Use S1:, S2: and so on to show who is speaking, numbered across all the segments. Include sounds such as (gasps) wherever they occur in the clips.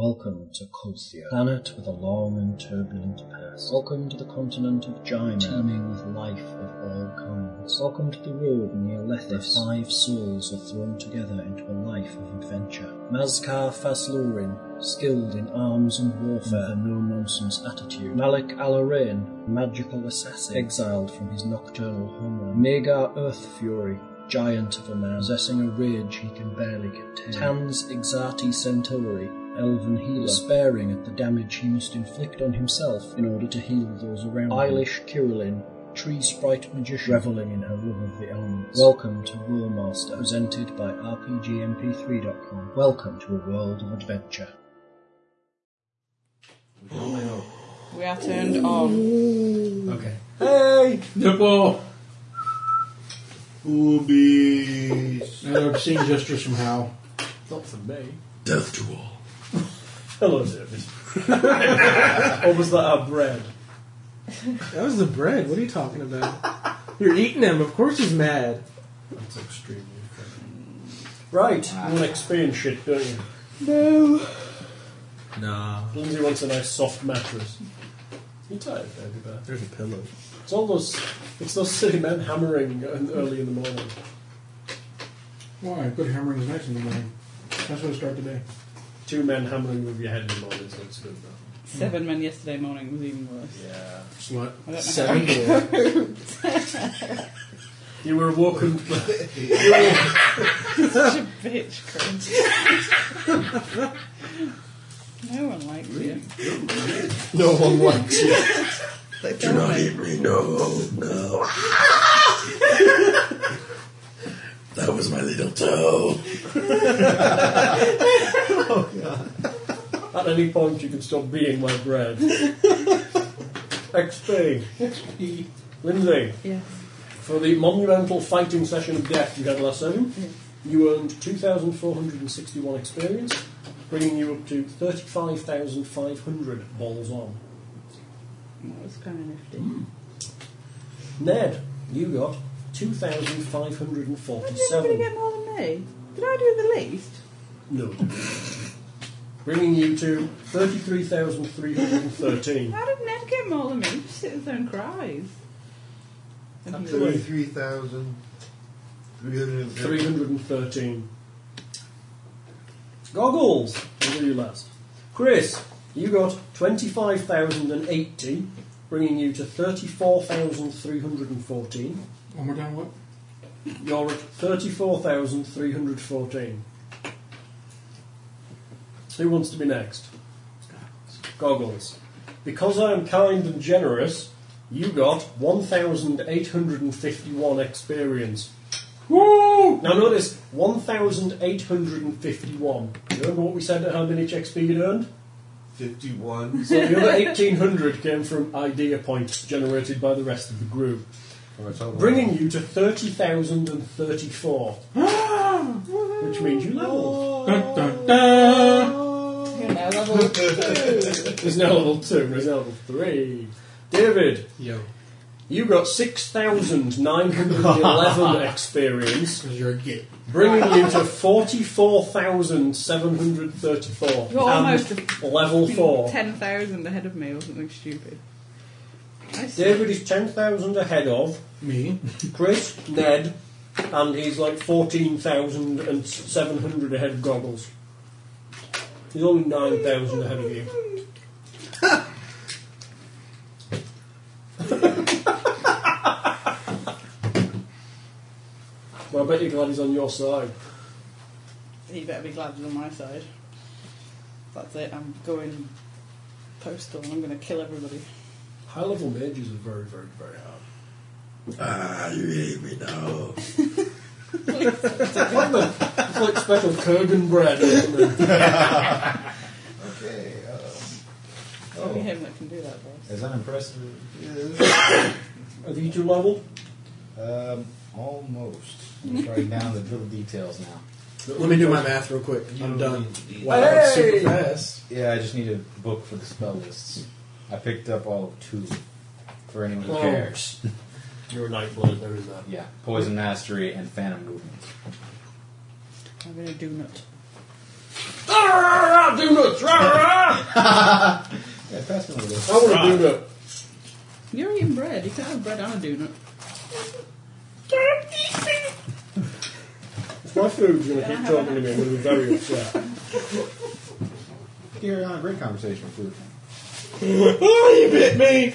S1: Welcome to Colcia, planet with a long and turbulent past. Welcome to the continent of Gyma, teeming with life of all kinds. Welcome to the road near Lethis, where five souls are thrown together into a life of adventure. Mazkar Faslurin, skilled in arms and warfare, with a no-nonsense attitude. Malik Alarain, magical assassin, exiled from his nocturnal homeland. Magar Earth Fury, giant of a man, possessing a rage he can barely contain. Tans Exati Centauri, elven healer, sparing at the damage he must inflict on himself in order to heal those around him. Eilish Kirillin, tree sprite magician, reveling in her love of the elements. Welcome to War Master, presented by RPGMP3.com. Welcome to a world of adventure.
S2: We are turned on.
S3: Okay.
S4: Hey!
S3: The ball!
S4: Boobies!
S3: Another obscene gestures from Hal.
S4: Not for me.
S5: Death to all.
S4: (laughs) Hello, (laughs) David. or was that our bread?
S6: That was the bread. What are you
S7: (laughs)
S6: talking about? You're eating him. Of course he's mad.
S4: That's extremely Right, you want to experience shit, don't you?
S5: Nah.
S4: Lindsay wants a nice soft mattress. You tired, baby bear?
S6: There's a pillow.
S4: It's all those, it's those silly men hammering in- early in the morning.
S3: Why? Good hammering is nice in the morning. That's where to start the day.
S4: Two men hammering with your head in the morning is not so good, though.
S2: Seven men yesterday morning was even
S4: (laughs)
S2: worse.
S4: Yeah.
S3: Slut.
S2: I don't know.
S6: Seven door.
S4: You were walking.
S2: It's such a bitch cringe. no one likes you.
S4: no one likes you.
S5: Do not eat me. No, no. that was my little toe.
S4: At any point, you can stop being my bread. XP. XP. Lindsay,
S2: Yes.
S4: for the monumental fighting session of death you had last session,
S2: Yes.
S4: you earned 2,461 experience, bringing you up to 35,500 balls on.
S2: That was kind of nifty.
S4: Ned, you got
S2: Did everybody
S4: 2,547.
S2: get more than me? Did I do the least?
S4: No. bringing you to 33,313.
S2: How did Ned get more than me? He just sits there and cries. And he was-
S8: 33,300.
S4: 313. Goggles! I'll do you last. Chris, you got 25,080, bringing you to 34,314.
S3: One more down, what?
S4: You're at 34,314. Who wants to be next? Goggles. Because I am kind and generous, you got 1,851 experience. Woo! Now notice, 1,851. You remember what we said at how many XP you'd earned?
S8: 51.
S4: So the
S3: (laughs)
S4: other 1,800 came from idea points generated by the rest of the group. Bringing you to
S3: (gasps)
S4: 30,034. which means you leveled.
S3: Dun, dun, dun.
S2: you know, level
S4: There's no level 2, there's no level 3. David,
S3: Yo.
S4: you got
S3: (laughs)
S4: 6,911 experience,
S3: Because you're a git.
S4: bringing you to 44,734.
S2: You're
S4: and
S2: almost
S4: level 4.
S2: 10,000 ahead of me or something stupid. I see.
S4: David is 10,000 ahead of
S3: Me?
S4: Chris, Ned, and he's like 14,700 ahead of Goggles. He's only 9,000 ahead of you. well, I bet you're glad he's on your side.
S2: He better be glad he's on my side. That's it, I'm going postal and I'm going to kill everybody.
S4: High level mages are very, very, very hard.
S5: Ah, you eat me. No.
S4: It's like, the, it's like special Kurgan bread, isn't it?
S8: Okay. Uh,
S2: It's only him that can do that, boss.
S9: Is that impressive?
S4: Are these two level?
S9: Um, almost. I'm writing down the little details now.
S6: Let me do my math real quick. I'm done. Wow,
S4: Hey!
S6: that's super fast.
S9: Yeah, I just need a book for the spell lists. I picked up all of two for anyone who
S4: Oh.
S9: cares.
S4: You're a nightblood, there is that.
S9: Yeah, poison mastery and phantom movements.
S2: I'm going to do nut.
S4: Ah, do nuts! Rah,
S9: Yeah, pass me one of those.
S4: I want to do that.
S2: You're eating bread. You can't have bread and a donut.
S4: If my food's going to keep talking to me, I'm going to be very upset.
S9: You're on a uh, great conversation with food.
S4: oh, you bit me!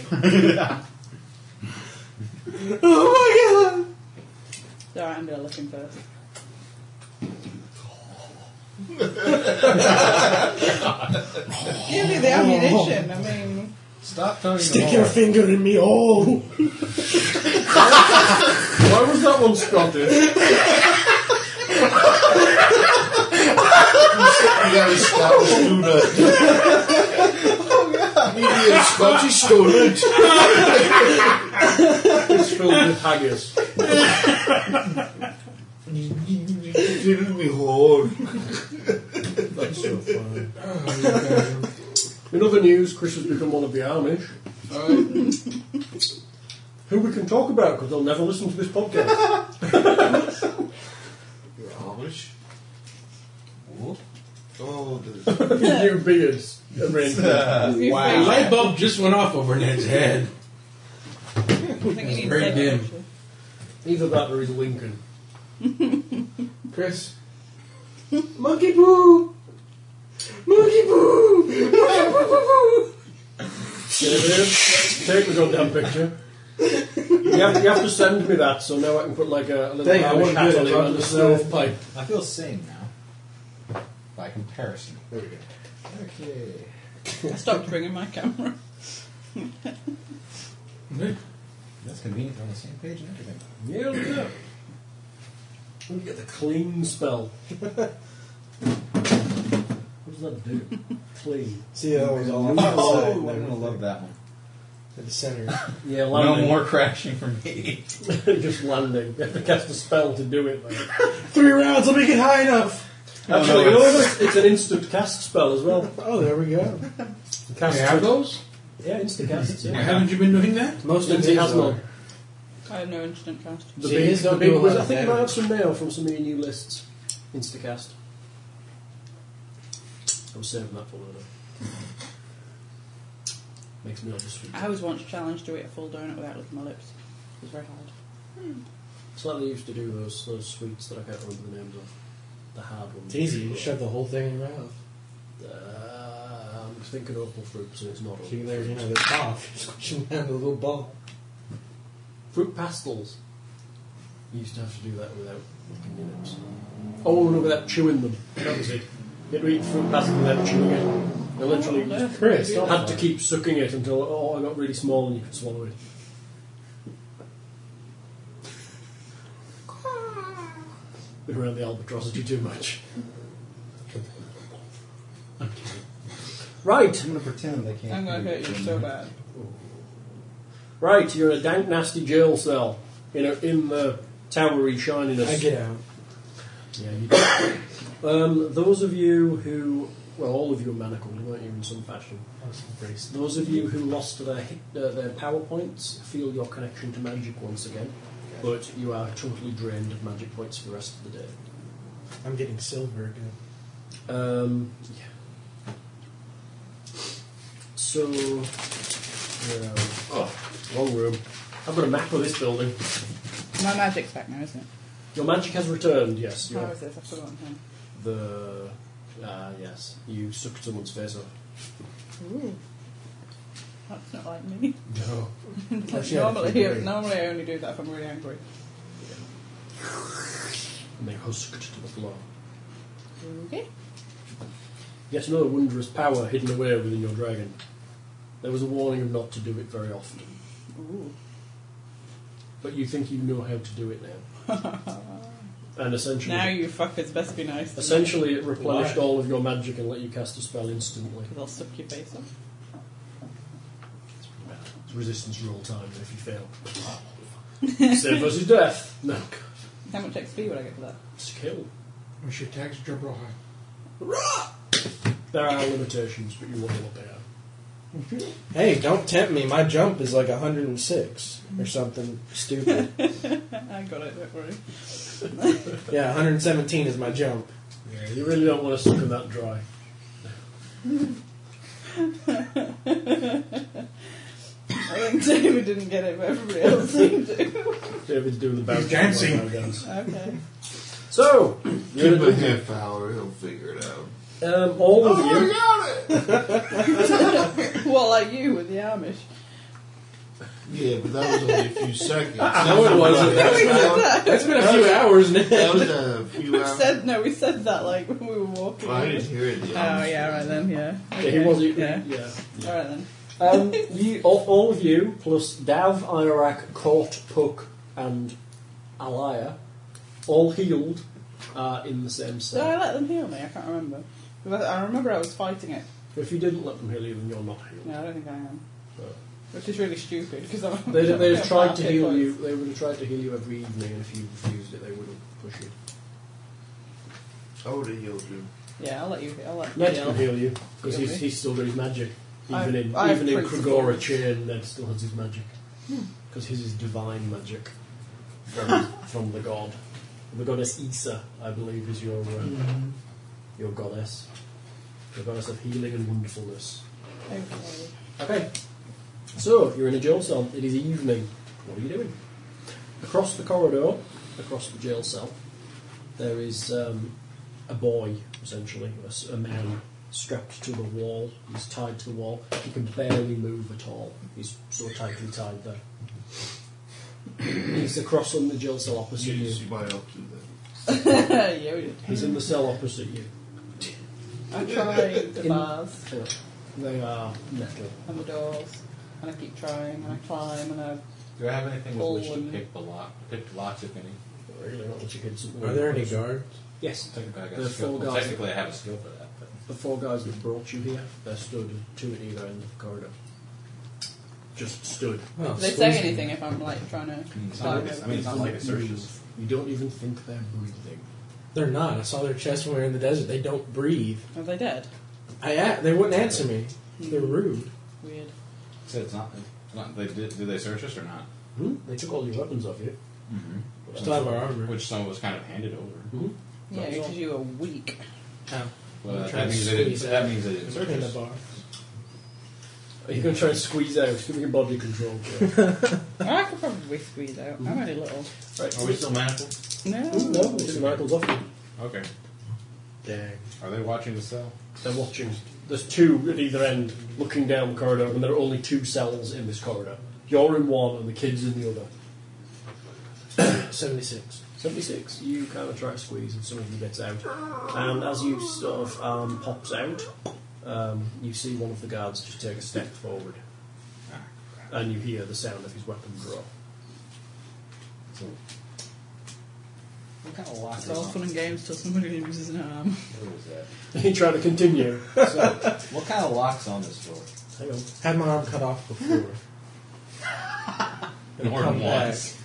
S4: oh my god!
S2: It's Alright, I'm going to look in first. (laughs) you need the ammunition. I mean,
S9: Stop talking
S4: Stick your finger in me hole. Why was that one Scottish?
S8: You got a Scottish donut. Medium Scottish donut.
S4: It's filled with haggis.
S8: Give me hard.
S4: That's so funny.
S3: Okay.
S4: In other news, Chris has become one of the Amish. Who we can talk about because they'll never listen to this podcast.
S8: You're Amish? What? Oh, the
S4: New beards. arrangement.
S6: The
S2: wow.
S6: light bulb just went off over Ned's head.
S2: I think you need
S6: Very
S2: bread,
S6: dim.
S2: actually.
S4: Either that or he's Lincoln.
S6: Chris. Monkey poo! Monkey poo! Monkey poo poo
S4: Get it in? Take the goddamn picture. You have, you have to send me that so now I can put like a, a little
S6: Thank you, I
S4: Amish
S6: wouldn't
S4: hat
S6: do
S4: on
S6: it,
S4: it
S6: I
S4: and a
S6: was gonna say.
S4: stovepipe.
S9: I feel sane now. By comparison. There we go. Okay.
S2: I stopped bringing my camera.
S9: That's convenient. They're on the same page and everything.
S4: Yeah, look at that. Let me get the clean (laughs) spell. what does that do? clean.
S7: See, that was all on the
S9: Oh,
S7: outside.
S9: I'm
S10: (laughs)
S7: never
S9: gonna love that one.
S7: At the center.
S4: Yeah,
S9: No
S4: landing.
S9: more crashing for me.
S4: (laughs) Just landing. You have to cast a spell to do it. Though.
S7: (laughs) Three rounds will make it high enough.
S4: Actually, no, it's, it's an instant cast spell as well.
S7: Oh, there we go.
S4: Cast
S3: They have those?
S4: Yeah, instant casts. Yeah.
S3: Haven't you been doing that?
S6: Most of
S4: Lindsay
S6: these
S4: has
S6: are.
S4: none.
S2: I have no instant cast.
S4: The
S7: See,
S4: big,
S7: his
S4: the
S7: don't
S4: big
S7: do a lot
S4: wizard. I
S7: of
S4: think you might have
S7: damage.
S4: some mail from some of your new lists. Instacast. I'm saving that for later. Makes me all just
S2: I was once challenged to eat a full donut without licking my lips. It was very hard.
S4: It's like they used to do those those sweets that I can't remember the names of. The hard ones.
S7: It's easy. You just shove the whole thing in your mouth.
S4: Uh, I'm thinking opal fruits and it's not opal
S7: See, there's, you
S4: fruits.
S7: know, the top. (laughs) Squish them down to a little ball.
S4: Fruit pastels. You used to have to do that without licking your lips. Oh no, without chewing them. That was it. You had to eat fruit pastel without chewing it. I literally
S2: Oh,
S4: just
S7: Chris,
S4: had
S7: stop
S4: to keep sucking it until oh, I got really small and you could swallow it. Been around the albatrosity too much. Right.
S9: I'm gonna pretend they can't.
S2: I'm going to hurt you so bad.
S4: Right, you're in a dank, nasty jail cell in, a, in the towery shininess.
S7: I get out.
S4: Yeah, you do. um, those of you who, well, all of you are manacled, weren't you, in some fashion?
S7: Oh,
S4: Those of you who lost their, hit- uh, their power points feel your connection to magic once again, but you are totally drained of magic points for the rest of the day.
S7: I'm getting silver again.
S4: Um, yeah. So, um, oh, wrong room. I've got a map of this building.
S2: My magic's back now, isn't it?
S4: Your magic has returned, yes.
S2: How
S4: Your,
S2: is this? I've forgotten him.
S4: the. Ah, yes. You sucked someone's face off.
S2: Ooh. That's not like me.
S4: No.
S2: (laughs) normally, normally I only do that if I'm really angry.
S4: And they husked to the floor.
S2: Okay.
S4: Yet another wondrous power hidden away within your dragon. There was a warning of not to do it very often,
S2: Ooh.
S4: but you think you know how to do it now.
S2: (laughs)
S4: and essentially,
S2: Now you fuckers best be nice. to me,
S4: essentially, it replenished all of your magic and let you cast a spell instantly.
S2: 'cause I'll suck your face off.
S4: It's resistance roll time if you fail. (laughs) Save versus death. No, God,
S2: How much XP would I get for that?
S4: it's a kill.
S3: What's your tax drop real high?
S4: There are limitations, but you will not pay out.
S7: Hey, don't tempt me. My jump is like 106 or something stupid. (laughs)
S2: I got it, don't worry.
S7: yeah, 117 is my jump.
S4: Yeah, you really don't want to suck on that dry.
S2: (laughs) I think David didn't get it, but everybody (laughs) else seemed to.
S4: David's doing the best.
S11: dancing.
S2: Okay. (laughs)
S4: So,
S8: Give him a half hour, he'll figure it out. Oh,
S4: um, all
S6: Oh,
S4: of you.
S8: I got it!
S2: Well, like you with the Amish.
S8: Yeah, but that was only a
S6: (laughs)
S8: few seconds.
S4: No, it
S2: (laughs)
S4: wasn't.
S2: We said that.
S12: That's been a few hours now.
S8: That was a few
S2: We
S8: hours.
S2: said no. We said that like when we were walking.
S8: Well, I didn't hear it. The
S2: Oh yeah, right then, yeah.
S4: Yeah, he was.
S2: Yeah.
S4: Yeah. yeah.
S2: All right then.
S4: Um, you, all, all of you, plus Dav, Irak, Court, Puck, and Alaya, all healed uh, in the
S2: Did
S4: same
S2: I
S4: set.
S2: let them heal me? I can't remember. 'Cause I, I remember I was fighting it.
S4: If you didn't let them heal you, then you're not healed.
S2: No, I don't think I am.
S4: No.
S2: Which is really stupid because I'm.
S4: They'd, they'd have
S2: I'm
S4: tried to
S2: half
S4: heal
S2: hit
S4: you. They would have tried to heal you every evening, and if you refused it, they would have pushed you.
S8: I would have healed him.
S2: points. (laughs) Yeah, I'll let you. I'll let
S4: Ned
S2: you
S4: can
S2: heal.
S4: heal you because he's,
S2: Really?
S4: he's still got his magic. Even
S2: I've-
S4: in
S2: I've
S4: even in
S2: principle.
S4: Kragora Chain, Ned still has his magic because his is divine magic from, from the god, the goddess Isa, I believe, is your uh, your goddess, the goddess of healing and wonderfulness.
S2: Okay.
S4: Okay. So, you're in a jail cell. It is evening. What are you doing? Across the corridor, across the jail cell, there is um, a boy, essentially, a, s- a man strapped to the wall. He's tied to the wall. He can barely move at all. He's so tightly tied there. He's across from the jail cell opposite
S8: You
S4: you.
S8: see my help do
S2: (laughs)
S8: that.
S2: yeah, we did.
S4: He's in the cell opposite you. (laughs)
S2: I'm trying the
S4: In-
S2: bars
S4: They are metal.
S2: and the doors, and I keep trying, and I climb, and I.
S10: Do I have anything with which to
S2: Colon.
S10: pick the lock? Pick the locks, if any.
S4: Really not what you kids
S6: Are there any guards?
S4: Yes,
S10: Technically, I got
S4: There
S10: a
S4: are
S10: skill.
S4: four
S10: Well,
S4: guys.
S10: technically, I have a skill for that. But
S4: The four guys that brought you here, they stood two at either end of the corridor. Just stood.
S6: Oh,
S2: Do they say
S6: squeeze.
S2: anything if I'm like trying to
S4: Mm,
S10: it's not
S2: climb
S10: like it's, I
S2: over?
S10: mean, it's not like it's
S4: You
S10: searches.
S4: you don't even think they're breathing.
S6: They're not. I saw their chest when we were in the desert. They don't breathe.
S2: Are they dead?
S6: I a- they wouldn't answer me. They're rude.
S2: Weird.
S10: So it's not. It's not they did, do they search us or not?
S4: Hmm? They took all your weapons off you.
S6: Still have our armor.
S10: Which some of us kind of handed over.
S2: Yeah,
S4: That's all.
S2: because you were
S4: (laughs)
S2: weak.
S6: Ow.
S10: Well,
S6: I'm
S10: that,
S6: trying
S10: that
S6: to
S10: means they didn't.
S6: squeeze
S10: That
S6: out.
S10: means they didn't search
S6: In the
S10: us.
S6: bar.
S4: Are you going to try and squeeze out? Give me your body (laughs) control. check.
S2: I could probably squeeze out. I'm only little.
S4: right.
S10: Are we still manacled?
S2: No.
S4: Mm. No, just Michael's off you.
S10: Okay.
S4: Dang.
S10: Are they watching the cell?
S4: They're watching. There's two at either end looking down the corridor, and there are only two cells in this corridor. You're in one, and the kid's in the other.
S6: 76.
S4: 76, you kind of try to squeeze and some of you gets out. And as you sort of um, pops out, um, you see one of the guards just take a step forward. And you hear the sound of his weapon drop.
S10: So, what kind of lock
S2: It's
S10: is
S2: all
S10: on?
S2: fun and games till somebody loses an arm.
S10: What was that?
S4: you try to continue.
S10: So, what kind of locks on this door?
S4: Hang on.
S6: Had my arm cut off before. It'll
S10: More
S6: come
S10: than
S6: back.
S10: once.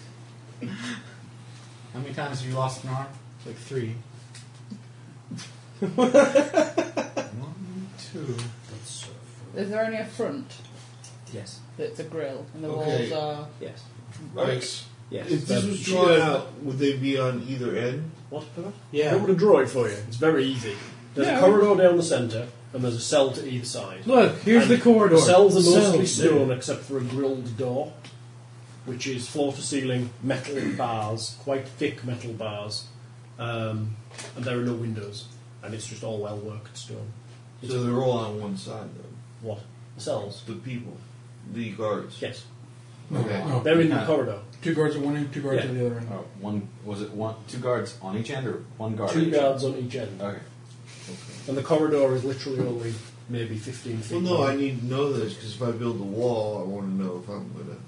S10: How many times have you lost an arm?
S6: Like three.
S10: One, two.
S2: Is there only a front
S4: Yes.
S2: that's a grill and the
S8: Okay.
S2: walls are.
S4: Yes.
S8: Right.
S4: Yes.
S8: If this
S4: Um,
S8: was drawn out, would they be on either end?
S4: What? Pippa?
S6: Yeah.
S4: I would have drawn it for you. It's very easy. There's
S2: Yeah.
S4: a corridor down the centre, and there's a cell to either side.
S6: Look, here's
S4: And
S6: the corridor.
S4: The cells are mostly
S6: Cells,
S4: stone
S6: yeah.
S4: except for a grilled door, which is floor to ceiling metal (coughs) bars, quite thick metal bars, um, and there are no windows, and it's just all well worked stone.
S8: So they're all on one side, though.
S4: What cells?
S8: The people, the guards.
S4: Yes,
S8: Okay.
S6: Oh,
S11: No.
S4: they're in the
S10: Yeah.
S4: corridor.
S11: Oh. Two guards at one end, two guards
S4: Yeah.
S11: at the other end.
S10: Oh, one was it one two guards on each end or one guard?
S4: Two
S10: each?
S4: guards on each end,
S10: Okay.
S4: and the corridor is literally only maybe fifteen feet.
S8: Well, no,
S4: long.
S8: I need to know this because if I build a wall, I want to know if I'm gonna.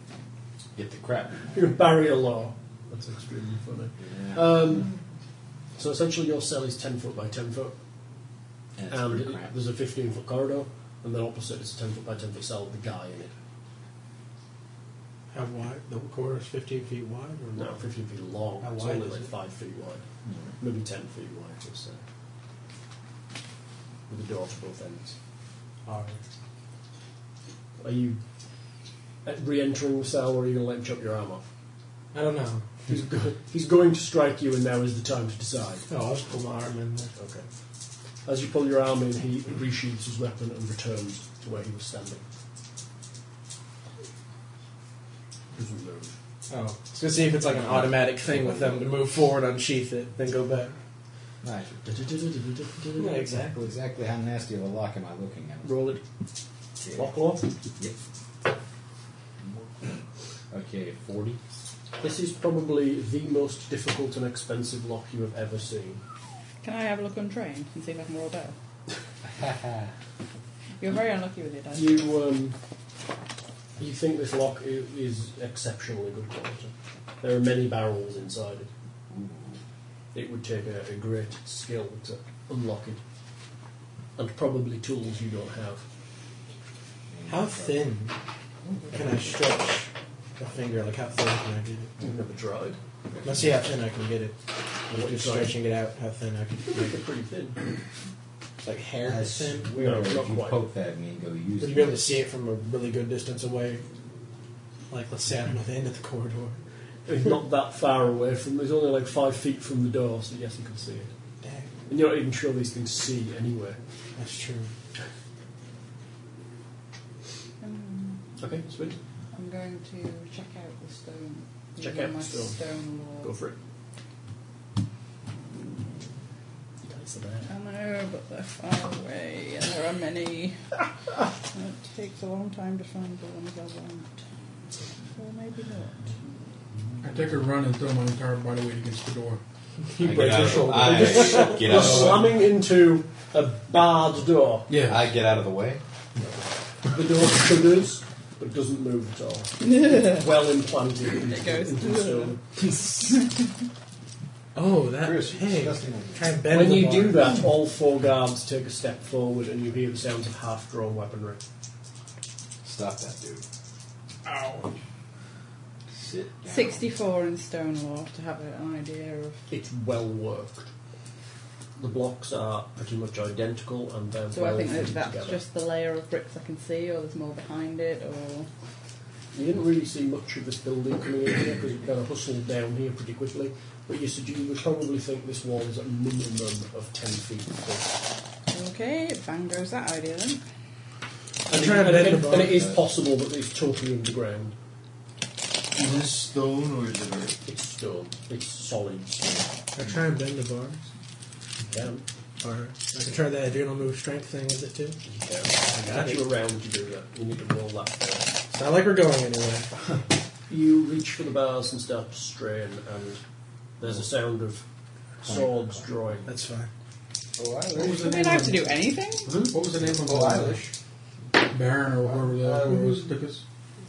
S10: Get the crap.
S4: You're a barrier law. That's extremely funny.
S10: Yeah.
S4: Um, so essentially, your cell is ten foot by ten foot.
S10: and it's
S4: and
S10: pretty
S4: it-
S10: crap.
S4: there's a 15 foot corridor, and then opposite is a 10 foot by 10 foot cell with a guy in it.
S6: How wide? The corridor's 15 feet wide? Or
S4: No, 15 feet long.
S6: How
S4: it's
S6: wide
S4: only
S6: is
S4: like
S6: it? Mm.
S4: 5 feet wide, maybe 10 feet wide, let's say. With a door to both ends.
S6: Alright.
S4: Are you uh, re entering the cell, or are you going to let him chop your arm off?
S6: I don't know.
S4: He's,
S6: Oh,
S4: go- he's going to strike you, and now is the time to decide.
S6: No, I'll just pull my arm in there.
S4: Okay. As you pull your arm in, he resheathes his weapon and returns to where he was standing. Doesn't move.
S7: Oh, let's see if it's like an automatic thing with them to move forward, unsheath it, then go back.
S9: Nice.
S4: Yeah, exactly.
S9: Exactly how nasty of a lock am I looking at?
S4: Roll it. Lock law.
S9: Okay, 40.
S4: This is probably the most difficult and expensive lock you have ever seen.
S2: Can I have a look on train and see if I can roll better?
S4: (laughs)
S2: You're very unlucky with it, I
S4: You um, you think this lock i- is exceptionally good quality. There are many barrels inside it. It would take a, a great skill to unlock it, and probably tools you don't have.
S7: How thin can I stretch a finger? Like, how thin can I get it?
S4: You've never tried.
S7: Let's see how thin I can get it.
S4: What
S7: Just
S4: you trying?
S7: stretching it out, how thin I can
S4: Make it pretty thin.
S7: Like, hair thin?
S9: We are,
S4: No,
S9: if
S4: not
S9: you
S4: quite.
S9: poke that and you go use
S7: Would you
S9: it.
S7: be able to see it from a really good distance away? Like, let's say I'm at the end of the corridor.
S4: It's not that far away from. It's only like five feet from the door, so yes, you can see it.
S7: Dang,
S4: And you're not even sure these things see anywhere.
S7: that's true.
S2: Um,
S4: Okay, sweet.
S2: I'm going to check out the stone.
S4: Check
S2: one of
S4: out
S2: my
S4: the stone.
S2: wall.
S4: Go for it.
S2: I know, but they're far away and there are
S4: (laughs)
S2: many. and it takes a long time to find the ones I want. Or maybe not.
S3: I take a run and throw my entire body weight against the door.
S4: You
S9: I
S4: break
S9: get
S4: your
S9: out of-
S4: shoulder.
S9: I
S4: You're
S9: (laughs) get out
S4: You're
S9: of the way.
S4: slamming into a barred door.
S3: Yeah.
S9: I get out of the way.
S4: The door shudders, but it doesn't move at all. It's well implanted into,
S2: It goes,
S4: into the stone.
S6: Oh, that.
S9: Chris, you're
S6: hey,
S9: disgusting.
S6: try and bend
S4: When
S6: the
S4: you
S6: bar.
S4: do that, all four guards take a step forward and you hear the sounds of half-drawn weaponry.
S9: Stop that dude.
S3: Ow.
S9: Sit down.
S2: 64 in stone law to have an idea of.
S4: It's well worked. The blocks are pretty much identical and they're
S2: So
S4: well
S2: I think that
S4: fitted
S2: that's
S4: together.
S2: just the layer of bricks I can see, or there's more behind it, or.
S4: You didn't really see much of this building coming in here because it kind of hustled down here pretty quickly. But you said you would probably think this wall is a minimum of 10 feet thick.
S2: Okay, bang goes that idea then.
S4: And,
S6: trying to
S4: it,
S6: bend
S4: and,
S6: the
S4: and it
S6: bar.
S4: is possible that it's totally underground.
S8: Is this stone or is it earth?
S4: It's stone. It's solid stone.
S6: I try and bend the bars.
S4: Down.
S6: Or I can try that adrenal move strength thing with it too.
S4: Down. I
S6: got
S4: you around to do that. You need to roll that down.
S6: It's not like we're going anywhere.
S4: You reach for the bars and start to strain and there's a sound of swords drawing.
S6: That's fine.
S9: Oh, I
S3: What was the
S2: Are we
S3: name?
S2: allowed
S3: Of,
S2: to do anything?
S3: what was the name of
S9: Oh,
S3: the
S9: Irish.
S3: Baron or whoever the
S8: Uh,
S3: whoever was thickest?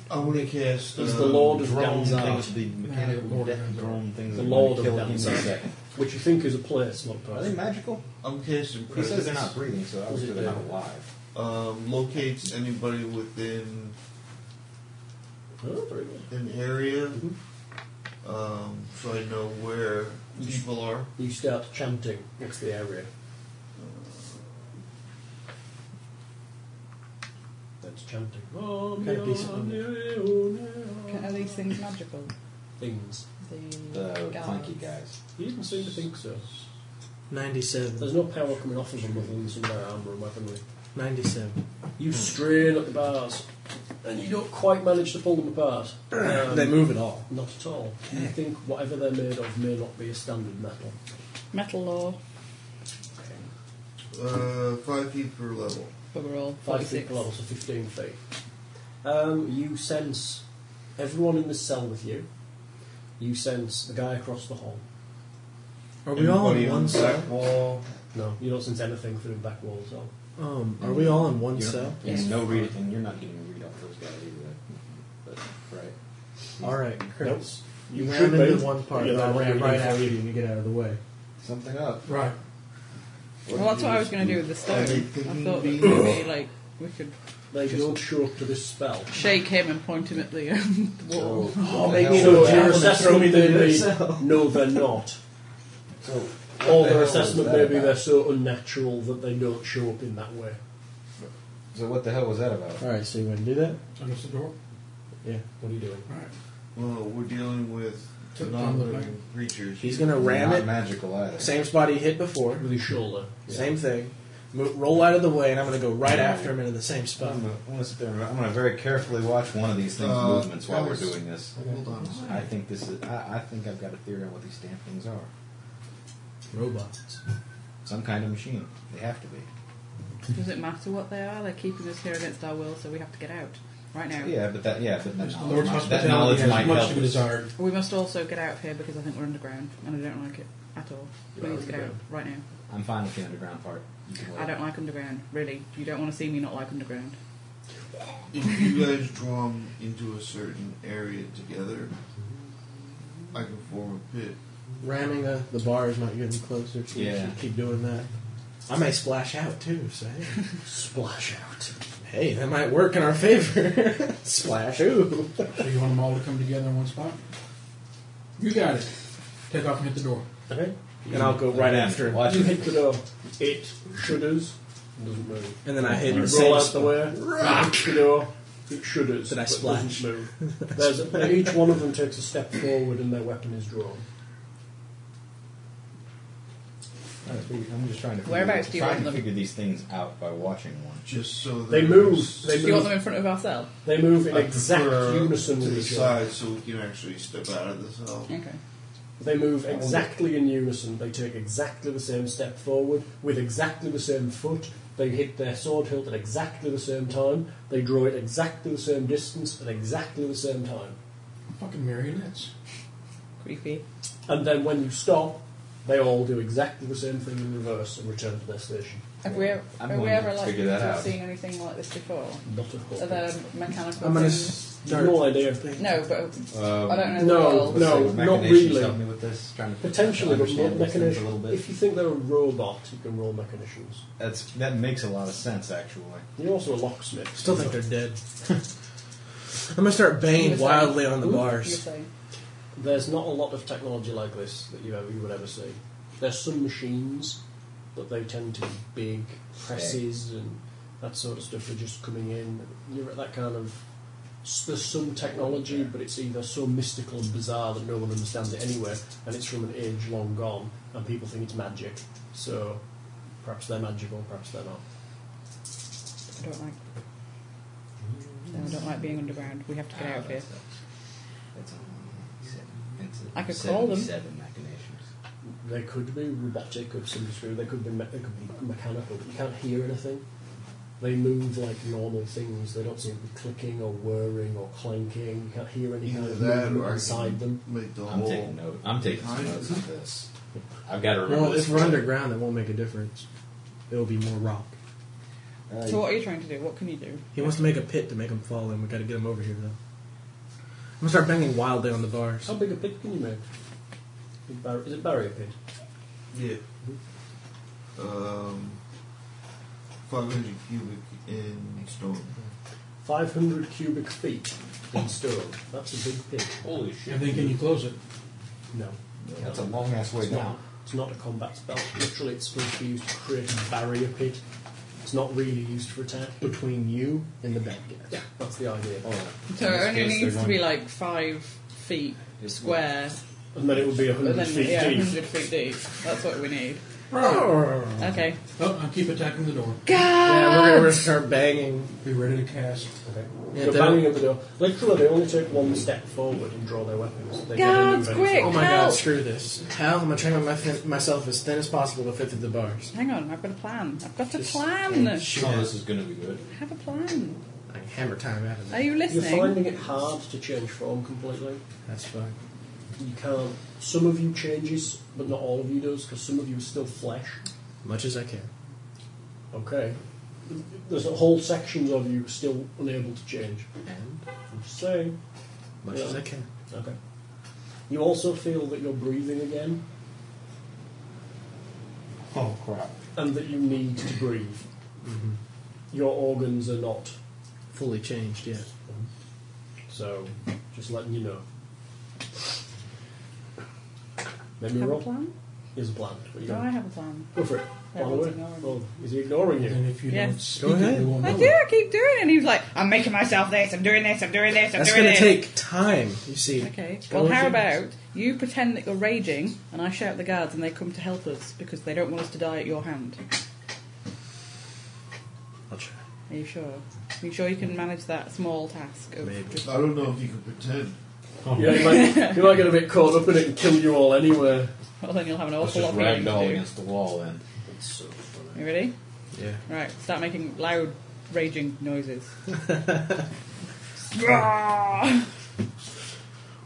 S6: Um,
S8: I want to cast.
S4: He's
S8: uh,
S4: the Lord of
S9: Drone
S4: Danzar,
S9: things, the mechanical
S3: Lord of
S9: death
S3: Danzar.
S9: drone things
S4: The
S9: that
S4: Lord
S9: might
S4: of
S9: kill him in a
S4: Danzar.
S9: second.
S4: which you think is a place, not
S9: Are they
S4: person.
S9: magical?
S8: I'm casting.
S9: He says they're
S8: presence.
S9: not breathing, so obviously they're not alive.
S8: Um, locates anybody within
S4: Oh, very good.
S8: an area,
S4: Mhm.
S8: um, so I know where people are.
S4: You start chanting next to the area. That's chanting. Can
S6: it be something?
S2: Can, are these things magical?
S4: Things.
S2: The,
S9: The
S2: guards.
S9: clunky guys.
S4: You didn't seem to think so.
S6: 97.
S4: There's no power coming off of them other than some of their armour and weaponry.
S6: 97.
S4: You strain at the bars, and you don't quite manage to pull them apart. Um,
S6: they move at all.
S4: Not at all. You think whatever they're made of may not be a standard metal.
S2: Metal law,
S8: Uh, five feet per level.
S2: but we're all
S4: Five
S2: 46.
S4: feet below, so 15 feet. Um, you sense everyone in the cell with you. You sense the guy across the hall.
S6: Are we all on
S8: Anybody
S6: one
S8: the
S6: cell?
S8: back wall?
S4: No, you don't sense anything through the back walls. So.
S6: Um, are we all on one
S9: You're-
S6: cell?
S9: and no read, and you're not getting a read on those guys either. But right,
S6: All right, Chris. You
S4: You
S6: ram
S4: should
S6: into
S4: be.
S6: one part,
S4: Yeah,
S6: but I
S4: that
S6: ran
S4: would
S6: right
S4: be
S6: after
S4: for
S6: you and you get out of the way.
S9: something up.
S3: Right.
S2: Well, that's what I was going to do with the stone. I
S8: Everything
S2: thought that
S8: being-
S2: maybe, like, we could
S4: They don't show up to this spell.
S2: shake him and point him at the (laughs) um, wall.
S9: So, what the
S4: Maybe
S9: hell-
S4: so
S9: yeah.
S4: your assessment
S6: me
S4: may
S6: through
S4: be,
S6: the cell.
S4: no, they're not.
S9: So, what
S4: Or
S9: the hell
S4: their
S9: was
S4: assessment
S9: that
S4: may be
S9: about?
S4: they're so unnatural that they don't show up in that way.
S9: So what the hell was that about?
S6: All right, so you want to do that?
S3: Against the door.
S6: Yeah.
S4: What are you doing?
S3: Right.
S8: Well, we're dealing with
S3: Took
S8: non-living creatures.
S7: He's gonna
S9: They're
S7: ram
S9: not
S7: it.
S9: magical either.
S7: Same spot he hit before.
S4: With his shoulder.
S7: Same thing.
S6: mo- roll out of the way, and I'm going to go right after him into the same spot.
S10: I'm gonna, I'm gonna sit there. And I'm gonna very carefully watch one of these things'
S8: Uh,
S10: movements while we're
S8: Alex.
S10: doing this.
S8: Hold on. a second.
S10: I think this is. I, I think I've got a theory on what these damn things are.
S4: Robots.
S10: Some kind of machine. They have to be.
S2: Does it matter what they are? They're keeping us here against our will, so we have to get out right now.
S10: Yeah, but that. Yeah, but that
S13: The
S10: knowledge,
S13: Lord's
S10: might, that
S13: hospitality
S10: knowledge
S13: has
S10: might
S13: much
S10: help.
S13: to be
S10: us.
S13: desired.
S2: We must also get out of here because I think we're underground and I don't like it at all. We
S4: You're
S2: need to get out
S4: underground.
S2: right now.
S10: I'm fine with the underground part. You can wait.
S2: I don't like underground, really. You don't want to see me not like underground.
S8: If you guys draw them into a certain area together, I can form a pit.
S6: Ramming the, the bar is not getting closer. So Mm-hmm. yeah.
S10: Yeah.
S6: keep doing that. I may splash out too, so hey.
S4: Splash out.
S6: hey, that might work in our favor. (laughs) splash, ooh.
S13: So you want them all to come together in one spot? You got it. Take off and hit the door.
S4: Okay.
S6: And I'll go right after him.
S10: Watch
S4: You
S10: it.
S4: hit the door. It shudders. Doesn't move.
S6: And then I hit
S4: You
S6: the
S4: roll
S6: same
S4: out the
S6: spot.
S4: way. you Hit the door. It shudders.
S6: Did I
S4: but
S6: splash?
S4: doesn't move.
S6: (laughs)
S4: There's a, each one of them takes a step forward and their weapon is drawn.
S10: I'm just trying to. Figure,
S2: Whereabouts do you
S10: trying
S2: want
S10: to
S2: them?
S10: figure these things out by watching one.
S8: Just so
S4: They
S8: that
S4: move. They
S2: Do you want
S4: move.
S2: them in front of ourselves?
S4: They move in
S8: I
S4: exact
S8: prefer
S4: unison
S8: to
S4: with
S8: the
S4: each other.
S8: side, so we can actually step out of the cell.
S2: Okay.
S4: They move exactly in unison. They take exactly the same step forward with exactly the same foot. They hit their sword hilt at exactly the same time. They draw it exactly the same distance at exactly the same time.
S13: Fucking marionettes.
S2: Creepy.
S4: And then when you stop, they all do exactly the same thing in reverse and return to their station.
S2: Have we, are
S10: I'm
S2: we
S10: going
S2: ever
S10: to
S2: like
S10: figure that
S2: to have
S10: out.
S2: seen anything like this before?
S4: Not at all.
S2: Are there mechanical
S14: I'm gonna
S2: things?
S14: start.
S4: No idea.
S2: No, but
S10: Um,
S2: I don't know
S4: no,
S2: the world.
S4: no.
S10: so machinations
S4: really.
S10: Help me with this. Trying to
S4: Potentially, but
S10: understand these things
S4: mechanician.
S10: a little bit.
S4: If you think they're a robot, you can roll mechanicians.
S10: That's that makes a lot of sense actually.
S4: You're also a locksmith.
S6: Still think they're dead. (laughs) I'm gonna start banging
S2: You're saying-
S6: wildly on the
S2: Ooh, You're
S6: bars.
S2: saying.
S4: There's not a lot of technology like this that you ever you would ever see. There's some machines, but they tend to be big presses and that sort of stuff are just coming in. You're at that kind of s- there's some technology, but it's either so mystical and bizarre that no one understands it anyway, and it's from an age long gone, and people think it's magic. So perhaps they're magical, perhaps they're not.
S2: I don't like. No, I don't like being underground. We have to get out of here.
S10: Ah, That's a- it's a
S2: I could call them.
S10: 77 machinations.
S4: They could be robotic of some description. They could be me- they could be mechanical. You can't hear anything. They move like normal things. They don't seem to be clicking or whirring or clanking. You can't hear any kind
S8: Either
S4: of
S8: that
S4: movement
S8: or I
S4: inside them.
S8: can make the
S10: I'm taking
S8: whole.
S10: note. I'm taking some
S8: Behind
S10: notes
S8: you.
S10: on this. I've got to remember
S6: Well,
S10: this.
S6: if we're underground, it won't make a difference. It'll be more rock.
S10: Uh,
S2: So what are you trying to do? What can you do?
S6: He wants to make a pit to make him fall in. We gotta get him over here, though. I'm gonna start banging wildly on the bars.
S4: How big a pit can you make? A bar- Is it barrier pit?
S8: Yeah. Um, 500 cubic in stone.
S4: 500 cubic feet in stone. That's a big pit.
S10: holy shit!
S13: And then can you close it?
S4: No,
S10: That's a long ass way
S4: it's
S10: down.
S4: not. It's not a combat spell. Literally, it's supposed to be used to create a barrier pit. It's not really used for attack.
S6: Between you and the bad guy.
S4: Yeah, that's the idea.
S10: Oh,
S2: So it only
S10: in this case, they're
S2: needs to
S10: going-
S2: be like five feet
S10: It's-
S2: square,
S4: And then it would be 100
S2: and then
S4: feet
S2: yeah,
S4: deep.
S2: hundred feet deep. That's what we need.
S10: Uh-huh.
S2: Okay.
S13: Oh, I keep attacking the door.
S6: Yeah, we're gonna, we're gonna start banging.
S13: Be ready to cast.
S6: Yeah,
S4: You're
S6: they
S4: banging
S6: don't-
S4: at the door. Literally, they only take one step forward and draw their weapons. They never
S2: Guards,
S4: move
S2: quick!
S4: anything.
S6: oh my
S2: Help!
S6: god, screw this. Hell, I'm gonna try to make my fin- myself as thin as possible to fit through the bars.
S2: Hang on, I've got a plan. I've got a
S6: Just-
S2: plan.
S6: Shoot
S10: oh,
S6: at
S10: this
S6: it.
S10: is gonna be good.
S2: Have a plan.
S6: I can hammer time out of
S2: Are
S6: that.
S2: you
S4: You're
S2: listening?
S4: finding it hard to change form completely.
S6: That's fine.
S4: You can't. Some of you changes, but not all of you does, because some of you is still flesh.
S6: Much as I can.
S4: Okay. There's a whole sections of you still unable to change.
S6: And
S4: I'm just saying.
S6: much as I can.
S4: Okay. You also feel that you're breathing again,
S10: Oh crap!
S4: and that you need to breathe.
S6: Mhm.
S4: Your organs are not,
S6: Fully changed, yeah.
S4: so just letting you know. Maybe
S2: Have a
S4: roll.
S2: plan?
S4: is blunt. But you
S2: Do I
S4: gotta
S2: have a plan?
S4: go for it.
S2: Yeah,
S4: By the
S2: he's
S4: way,
S2: ignoring
S4: well, is he ignoring you?
S13: And if you
S2: Yes.
S13: don't speak
S6: ahead.
S13: it, we won't
S2: I
S13: know
S2: do.
S13: it.
S2: I keep doing it. And he's like, I'm making myself this. I'm doing this. I'm doing this. I'm
S6: That's
S2: doing
S6: gonna
S2: this.
S6: take time, you see.
S2: Okay.
S6: Go
S2: Well, how
S6: with it.
S2: about you pretend that you're raging, and I shout the guards, and they come to help us because they don't want us to die at your hand. Are you sure? Are you sure you can manage that small task of
S6: Maybe.
S2: just
S8: I don't know if you can pretend.
S4: Yeah, you might, you might get a bit caught up in it and kill you
S2: (laughs)
S4: all anyway.
S2: well then you'll have an
S10: Let's
S2: awful lot
S10: just
S2: of healing to
S10: ragdoll
S2: do.
S10: against the wall then.
S4: So
S2: You ready?
S6: Yeah.
S2: Right, start making loud raging
S6: (laughs)
S2: noises.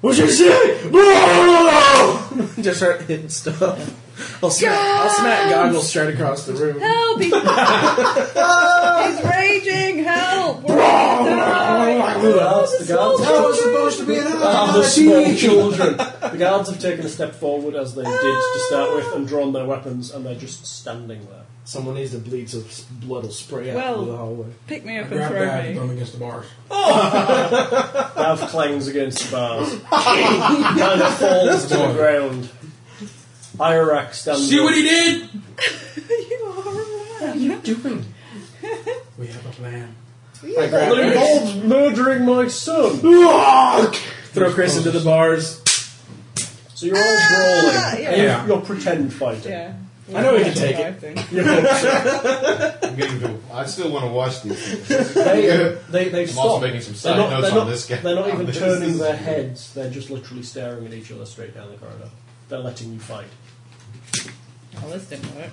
S6: What you say? Blah! (laughs) Just start hitting stuff. I'll smack, I'll smack goggles straight across the room.
S2: Help!
S6: (laughs)
S2: He's, he's raging! Help! We're all
S6: Oh,
S2: gonna die!
S4: else? The guards.
S6: That was supposed to be an
S4: Ah, the small children. The guards have taken a step forward as they did to start with and drawn their weapons, and they're just standing there.
S6: Someone needs to bleed so s- blood will spray out
S2: Well-
S6: through the hallway.
S2: Pick me
S15: I
S2: up and
S15: grab
S2: throw
S15: that and
S2: me.
S15: throw him against the bars.
S4: Bav clangs against the bars. (laughs) kind of falls to the ground. Iraq stands
S15: See
S4: up.
S15: what he did?
S2: you are a man.
S15: We have a plan.
S6: I grab
S4: Well, it
S6: Chris.
S4: involves murdering my son.
S6: Throw Chris into the bars.
S4: So you're all brawling.
S2: Ah, yeah.
S4: You're- You're pretend fighting.
S2: Yeah.
S6: I know we can take it.
S2: it.
S4: You hope so.
S10: I'm getting to. I still want to watch these things.
S4: They, they, they've
S10: I'm also
S4: stopped.
S10: making some
S4: They're
S10: side
S4: not,
S10: notes
S4: they're,
S10: on
S4: not,
S10: this guy.
S4: they're not even
S10: This
S4: turning
S10: is-
S4: their heads. They're just literally staring at each other straight down the corridor. They're letting you fight.
S2: Well, Oh, this didn't work.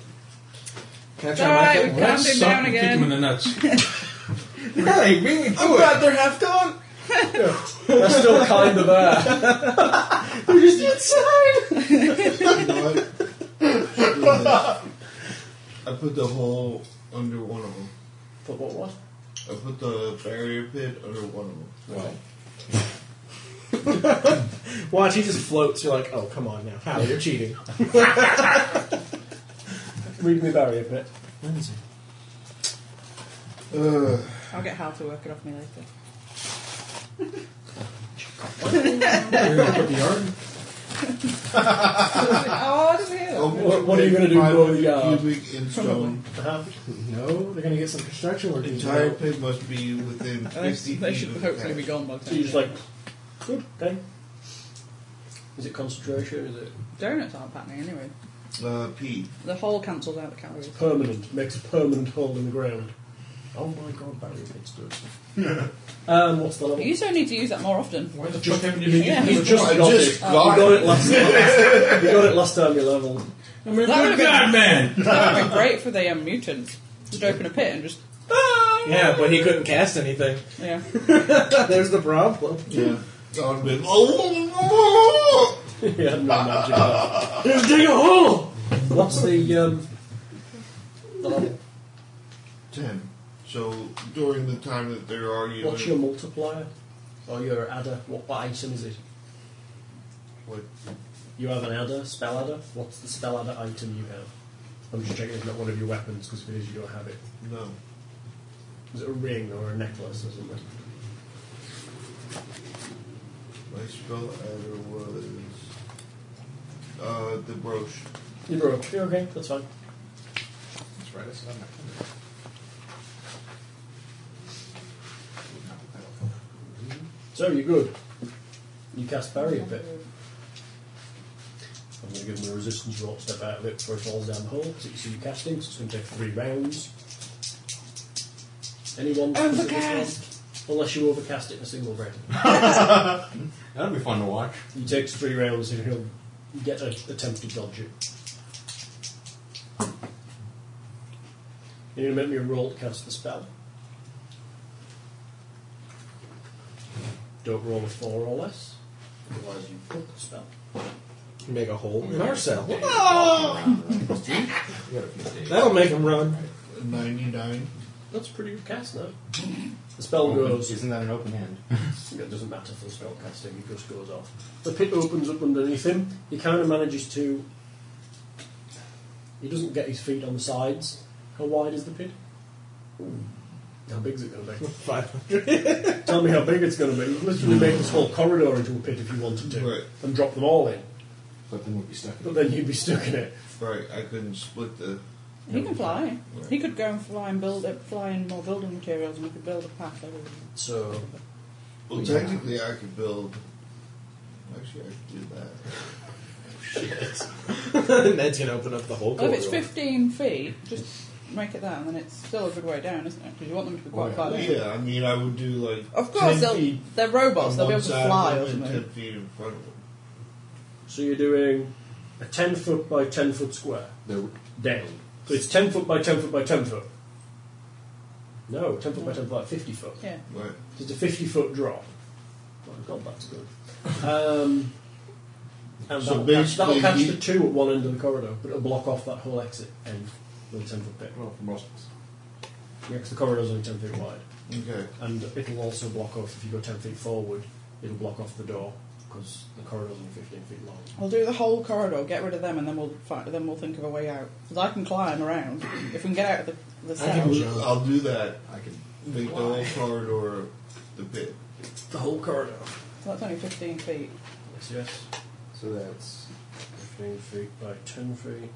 S6: Can I
S2: All right, we
S6: thing?
S2: calmed him down
S15: Kick him in
S2: again.
S15: the nuts.
S6: Hey, really do I'm glad they're half gone.
S4: They're
S10: (laughs)
S4: still kind of there.
S6: They're just inside.
S8: You know what?
S4: (laughs)
S8: I put the hole under one of them.
S4: But what what?
S8: I put the barrier pit under one of them.
S10: Well,
S6: (laughs) Watch, he just floats. You're like, oh, come on now. Hal,
S15: (laughs)
S6: you're cheating.
S4: Read me barrier pit.
S6: Lindsay.
S8: Uh,
S2: I'll get Hal to work it off me later.
S15: You're gonna put the yard.
S2: oh, I didn't hear that.
S4: Uh, What- what are you gonna do, Uh, blow the yard?
S8: Cubic in stone.
S4: Uh-huh.
S6: No, they're gonna get some construction work.
S8: The entire pit must be
S4: Uh,
S8: within
S2: I think
S8: 50
S2: they
S8: feet
S2: should
S8: of the
S2: hopefully be
S8: patch.
S2: gone by the time.
S4: So you're just like, good, okay. Is it concentration? Is it
S2: Donuts aren't patting anyway.
S8: Uh, P.
S2: The whole cancels out the calories.
S4: permanent? Makes a permanent hole in the ground. Oh my god, barrier pit's good. (laughs) um, what's the level?
S2: You just don't need to use that more often.
S15: Why the fuck haven't you been
S2: Yeah.
S4: You've just
S8: I
S4: got
S8: just
S4: it.
S8: got
S4: you got it last time. you got it last time you leveled.
S15: I'm a
S2: That
S15: good
S2: would've been-
S15: god, man.
S2: That would be great for the um, mutants. Just open a pit and just.
S6: Yeah, but he couldn't
S15: (laughs)
S6: cast anything.
S2: Yeah.
S6: There's the problem.
S8: Yeah. Gone been. Oh!
S4: (laughs) you had no magic. left.
S6: Just dig a hole.
S4: What's the um? the level?
S8: 10. So during the time that they're arguing.
S4: What's your multiplier? Or your Oh, adder? What, what item is it?
S8: What?
S4: You have an adder, spell adder. What's the spell adder item you have? I'm just checking it's not one of your weapons because if it is, you don't have it.
S8: No.
S4: Is it a ring or a necklace or something?
S8: My spell adder was. Uh, the brooch.
S4: You broke. You're okay. That's fine.
S10: That's right. That's not
S4: So you're good. You cast barrier pit. I'm going to give him a resistance roll to step out of it before it falls down the hole. So you see you casting, so it's going to take three rounds. Anyone? Overcast. Unless you overcast it in a single round.
S10: That'd be fun to watch.
S4: He takes three rounds and he'll get an attempt to dodge it. You're going to make me roll to cast the spell. Don't roll a four or less, otherwise you cook the spell.
S6: Make a hole in our cell.
S10: Oh! We got a few days.
S6: That'll make him run.
S8: 99.
S4: That's pretty good cast now. The spell goes.
S10: Isn't that an open hand?
S4: It doesn't matter for the spell casting, it just goes off. The pit opens up underneath him. He kind of manages to. He doesn't get his feet on the sides. How wide is the pit? Hmm. How big is it going to be?
S6: Five (laughs) hundred.
S4: Tell me how big it's going to be. You can literally make this whole corridor into a pit if you wanted to,
S8: Right.
S4: and drop them all in.
S10: But then we'd be stuck.
S4: But then you'd be stuck in it.
S8: Right, I couldn't split the.
S2: He can fly. He could go and fly and build uh, fly in more building materials and we could build a path over.
S4: So
S8: Well, technically, I could build. Actually, I could do that.
S6: and Ned's gonna open up the whole
S2: Well, if
S6: corridor.
S2: it's 15 feet, just make it that, and then it's still a good way down, isn't it? Because you want them to be quite far
S8: Well,
S2: down.
S8: Oh, yeah, I mean, I would do like.
S2: Of course,
S8: 10
S2: they'll,
S8: feet
S2: they're robots. They'll
S8: on
S2: be
S8: one
S2: able to
S8: side of
S2: fly
S8: them
S2: or
S8: and
S2: something.
S8: 10 feet in front of them.
S4: So you're doing a 10 foot by 10 foot square
S10: The,
S4: down. So it's 10 foot by 10 foot by 10 foot. No, 10 foot by 10 foot, like 50 foot.
S2: Yeah.
S8: Right.
S4: It's a 50 foot drop. Oh, God, that's good. Um, and
S8: So
S4: that'll, catch, that'll
S8: basically
S4: catch
S8: you-
S4: the two at one end of the corridor, but it'll block off that whole exit end with a 10 foot bit.
S10: well, from Russell's.
S4: Yeah, 'cause the corridor's only 10 feet wide.
S8: Okay.
S4: And it'll also block off, if you go 10 feet forward, it'll block off the door, because the corridor's only 15 feet long.
S2: We'll do the whole corridor, get rid of them, and then we'll fight, then we'll think of a way out. Because I can climb around. If we can get out of the, the
S8: I
S2: cell,
S8: can, I'll do that. I can make the whole corridor the pit.
S4: The whole corridor?
S2: so that's only 15 feet.
S4: Yes, yes.
S10: So that's
S4: 15 feet by 10 feet,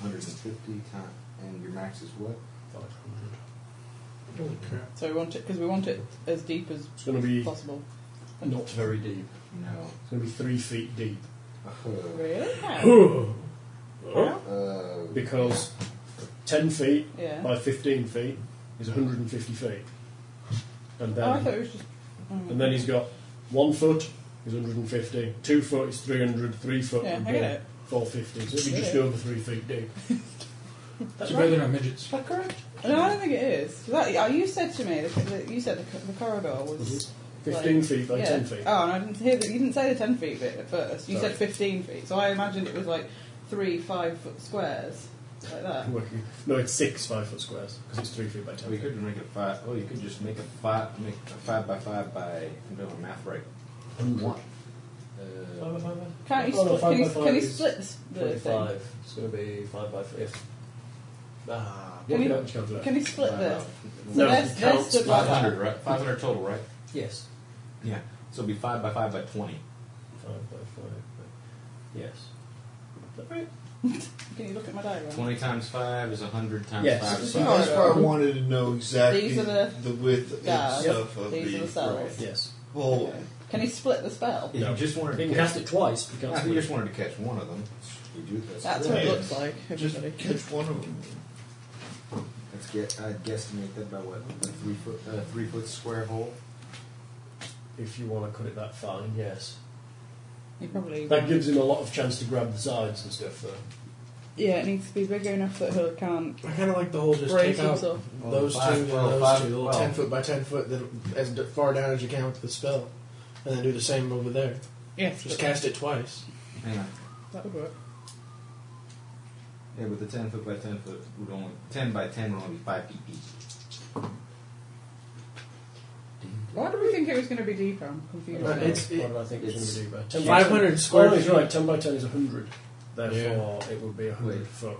S10: 150 times. And your max is what?
S4: 500.
S2: So we want it because we want it as deep as
S4: It's going to be
S2: possible.
S4: not very deep.
S10: No.
S4: It's going to be 3 feet deep.
S10: Uh,
S2: Really? How?
S10: uh,
S4: Because 10 feet
S2: Yeah.
S4: by 15 feet is 150 feet. And then,
S2: Oh, I thought it was just.
S4: and then he's got 1 foot is 150, 2 foot is 300, 3 foot
S2: Yeah,
S4: would
S2: I
S4: be
S2: get it.
S4: 450. So it'd be
S2: Get
S4: just
S2: it.
S4: over 3 feet deep.
S2: That's
S16: It's
S2: right.
S16: better than our midgets.
S2: Is that correct? No, I don't think it is. 'Cause that- yeah, you said to me, the, the, you said the, co- the corridor
S8: Mm-hmm.
S2: was.
S4: 15
S2: Like,
S4: feet by
S2: yeah.
S4: 10 feet.
S2: Oh, and I didn't hear that. You didn't say the 10 feet bit at first. You
S4: Sorry.
S2: said 15 feet. So I imagined it was like three five foot squares. Like that.
S4: Working- No, it's 6 5 foot squares because it's 3 feet by 10
S10: we
S4: feet.
S10: could make it five. Oh, you could just make a five, make a five by five by. I'm doing math right. One. Uh,
S2: Can't you
S4: Oh, no,
S2: split,
S4: five
S2: can, you,
S4: by five
S2: can you
S4: is
S2: split this- the thing?
S4: It's going to be 5 by 5. Ah,
S2: Can
S4: work it
S2: you-
S4: out which calculator.
S2: Can you split
S10: Five
S2: this?
S10: out.
S2: So
S4: No,
S2: there's,
S4: it
S2: there's
S4: counts.
S2: stood like
S10: Five
S2: that.
S10: hundred, right? Five hundred total, right?
S4: Yes.
S10: Yeah. So it'd be five by five by twenty.
S4: Five by five. By, yes. Is that right?
S2: Can you look at my diagram?
S10: Twenty times five is hundred times
S4: Yes.
S10: five. Is
S8: See,
S2: Oh,
S10: five.
S8: that's
S2: yeah.
S8: why I wanted to know exactly
S2: These are the
S8: width and
S2: cells.
S8: stuff of
S2: These are the
S8: the
S2: cells.
S4: Yes.
S8: whole.
S2: Can you split the spell?
S10: If
S4: No.
S10: you just wanted
S4: You
S10: to
S4: can
S10: catch,
S4: cast it twice. but You
S10: no,
S4: can't
S10: if
S4: split
S10: you just wanted to catch one of them, you do this.
S2: That's what it
S8: Yeah.
S2: looks like,
S8: Just
S2: everybody.
S8: catch one of them.
S10: Let's get. I guesstimate that by what a three foot, uh, three foot square hole.
S4: it. If you want to cut it that fine, yes.
S2: You probably
S4: That gives him a lot of chance to grab the sides and stuff, though.
S2: Yeah, it needs to be big enough that Hook can't
S6: I kind of like the whole just
S2: break
S6: take out
S2: himself.
S6: those
S10: Five,
S6: two and
S10: twelve,
S6: those
S10: five,
S6: two, little
S10: twelve.
S6: ten foot by ten foot, that as d- far down as you can with the spell, and then do the same over there.
S2: Yes,
S6: Just cast it twice.
S10: Hang on.
S2: that would work.
S10: Yeah, but the ten foot by ten foot would only ten by ten would only be five feet deep.
S2: Why do we think it was going to be deeper? I'm confused.
S6: Uh, it's-
S4: what did I think it was
S10: it's-
S4: going to be? about? 10 by 10
S6: 500 square
S4: Oh, he's
S6: feet.
S4: right. 10 by 10 is 100. Therefore, it would be 100
S10: Wait.
S4: foot.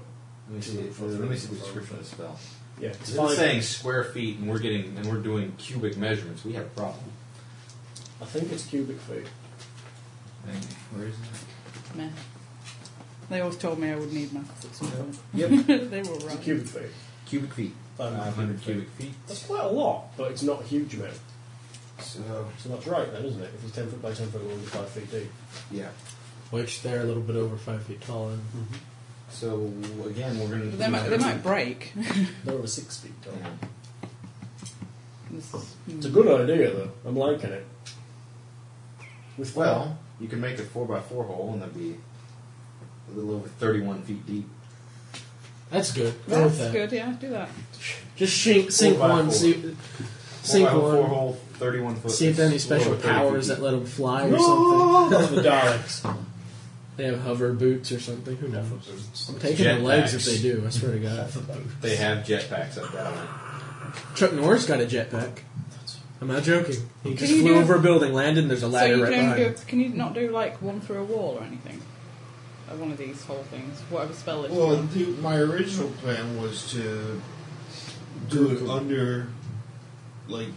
S10: Let me see. uh, let me see the description of the spell.
S4: Yeah,
S10: It's
S4: it's
S10: not
S4: five,
S10: saying square feet, and we're getting and we're doing cubic measurements. We have a problem.
S4: I think it's cubic feet.
S10: Where is it?
S2: Meh. They always told me I would need maths at some point. (laughs)
S4: Yep.
S2: they were
S4: it's a
S2: wrong.
S4: cubic feet. Um,
S10: Cubic feet. Five hundred cubic feet.
S4: That's quite a lot, but it's not a huge amount.
S10: So
S4: So that's right then, isn't it? If it's 10 foot by 10 foot, it will be 5 feet deep.
S10: yeah.
S6: Which they're a little bit over five feet tall. And
S10: So again, we're going to.
S2: But they, might, they might break.
S4: They're over 6 feet tall.
S2: This is-
S4: Mm. It's a good idea, though. I'm liking it. With
S10: Well, you can make a four by four hole, and that'd be a little over thirty-one feet deep.
S6: that's good. Go with that.
S2: That's good, yeah, do that.
S6: Just sink, sink
S10: by
S6: one,
S10: four.
S6: see,
S10: Four
S6: sink
S10: by four
S6: one,
S10: hole, thirty-one foot.
S6: see if there are any
S10: is a little
S6: special
S10: over 30 feet
S6: powers
S10: deep.
S6: that let them fly or something.
S4: Those are the Daleks.
S6: They have hover boots or something. Who knows? I'm taking
S10: Jetpacks.
S6: their legs if they do. I swear to God.
S10: They have jetpacks up there.
S6: Chuck Norris got a jetpack. I'm not joking. He just
S2: you
S6: flew
S2: do-
S6: over a building, landed, and there's a
S2: So
S6: ladder
S2: you
S6: right
S2: can,
S6: behind.
S2: only
S6: him.
S2: do, can you not do like one through a wall or anything? Like one of these whole things, whatever spell it is.
S8: Well, the, my original plan was to do it under, like,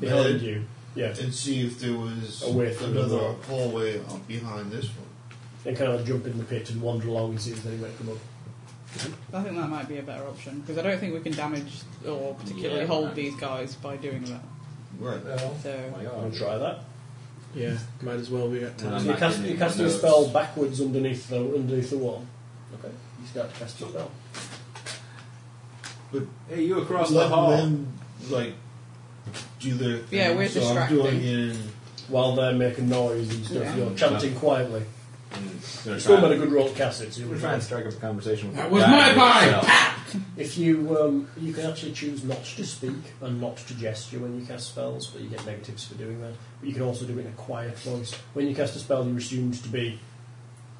S4: Behind
S8: bed
S4: you. Yeah.
S8: and see if there was
S4: A way through the
S8: another
S4: wall.
S8: hallway up behind this one.
S4: Then kind of jump in the pit and wander along and see if they might come up.
S2: I think that might be a better option because I don't think we can damage or particularly
S10: Yeah,
S2: hold
S10: right.
S2: these guys by doing that.
S8: Right.
S2: So
S10: Oh My
S4: I'll
S10: God.
S4: try that.
S6: Yeah, might as well. We got
S2: Uh-huh.
S10: I'm
S6: time.
S4: So you're,
S10: not
S4: cast,
S10: giving
S4: you're
S10: you
S4: casting a
S10: notes.
S4: spell backwards underneath the underneath the wall. Okay. You start to cast your spell.
S8: But
S10: Hey, you across the
S8: let
S10: hall.
S8: them like do their thing.
S2: Yeah, we're
S8: so
S2: distracting.
S8: I'm doing it. in-
S4: While they're making noise and stuff,
S2: Yeah.
S4: you're chanting quietly.
S10: And they're
S4: Still made a
S10: trying-
S4: good roll to cast it. so you'll
S10: We're
S4: be
S10: trying
S4: fine.
S10: to strike up a conversation with
S17: That
S10: the
S17: was
S10: guy
S17: my bite!
S10: himself.
S4: If you um, you can actually choose not to speak and not to gesture when you cast spells, but you get negatives for doing that. But you can also do it in a quiet voice. When you cast a spell, you're assumed to be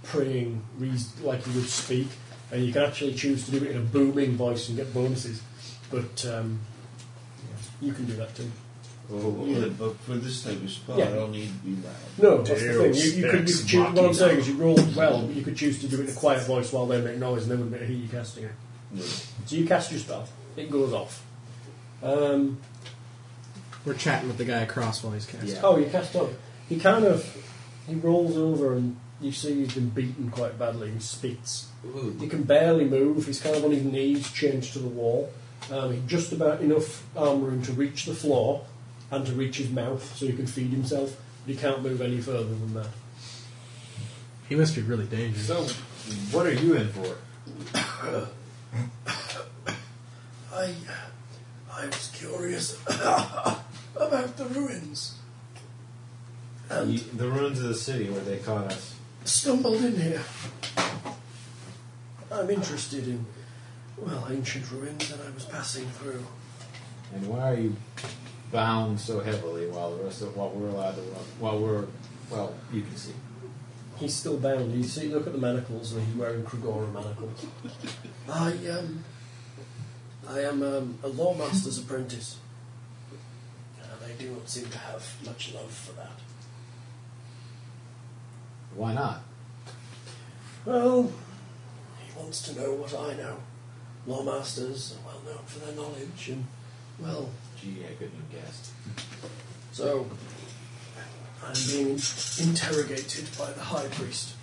S4: praying reas like you would speak, and you can actually choose to do it in a booming voice and get bonuses. But um, you can do that too.
S10: Oh.
S8: Well, yeah, but for this type of spell,
S4: Yeah.
S8: I don't need to be loud.
S4: No, that's the
S10: Deus
S4: thing. You, you could you
S10: ex
S4: could choose. What I'm
S10: machina.
S4: saying is, you rolled well, but you could choose to do it in a quiet voice while they make noise, and they wouldn't be able to hear you casting it. So you cast your spell. It goes off. Um,
S6: We're chatting with the guy across while he's casting.
S4: Oh, you cast up. He kind of he rolls over and you see he's been beaten quite badly. He spits. He can barely move. He's kind of on his knees, chained to the wall. Um, he just about enough arm room to reach the floor and to reach his mouth, so he can feed himself. But he can't move any further than that.
S6: He must be really dangerous.
S10: So, what are you in for?
S4: I, I was curious (coughs) about the ruins.
S10: You, the ruins of the city where they caught us.
S4: stumbled in here. I'm interested in, well, ancient ruins, and I was passing through.
S10: And why are you bound so heavily while the rest of while we're allowed to run? While we're well, you can see.
S4: He's still bound. You see, look at the manacles, and he's wearing Kragora manacles. (laughs) I um, I am um, a lawmaster's apprentice, and I do not seem to have much love for that.
S10: Why not?
S4: Well, he wants to know what I know. Lawmasters are well known for their knowledge, and well,
S10: Gee, I couldn't have guessed.
S4: So, I'm being interrogated by the High Priest.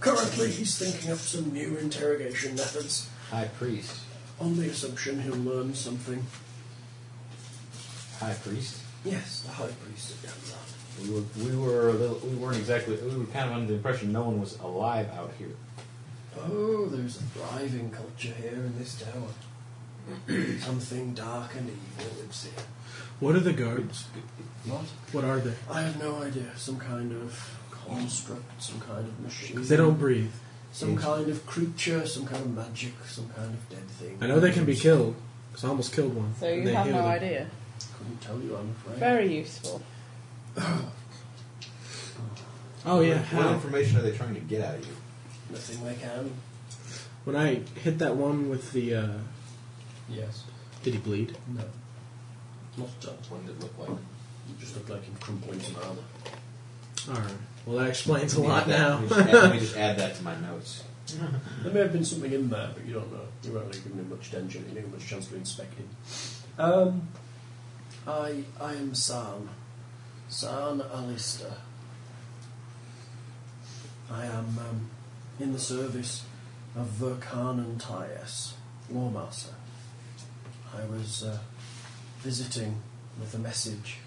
S4: Currently, he's thinking up some new interrogation methods
S10: High priest.
S4: on the assumption he'll learn something.
S10: High priest.
S4: Yes, the High Priest had done that.
S10: We were we were a little, we weren't exactly we were kind of under the impression no one was alive out here.
S4: Oh, there's a thriving culture here in this tower. (clears throat) something dark and evil lives here.
S6: What are the guards?
S4: What?
S6: What are they?
S4: I have no idea. Some kind of construct, some kind of machine.
S6: They don't breathe.
S4: Some kind of creature, some kind of magic, some kind of dead thing.
S6: I know they can be killed. 'cause I almost killed one.
S2: Mm-hmm. So
S6: and
S2: you
S6: they
S2: have
S6: heal
S2: no
S6: them.
S2: idea.
S4: Couldn't tell you, I'm afraid.
S2: Very useful.
S6: Oh yeah.
S10: What
S6: How?
S10: information are they trying to get out of you?
S4: Nothing they can.
S6: When I hit that one with the, uh,
S4: Yes.
S6: did he bleed?
S4: No. Not done.
S10: What did it look like?
S4: You just look like you've crumpled some armour.
S6: All right. Well, that explains a
S10: Let me
S6: lot
S10: add that-
S6: now.
S10: Let me, just add, let me just add that to my notes.
S6: (laughs)
S4: There may have been something in there, but you don't know. You weren't really giving him much attention. You didn't have much chance to inspect him. Um, I I am San. San Alistair. I am um, in the service of Verkanan Tyus, Lawmaster. I was uh, visiting with a message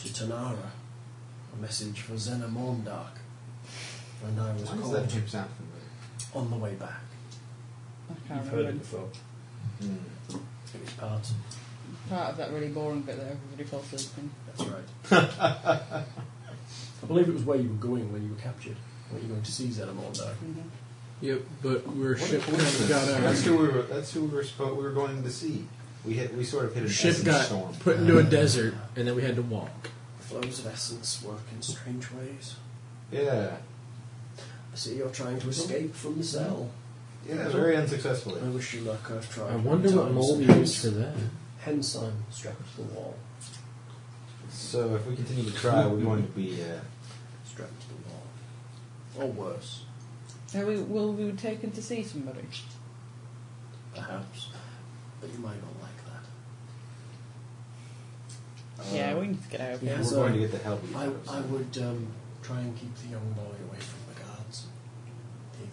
S4: to Tanara, a message for Zena Morndark, and I was
S10: Why does
S4: called
S10: that name sound familiar?
S4: on the way back.
S2: I can't
S4: You've heard it
S2: remember.
S4: before.
S10: Hmm.
S4: It was part.
S2: Part of that really boring bit that everybody falls asleep in.
S4: That's right. (laughs) I believe it was where you were going when you were captured. Were you going to see Xenomorph though?
S2: Mm-hmm.
S6: Yep. But we're
S10: What a
S6: ship kind of
S10: coincidence.
S6: got
S10: That's
S6: uh,
S10: who we were. That's who we were. Spo- we were going to see. We hit. We sort of hit an
S6: ship
S10: essence
S6: got
S10: storm.
S6: put into a desert, and then we had to walk.
S4: The flows of essence work in strange ways.
S10: Yeah,
S4: I see you're trying to escape from the cell.
S10: yeah, very
S4: I
S10: unsuccessfully.
S4: wish you luck. I've tried.
S6: I
S4: many
S6: wonder what
S4: times.
S6: mold he used for that.
S4: Hence, I'm strapped to the wall.
S10: So if we continue to try, we're going to be. Uh,
S4: Strapped to the wall. Or worse,
S2: Are we, will we be taken to see somebody?
S4: perhaps. But you might not like that.
S10: uh,
S2: yeah, we need to get out of here.
S4: Yeah,
S10: we're
S4: so
S10: going to get the hell beat out
S4: I,
S10: of us.
S4: I would um, try and keep the young boy away from the guards.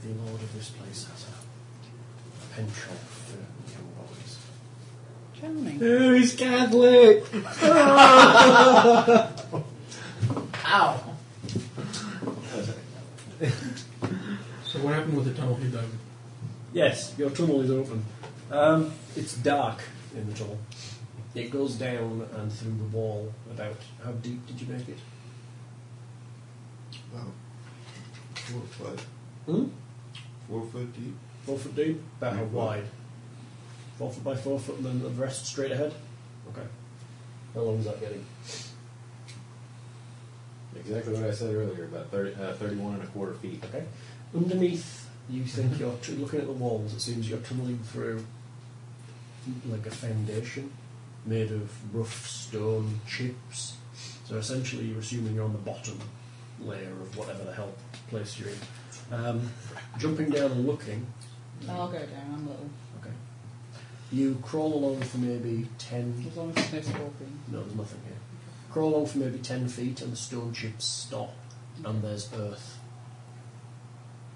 S4: The, the lord of this place has a penchant for young boys.
S2: Charming.
S6: Ooh, he's Catholic. (laughs)
S2: Ow!
S17: So what happened with the tunnel he dug?
S4: Yes, your tunnel is open. Um, it's dark in the tunnel. It goes down and through the wall. About how deep did you make it?
S8: About four foot.
S4: Hmm?
S8: Four foot deep.
S4: Four foot deep. About how
S8: Yeah.
S4: wide? Four foot by four foot, and then the rest straight ahead. Okay. How long is that getting?
S10: Exactly what I said earlier, about 30, uh, 31 and a quarter feet.
S4: Okay. Underneath, you think you're tr- looking at the walls. It seems you're tunneling through like a foundation made of rough stone chips. So essentially, you're assuming you're on the bottom layer of whatever the hell place you're in. Um, jumping down and looking,
S2: I'll go down, I'm little.
S4: okay. You crawl along for maybe ten
S2: As long as there's no scorpion.
S4: no, there's nothing here. Crawl along for maybe 10 feet and the stone chips stop, and there's earth,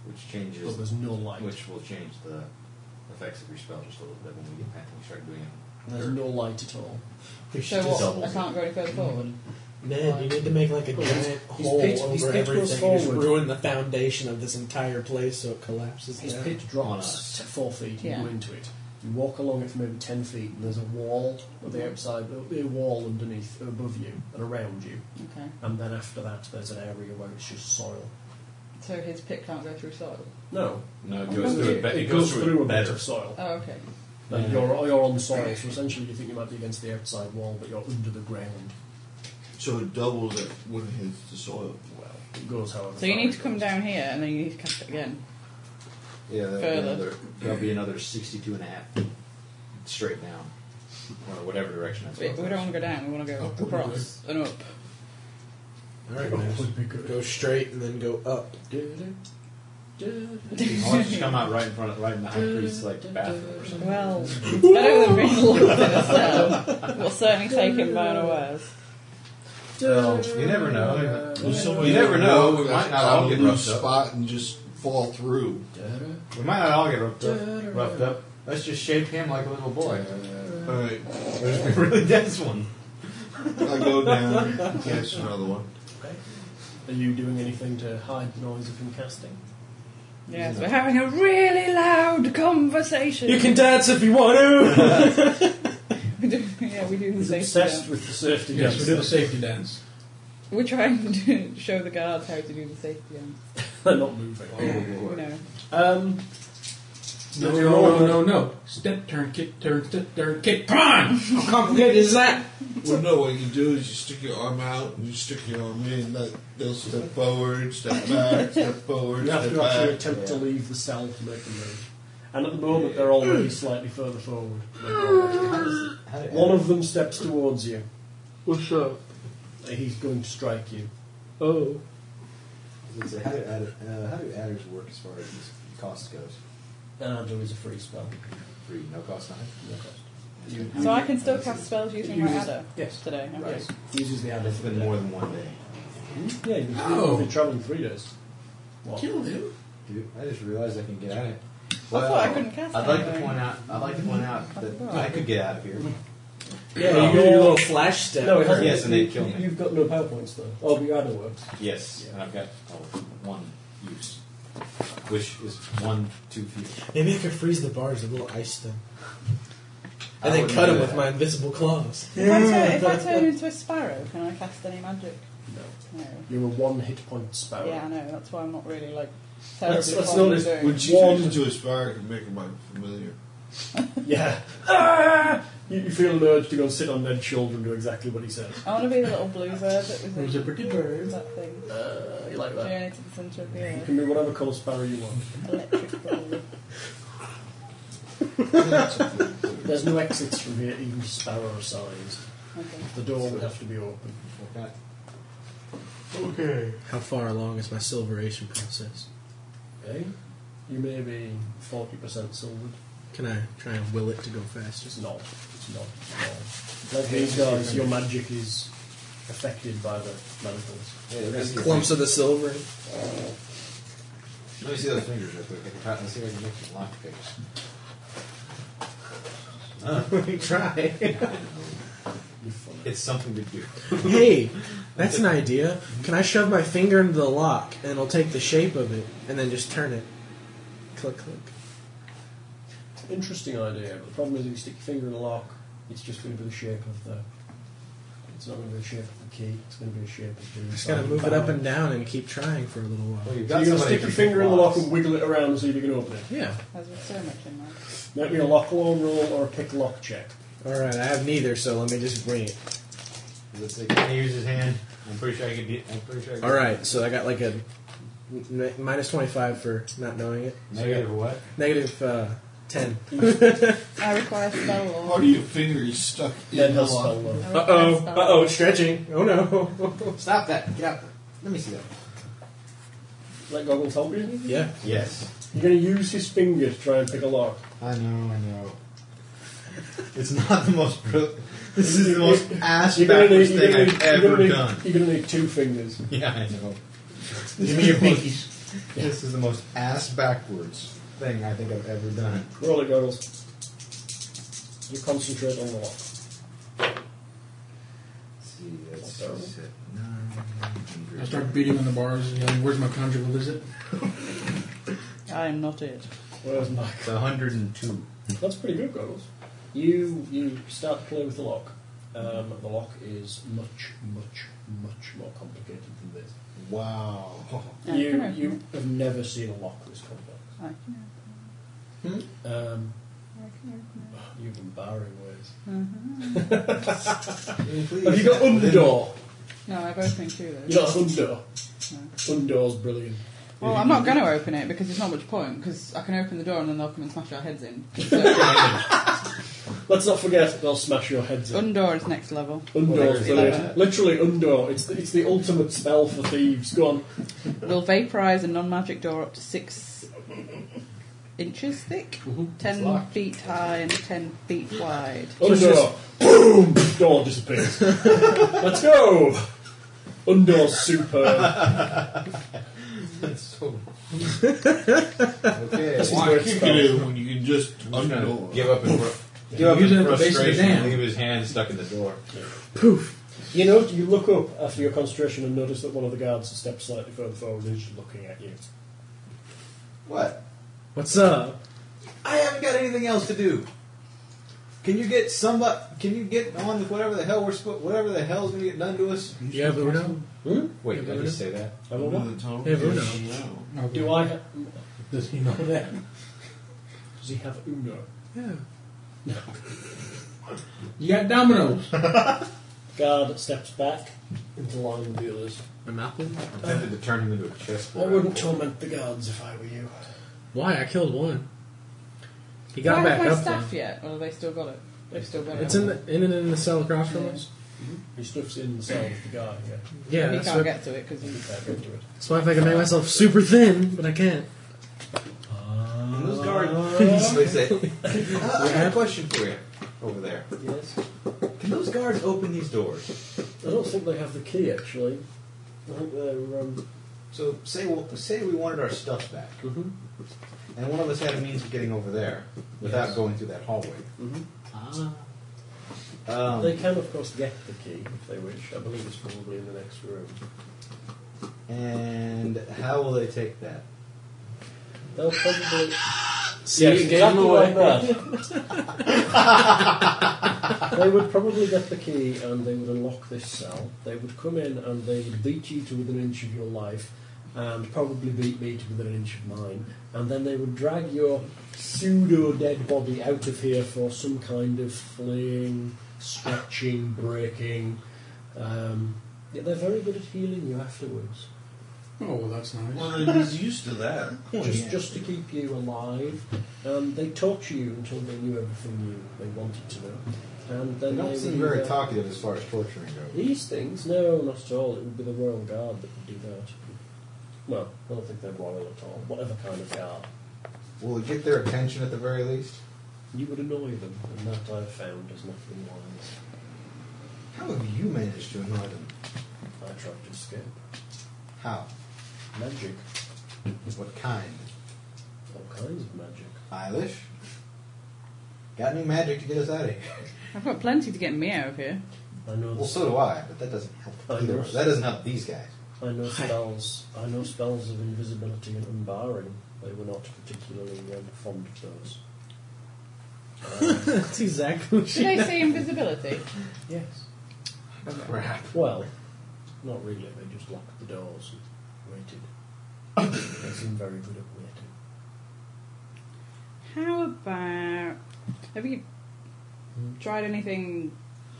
S10: Which changes.
S4: but there's no light.
S10: Which will change the effects of your spell just a little bit when we get back and we start doing it.
S4: There's no light at all.
S6: We
S2: So
S6: should just,
S2: what? I can't go any further forward.
S6: man, you need to make like a
S4: These-
S6: giant
S4: these
S6: hole
S4: pit- these
S6: over
S4: pit goes
S6: everything and just
S4: forward.
S6: ruin the foundation of this entire place so it collapses.
S4: His
S6: down.
S4: pit drops to four feet, you go
S2: Yeah.
S4: into it. You walk along it for maybe 10 feet, and there's a wall at the outside, there'll be a wall underneath, above you, and around you.
S6: Mm-hmm.
S2: Okay.
S4: And then after that, there's an area where it's just soil.
S2: So his pick can't go through soil.
S4: No,
S10: No, it
S2: Oh,
S10: goes through
S2: it
S10: it. Be-
S4: it goes through a
S10: it
S4: bit
S10: better.
S4: of soil.
S2: Oh, okay.
S4: But you're, you're on soil, so essentially you think you might be against the outside wall, but you're under the ground.
S8: So it doubles it when it hits the soil.
S4: Well, it goes however
S2: So you
S4: far
S2: need
S4: it
S2: to come
S4: goes.
S2: down here and then you need to cast it again.
S10: Yeah, that'll be,
S2: Further.
S10: another, that'll be another 62 and a half feet straight down. Or whatever direction that's
S2: We, we
S10: going.
S2: don't want to go down, we want to go across and up.
S6: All right, man.
S4: Would be good.
S6: Go straight and then go up.
S10: I'll just come out right in front of, right in the high priest's like bathroom or
S2: (laughs)
S10: something.
S2: Well, it's better than being locked in a cell. We'll certainly take him by unawares.
S10: you never know.
S8: Somebody
S10: You never
S8: that
S10: know,
S8: broke
S10: we might
S8: a-
S10: not all
S8: a
S10: get
S8: loose
S10: roughed up.
S8: spot and just fall through.
S10: We might not all get roughed up. Roughed up. Let's just shape him like a little boy.
S8: All right,
S10: There's a (laughs) really dense one.
S8: I go down. and Cast another one.
S4: Are you doing anything to hide the noise of him casting?
S2: Yes, we're having a really loud conversation.
S6: You
S2: (laughs)
S6: can dance if you want to.
S2: We do- yeah, we do the
S4: He's
S2: same
S4: obsessed
S2: stuff.
S4: with the safety
S18: Yes, we
S4: dance.
S18: did a safety dance.
S2: We're trying to do- show the guards how to do the safety dance.
S4: They're not moving.
S10: Oh.
S2: You know,
S4: Um,
S18: No, no, no, no, no. Step, turn, kick, turn, step, turn, kick. Come on!
S6: How complicated is that?
S8: Well, no, what you do is you stick your arm out and you stick your arm in. That they'll step forward, step back, step forward,
S4: you have
S8: step
S4: to actually
S8: back.
S4: attempt to leave the cell to make them move. And at the moment, they're
S18: Hmm.
S4: already slightly further forward. One of them steps towards you.
S18: What's up?
S4: He's going to strike you.
S18: Oh.
S10: Let's see, How do, adder, uh, how do adders work as far as cost goes?
S4: And Andrew is a free spell.
S10: Free, no cost, nothing.
S4: No cost.
S10: You-
S2: so I can still cast spells using my
S4: Uses-
S2: adder
S4: yes.
S2: today. okay.
S10: Right.
S4: He uses the adder.
S10: It's been more than one day.
S4: Yeah, you've been,
S18: Oh.
S4: you've been travelling three days. What?
S18: Kill him.
S10: Dude, I just realized I can get out of it.
S2: I thought I couldn't cast
S10: I'd like to
S2: anything.
S10: point out. I'd like to point out that I could get out of here.
S6: you
S4: Yeah,
S6: do
S4: you're-
S6: your little flash step.
S4: No, it hasn't.
S10: Yes, and they kill me.
S4: You've got no power points though. Oh, but your adder works.
S10: Yes, and I've got oh, one use, which is one too few.
S6: Maybe I could freeze the bars with a little ice thing.
S10: I
S6: And then
S10: wouldn't
S6: cut
S10: do
S6: them with
S10: that.
S6: my invisible claws.
S2: If, I turn, if I turn into a sparrow, can I cast any magic? No.
S4: You're a one hit point sparrow.
S2: Yeah, I know. That's why I'm not really like terribly
S4: Let's- let's
S2: fond
S4: notice
S2: of doing.
S8: When she
S4: One.
S8: turns into a spark, it can make her my familiar.
S4: Yeah. Ah! You, you feel an urge to go and sit on Ned's shoulder and do exactly what he says.
S2: I want to be the little blue bird that was in
S18: There's a pretty bird.
S2: that thing.
S4: Uh, you like that?
S2: Journey to the centre of the
S4: You
S2: earth.
S4: (laughs) can be whatever colour sparrow you want.
S2: Electric ball.
S4: There's no exits from here, even sparrow size.
S2: Okay.
S4: The door would have to be open.
S10: Okay.
S8: Okay.
S6: How far along is my silveration process?
S4: Okay? You may be 40% silvered.
S6: Can I try and will it to go faster?
S4: It's not. It's not. at all. Like these guys, your magic is affected by the manacles.
S10: Hey, let me
S6: Just
S10: see your
S6: clumps of the silver.
S10: fingers. Let me see those fingers real quick. I can try- Let's see if I can make some lock picks.
S6: try.
S4: You're funny.
S10: It's something to do.
S6: hey, that's an idea. Can I shove my finger into the lock and it'll take the shape of it and then just turn it? Click, click.
S4: Interesting idea, but the problem is if you stick your finger in a lock, it's just going to be the shape of the. It's not going to be the shape of the key. It's going to be the shape of the.
S6: Just gotta move it up and down and keep trying for a little while.
S10: you've
S4: So you're going to stick your finger in the lock and wiggle it around and see if you can open it.
S6: Yeah.
S2: As with so much in life.
S4: Make me a lock alone roll or a pick lock check.
S6: All right, I have neither, so let me just bring it.
S10: Let's see, Can he use his hand? I'm pretty sure I can. do- I'm pretty sure. I can
S6: All right, so I got like a n- minus twenty five for not knowing it.
S10: Negative what?
S6: Negative uh, ten.
S2: I require spell law.
S8: Part of your finger is stuck
S4: Then
S8: in the
S4: he'll spell
S8: lock.
S4: low.
S2: Uh
S6: it's stretching. Oh no.
S10: Stop that! Get out! Let me see that.
S4: Let goggles help you.
S6: (laughs) yeah.
S10: Yes.
S4: You're going to use his finger to try and pick a lock.
S10: I know. I know. It's not the most. Brilliant. This is the most ass
S4: You're going to
S10: backwards
S4: need. You're
S10: thing
S4: going to
S10: I've
S4: need. You're
S10: ever
S4: going to need,
S10: done.
S4: you're gonna need two fingers.
S10: Yeah, I know. Give me your pinkies. This is the most ass backwards thing I think I've ever done.
S4: Roll it, goggles. You concentrate on the lock.
S10: Let's see, that's six, seven, nine,
S1: I
S10: 100.
S1: start beating on the bars and yelling, Where's my conjugal visit?
S2: I am not it.
S4: Where's my
S10: It's 102.
S4: That's pretty good, goggles. You you start to play with the lock. Um, the lock is much, much, much more complicated than this.
S10: (laughs) Wow.
S2: Yeah,
S4: you
S2: come here,
S4: you have never seen a lock this complex.
S2: I can
S4: Um,
S2: I can
S4: you've been barring ways.
S10: Please.
S4: Have you got Undoor?
S2: No, I've opened two of those.
S4: You got Undoor. Undoor's brilliant.
S2: Well, I'm not going to open it because there's not much point because I can open the door and then they'll come and smash our heads in. So,
S4: Let's not forget they'll smash your heads in.
S2: undoor is next level.
S4: Undoor's
S10: there's
S4: brilliant.
S10: that.
S4: Literally Undoor. It's the, it's the ultimate spell for thieves. Go on.
S2: Will vaporize a non magic door up to six inches thick,
S6: Mm-hmm.
S2: ten feet high, and ten feet wide.
S4: Oh, Undoor. Boom! Door disappears. (laughs) Let's go! Undoor's super.
S10: (laughs) That's so. okay.
S4: This is
S8: Why
S4: where
S8: kick
S4: it's
S8: it
S4: spelled.
S8: in when you can just
S10: I'm just gonna
S8: undoor?
S10: Oh, give up and (laughs) give up
S1: Use it
S10: in
S1: at the base of the
S10: frustration and
S1: dam.
S10: leave his hand stuck in the door.
S4: You know, you look up after your concentration and notice that one of the guards has stepped slightly further forward and is just looking at you.
S10: What?
S6: What's up?
S10: I haven't got anything else to do. Can you get somebody? Can you get on with whatever the hell we're supposed? Whatever the hell's gonna get done to us?
S6: You have Uno.
S4: Hmm?
S10: Wait, did I just say that?
S4: I don't know.
S6: Yeah, Bruno.
S1: No,
S4: Do I? Ha-
S1: Does he know that?
S4: does he have Uno?
S6: Yeah.
S1: You got dominoes.
S4: Guard steps back into line with the others.
S6: I'm Malcolm.
S10: I'm tempted to turn him into a chessboard.
S4: I wouldn't torment the guards if I were you.
S6: Why? I killed one. He
S2: Do I
S6: got
S2: have
S6: back
S2: my
S6: up.
S2: staff
S6: though.
S2: yet, or have they still got it? They've still got
S6: It's
S2: it.
S6: in the in and in the cell across from us.
S4: He sniffs in the cell with the guard. Yeah,
S6: Yeah.
S2: he
S6: That's,
S2: can't
S6: what,
S2: get to it because
S4: he
S2: he's.
S4: can't get to it.
S6: that's why if I can make myself super thin, but I can't. (laughs)
S10: Those (laughs) guards. Somebody say, I have a question for you over there.
S4: Yes.
S10: Can those guards open these doors?
S4: I don't think they have the key actually. I think they're. Um,
S10: So say well, say we wanted our stuff back,
S4: mhm.
S10: and one of us had a means of getting over there without going through that hallway.
S4: Mm-hmm.
S10: Um,
S4: They can of course get the key if they wish. I believe it's probably in the next room.
S10: and how will they take that?
S4: They'll probably.
S6: See,
S4: yes,
S6: you gave him
S4: exactly like
S6: away.
S4: that. (laughs) they would probably get the key and they would unlock this cell. They would come in and they would beat you to within an inch of your life and probably beat me to within an inch of mine. And then they would drag your pseudo dead body out of here for some kind of flaying, stretching, breaking. Um, yeah, they're very good at healing you afterwards.
S1: Oh, well, that's nice.
S8: Well, he's used to that.
S4: Just, just to keep you alive. Um, they torture you until they knew everything you they wanted to know, and
S10: They
S4: then
S10: don't
S4: would
S10: seem very
S4: either-
S10: talkative as far as torturing goes.
S4: These things? No, not at all. It would be the royal guard that would do that. Well, I don't think they're royal at all. Whatever kind of guard,
S10: Will it get their attention at the very least?
S4: you would annoy them, and that I have found has not been wise.
S10: How have you managed to annoy them?
S4: I tried to escape.
S10: How?
S4: Magic,
S10: What kind?
S4: all kinds of magic.
S10: Eilish? Got any magic to get us out of here?
S2: I've got plenty to get me out of here.
S4: I know.
S10: Well, so do I, but that doesn't help.
S4: I
S10: either.
S4: know.
S10: That doesn't help these guys.
S4: I know spells. I know spells of invisibility and unbarring. They were not particularly um, fond of those.
S6: (laughs)
S4: Uh,
S6: That's exactly what she
S2: Did I say
S6: (laughs)
S2: invisibility?
S4: Yes.
S6: Crap.
S4: Well, not really. They just locked the doors and waited. they seem very good at waiting.
S2: How about have you tried anything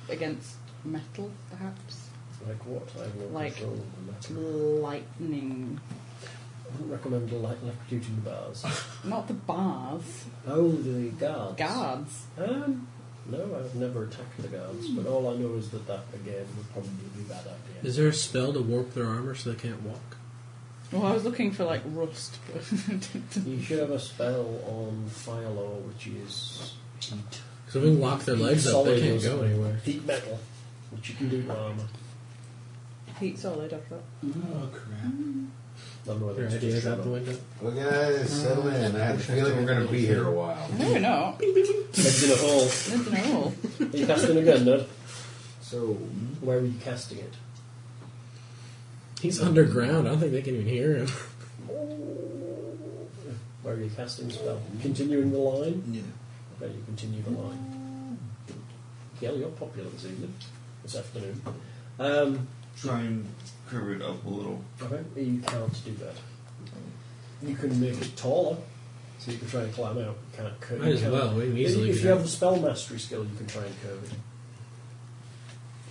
S2: against metal, perhaps?
S4: Like what? I have no
S2: Like-
S4: control over that.
S6: Mm.
S2: Lightning.
S4: I wouldn't recommend the light electrocuting bars.
S2: Not the bars.
S4: oh, the guards.
S2: Guards.
S4: Um, no, I've never attacked the guards, but all I know is that that again would probably be a bad idea.
S7: Is there a spell to warp their armor so they can't walk?
S2: Well, I was looking for like rust, but (laughs)
S4: You should have a spell on fire law, which is heat.
S7: Because if we can lock their legs up, they
S4: Solid
S7: can't
S4: is-
S7: go anywhere.
S4: Heat metal, which you can do in armor.
S2: heat solid after that.
S6: Oh, crap.
S4: I don't know whether
S7: Your
S4: it's
S7: ideas
S4: just
S7: out the window.
S9: Look at that, settle in. I have a feeling we're going to be here a while.
S2: No, we're not.
S4: Heads in a hole.
S2: There's an hole.
S4: Are you casting again, Ned?
S9: So,
S4: Where are you casting it?
S7: He's underground. I don't think they can even hear him.
S4: Where are you casting the spell? Continuing the line?
S8: Yeah.
S4: There you continue the line. Gail, you're popular this evening. This afternoon. Um,
S8: Try and curve it up a little.
S4: okay, you can't do that. You can make it taller, so you can try and climb out. You can't curve
S7: Might as well. We can easily
S4: If
S7: do
S4: you have
S7: that.
S4: a spell mastery skill, you can try and curve it. Do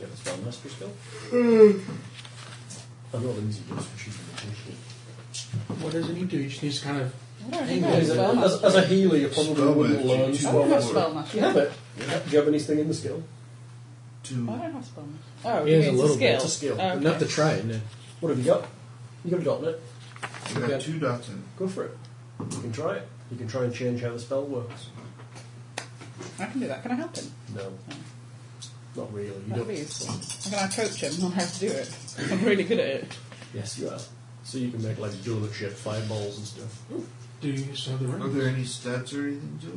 S4: you have a spell mastery skill?
S2: Hmm.
S4: I'm not easy just for shooting the
S3: What does it need to? do? You just need to kind of.
S2: I don't think I have
S4: As a,
S2: spell
S4: as,
S2: master.
S4: as a healer, you probably
S8: Spell
S4: wouldn't
S8: magic.
S4: learn
S8: You
S4: too
S2: I don't
S4: well.
S2: have spell master.
S4: You have it. Do you have anything in the skill?
S8: Two.
S2: I don't have spell master. Oh,
S7: He has
S2: it's
S7: a little
S2: skill.
S7: bit.
S4: It's a skill.
S2: Oh, okay.
S7: Enough to try it. No.
S4: What have you got? You got a dot in it.
S8: I got two dots in.
S4: Go for it. You can try it. You can try and change how the spell works.
S2: I can do that. Can I help him?
S4: No. Not really. You
S2: That'd be
S4: don't.
S2: useful. Can I coach him on how to do it? I'm really good at it.
S4: Yes, you are. So you can make like donut shaped fireballs and stuff.
S3: Do you just have the
S8: Are
S3: ring?
S8: there any stats or anything to it?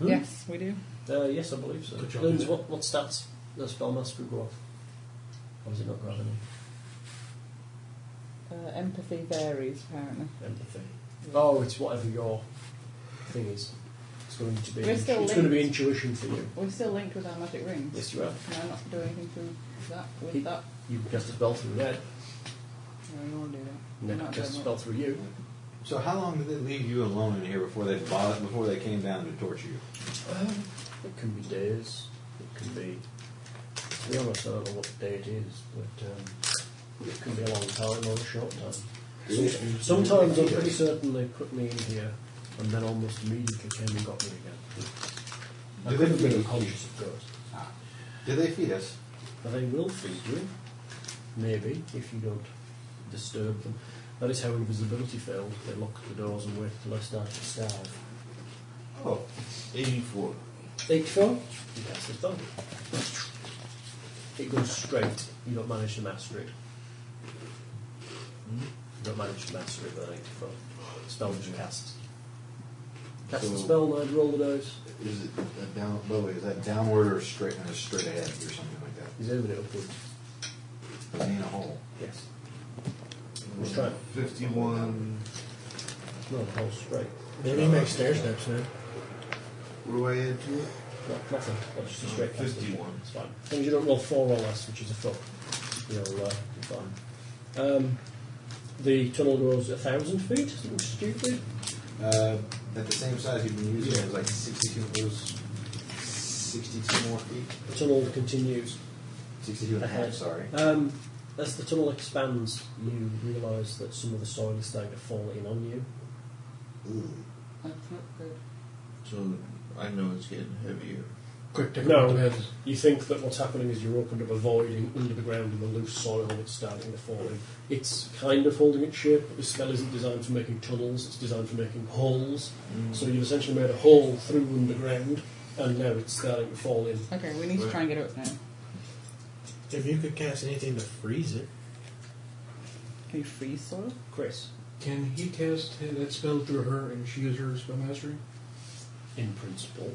S4: Hmm?
S2: Yes, we do.
S4: Uh, yes, I believe so.
S3: Good job.
S4: Lose what, what stats does spell mastery go off? Or does it not go off any?
S2: Uh, empathy varies, apparently.
S4: Empathy. Oh, it's whatever your thing is. It's going to be.
S2: We're
S4: It's
S2: still
S4: going to be
S2: linked.
S4: intuition for you.
S2: We're still linked with our magic rings.
S4: Yes, you are.
S2: Can I not do anything through that with
S4: He-
S2: that?
S4: You can cast a spell through Ned.
S2: No, you want to do that. You're
S4: Ned
S2: not
S4: can cast a
S2: doing
S4: spell through you.
S9: so how long did they leave you alone in here before they bothered, before they came down to torture you?
S4: It can be days. It can be. To be honest, I don't know what day it is, but um, it can be a long time or a short time. Some- Sometimes I'm pretty certain they put me in here and then almost immediately came and got me again. I
S9: Do
S4: could
S9: they
S4: have been
S9: feed
S4: unconscious, of course.
S9: Did they feed us?
S4: But they will feed you, maybe, if you don't disturb them. That is how invisibility failed. They locked the doors and waited till I started to starve.
S9: Oh,
S8: 84.
S4: Each four, you cast the spell. It goes straight. You don't manage to master it. Hmm? You don't manage to master it with an 84. Spell that you cast. Cast the
S9: So-
S4: spell and I'd roll the dice.
S9: is it a down? By the way, is that downward or straight? Or straight ahead or something like that?
S4: He's aiming it upwards.
S9: Was he in a hole?
S4: Yes. Let's try it.
S8: 51.
S4: No, the whole straight.
S7: Maybe make stair steps now.
S8: What do I add to it?
S4: No, nothing. That's just a straight cast.
S8: 51.
S4: It's fine. As long as you don't roll four or less, which is a foot, you'll uh, be fine. Um, the tunnel goes a thousand feet. Something stupid.
S9: Uh, at the same size you've been using, it was like 62 it was 62 more feet.
S4: The tunnel continues
S9: 62 and a half,
S4: Ahead.
S9: sorry.
S4: Um, as the tunnel expands, you realise that some of the soil is starting to fall in on you.
S2: that. That's not good.
S8: So I know it's getting heavier.
S3: Quick, take
S4: No.
S3: no. the heads.
S4: You think that what's happening is you're opened up a void in, under the ground in the loose soil that's starting to fall in. It's kind of holding its shape, but the spell isn't designed for making tunnels, it's designed for making holes. So you've essentially made a hole through underground, and now it's starting to fall in.
S2: Okay, we need to try and get up now.
S7: If you could cast anything to freeze it,
S2: Can you freeze soil?
S4: Chris,
S3: Can he cast that spell through her and she use her spell mastery?
S4: in principle,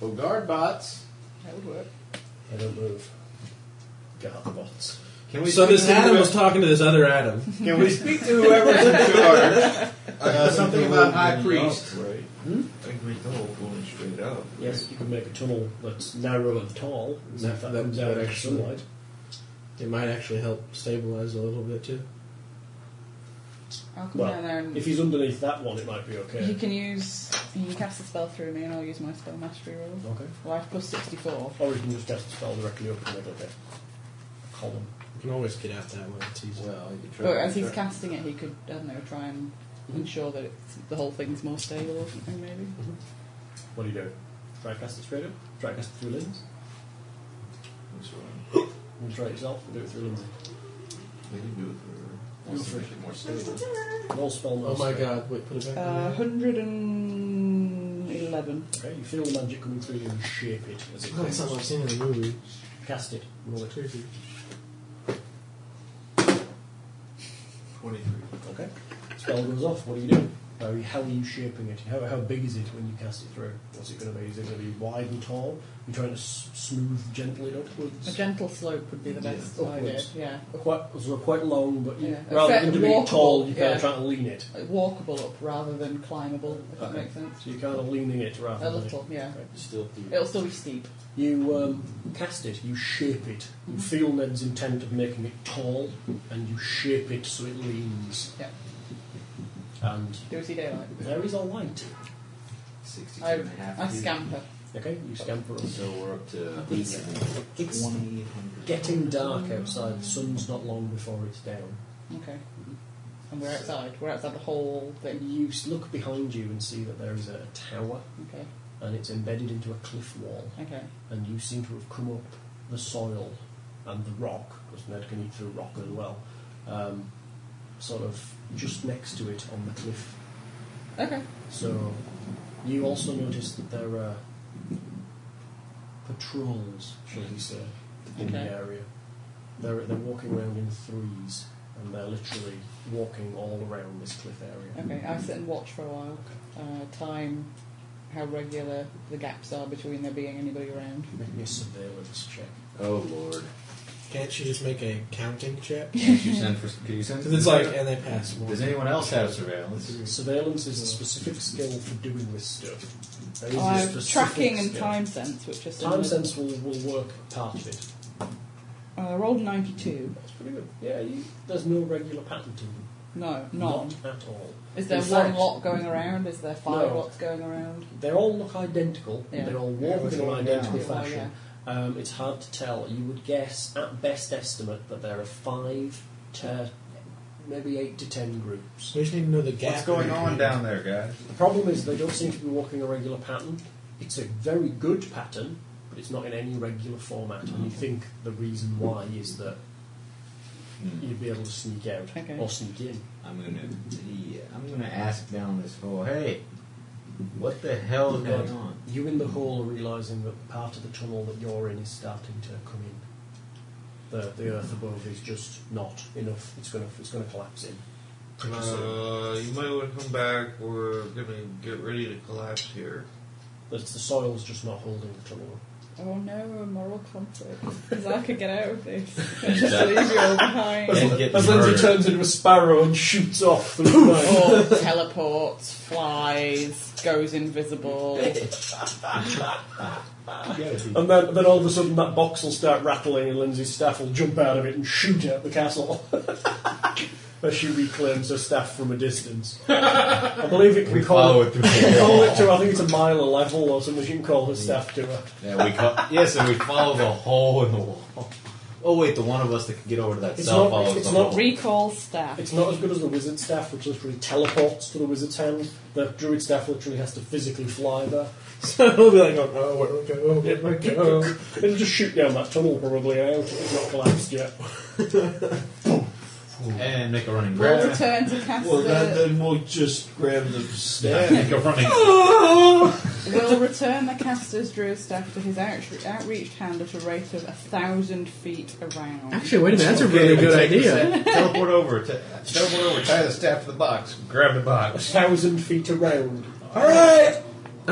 S9: Well, guard bots.
S2: That would work.
S4: I don't move. Guard bots.
S9: Can we
S7: So
S9: speak
S7: this
S9: to
S7: Adam
S9: whoever-
S7: was talking to this other Adam.
S9: Can we speak to whoever's in charge? Uh, something about high priest.
S8: Right. I can read the whole bullet straight out.
S4: Yes, you can make a tunnel that's narrow and tall. and see if that,
S7: That-
S4: comes
S7: that
S4: out into
S7: actually-
S4: sunlight.
S7: It might actually help stabilize a little bit too.
S2: I'll come
S4: Well,
S2: down there and
S4: If he's underneath that one, it might be
S2: you
S4: okay.
S2: can use you can cast a spell through me and I'll use my spell mastery roll.
S4: Okay.
S2: Life plus sixty four.
S4: Or you can just cast the spell directly over the middle of it. Column.
S7: You can always get out that way. It's easy.
S9: Well, you could try.
S2: But as he's casting it he could I don't know, try and ensure that it's, the whole thing's more stable or something maybe.
S4: What do you do? Try to cast it straight up? Try to cast it through Lindsay?
S8: That's what I'm-
S4: You try it yourself and do it through Lindsay.
S8: They can do it for wants to make it more stable.
S4: Roll spell
S7: Oh my
S4: mastery.
S7: god, wait, put it back
S2: Uh,
S7: on there.
S2: hundred and eleven.
S4: Okay, you feel the magic coming through you and shape it as it
S7: It's not
S4: comes.
S7: something I've seen in the movie.
S4: Cast it.
S7: Roll it. Crazy.
S8: 23.
S4: Okay. Spell goes off. What do you do? How are you, how are you shaping it? How, how big is it when you cast it through? What's it going to be? Is it going to be wide and tall? You're trying to s- smooth gently
S2: A
S4: upwards?
S2: gentle slope would be the best idea.
S4: upwards.
S2: Yeah.
S4: Quite, so quite long, but you,
S2: Yeah.
S4: rather
S2: Except
S4: than to be
S2: walkable,
S4: tall, you kind
S2: yeah.
S4: of try to lean it.
S2: Like walkable up rather than climbable, if that
S4: Okay.
S2: makes sense.
S4: So you're kind of leaning it rather
S2: A
S4: than
S2: little, yeah.
S9: Still,
S2: It'll still be steep.
S4: You um, cast it, you shape it.
S2: Mm-hmm.
S4: You feel Ned's intent of making it tall, and you shape it so it leans.
S2: Yeah.
S4: And
S2: Do we see daylight?
S4: there is a light.
S9: 62
S2: I,
S9: and a half
S2: I
S9: feet.
S2: scamper.
S4: Okay, you scamper up.
S9: So we're up to
S4: It's- it's-
S9: 2800.
S4: Getting dark outside, the sun's not long before it's down.
S2: Okay. And we're outside. We're outside the whole thing.
S4: You s- look behind you and see that there is a tower,
S2: Okay.
S4: and it's embedded into a cliff wall,
S2: Okay.
S4: and you seem to have come up the soil and the rock, because Ned can eat through rock as well, um, sort of just next to it on the cliff
S2: Okay.
S4: So you also notice that there are patrols, shall we say, in
S2: Okay.
S4: the area. They're, they're walking around in threes, and they're literally walking all around this cliff area.
S2: Okay. I sit and watch for a while. Uh, time, how regular the gaps are between there being anybody around.
S4: Make me a surveillance check.
S9: Oh lord.
S7: Can't she just make a counting
S9: (laughs)
S7: check?
S9: Can you send for? Can you send?
S7: Because it's like, and they pass more.
S9: Does anyone else have surveillance?
S4: Surveillance is a specific skill for doing this stuff. There is a
S2: I have
S4: specific
S2: Oh, Uh, tracking and
S4: skill.
S2: time sense, which are similar.
S4: Time sense will, will work part of it.
S2: Uh, rolled 92.
S4: That's pretty good. Yeah, you, there's no regular pattern to them.
S2: No, none.
S4: Not at all.
S2: Is there
S4: In
S2: one
S4: fact-
S2: lot going around? Is there five
S4: No.
S2: lots going around?
S4: They all look identical.
S2: Yeah.
S4: They all walk in an identical
S2: Yeah, well,
S4: fashion. Um, it's hard to tell. You would guess, at best estimate, that there are five to maybe eight to ten groups.
S7: We just need to know the gap.
S9: What's going on down there, guys?
S4: The problem is they don't seem to be walking a regular pattern. It's a very good pattern, but it's not in any regular format. And you think the reason why is that you'd be able to sneak out
S2: Okay.
S4: or sneak in.
S9: I'm gonna, yeah, I'm gonna ask down this hole. Hey, what the hell is going (laughs) on?
S4: You in the hall are realising that part of the tunnel that you're in is starting to come in. The, the earth above is just not enough. It's going to it's going to collapse in. Um, Pretty soon.
S8: Uh, you might want to come back. We're gonna get ready to collapse here.
S4: But it's the soil's just not holding the tunnel.
S2: Oh no, a moral
S4: (laughs)
S2: conflict. Because I could get out of this. Just leave you all behind.
S9: And get
S4: As Lindsay
S9: murdered.
S4: turns into a sparrow and shoots off
S9: (laughs)
S4: through the
S2: (laughs)
S4: night.
S2: Or teleports, flies, goes
S4: (laughs)
S2: invisible.
S4: And then, then all of a sudden that box will start rattling and Lindsay's staff will jump out of it and shoot at the castle. (laughs) As she reclaims her staff from a distance. I believe it can
S9: We
S4: call
S9: follow
S4: it,
S9: it through (laughs) the
S4: call it
S9: wall.
S4: to, I think Oh, it's a mile or level or something. She can call her staff to her.
S9: Yeah, we call, yes, and we follow the hole in the wall. Oh wait, the one of us that can get over to that
S4: It's
S9: cell
S4: not-
S9: follows
S4: it's
S9: the
S4: not
S9: hole.
S2: Recall staff.
S4: It's not as good as the wizard staff, which literally teleports to the wizard's hand. The druid staff literally has to physically fly there.
S7: So we'll be like, oh, oh, where do we go? (laughs) Where do we go?
S4: It'll just shoot down that tunnel probably out. It's not collapsed yet.
S9: and make a running
S2: We'll
S9: grab.
S2: return to cast
S8: Well, that,
S2: the,
S8: then we'll just grab the staff.
S9: Make a running.
S2: We'll return the caster's druid staff to his outre- outreached hand at a rate of a thousand feet around.
S6: Actually, wait a minute. That's a really
S9: Okay,
S6: good
S9: take the
S6: idea.
S9: staff, teleport over. T- teleport over. Tie the staff to the box. Grab the box.
S4: thousand feet around.
S6: I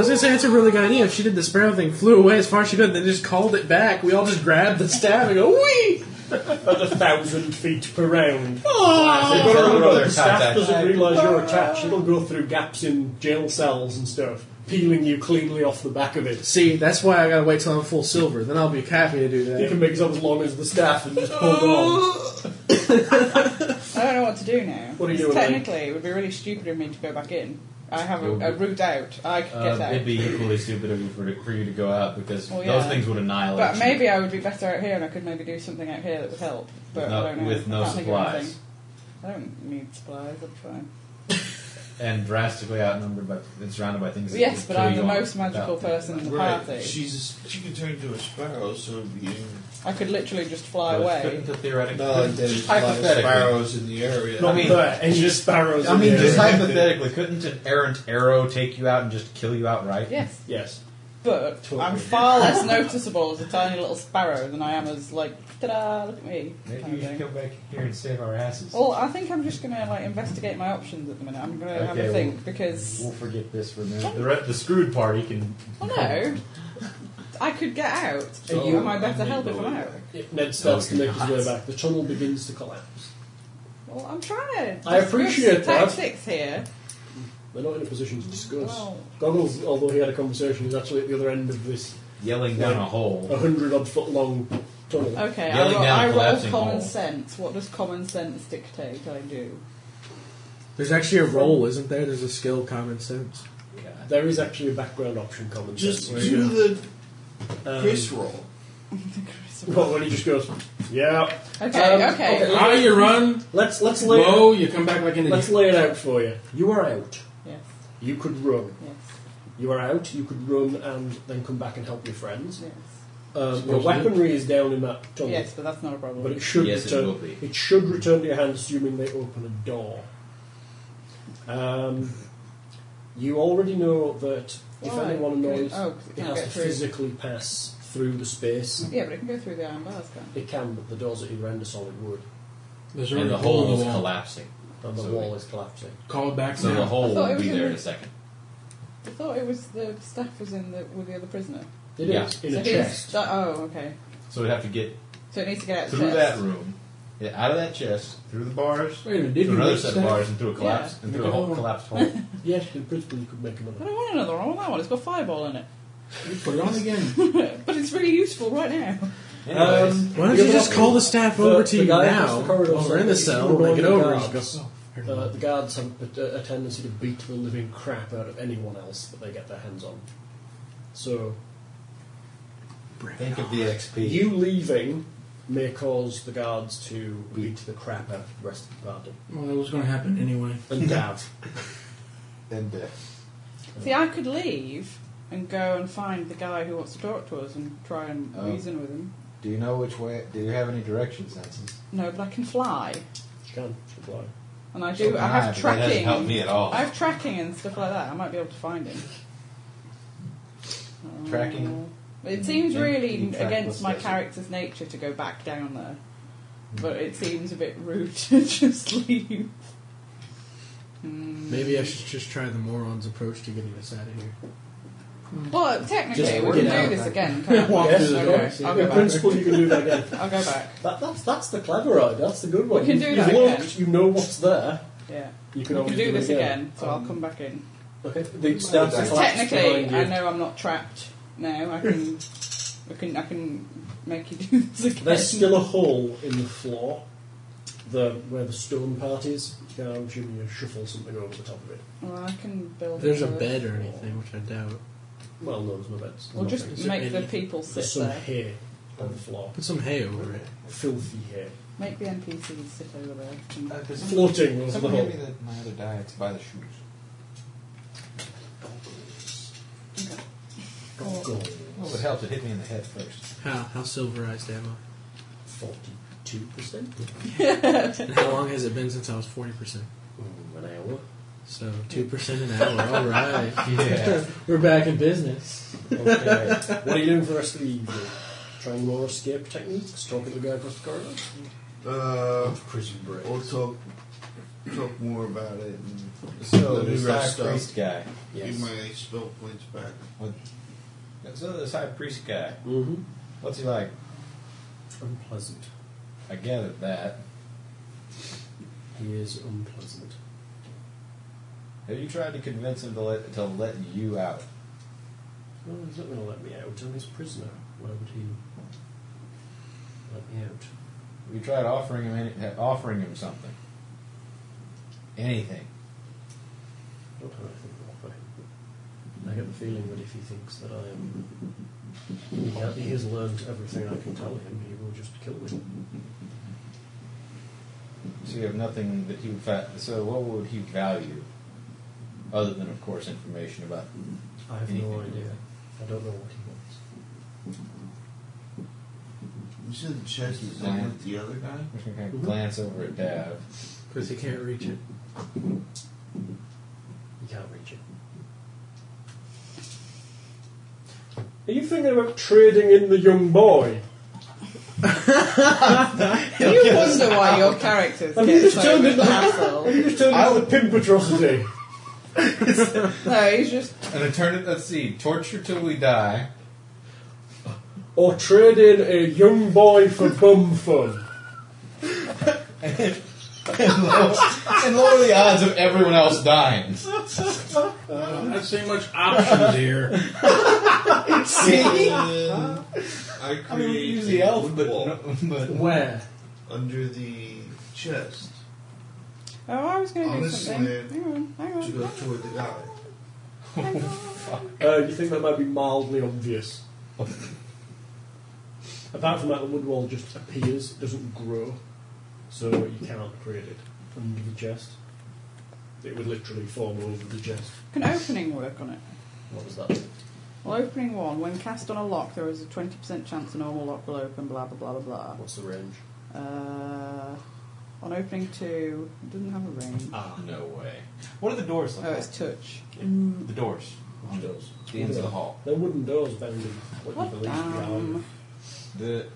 S6: was gonna say that's a really good idea. If she did the sparrow thing, flew away as far as she could, and then just called it back, we all just grabbed the staff and go, "Wee!"
S4: at a thousand feet per round.
S9: Oh,
S4: They've got to remember that the staff
S9: contact.
S4: doesn't realise you're attached. It'll go through gaps in jail cells and stuff, peeling you cleanly off the back of it.
S6: See, that's why I gotta wait till I'm full silver. Then I'll be happy to do
S4: You
S6: that.
S4: can make yourself as long as the staff and just hold
S9: Oh.
S4: on.
S2: I don't know what to do now.
S4: What are you
S2: Because
S4: doing, Elaine?
S2: Technically, it would be really stupid of me to go back in. I have a, a route out.
S9: Um,
S2: I could get
S10: Uh,
S2: out.
S10: it'd be equally stupid of you for, for you to go out because
S2: Well,
S10: those
S2: yeah.
S10: things would annihilate.
S2: But
S10: you.
S2: maybe I would be better out here, and I could maybe do something out here that would help. But
S10: No-
S2: I don't know.
S10: with no
S2: I can't think of
S10: supplies.
S2: anything. I don't need supplies. I'm fine.
S10: and drastically outnumbered by and surrounded by things. that
S2: yes,
S10: would
S2: but I'm
S10: kill
S2: the
S10: you on-
S2: most magical
S10: without-
S2: person in the
S8: Right.
S2: party.
S8: She's a s she can turn into a sparrow, so it'd be
S2: I could literally just fly
S10: But
S2: away.
S10: Couldn't the theoretic?
S8: not like there's a lot of
S10: Hypothetically.
S8: sparrows in the area.
S4: Not there, any sparrows.
S10: I
S4: in
S10: mean,
S4: the
S10: just
S4: area.
S10: hypothetically, couldn't an errant arrow take you out and just kill you outright?
S2: Yes,
S4: Yes.
S2: but I'm far less noticeable as a tiny little sparrow than I am as like, ta-da, look at me.
S10: Maybe
S2: kind
S10: we
S2: of
S10: should
S2: thing.
S10: come back here and save our asses.
S2: Well, I think I'm just going to like investigate my options at the minute. I'm going to have
S10: Okay,
S2: a
S10: well-
S2: think because
S10: We'll forget this for a minute. The, re- the screwed party can.
S2: well, no, I could get out.
S8: So,
S2: Am I better
S8: need
S2: help if
S8: the
S2: I'm
S8: way
S2: out?
S8: back.
S4: Ned starts to
S10: No,
S4: make
S10: you're
S4: his way back. The tunnel begins to collapse.
S2: Well, I'm trying to.
S4: I appreciate
S2: discuss
S4: that.
S2: tactics here.
S4: They're not in a position to discuss.
S2: Well-
S4: Goggles, although he had a conversation, is actually at the other end of this
S10: Yelling down a
S4: Like-
S10: hole.
S4: 100 odd foot long tunnel.
S2: Okay, I
S10: Yelling
S2: roll,
S10: down a
S2: I roll
S10: collapsing
S2: common
S10: wall.
S2: sense. What does common sense dictate? I do.
S6: There's actually a role, isn't there? There's a skill, common sense.
S4: There is actually a background option common
S8: Just
S4: sense.
S8: do the
S4: Um,
S8: Chris roll.
S4: Well, when he just goes, yeah.
S2: Okay,
S4: Um,
S2: okay.
S4: okay.
S3: High you run,
S4: Let's let's lay
S3: low you come back like in
S4: let's
S3: the.
S4: lay it out for you. You are out.
S2: Yes,
S4: You could run.
S2: yes,
S4: You are out. You could run and then come back and help your friends.
S2: yes.
S4: Um, your weaponry is down in that tunnel,
S2: Yes, but that's not a
S4: but
S2: problem.
S4: it should
S10: Yes, it
S4: return.
S10: will be.
S4: It should return to your hand, assuming they open a door. Um, you already know that if
S2: Why?
S4: anyone
S2: Can it-
S4: annoys,
S2: oh, 'cause it
S4: it
S2: can't
S4: has
S2: get
S4: to
S2: through.
S4: physically pass through the space.
S2: Yeah, but it can go through the iron bars, can't it?
S4: It can, but the doors that you render solid wood,
S3: There's
S10: And
S3: already
S10: the
S3: a hole
S10: hole
S3: in
S10: is
S3: the wall.
S10: collapsing.
S4: and the
S10: So
S4: wall
S10: we-
S4: is collapsing.
S3: Call it back
S10: So the
S4: um,
S3: now.
S10: hole
S2: I thought it
S10: will
S2: was
S10: be
S2: in
S10: there in
S2: the-
S10: a second.
S2: I thought it was the staff was in the with the other prisoner.
S4: It
S10: Yeah.
S4: is in
S2: so
S4: a
S2: he's-
S4: chest.
S2: that- oh, okay.
S10: So we'd have to get
S2: So it needs to get out the
S10: through
S2: chest.
S10: that room, get out of that chest, through the bars,
S3: Wait a minute,
S10: through
S3: did you
S10: another
S3: make
S10: set of
S3: that?
S10: bars, and through a collapse, and through a
S2: (laughs)
S10: whole collapsed hole.
S4: Yes, in principle you could make
S2: I
S4: another.
S2: don't want another one. I want that one. It's got fireball in it.
S3: You put it on again.
S2: (laughs) but it's really useful right now.
S10: Anyways,
S2: Um,
S6: Why don't you just call the staff
S4: The-
S6: over to
S4: the
S6: you
S4: guy
S6: now?
S4: across the corridor
S6: While we're in the
S4: said,
S6: cell,
S4: "We're
S6: when they
S4: going
S6: get
S4: to
S6: over,
S4: guards."
S6: you just go. "Oh,
S4: Uh, the guards have a, a tendency to beat the living crap out of anyone else that they get their hands on. So
S10: think of the XP.
S4: you leaving may cause the guards to beat the crap out of the rest of the party
S3: Well, that was going to happen anyway.
S4: and Dav.
S8: And death.
S2: See, I could leave and go and find the guy who wants to talk to us and try and
S10: Oh.
S2: reason with him.
S10: Do you know which way? Do you have any direction senses?
S2: No, but I can fly,
S4: You can supply.
S2: and I do. I have
S10: That doesn't
S2: tracking.
S10: help me at all.
S2: I have tracking and stuff like that. I might be able to find him.
S10: Tracking?
S2: Uh, It seems
S10: Yeah, you
S2: really
S10: can track
S2: against my
S10: what's there.
S2: character's nature to go back down there,
S4: Hmm.
S2: but it seems a bit rude (laughs) to just leave. Hmm.
S6: Maybe I should just try the moron's approach to getting us out of here. Hmm.
S2: Well, technically,
S4: Just
S2: we can
S4: get out
S2: do this
S4: (laughs)
S2: again. Can't we?
S6: Walk
S4: Yes,
S6: through the
S2: okay.
S6: door.
S4: yes,
S2: I'll
S4: in
S2: go back.
S4: (laughs) principle, you can do that again.
S2: I'll go back.
S4: That, that's, that's the clever idea. That's the good one.
S2: We can
S4: You've-
S2: do
S4: You've
S2: that
S4: looked. You know what's there.
S2: Yeah.
S4: You can
S2: We
S4: always
S2: can do
S4: it
S2: this again, so I'll come back in.
S4: Okay. The staff
S2: Because
S4: collapse
S2: technically,
S4: behind you.
S2: I know I'm not trapped now. I can, I can, I can make you do this again.
S4: There's still a hole in the floor, the where the stone part is. Yeah, I'm assuming you shuffle something over the top of it.
S2: Well, I can build.
S6: There's a
S2: further.
S6: bed or anything, which I doubt.
S4: Well, no, there's no beds.
S2: We'll just
S4: nothing.
S6: Is there
S2: make the
S6: any-
S2: people
S4: There's
S2: sit
S4: some
S2: there.
S4: hay on the floor,
S6: Put some hay over it.
S4: filthy hay,
S2: Make the NPCs sit over there. And
S4: (laughs) floating over the
S10: Someone give
S4: hole.
S10: me the, my other die. It's by the shoes.
S4: God,
S10: Well, it would help to hit me in the head first.
S6: How how silverized am
S4: forty-two percent.
S6: I? (laughs) And how long has it been since I was forty percent?
S4: Mm, An hour.
S6: So two percent an hour. (laughs) All right,
S10: Yeah.
S6: we're back in business.
S4: Okay. what are you doing for the rest of the evening? Trying more escape techniques. Talking to the guy across the corridor.
S8: Uh,
S4: Prison break.
S8: we'll talk talk more about it and
S10: (laughs) So
S8: let me
S10: this
S8: rest
S10: high
S8: up.
S10: priest guy.
S8: Get my spell points back.
S10: So this high priest guy.
S4: Mm-hmm.
S10: What's he like?
S4: Unpleasant.
S10: I gathered that.
S4: He is unpleasant.
S10: Have you tried to convince him to let to let you out?
S4: Well, he's not going to let me out. I'm his prisoner. Why would he let me out?
S10: We tried offering him any, offering him something. Anything.
S4: I don't have anything to offer him. I get the feeling that if he thinks that I am. He has, he has learned everything I can tell him, he will just kill me.
S10: So you have nothing that he would. Va- so what would he value, other than of course information about? (laughs)
S4: I have
S10: anything
S4: no
S10: to do
S4: idea.
S10: with
S4: I don't know what he wants.
S8: You said the chest is
S10: Yeah.
S8: on with the other guy?
S10: it? Just kind of glance over at Dav.
S6: Because he can't reach it.
S4: You can't reach it. Are you thinking about trading in the young boy?
S2: You wonder why your characters
S4: Have you
S2: get
S4: just
S2: so
S4: turned into
S2: much
S4: You
S2: hassle.
S4: just turned into the pimp eh? atrocity.
S2: No, he's just
S10: An eternity. Let's see. Torture till we die.
S4: or trade in a young boy for bum fun.
S10: and lower the odds of everyone else dying.
S3: I don't see much options
S10: (laughs)
S3: here. Oh,
S8: I create
S10: use
S8: a
S10: the elf,
S8: wood
S10: but,
S8: wall
S10: no, but
S6: Where?
S10: (laughs)
S8: under the chest
S2: Oh, I was going to do
S8: Honestly,
S2: something. Hang on, hang
S8: to go
S2: on.
S8: toward the guy.
S2: Hang on.
S4: Uh, you think that might be mildly obvious? (laughs) Apart from that, the wood wall just appears, it doesn't grow, so you cannot create it under the chest. It would literally form over the chest.
S2: Can opening work on it?
S4: What was that?
S2: Well, opening one, when cast on a lock, there is a 20% chance a normal lock will open, blah, blah, blah, blah,
S4: What's the range?
S2: blah. Uh, on opening two, it doesn't have a range.
S4: Ah,
S10: no way. What are the doors like?
S2: Oh, it's touch.
S10: the doors.
S4: Which doors?
S10: The ends of the hall.
S4: They're wooden doors bound in what you
S2: What
S4: believe to be iron.
S2: damn.
S10: The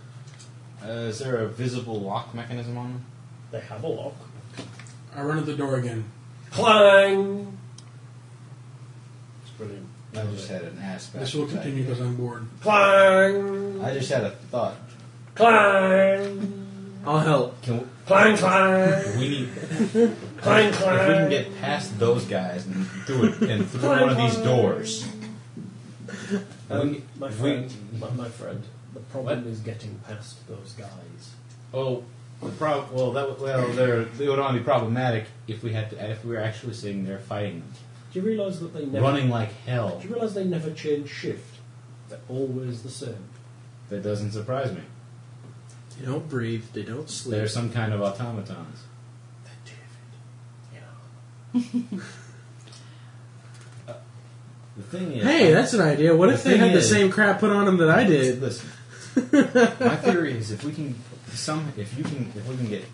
S10: uh, is there a visible lock mechanism on them?
S4: They have a lock.
S3: I run at the door again.
S4: Clang! It's brilliant.
S10: I just had an aspect.
S3: This will continue because I'm bored.
S4: Clang!
S10: I just had a thought.
S4: Clang!
S6: I'll help.
S10: Can we,
S4: Clang, clang!
S10: we need
S4: Clang,
S10: if we can
S4: clang!
S10: get past those guys and do it and through one of these (laughs) doors.
S4: Um,
S10: We-
S4: my
S10: we-
S4: friend, my, my friend, the problem is getting past those guys.
S10: Oh, the prob- well that would- well they're, they would only be problematic if we had to if we were actually sitting there fighting them,
S4: Do you realise that they never...
S10: running like hell.
S4: Do you realise they never change shift? They're always the same.
S10: That doesn't surprise me.
S6: They don't breathe. They don't sleep.
S10: They're some kind of automatons.
S4: Yeah.
S10: The thing is,
S6: Hey, that's an idea. What
S10: The
S6: if they
S10: thing
S6: had the
S10: is-
S6: same crap put on them that I did?
S10: Listen,
S6: (laughs)
S10: my theory is if we can some if you can if we can get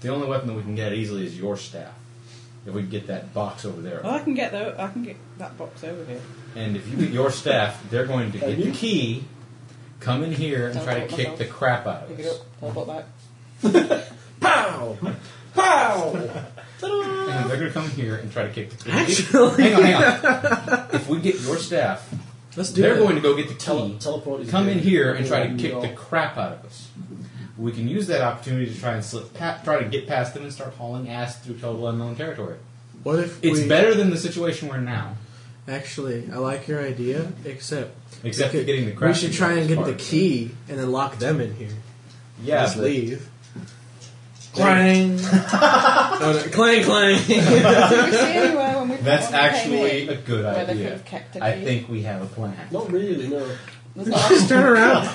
S10: the only weapon that we can get easily is your staff. If we can get that box over there,
S2: Well, I can get the, I can get that box over here.
S10: and if you get your staff, they're going to get the key, come in here and try to kick the crap out of
S2: Pick it
S10: us.
S2: up, teleport back.
S4: Pow! Pow!
S10: And they're going to come here and try to kick. The,
S6: Actually,
S10: hang on, hang
S6: (laughs)
S10: on. If we get your staff,
S6: let's do
S10: they're
S6: it.
S10: going to go get the
S4: Tele-
S10: key.
S4: teleport is
S10: come in
S4: good.
S10: here and try to
S4: Everyone
S10: kick
S4: know.
S10: the crap out of us. We can use that opportunity to try and slip, pa- try to get past them and start hauling ass through total unknown territory.
S6: What if
S10: It's
S6: we,
S10: better than the situation we're in now,
S6: Actually, I like your idea, except
S10: except
S6: we
S10: for
S6: could-
S10: getting the crap.
S6: we should
S10: beat
S6: try
S10: out
S6: and
S10: is
S6: get the
S10: hard.
S6: key and then lock them in here.
S10: Yeah,
S6: Just
S10: but (laughs)
S6: leave. Clang. oh, no. Clang, clang. (laughs)
S2: Did we see anywhere when we
S10: That's
S2: when we came in
S10: actually a good
S2: where they could
S10: idea.
S2: have kept a
S10: I
S2: key?
S10: think we have a plan.
S4: Not really, no.
S2: There's
S6: Just
S2: not-
S6: turn around.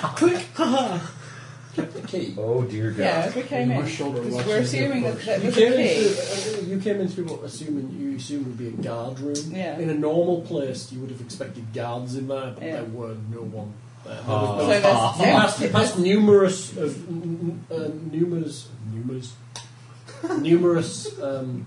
S4: The key.
S10: Oh dear God!
S2: yeah, as we came in,
S3: My shoulder
S2: 'cause
S3: was
S2: we're assuming that, that
S4: You
S3: (laughs)
S2: there's
S4: came,
S2: a key.
S4: into, you came into what assuming you assumed would be a guard room.
S2: Yeah.
S4: In a normal place, you would have expected guards in there, but
S2: Yeah.
S4: there were no one there. There
S10: Oh.
S4: was-
S2: So
S4: there was-
S2: there's,
S4: you passed, you passed numerous, of, n- n- uh, numerous, numerous, numerous, um,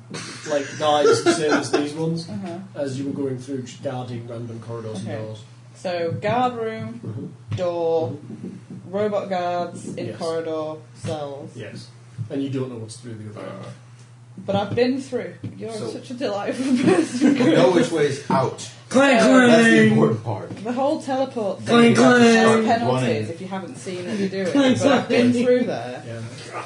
S4: like guys the same as these ones,
S2: uh
S4: as you were going through, just guarding random corridors
S2: Okay.
S4: and doors.
S2: So guard room,
S10: Mm-hmm.
S2: door,
S3: Mm-hmm.
S2: robot guards in
S4: Yes.
S2: corridor, cells.
S4: Yes. And you don't know what's through the other end.
S2: But I've been through. You're
S9: So-
S2: such a delightful (laughs) person.
S9: We know which way is out.
S6: Clang,
S9: That's the
S6: clang.
S9: important part.
S2: The whole teleport
S6: Clang,
S2: thing
S6: clang.
S2: has
S10: Running.
S2: penalties if you haven't seen it to
S3: (laughs)
S2: do it. But I've been through there.
S4: Yeah.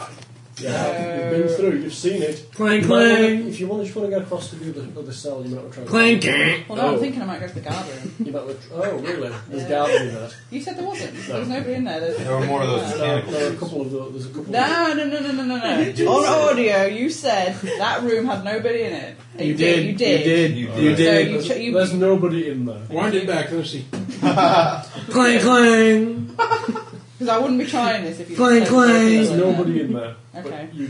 S2: Yeah.
S4: You've been through, you've seen it.
S6: Clang,
S4: You might
S6: clang.
S4: wanna- If you want, just want to go across to the other, other cell, you might want to try
S6: Clang, clang.
S2: Well, no,
S4: Oh.
S2: I'm thinking I might go to the guard room.
S4: You might want to, oh, really? There's
S2: Yeah.
S4: gallery there.
S2: You said there wasn't. There
S4: No.
S2: was nobody in there. There's
S10: Oh. There were more of those
S2: (laughs)
S4: There are,
S10: mechanical
S4: there are a
S10: things.
S4: couple of the, there's a couple of
S2: No, no, no, no, no, no,
S6: (laughs)
S2: no. On audio, you said that room had nobody in it.
S6: You did.
S2: You did.
S6: You did.
S10: You
S2: did.
S4: There's,
S2: You ch- you-
S4: there's nobody in there.
S3: Wind it back. Let's see.
S6: Clang, clang.
S2: Because I wouldn't be trying this if you.
S6: Clang,
S2: said
S6: clang.
S2: there was
S4: There's
S2: nobody in
S4: nobody in there.
S2: there. (laughs) Okay.
S4: But you,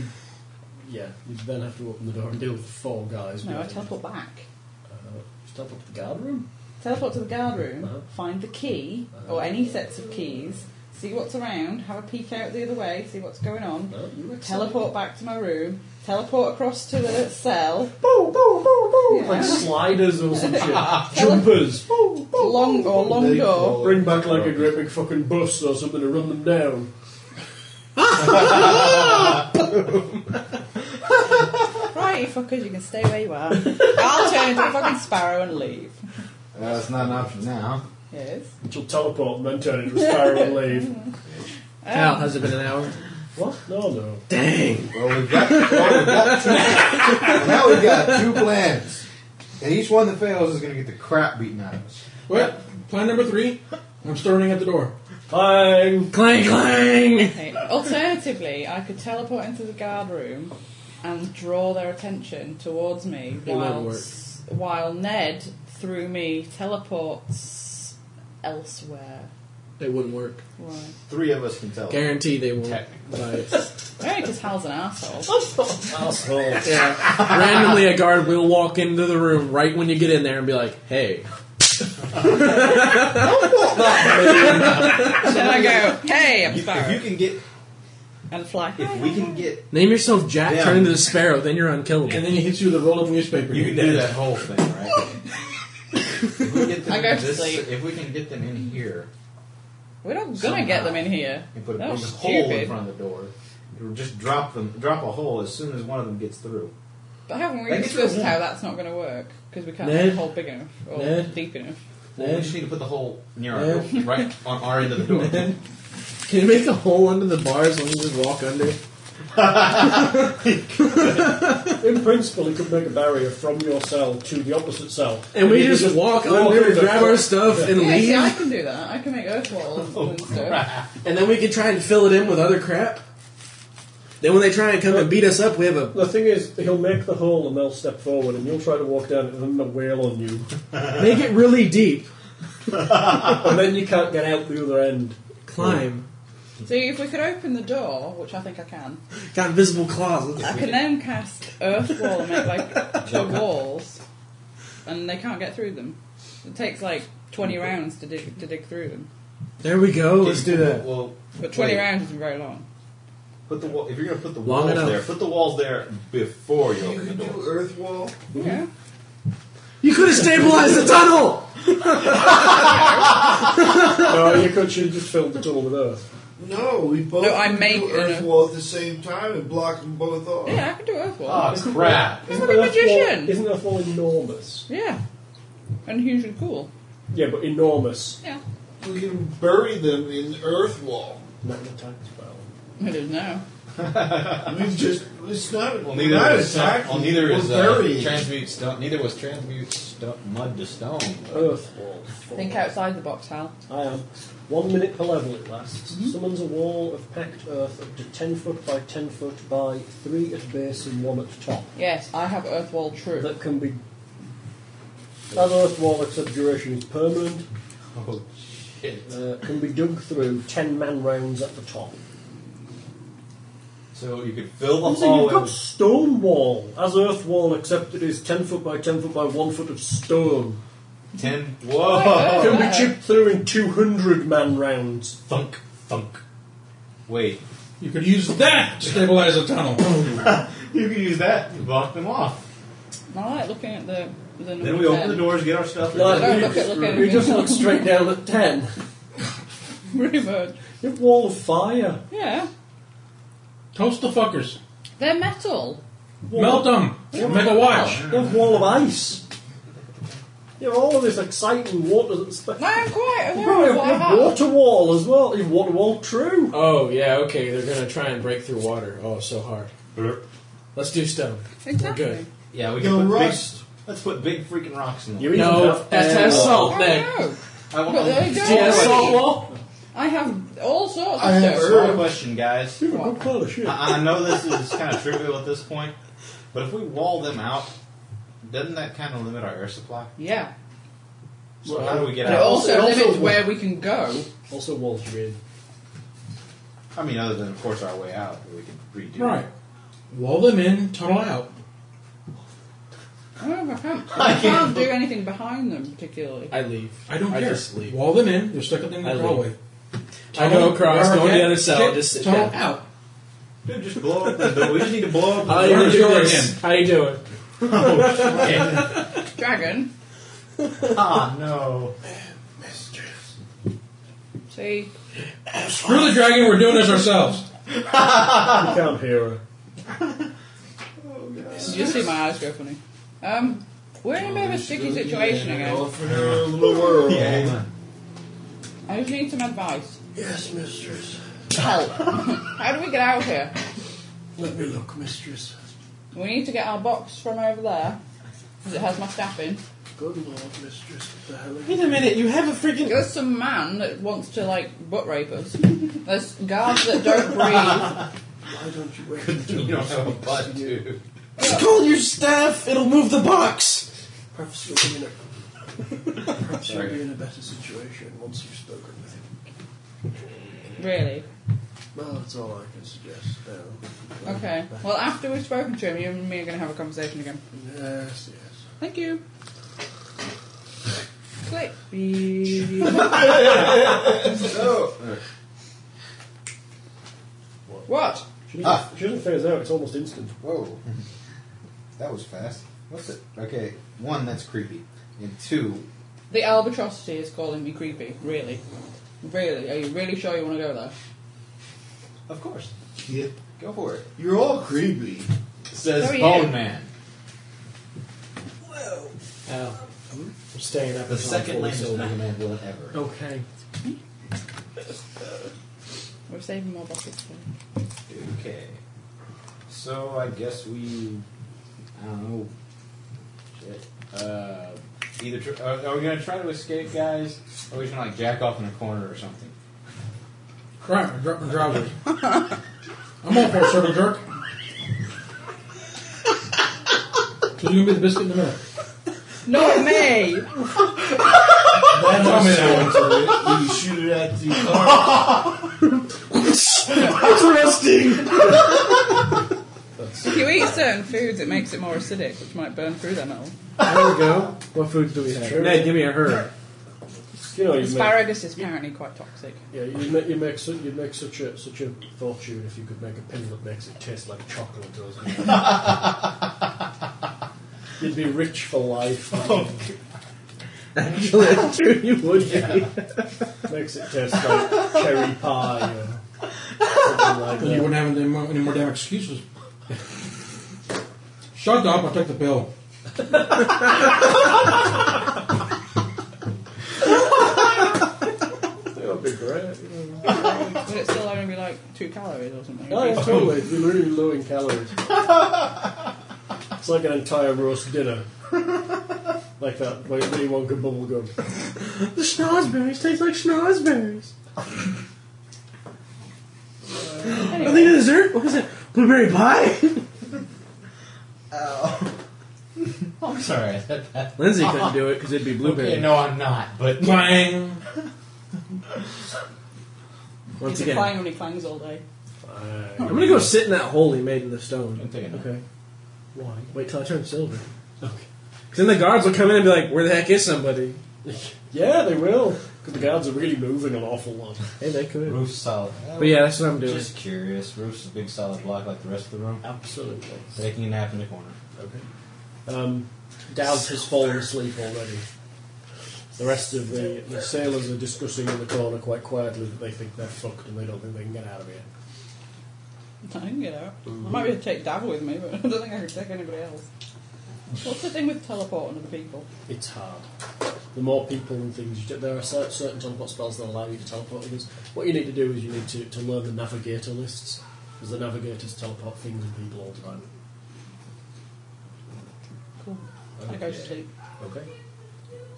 S4: yeah, you then have to open the door and deal with the four guys.
S2: No, I
S4: behind you.
S2: teleport back.
S4: Uh, just teleport to the guard room.
S2: Teleport to the guard room,
S4: Uh-huh.
S2: find the key, or any sets of keys, see what's around, have a peek out the other way, see what's going on,
S4: No, you were
S2: teleport back to my room, teleport across to
S6: (laughs)
S2: the cell,
S4: Boom, boom, boom, boom.
S2: Yeah.
S4: Like sliders
S2: (laughs)
S4: or some shit. Jumpers. Boom, boom,
S2: long or long
S8: They
S2: door.
S8: call-
S4: Bring back like a great big fucking bus or something and run them down.
S2: Right, you fuckers, you can stay where you are. I'll turn into a fucking sparrow and leave.
S10: That's not an option now.
S2: Yes.
S4: She'll teleport and then turn into a spiral and leave.
S6: Al, has it been an hour?
S4: What? No, no.
S6: Dang.
S9: Well, we've got, well, we've got two, now we've got two plans. And each one that fails is going to get the crap beaten out of us.
S3: Well, plan number three. I'm starting at the door.
S4: Bang!
S6: Clang, clang.
S2: Okay. Alternatively, I could teleport into the guard room and draw their attention towards me
S4: It won't
S2: while, while Ned, through me, teleports elsewhere.
S6: It wouldn't work.
S2: Why?
S10: Three of us can tell.
S6: Guarantee they won't.
S10: Technically.
S6: buy it.
S2: Only because Hal's an asshole.
S4: Asshole.
S6: Yeah. Randomly, a guard will walk into the room right when you get in there and be like, "Hey,
S2: And then I go, hey, I'm
S10: You- if you
S2: sorry.
S10: can get,
S2: And fly.
S10: if we can get,
S6: name yourself Jack.
S10: Yeah.
S6: Turn into the sparrow. Then you're unkillable."
S3: And then he hits you with a roll of newspaper.
S10: you can do that whole thing, right? (laughs) if we get them
S2: I go
S10: in
S2: to
S10: this,
S2: sleep.
S10: if we can get them in here
S2: We're not gonna get them in here.
S10: and put a
S2: That
S10: big
S2: was
S10: hole in
S2: stupid.
S10: front of the door, it'll just drop them, drop a hole as soon as one of them gets through.
S2: But haven't we
S10: They get
S2: discussed
S10: through
S2: how that's not going to work? Because we can't
S6: Ned?
S2: make a hole big enough or
S6: Ned?
S2: deep enough.
S10: Well, we just need to put the hole near our door, right on our (laughs) end of the door.
S6: Can you make a hole under the bars when you just walk under?
S4: In principle, you could make a barrier from your cell to the opposite cell.
S6: And we
S4: You
S6: just
S4: could
S6: walk under,
S4: over.
S6: grab our stuff, and
S2: Yeah, see, I
S6: leave.
S2: can do that. I can make earth
S10: (laughs)
S2: walls
S10: Oh,
S2: and stuff.
S6: And then we can try and fill it in with other crap. Then when they try and come and beat us up, we have a
S4: The thing is, he'll make the hole and they'll step forward, and you'll try to walk down it, and then they'll wail on you,
S6: (laughs) make it really deep
S7: (laughs)
S4: and then you can't get out the other end.
S6: climb.
S2: See, if we could open the door, which I think I can,
S6: Got invisible claws.
S2: I can then cast earth wall and make
S10: (laughs)
S2: like the walls, and they can't get through them. It takes like twenty
S10: Mm-hmm.
S2: rounds to dig to dig through them,
S6: There we go. Let's do that.
S10: Well,
S2: but twenty
S10: Wait.
S2: rounds isn't very long.
S10: put the wall, if you're gonna put the
S6: Long
S10: walls
S6: enough.
S10: there, put the walls there before you
S8: You
S10: open the
S8: can
S10: door.
S8: do Earth Wall.
S10: Mm-hmm.
S2: Yeah.
S6: You could have stabilized the tunnel.
S4: No, you could should just fill the tunnel with earth.
S8: No, we both
S2: No, I
S8: can
S2: make
S8: do
S2: it
S8: Earth
S2: a-
S8: Wall at the same time and block them both off.
S2: Yeah, I can do earth wall.
S10: Oh crap!
S2: I'm a magician.
S4: isn't Earth Wall enormous?
S2: yeah, and hugely cool.
S4: Yeah, but enormous.
S2: Yeah,
S8: We can bury them in Earth Wall.
S4: Not an attack spell.
S2: it is now.
S8: We just it's not
S10: Well,
S8: well,
S10: neither
S8: not
S10: was
S8: attack.
S10: well, neither
S8: we're
S10: is uh,
S8: burying.
S10: transmute stone. Neither was transmute sto- mud to stone.
S4: Earth Wall.
S2: Think outside the box, Hal.
S4: I am. One minute per level it lasts. Summons a wall of packed earth up to 10 foot by 10 foot by 3 at base and 1 at top.
S2: Yes, I have earth wall true.
S4: That can be. That earth wall, except duration is permanent,
S10: Oh shit!
S4: uh, can be dug through 10 man rounds at the top.
S10: So you could fill the
S4: So you've
S10: hallway.
S4: got
S10: with-
S4: stone wall as earth wall, except it is 10 foot by 10 foot by 1 foot of stone.
S10: Ten.
S2: Oh,
S10: Whoa!
S4: Can be
S2: wow.
S4: chipped through in 200 man rounds.
S10: (laughs) thunk, thunk. Wait.
S3: You could use that to stabilize the tunnel.
S10: (laughs) You can use that to block them off.
S2: I like looking at the. the
S10: Then we open the doors, get our stuff. and
S4: No,
S10: then-
S2: Don't look at- look at
S4: you
S2: it.
S4: just look straight down at 10.
S2: Pretty much.
S4: You have wall of fire.
S2: Yeah.
S3: Toast the fuckers.
S2: They're metal.
S3: Melt them. Make a watch.
S4: You have wall of ice. You have all of this exciting water. That's but
S2: No, I'm quite
S4: you
S2: aware
S4: probably
S2: of what
S4: have, you
S2: I
S4: have
S2: have.
S4: water wall as well. You have water wall true.
S7: Oh yeah, okay. They're gonna try and break through water. Oh, so hard. Let's do stone.
S2: Exactly.
S7: We're good.
S10: Yeah, we can
S8: No
S10: put
S8: rust.
S10: big. Let's put big freaking rocks in.
S4: You
S10: there.
S4: eat
S7: No,
S4: enough
S7: that's
S4: and-
S7: assault.
S2: I
S7: Then
S2: know.
S10: I want
S2: But they
S10: to.
S2: don't
S7: Do you have assault
S2: really-
S7: wall.
S2: I have all sorts
S8: I
S2: of
S8: have
S2: stuff.
S8: herb.
S10: Small question, guys.
S4: You're a good pile of shit.
S10: I, I know this is kind of trivial at this point, but if we wall them out, doesn't that kind of limit our air supply?
S2: Yeah.
S10: So how do we get
S2: But it
S10: out?
S2: also
S4: it also-
S2: limits where we can go.
S4: Also walls you're in.
S10: I mean, other than of course our way out, that we can redo.
S3: Right. Wall them in, tunnel out.
S2: I don't know if I can't, I can't do anything behind them particularly.
S7: I leave.
S3: I don't
S7: I
S3: care.
S7: just leave.
S3: Wall them in. They're stuck at the end
S7: I
S3: of the
S7: leave.
S3: hallway.
S7: I go across, go on the other side, just sit
S3: tunnel
S7: down.
S3: out.
S10: Dude, just blow up the door. We just need to blow up.
S6: Ah,
S7: How you
S3: Where's
S7: do
S3: yours?
S7: this? How you doing?
S2: Dragon,
S10: Ah, no. (laughs)
S2: see,
S3: Screw the dragon. We're doing this ourselves.
S4: You can't hear her.
S2: you just see my eyes go funny. Um, we're in a bit of a sticky situation again.
S10: (laughs) Yeah, hang on.
S2: I just need some advice.
S4: Yes, mistress.
S2: Help. (laughs) How do we get out of here?
S4: Let me look, mistress.
S2: We need to get our box from over there. 'cause it has my staff in.
S4: Good lord, mistress. What the hell
S7: Wait a minute. You have a freaking.
S2: There's some man that wants to, like, butt rape us. There's guards that don't breathe.
S4: Why don't you wait until
S10: You don't have a butt, dude.
S7: Call your staff. It'll move the box.
S4: Perhaps you'll be in a, perhaps you'll
S10: Sorry.
S4: be in a better situation once you've spoken with him.
S2: Really?
S4: Well, that's all I can suggest now.
S2: Okay. Well, after we've spoken to him, you and me are going to have a conversation again.
S4: Yes, yes.
S2: Thank you. Click. Beep. What?
S4: She
S10: doesn't- Ah.
S4: doesn't, phase out, it's almost instant.
S10: Whoa. That was fast. What's it? Okay, one, that's creepy. And two,
S2: The albatrosity is calling me creepy. Really? Really? Are you really sure you want to go there?
S10: of course,
S8: Yep.
S10: go for it.
S8: You're all
S10: (laughs)
S8: creepy.
S10: Says
S2: So you-
S10: Bone Man.
S7: Oh, I'm staying up.
S10: The
S7: until
S10: second
S7: I'm fully
S10: lamest
S7: sober.
S10: Bone Man villain ever.
S7: Okay.
S2: We're saving more buckets. for you.
S10: Okay. So I guess we. I don't know. Shit. Uh, either tr- are, are we gonna try to escape, guys? Or are we gonna like jack off in a corner or something? (laughs)
S3: Crap! I dropped my driveway. I'm all for a circle jerk. So you give me the biscuit in a minute.
S2: Not me!
S8: Tell me that one. You shoot it at the car. (laughs)
S7: (laughs)
S2: if you eat certain foods, it makes it more acidic, which might burn through their metal.
S7: There we go. What foods do we have? Ned, give me a herb.
S4: You know, you'd make,
S2: Asparagus is apparently quite toxic.
S4: yeah, you'd make, you'd make, su- you'd make such, a, such a fortune if you could make a pin that makes it taste like chocolate does. you'd be rich for life.
S7: Actually, that's true. You would. be.
S4: makes it taste like cherry pie or something like
S3: Then you
S4: that.
S3: wouldn't have any more, any more damn excuses. Shut up! I'll take the pill.
S4: That would be great. you know.
S2: Would it still only be like two calories or something?
S4: Oh, yeah, (laughs) totally. It'd be really low in (laughs) calories. it's like an entire roast dinner. like that, like Willy Wonka bubble gum.
S7: The schnozberries taste like schnozberries. Are they the dessert? What is it? Blueberry pie?
S10: I'm Oh, sorry, (laughs) I said that.
S7: Lindsay couldn't do it because it'd be blueberry.
S10: Okay, no, I'm not. But
S3: Clang.
S7: Once
S2: He's
S7: again,
S2: clang when he clangs all day.
S4: Uh,
S7: I'm gonna go sit in that hole he made in the stone.
S10: I'm taking it.
S7: Okay.
S4: why?
S7: Wait till I turn silver.
S4: Okay.
S7: Because then the guards will come in and be like, "Where the heck is somebody?"
S4: Yeah, they will. Because the guards are really moving an awful lot.
S7: Hey, they could.
S10: roof's solid.
S7: But yeah, that's what I'm doing.
S10: Just curious. Roof's a big solid block like the rest of the room.
S4: Absolutely.
S10: Taking a nap in the corner.
S4: Um, Dowd has fallen asleep already. The rest of the, the sailors are discussing in the corner quite quietly that they think they're fucked and they don't think they can get out of here.
S2: (laughs) I can get out. I might be able to take Dav with me, but (laughs) I don't think I could take anybody else. What's the thing with teleporting other people?
S4: It's hard. The more people and things you do, there are cer- certain teleport spells that allow you to teleport others. What you need to do is you need to, to learn the navigator lists, because the navigators teleport things and people all the time.
S2: Cool. I go to sleep.
S10: Okay.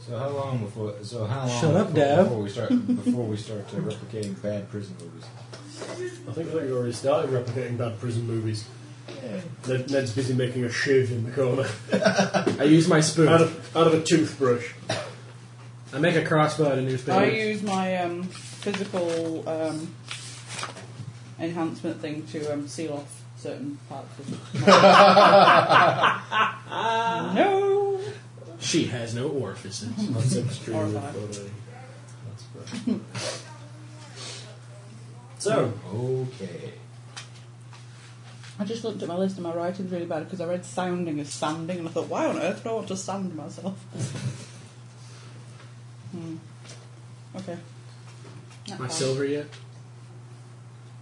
S10: So how long before? So how long?
S6: Shut up,
S10: before,
S6: Dad.
S10: Before we start, before we start to replicating bad prison movies.
S4: I think they've already started replicating bad prison movies. Ned, Ned's busy making a shave in the corner (laughs)
S6: I use my spoon.
S4: out of out of a toothbrush.
S6: I make a crossbow out of newspaper.
S2: I use my um, physical um, enhancement thing to um, seal off certain parts (laughs) of No!
S4: She has no (laughs) orifices. That's extremely
S2: Horrifying.
S4: funny. So,
S10: Okay.
S2: I just looked at my list and my writing's really bad because I read sounding as sanding and I thought, why on earth do I want to sand myself? (laughs) hmm. Okay.
S6: (laughs)
S2: Not
S6: my
S2: bad.
S6: silver yet?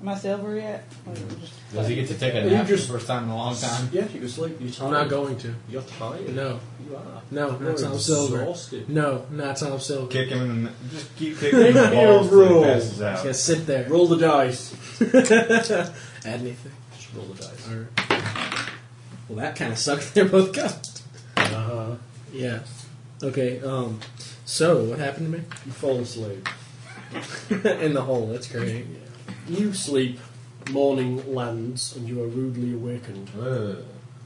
S2: Am I silver yet? Or just-
S10: Does he get to take a
S4: You
S10: nap for the
S4: just-
S10: first time in a long time?
S4: yeah, you can sleep. You're tired.
S6: I'm not going to.
S4: You're tired.
S6: No,
S4: You are.
S6: no,
S4: You're
S6: not Tom Silver.
S4: exhausted.
S6: No, not Tom Silver.
S10: Kick him in the. Just keep
S4: (laughs)
S10: kicking him in the
S4: Make me a
S10: balls till
S4: roll.
S10: he passes
S6: He's
S10: out.
S6: gonna sit there.
S4: Roll the
S6: (laughs)
S4: dice.
S6: Add anything.
S4: Just roll the dice.
S6: All right. Well, that kind of sucks. (laughs) They're both cussed.
S4: Uh-huh.
S6: Yeah. Okay. Um. So what happened to me?
S4: You fall asleep.
S6: (laughs) In the hole. That's great.
S4: You sleep. Morning lands, and you are rudely awakened.
S10: Ugh.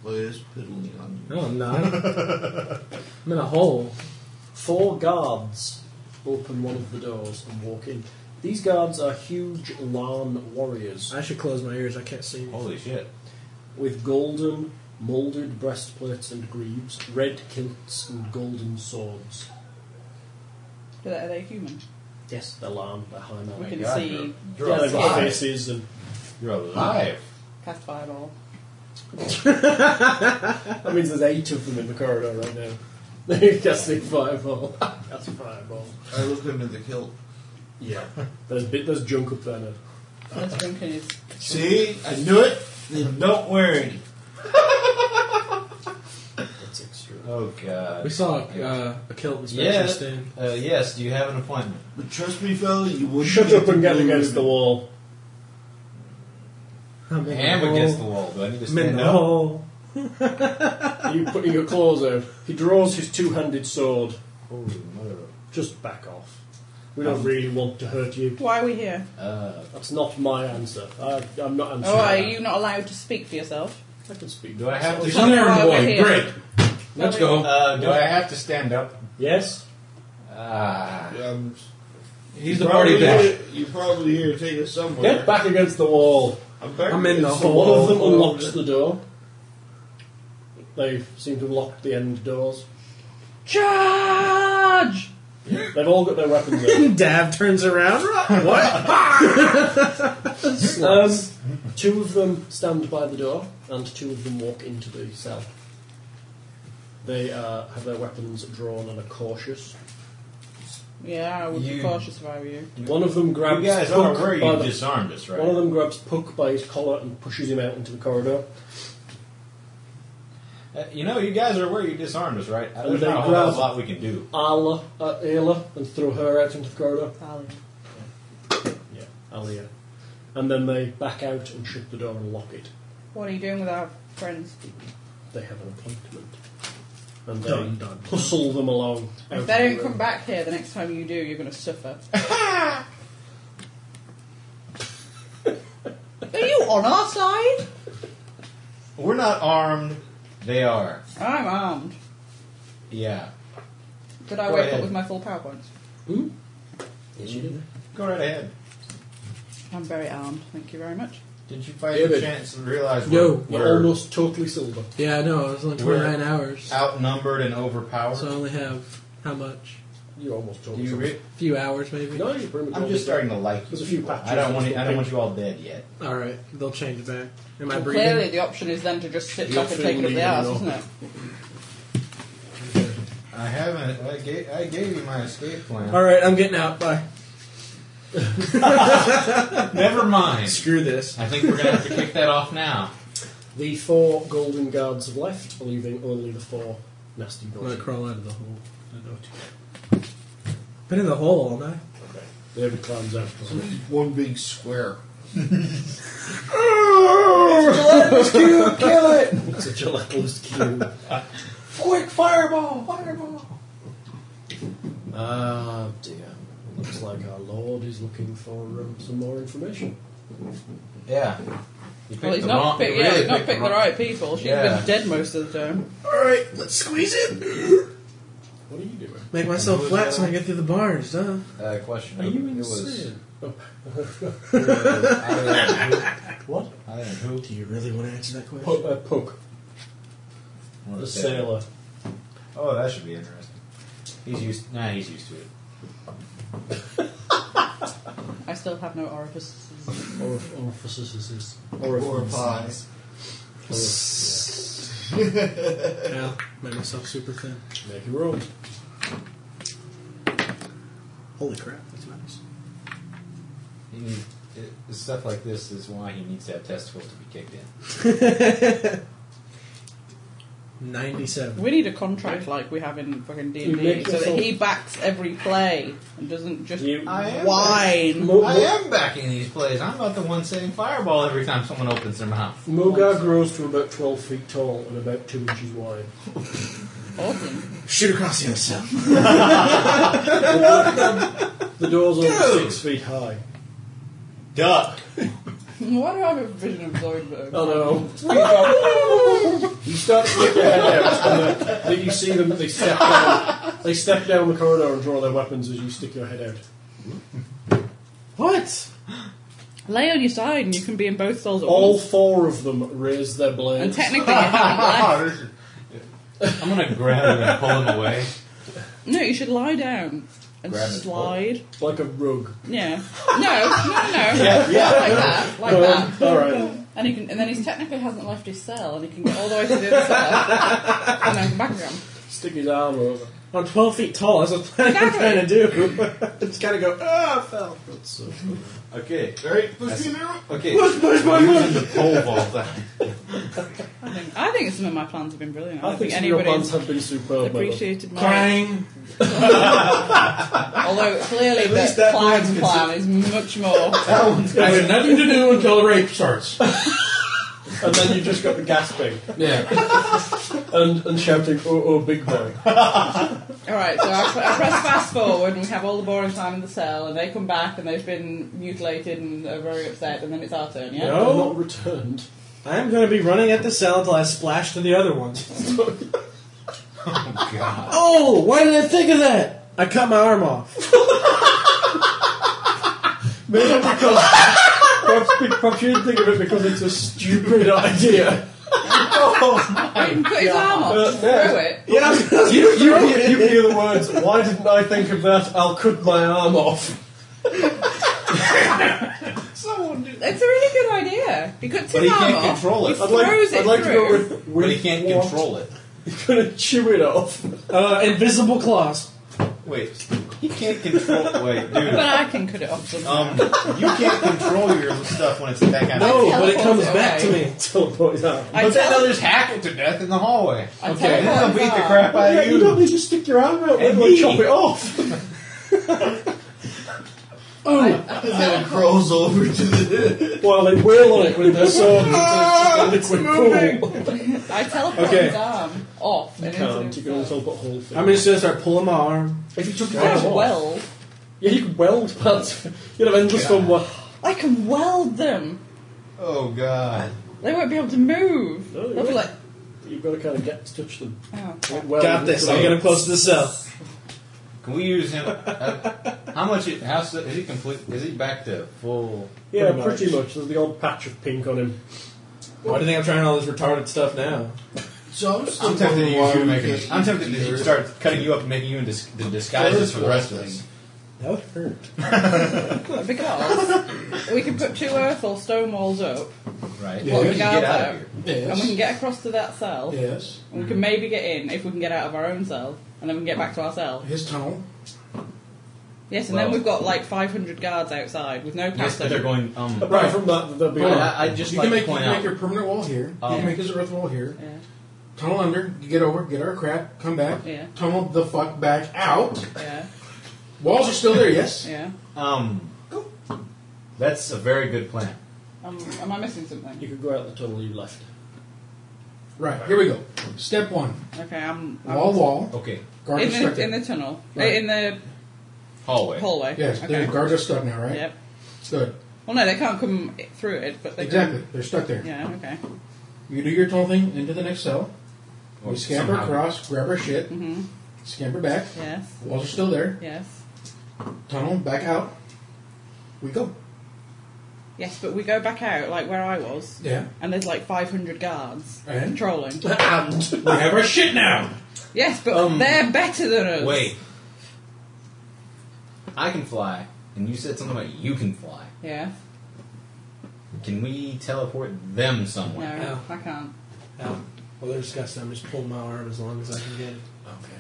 S8: Well, it's piddling on you.
S6: No, I'm
S4: (laughs)
S6: not. I'm in a hole.
S4: Four guards open one of the doors and walk in. These guards are huge Larn warriors
S6: I should close my ears. I can't see.
S10: Holy shit.
S4: with golden, moulded breastplates and greaves, red kilts, and golden swords.
S2: Are they- are they human?
S4: Yes, they're Larn, they're high
S2: we
S4: man.
S2: can
S10: God,
S2: see
S10: You're
S4: yeah, they've got
S10: alive.
S4: faces and
S10: You're alive.
S2: cast fireball.
S4: That means there's eight of them in the corridor right now. (laughs) They're casting fireball. That's fireball.
S8: I looked under the kilt.
S4: (laughs) Yeah. There's bit, there's junk up there now.
S2: Let's drink in his
S8: See, I knew it. Then don't wear any.
S4: That's extra.
S10: Oh
S6: We
S10: god.
S6: saw uh, a kilt inspection
S10: Yeah.
S6: stand.
S10: Uh, yes. Do you have an appointment?
S8: But trust me, fella, you wouldn't.
S4: Shut up and get against the
S8: wall.
S4: wall.
S6: I'm in
S10: I
S6: a
S10: am
S6: hole.
S10: against the wall. Do I need to
S6: I'm in
S10: stand
S6: the
S10: up?
S6: hole.
S4: Are you putting your claws out? He draws his two-handed sword.
S10: Holy mother. of-
S4: Just back off. We don't really want to hurt you.
S2: Why are we here?
S10: Uh,
S4: That's not my answer. I, I'm not answering.
S2: Oh, are
S4: that.
S2: you not allowed to speak for yourself?
S4: I can speak.
S10: do I
S4: (laughs)
S10: have to?
S2: Come here, Why we're boy. here. Great.
S6: Let's go.
S10: Uh, do I have to stand up?
S4: Yes.
S10: Ah.
S8: Um,
S7: He's
S8: you
S7: the party
S8: probably
S7: back.
S8: here- You're probably here to take us somewhere.
S4: Get back against the wall.
S8: I'm, back
S6: I'm in
S8: against
S6: the
S4: So one of them
S8: wall.
S4: unlocks the door. They seem to have locked the end doors.
S2: Charge!
S4: They've all got their weapons
S6: Um,
S4: out.
S6: Dav turns around. What?
S4: Um, two of them stand by the door, and two of them walk into the cell. They uh, have their weapons drawn and are cautious.
S2: Yeah, I would be
S10: You-
S2: cautious if I were you.
S4: One of them grabs
S10: You guys are
S4: Puck
S10: aware
S4: by
S10: you
S4: the,
S10: disarmed us, right?
S4: one of them grabs Puck by his collar and pushes him out into the corridor.
S10: Uh, you know, you guys are aware you disarmed us, right? Uh,
S4: And
S10: There's
S4: they
S10: not a whole hell of a
S4: grab-
S10: lot we can do.
S4: Ala at Ayla and throw her out into the corridor.
S2: Darling.
S4: Yeah, Alia. And then they back out and shut the door and lock it.
S2: What are you doing with our friends?
S4: They have an appointment. And they hustle them along. out
S2: If
S4: of
S2: they
S4: the
S2: don't
S4: room.
S2: come back here the next time you do, you're going to (laughs) suffer. Are you on our side?
S10: We're not armed. They are.
S2: I'm armed.
S10: Yeah.
S2: Did I
S10: Go
S2: wake
S10: ahead.
S2: up with my full PowerPoints?
S10: Go right ahead.
S2: I'm very armed, thank you very much.
S10: Did you fight
S4: David.
S10: the chance and realize
S6: Yo,
S10: we're,
S4: You're
S10: we're
S4: almost totally silver.
S6: yeah, I know. It was only
S10: We're-
S6: 29 hours.
S10: outnumbered and overpowered?
S6: So I only have how much?
S4: You're almost
S10: Do
S4: totally
S10: you
S4: silver.
S10: re-
S6: A few hours, maybe.
S4: No, you're pretty much
S10: I'm
S4: all
S10: just
S4: the way.
S10: starting to like you.
S4: There's a few patches
S10: I don't
S4: and
S10: want you, I
S4: stuff.
S10: don't want you all dead yet.
S6: All right, they'll change it back. Am I
S2: Well,
S6: breathing?
S2: clearly, the option is then to just sit
S4: The
S2: back and
S4: option
S2: take it up
S4: leaving
S2: the arse,
S4: it
S2: isn't it?
S10: I haven't. I gave, I gave you my escape plan.
S6: All right, I'm getting out. Bye.
S10: Never mind.
S7: Screw this.
S10: I think we're gonna have to kick that off now.
S4: The four golden guards have left, leaving only the four nasty
S6: When I
S4: dodgy.
S6: crawl out of the hole. I know what to do. Been in the hole all night.
S4: Okay. David climbs out.
S8: So (laughs) it's one big square.
S4: It's a gelatinous cube.
S8: Quick fireball! Fireball!
S4: Ah, dear. Looks like our lord is looking for um, some more information.
S10: Yeah. You picked
S2: Well, he's
S10: the
S2: not,
S10: wrong.
S2: pick,
S10: you
S2: yeah,
S10: really
S2: he's not picked the
S10: wrong-
S2: right people. She's
S10: Yeah.
S2: been dead most of the time.
S7: Alright, let's squeeze it.
S4: What are you doing?
S6: Make myself flat so I can get through the bars, huh?
S10: Uh, question.
S4: Are you
S10: It was.
S4: insane?
S10: I don't know
S4: (laughs) What?
S10: who- I don't know who.
S6: Do you really want to answer that question?
S4: Po- uh, Puck,
S10: One of
S4: the
S10: the
S4: sailor.
S10: Oh, that should be interesting. He's used. Nah, he's used to (laughs) it.
S2: I still have no orifices.
S4: Or, orifices.
S8: Or a pie.
S6: Yeah, made myself super thin.
S4: Make your roll.
S6: Holy crap, that's nice.
S10: He need, it, stuff like this is why he needs to have testicles to be kicked in.
S6: 97.
S2: We need a contract like we have in fucking D
S4: You
S2: and D,
S4: make
S2: so that
S4: yourself-
S2: he backs every play and doesn't just
S4: You-
S8: I am
S6: (laughs)
S2: whine.
S4: Mo-
S10: I
S4: Mo-
S10: am backing these plays. I'm not the one saying fireball every time someone opens their (laughs) mouth.
S4: Mogar grows to about 12 feet tall and about 2 inches wide.
S2: Awesome.
S7: Shoot across the other side.
S4: The door's only 6 feet high.
S10: Duck.
S2: Why do I have a vision of Zoidberg?
S4: Oh no. you start to stick your head out, and uh, then you see them, they step, down, they step down the corridor and draw their weapons as you stick your head out.
S6: What?
S2: Lay on your side and you can be in both souls at
S4: (laughs) All
S2: once.
S4: four of them raise their
S2: And
S4: blades. (laughs)
S2: technically, you haven't left.
S10: Oh, I'm gonna grab him and pull him away.
S2: No, you should lie down and
S10: Grab it.
S2: slide.
S4: like a rug.
S2: Yeah. No, no, no.
S4: (laughs)
S2: yeah, Like that, like that.
S4: Alright.
S2: And he can, and then he technically hasn't left his cell, and he can get all the way to the other cell, and then come back again.
S4: Stick his arm over.
S6: I'm 12 feet tall. That's what I'm
S4: (laughs)
S6: planning on trying to do. Just gotta go, ah, I fell.
S10: Okay.
S8: Alright, push me in the room.
S10: Okay. Push, push, push, using the pole vault. (laughs)
S2: I think, I think some of my plans have been brilliant. I,
S4: I
S2: don't
S4: think
S2: think
S4: some of your
S2: anybody's
S4: plans have been superb, my love.
S2: appreciated my.
S6: Clang.
S2: (laughs) Although clearly the
S7: least that
S2: plan
S7: plan's
S2: plan is much more.
S3: I had nothing to do until the rape starts.
S4: And then you just got the gasping
S3: Yeah.
S4: and, and shouting, oh, oh, big boy.
S2: all right, so I, I press fast forward, and we have all the boring time in the cell, and they come back, and they've been mutilated and are very upset, and then it's our turn. Yeah.
S6: No.
S4: They're not returned.
S6: I'm gonna be running at the cell until I splash to the other one.
S10: Oh god.
S6: Oh, why did I think of that? I cut my arm off.
S4: Maybe because perhaps, perhaps you didn't think of it because it's a stupid idea.
S6: Oh.
S2: Wait, he cut his arm off.
S4: Uh,
S2: just
S4: yeah.
S2: throw it.
S6: (laughs) Yeah,
S4: You, you, hear, you hear the words, why didn't I think of that? I'll cut my arm off.
S2: It's a really good idea. He cuts
S10: But
S2: his
S10: he
S2: arm
S10: can't
S2: off.
S10: control it.
S2: He
S4: I'd like,
S2: throws it
S4: I'd like to
S2: through.
S4: go with, with
S10: But he can't
S4: what?
S10: control it.
S4: He's going to chew it off.
S6: uh, invisible claws.
S10: Wait. He can't control. Wait, dude.
S2: but I can cut it off somehow.
S10: Um, you can't control your stuff when it's back out.
S6: No, but it comes
S2: Teleport it
S6: back to
S2: away.
S6: me.
S4: Teleport his arm.
S2: I
S10: But then
S2: tell-
S10: they'll just hack it to death in the hallway.
S2: I
S10: Okay, then they'll
S2: teleport
S10: beat the
S2: his
S10: crap out
S4: Yeah,
S10: of
S4: you don't
S10: you.
S4: need to stick your arm out
S10: And
S4: and
S10: me.
S4: chop it off.
S8: And it crawls over to the.
S4: While they wail on it with their sword until it's just a liquid pool.
S2: I teleport
S6: Okay.
S2: his arm off and
S4: Can't.
S2: into
S4: You can
S2: the
S4: also put whole thing.
S6: I'm just gonna start pulling my arm.
S4: if you took your
S2: I
S4: arm
S2: can
S4: off.
S2: weld.
S4: Yeah, you can weld parts. You'd have endless fun. wa-
S2: I can weld them.
S10: Oh god.
S2: They won't be able to move.
S4: No, they
S2: They'll be
S4: won't.
S2: like,
S4: You've got to kind of get to touch them.
S2: oh,
S4: With
S2: crap.
S4: welding
S6: Got this. I'm
S4: together.
S6: gonna close to the cell.
S10: Can we use him? Uh, how much? It, how so- is he complete? Is he back to full?
S4: Yeah,
S6: Pretty
S4: pretty,
S6: much.
S4: much. There's the old patch of pink on him.
S6: Why do you think I'm trying all this retarded stuff now?
S8: So I'm still
S10: I'm tempted to
S8: wondering
S10: use
S8: why
S10: you
S8: we
S10: to make.
S8: can't
S10: A, I'm
S8: use
S10: tempted to
S8: yours.
S10: start cutting you up and making you into dis- the disguises for the rest of us.
S6: That would hurt.
S2: because we can put two earthful stone walls up
S10: Right.
S2: Yeah.
S10: we can get out
S2: Yeah.
S10: of here.
S2: and we can
S8: Yes.
S2: get across to that cell.
S8: Yes.
S2: And we can maybe get in if we can get out of our own cell and then we can get back to our cell.
S8: His tunnel.
S2: Yes, and
S10: Well-
S2: then we've got like 500 guards outside with no
S10: Yes, but
S2: passage.
S10: they're going. Um,
S4: Apart from that, there'll be
S10: Well,
S4: a-
S10: I, I just
S3: you
S10: like
S3: can make,
S10: to
S3: you
S10: point
S3: can make
S10: out.
S3: your permanent wall here. you
S10: Um,
S3: can make this earth wall here.
S2: yeah.
S3: Tunnel under. You get over. Get our crap. Come back.
S2: Yeah.
S3: Tunnel the fuck back out.
S2: yeah,
S3: Walls are still there. Yes.
S2: yeah.
S10: Um, that's a very good plan.
S2: Um, am I missing something?
S4: you could go out the tunnel you left.
S3: Right. Here we go. Step one.
S2: Okay, I'm. I'm
S3: Wall wall.
S10: Okay,
S3: Guards
S2: in,
S3: are stuck
S2: the, in
S3: there.
S2: the tunnel. Uh,
S3: Right.
S2: In the
S10: hallway.
S2: hallway.
S3: Yes.
S2: okay.
S3: The guards are stuck now. Right.
S2: Yep.
S3: Good.
S2: Well, no, they can't come i- through it, but they can-
S3: Exactly. They're stuck there.
S2: Yeah, okay.
S3: You do your tunnel thing into the next cell.
S10: Or
S3: We scamper
S10: somehow.
S3: across, grab our shit,
S2: Mm-hmm.
S3: scamper back.
S2: Yes,
S3: Walls are still there.
S2: yes.
S3: Tunnel back out. We go.
S2: Yes, but we go back out, like where I was,
S3: Yeah.
S2: and there's like 500 guards
S3: And?
S2: controlling.
S3: (laughs) We have our shit now.
S2: yes, but
S10: Um,
S2: they're better than us.
S10: Wait. I can fly, and you said something about you can fly.
S2: Yeah,
S10: Can we teleport them
S2: no,
S10: somewhere?
S2: I can't.
S7: Oh, well, they're disgusting. I'm just pulling my arm as long as I can get it.
S10: Okay.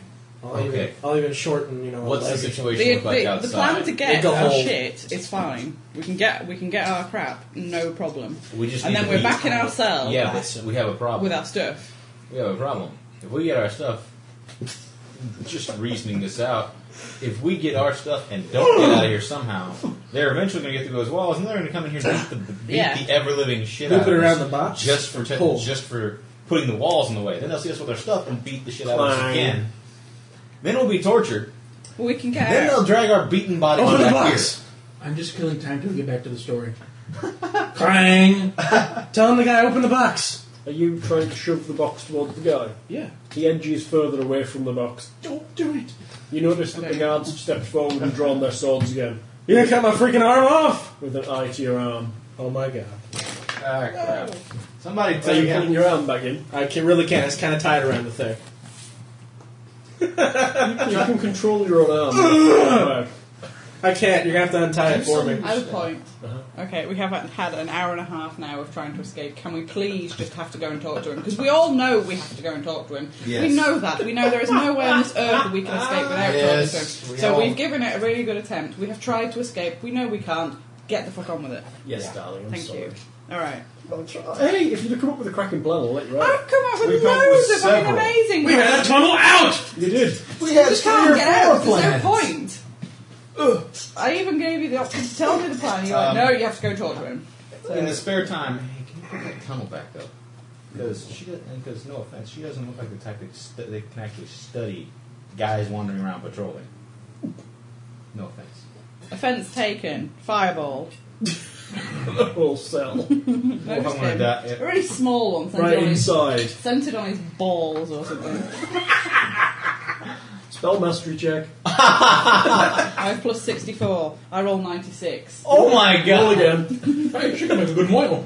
S7: I'll,
S10: Okay.
S7: even, I'll even shorten, you know.
S10: What's the
S7: like-
S10: situation
S2: The,
S10: look like
S2: the,
S10: outside?
S2: the plan to get
S7: Dig a
S2: our
S7: hole.
S2: shit is fine. We can get we can get our crap, no problem.
S10: we just
S2: And
S10: need
S2: then
S10: to
S2: we're
S10: be-
S2: back in our cell
S10: Yeah, but we have a problem.
S2: with our stuff.
S10: We have a problem. If we get our stuff, just reasoning this out, if we get our stuff and don't get out of here somehow, they're eventually going to get through those walls, and they're going to come in here and beat the, beat
S2: Yeah.
S10: the ever living shit
S7: Loop
S10: out
S7: it
S10: of
S7: around
S10: us
S7: the box.
S10: just for te-
S7: Pull.
S10: just for putting the walls in the way. Then they'll see us with our stuff and beat the shit out of us
S7: Fine.
S10: again. Then we'll be tortured.
S2: Well, we can get
S10: Then
S2: out.
S10: they'll drag our beaten body
S7: Open the
S10: back
S7: box.
S10: here.
S3: I'm just killing time till we get back to the story. Clang!
S7: Telling the guy, open the box.
S4: Are you trying to shove the box towards the guy?
S7: Yeah.
S4: He edges further away from the box.
S7: Don't do it.
S4: You notice that the guards have stepped forward and drawn their swords again,
S7: You done cut my freaking arm off.
S4: with an eye to your arm.
S7: Oh my god.
S10: Ah,
S2: Oh,
S10: crap. Somebody
S4: Are
S10: take
S4: you
S10: him.
S4: putting your arm back in?
S7: I can, really can't. It's kind of tied around the thing.
S4: (laughs) You can control your own (coughs) arm.
S7: I can't. You're gonna have to untie it for me.
S2: I have a point.
S10: Uh-huh.
S2: Okay, we haven't had an hour and a half now of trying to escape. Can we please just have to go and talk to him? Because we all know we have to go and talk to him.
S8: Yes.
S2: We know that. We know there is no way on this earth that we can escape without
S10: Yes,
S2: talking to him.
S10: we
S2: so
S10: all-
S2: we've given it a really good attempt. We have tried to escape. We know we can't. Get the fuck on with it.
S4: yes, darling, I'm
S2: Thank
S4: sorry.
S2: you. All right.
S4: Hey, if you'd have come up with a cracking plan, I'll let you out.
S2: I've come up with
S10: We've come up with
S2: loads of fucking
S10: several.
S2: amazing
S3: We had a tunnel out!
S4: You did.
S8: We had
S2: You
S8: three or
S2: can't get out.
S8: four
S2: There's
S8: plans.
S2: no point. I even gave you the option to tell me the plan. You're
S10: Um,
S2: like, no, you have to go talk to him. So,
S10: In the spare time, hey, can you put that tunnel back up? Because she, because no offense, she doesn't look like the type that stu- they can actually study guys wandering around patrolling. No offense.
S2: offense taken. Fireball.
S4: Whole cell.
S2: No,
S10: Well,
S2: just
S10: I wanna
S2: him.
S10: die, yeah.
S2: A really small one centered,
S4: right
S2: on his,
S4: inside.
S2: centered on his balls or something.
S4: Spell mastery
S2: (laughs)
S4: check.
S2: I have plus 64. I roll 96.
S10: Oh my
S4: Roll
S10: god!
S4: again.
S3: Hey, she can make a good model.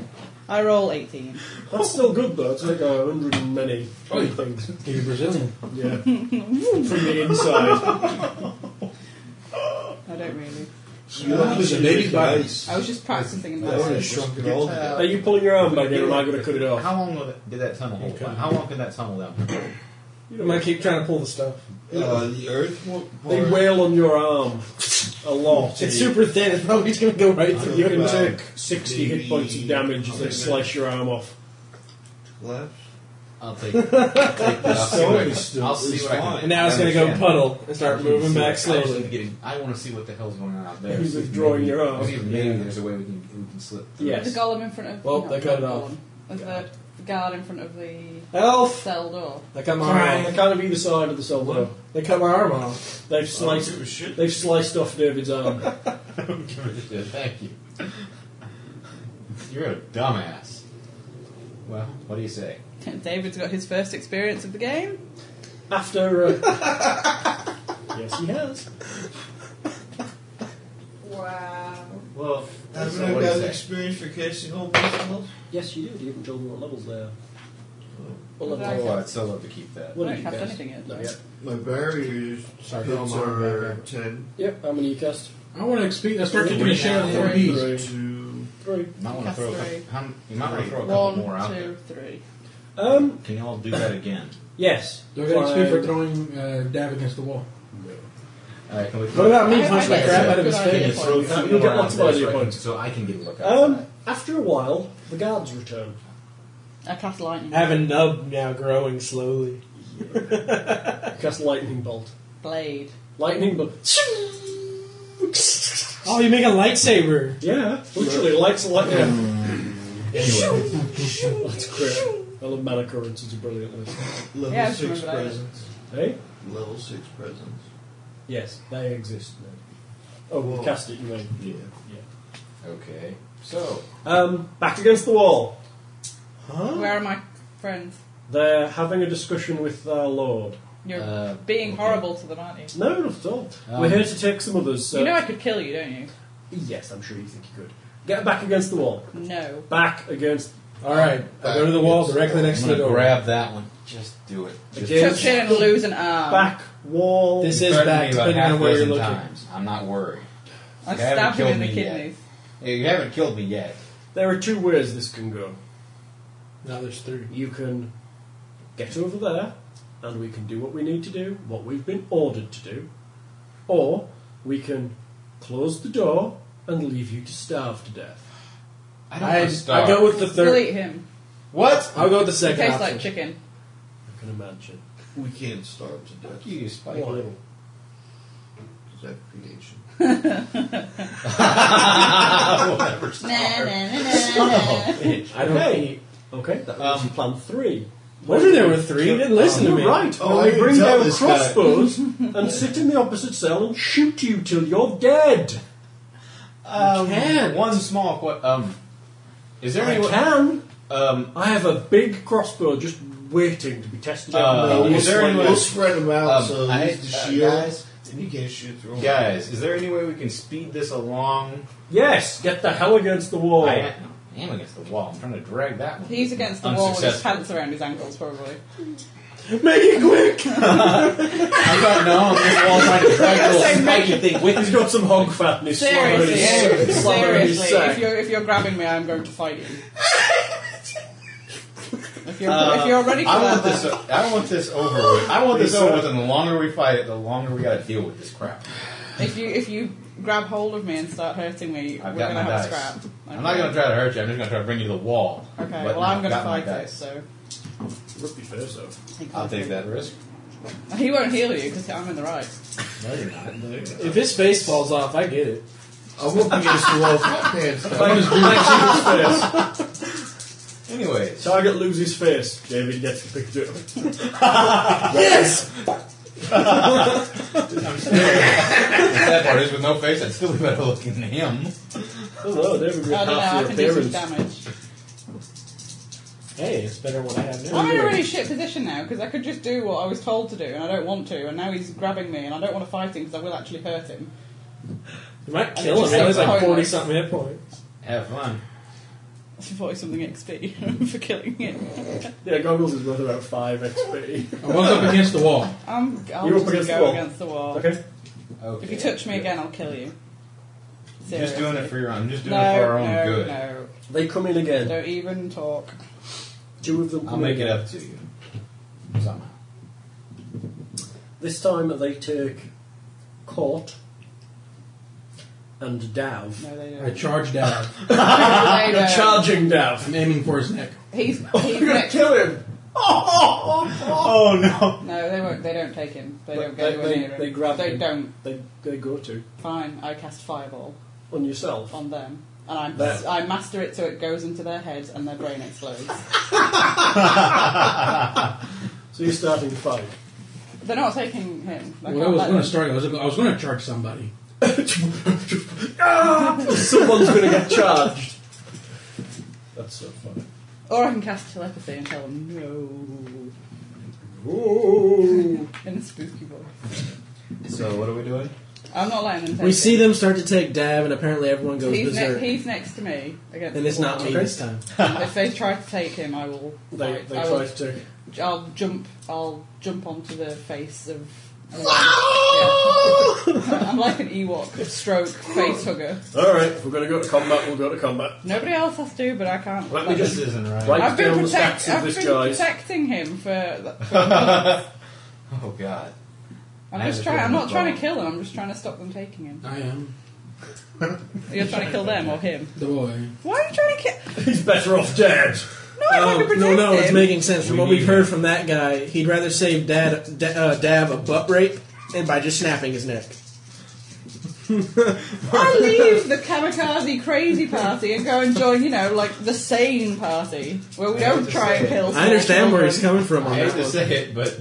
S2: I roll 18.
S4: That's still good though. It's like a hundred and many
S10: Oh,
S4: things.
S3: You're Brazilian.
S4: Yeah. From the inside.
S2: I don't really.
S8: You left us a baby bodies.
S2: I was just practicing in
S8: I would
S2: that.
S8: have shrunk it all
S4: Are
S8: together.
S4: you pulling your arm back in or am I going to cut it off?
S10: How long will that- did that tunnel hold? How long can that tunnel down?
S7: I'm gonna keep trying to pull the stuff.
S8: Uh, the earth wa-
S4: They
S8: part-
S4: wail on your arm a lot.
S7: It's super thin. It's probably just gonna go right
S8: I
S7: through.
S8: don't
S4: You
S8: know
S4: can
S8: about
S4: take 60 hit
S8: maybe-
S4: points of damage as
S8: I'll
S4: they
S8: take
S4: slice your arm off.
S8: Left.
S10: I'll take. I'll, take
S4: (laughs)
S10: that. I'll see what I can. I'll see what I can.
S7: And now it's gonna go
S10: understand.
S7: puddle and start moving
S10: See what-
S7: back
S10: I, just need to
S7: slowly.
S10: get in- I want to see what the hell's going on out there.
S4: Who's
S10: See if
S4: withdrawing
S10: maybe-
S4: your arm?
S10: see if Maybe
S7: Yeah.
S10: there's a way we can we can slip. through.
S4: Yes.
S2: The golem in front of.
S7: Well,
S2: not
S7: they
S2: the
S7: cut it
S2: golem.
S7: off.
S2: There's the guard in front of the
S7: Elf!
S2: cell door. (laughs)
S7: They cut my
S4: They
S7: arm off.
S4: kind of either side of the cell door.
S7: They cut my arm off.
S4: They've sliced. They've sliced off
S7: (laughs)
S4: David's arm.
S10: (laughs) Yeah, Thank you. You're a dumbass. Well, what do you say?
S2: David's got his first experience of the game.
S4: After. Uh, (laughs) yes, he has.
S2: Wow.
S10: Well,
S8: Haven't I got experience for casting all myself?
S4: Yes, you did. You haven't told me what levels they are. What
S2: What
S4: level?
S2: did
S10: Oh, I'd so love to keep
S2: I
S10: that.
S4: What
S2: don't
S4: did you
S2: cast
S4: cast?
S2: anything yet.
S4: No,
S2: though.
S4: yeah.
S8: My barriers
S7: Sorry,
S8: pins
S7: I'm on
S8: are
S7: back.
S8: ten.
S4: Yep, how many you cast?
S3: I want to expect Let's start
S4: Three
S3: kicking the shit out of
S2: now.
S3: the bees.
S8: Three, two.
S4: Three.
S10: You might want to
S2: Cast
S10: throw. A
S2: three.
S10: couple, how, m- you might want to throw a couple more out
S2: One,
S10: there.
S2: two, three.
S4: Um,
S10: Can y'all do that again?
S4: yes.
S3: Do I get XP for
S4: Fine.
S3: throwing uh, dab against the wall?
S10: Alright, can we
S6: What about me? Punch
S2: I- I
S6: the crap out of
S2: guess
S6: his
S2: it's a good
S6: face.
S2: idea.
S10: So
S2: Yeah.
S10: you get
S7: multiple idea points.
S10: so I can get a look at
S4: Um, after a while, the guards return.
S2: I cast lightning.
S6: I have a nub now growing slowly.
S4: Cast lightning bolt.
S2: Blade.
S4: Lightning bolt. (laughs)
S6: Oh, you make a lightsaber.
S4: Yeah, literally lights a light. Yeah. Anyway, that's great. I love mana currents. It's a brilliant list.
S8: Level
S2: Yeah, I just
S8: 6
S2: remember that.
S8: presence.
S4: Hey.
S8: Level 6 presence.
S4: Yes, they exist now. Oh,
S8: Whoa.
S4: we'll cast it, you mean.
S8: Yeah.
S10: Okay. So
S4: Um, back against the wall.
S2: Where are my friends?
S4: They're having a discussion with their lord.
S2: You're
S10: Uh,
S2: being
S10: okay.
S2: horrible to them, aren't you?
S4: No, not at all.
S10: Um,
S4: We're here to take some others. So
S2: You know I could kill you, don't you?
S4: yes, I'm sure you think you could. Get back against the wall.
S2: No.
S4: Back against.
S6: Alright, I go to the wall directly next to
S10: I'm
S6: the
S10: gonna
S6: door.
S10: grab that one. Just do it. Just
S4: Again.
S2: Tuck in and lose an arm.
S4: Back wall.
S6: Um, This
S10: You've
S6: is
S10: threatened
S6: back,
S10: me about
S6: depending
S10: half
S6: on where you're
S10: dozen
S6: looking.
S10: times. I'm not worried.
S2: I
S10: You haven't
S2: stab him in the
S10: killed me yet.
S2: kidneys.
S10: You haven't killed me yet.
S4: There are two ways this can go.
S6: Now there's three.
S4: You can get over there, and we can do what we need to do, what we've been ordered to do, or we can close the door and leave you to starve to death.
S10: I don't
S6: I,
S10: want to
S6: I
S10: starve.
S6: go with the
S2: We'll
S6: third.
S2: eat him.
S10: what?
S6: I'll go with the
S2: He
S6: second
S2: tastes
S6: option.
S2: like
S4: (laughs)
S2: chicken.
S4: I can imagine.
S8: We can't starve to death.
S10: Fuck you, you spike
S4: Why?
S10: little.
S8: Is that creation?
S2: Nah, nah, nah, nah, nah.
S6: I don't
S4: Okay.
S6: eat.
S4: Okay, that was
S10: Um,
S4: plan three.
S6: Wasn't there were three? You didn't listen to
S4: You're
S6: me.
S4: right.
S8: Oh,
S4: Oh, we
S8: I didn't
S4: bring
S8: tell
S4: down
S8: this guy.
S4: crossbows and sit in the opposite cell and shoot you till you're dead.
S10: Um,
S4: can't.
S10: One small question. Um, is there
S4: I
S10: any way?
S4: can.
S10: Um,
S4: I have a big crossbow just waiting to be tested out.
S2: Oh,
S10: Uh,
S8: No, we'll,
S10: is there
S8: spread,
S10: any way-
S8: we'll spread them out
S10: Um,
S8: so
S10: I-
S8: he's the
S10: uh,
S8: shield,
S10: guys?
S8: and you can't shoot through him.
S10: guys, is there any way we can speed this along?
S4: yes, get the hell against the wall.
S10: I am, I am against the wall. I'm trying to drag that
S2: (laughs)
S10: one.
S2: He's against the wall with his
S10: Unsuccessful.
S2: pants around his ankles, probably.
S6: Make it quick!
S10: I got no. I'm against the wall trying
S2: (laughs)
S10: to drag the little spiky thing (laughs) with
S4: He's got some hog fat in his slobber
S2: Seriously,
S4: in his- slobber in his
S2: seriously. If
S4: sack.
S2: you're if you're grabbing me, I'm going to fight you.
S4: (laughs)
S2: If you're
S10: Uh,
S2: if you're ready for
S10: I
S2: that,
S10: want this. I don't want this over with. I want this over with, and the longer we fight it, the longer we got to deal with this crap.
S2: if you if you grab hold of me and start hurting me,
S10: I've
S2: we're
S10: got
S2: gonna
S10: my
S2: have a
S10: dice.
S2: scrap.
S10: I'm not going to try to hurt you. I'm just going to try to bring you to the wall.
S2: Okay,
S10: But
S2: well I'm
S10: I've
S2: gonna
S10: got my
S2: fight it,
S10: dice.
S2: so
S4: Rip your face off.
S10: I'll take that risk.
S2: he won't heal you because I'm in the right.
S10: No, you're not.
S6: If his face falls off, I get it.
S8: I won't be against the wall with my pants down.
S4: Thanks, thanks for his face.
S10: Anyways,
S4: Target loses face. David gets the picture.
S10: the sad part is with no face, I'd still be better looking than him.
S4: Oh no, David
S2: I
S4: got
S2: don't know. I
S4: half
S2: can
S4: the
S2: do some
S4: appearance.
S2: damage.
S6: Hey, it's better what I have now.
S2: I'm in a really shit position now because I could just do what I was told to do and I don't want to, and now he's grabbing me and I don't want to fight him because I will actually hurt him.
S6: You might
S2: I
S6: kill him.
S2: just
S6: He only
S2: said
S6: like
S2: pointless.
S6: 40 something hit points.
S10: Have fun.
S2: (laughs) Forty something XP for killing him.
S4: Yeah, Goggles is worth about 5 XP.
S3: I was up against the wall.
S2: I'm, I'll
S4: You're up
S2: just
S4: against
S2: go
S4: the wall.
S2: against the wall.
S4: okay.
S10: Okay.
S2: If you touch me again, I'll kill you.
S10: I'm just
S2: Seriously.
S10: doing it for your. I'm just doing
S2: no,
S10: it for our own
S2: no,
S10: good.
S2: No,
S4: They come in again.
S2: don't even talk.
S4: Two of them
S10: I'll
S4: come
S10: make
S4: in.
S10: it up to you somehow.
S4: This time they take Cort and Dav.
S2: No, they don't.
S3: I charged down.
S2: (laughs)
S10: (laughs)
S2: They
S4: You're
S2: don't.
S4: charging Dav.
S3: I'm aiming for his neck.
S2: He's, he's next.
S4: Kill him!
S10: Oh no!
S2: No, they won't. They don't take him. They
S4: But
S2: don't
S4: they-
S2: go anywhere
S4: they-
S2: near him.
S4: they grab
S2: They
S4: him.
S2: don't.
S4: They, they go to.
S2: Fine. I cast fireball
S4: On yourself.
S2: on them, and I'm,
S4: That-
S2: I master it so it goes into their heads and their brain
S4: (laughs)
S2: explodes.
S4: So you're starting to fight.
S2: They're not taking him. I
S3: Well, I
S2: can't
S3: was
S2: let them.
S3: going to start. I was, I was going to charge somebody. (laughs)
S4: Someone's going to get charged. That's so funny.
S2: Or I can cast telepathy and tell them no
S4: Whoa.
S2: in a spooky voice.
S10: So what are we doing?
S2: I'm not letting them. Take
S6: We see
S2: him.
S6: them start to take dab, and apparently everyone goes
S2: He's, ne-
S6: berserk.
S2: he's next to me. Against
S6: and it's
S2: the
S6: not
S2: wall.
S6: me this time.
S2: if they try to take him, I will.
S4: They,
S2: fight.
S4: they
S2: I
S4: try
S2: will,
S4: to take.
S2: I'll jump. I'll jump onto the face of. Yeah. (laughs) I'm like an Ewok, stroke face hugger.
S4: Alright, if we're going to go to combat, we'll go to combat.
S2: Nobody else has to, but I can't.
S4: Let me
S10: This
S4: just
S10: isn't right.
S4: write
S2: I've been,
S4: down the
S2: protect-
S4: stats of
S2: I've
S4: this
S2: been
S4: guy's.
S2: protecting him for.
S10: oh god.
S2: I'm
S10: I
S2: just
S10: have
S2: trying. I'm not
S10: a
S2: trying to kill him. I'm just trying to stop them taking him.
S3: I am.
S2: You're trying to kill them or him?
S3: The boy.
S2: Why are you trying to kill?
S10: (laughs)
S1: He's better off dead.
S2: No, I'm trying to protect
S7: Oh, no, no,
S2: him.
S7: it's making sense. From
S10: We
S7: what we've
S10: need
S7: heard
S10: him.
S7: from that guy, he'd rather save Dad, da, uh, Dab a butt rape and by just snapping his neck.
S2: (laughs) I leave the kamikaze crazy party and go and join, you know, like the sane party where we
S10: I hate
S2: don't
S10: to
S2: try
S10: say
S2: and
S10: it.
S2: kill.
S7: I understand where he's
S2: children.
S7: coming from
S10: I
S7: on
S10: hate
S7: that
S10: to
S7: one.
S10: say it,
S2: (laughs)
S10: but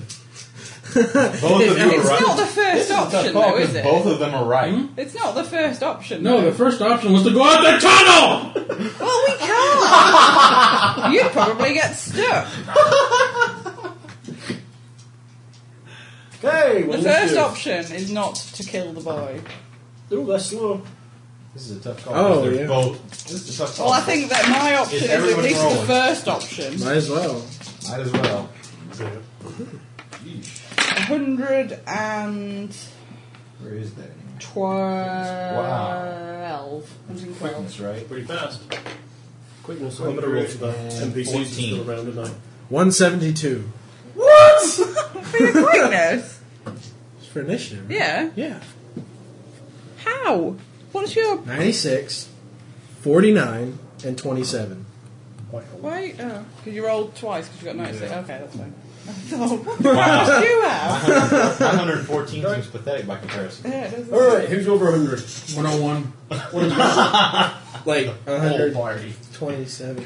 S10: both of you are
S2: It's not
S10: right.
S2: the first option, though, is it?
S10: Because both of them are right.
S2: It's not the first option.
S3: No,
S2: though.
S3: the first option was to go out the tunnel!
S2: Well, we can't. You'd probably get
S10: (laughs)
S2: stuck.
S4: Okay,
S2: The
S4: well,
S2: first option is not to kill the boy.
S4: Ooh, that's slow.
S10: This is a tough call.
S7: Oh,
S10: They're
S7: yeah.
S10: Both. This is a tough call.
S2: Well, I think that my option
S10: Is
S2: is, at
S10: everyone
S2: least
S10: rolling?
S2: the first option.
S7: Might as well.
S10: Might as well.
S6: uh,
S10: Yeesh.
S2: 100 and
S10: Where is that?
S2: 12. 112. (laughs)
S10: That's right.
S4: Pretty fast. Quickness.
S10: I'm gonna roll for that. NPCs are still
S4: still around, aren't
S7: 172.
S2: (laughs) For your quickness?
S7: It's for initiative. right?
S2: Yeah.
S7: Yeah.
S2: How? What's your.
S7: 96, 49, and 27.
S2: Wait, oh. Because you rolled twice because you got 96. Okay, that's fine.
S10: Wow.
S2: (laughs) You
S4: (laughs)
S2: have?
S10: 114 seems pathetic by comparison.
S2: Yeah, it doesn't-
S4: Alright, who's over 100?
S3: 101.
S7: Like,
S10: Whole
S7: 127.
S10: party.
S4: Oh,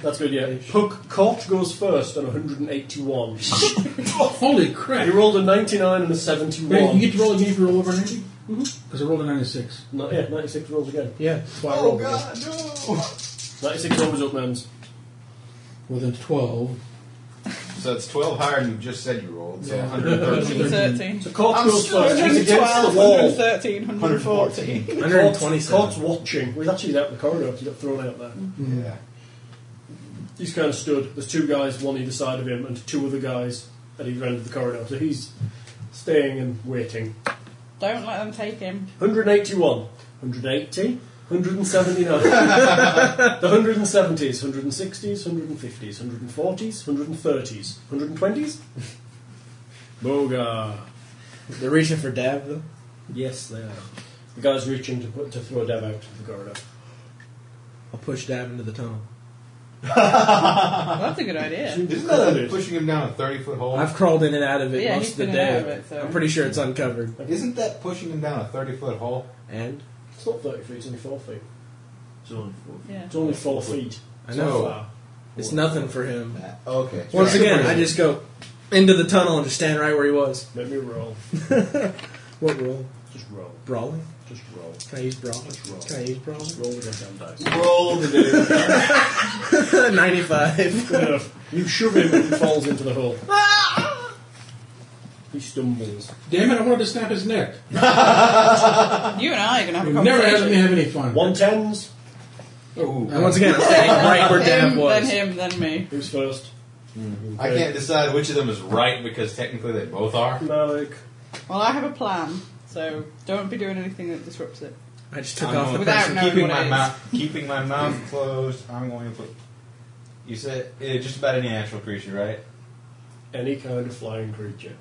S4: That's good, yeah. Hook Koch goes first on 181.
S3: Holy crap.
S4: he rolled a 99 and a
S3: Wait,
S4: 71.
S3: you get to roll, you need to roll over 90? Mm-hmm. Because I rolled a 96.
S4: No, yeah, 96 rolls again.
S7: Yeah, that's why I
S8: Oh
S7: rolled it.
S8: god, no!
S4: 96 always up, Mems.
S3: Well, then 12.
S10: So it's 12 higher than you just said you rolled. So
S3: Yeah.
S10: 113.
S2: 113.
S4: So Koch goes first. He's against
S2: 112,
S4: the wall.
S2: 113, 114.
S7: 127.
S4: Cort's watching. Well, he's actually out in the corridor. 'cause He got thrown out there.
S10: Yeah.
S4: He's kind of stood. There's two guys, one either side of him, and two other guys at either end of the corridor. So he's staying and waiting.
S2: Don't let them take
S4: (laughs)
S2: him.
S4: 181, 180, 179. the 170s, 160s, 150s, 140s, 130s, 120s. Boga.
S7: They're reaching for Dab, though.
S4: Yes, they are. The guy's reaching to put to throw Dev out of the corridor.
S7: I'll push Dab into the tunnel.
S2: Well, that's a good idea.
S10: Isn't that like pushing him down a 30 foot hole?
S7: I've crawled in and out of it
S2: Yeah,
S7: most
S2: he's
S7: of the
S2: been in
S7: day.
S2: and out of it, so-
S7: I'm pretty sure it's uncovered.
S10: Isn't that pushing him down a 30 foot hole?
S7: And?
S4: It's not 30 feet, it's only 4 feet.
S8: It's only four.
S2: Yeah.
S4: It's only 4 feet.
S7: I know.
S4: So far.
S7: It's nothing for him.
S10: Oh, Okay.
S7: Once again, I just go into the tunnel and just stand right where he was.
S4: Let me roll.
S7: What roll?
S4: Just roll.
S7: Brawling?
S4: Just roll.
S7: Can I use brawling?
S4: Just roll.
S7: Can I use
S4: (laughs)
S7: brawling?
S4: Roll the goddamn dice.
S8: Roll the
S7: (laughs)
S8: dude.
S7: 95.
S4: Good enough. You shove him and he falls into the hole. He stumbles.
S3: Damn it, I wanted to snap his neck.
S2: You and I are going to have a
S3: It
S2: conversation.
S3: never has me have any fun.
S4: One tens.
S7: And once again, I'm standing right where Dab
S2: him, then
S7: was.
S2: him, then me.
S4: Who's first?
S10: I can't decide which of them is right because technically they both are.
S4: Malik.
S2: Well, I have a plan, so don't be doing anything that disrupts it.
S7: I just took
S10: I'm
S7: off the
S10: going-
S2: Without
S7: pressure.
S2: knowing
S10: keeping
S2: what it
S10: my
S2: is.
S10: mouth keeping my mouth closed. I'm going to put. You said eh, just about any natural creature, right?
S4: Any kind of flying creature.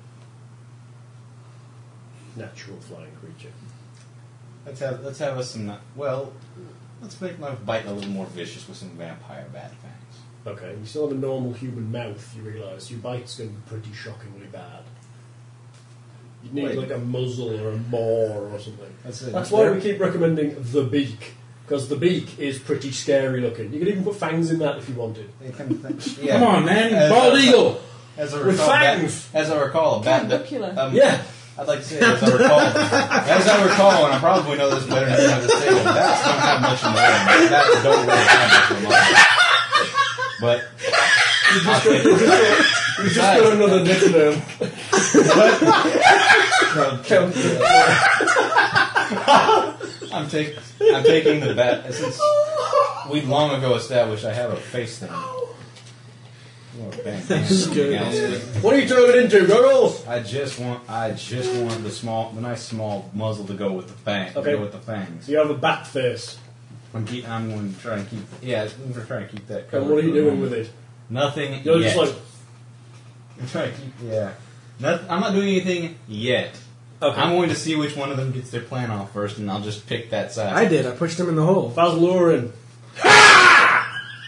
S4: Natural flying creature.
S10: Let's have let's have us some. na- Well, let's make my bite a little more vicious with some vampire bat fangs.
S4: Okay, you still have a normal human mouth, you realise. Your bite's going to be pretty shockingly bad. You'd need
S10: Wait.
S4: like a muzzle or a maw or something.
S10: That's it.
S4: That's why we keep recommending the beak, because the beak is pretty scary looking. You could even put fangs in that if you wanted.
S10: They kind of think- yeah.
S3: Come on, man.
S10: As
S3: Bald
S10: a-
S3: eagle.
S10: As I
S4: With
S10: recall, bat,
S4: fangs.
S10: as I recall, a bat.
S4: Uh,
S2: Candicular.
S10: um,
S4: Yeah.
S10: I'd like to say, as I recall, as I recall, and I probably know this better than I have to say, but bats don't have much in the line. Bats don't really have much in the
S4: You just got, you
S10: line. But
S4: just got- you just got another nickname.
S10: (laughs) I'm taking I'm taking the bat since we long ago established I have a face thing. Well, bang, bang,
S7: is
S10: something
S7: good.
S10: else,
S4: What are you turning into, goggles?
S10: but I just want I just want the small the nice small muzzle to go with the fang. to
S4: Okay.
S10: Go with the fangs.
S4: So you have a bat face.
S10: I'm, keep, I'm going to try and keep yeah I'm going to try and keep that.
S4: And
S10: covered
S4: what are
S10: for
S4: you
S10: the
S4: doing
S10: moment.
S4: with it?
S10: Nothing.
S4: You're
S10: yet.
S4: just like,
S10: I'm trying to keep. Yeah. Not, I'm not doing anything yet.
S4: Okay.
S10: I'm going to see which one of them gets their plan off first, and I'll just pick that side.
S6: I did. I pushed him in the hole.
S4: If I was Lauren,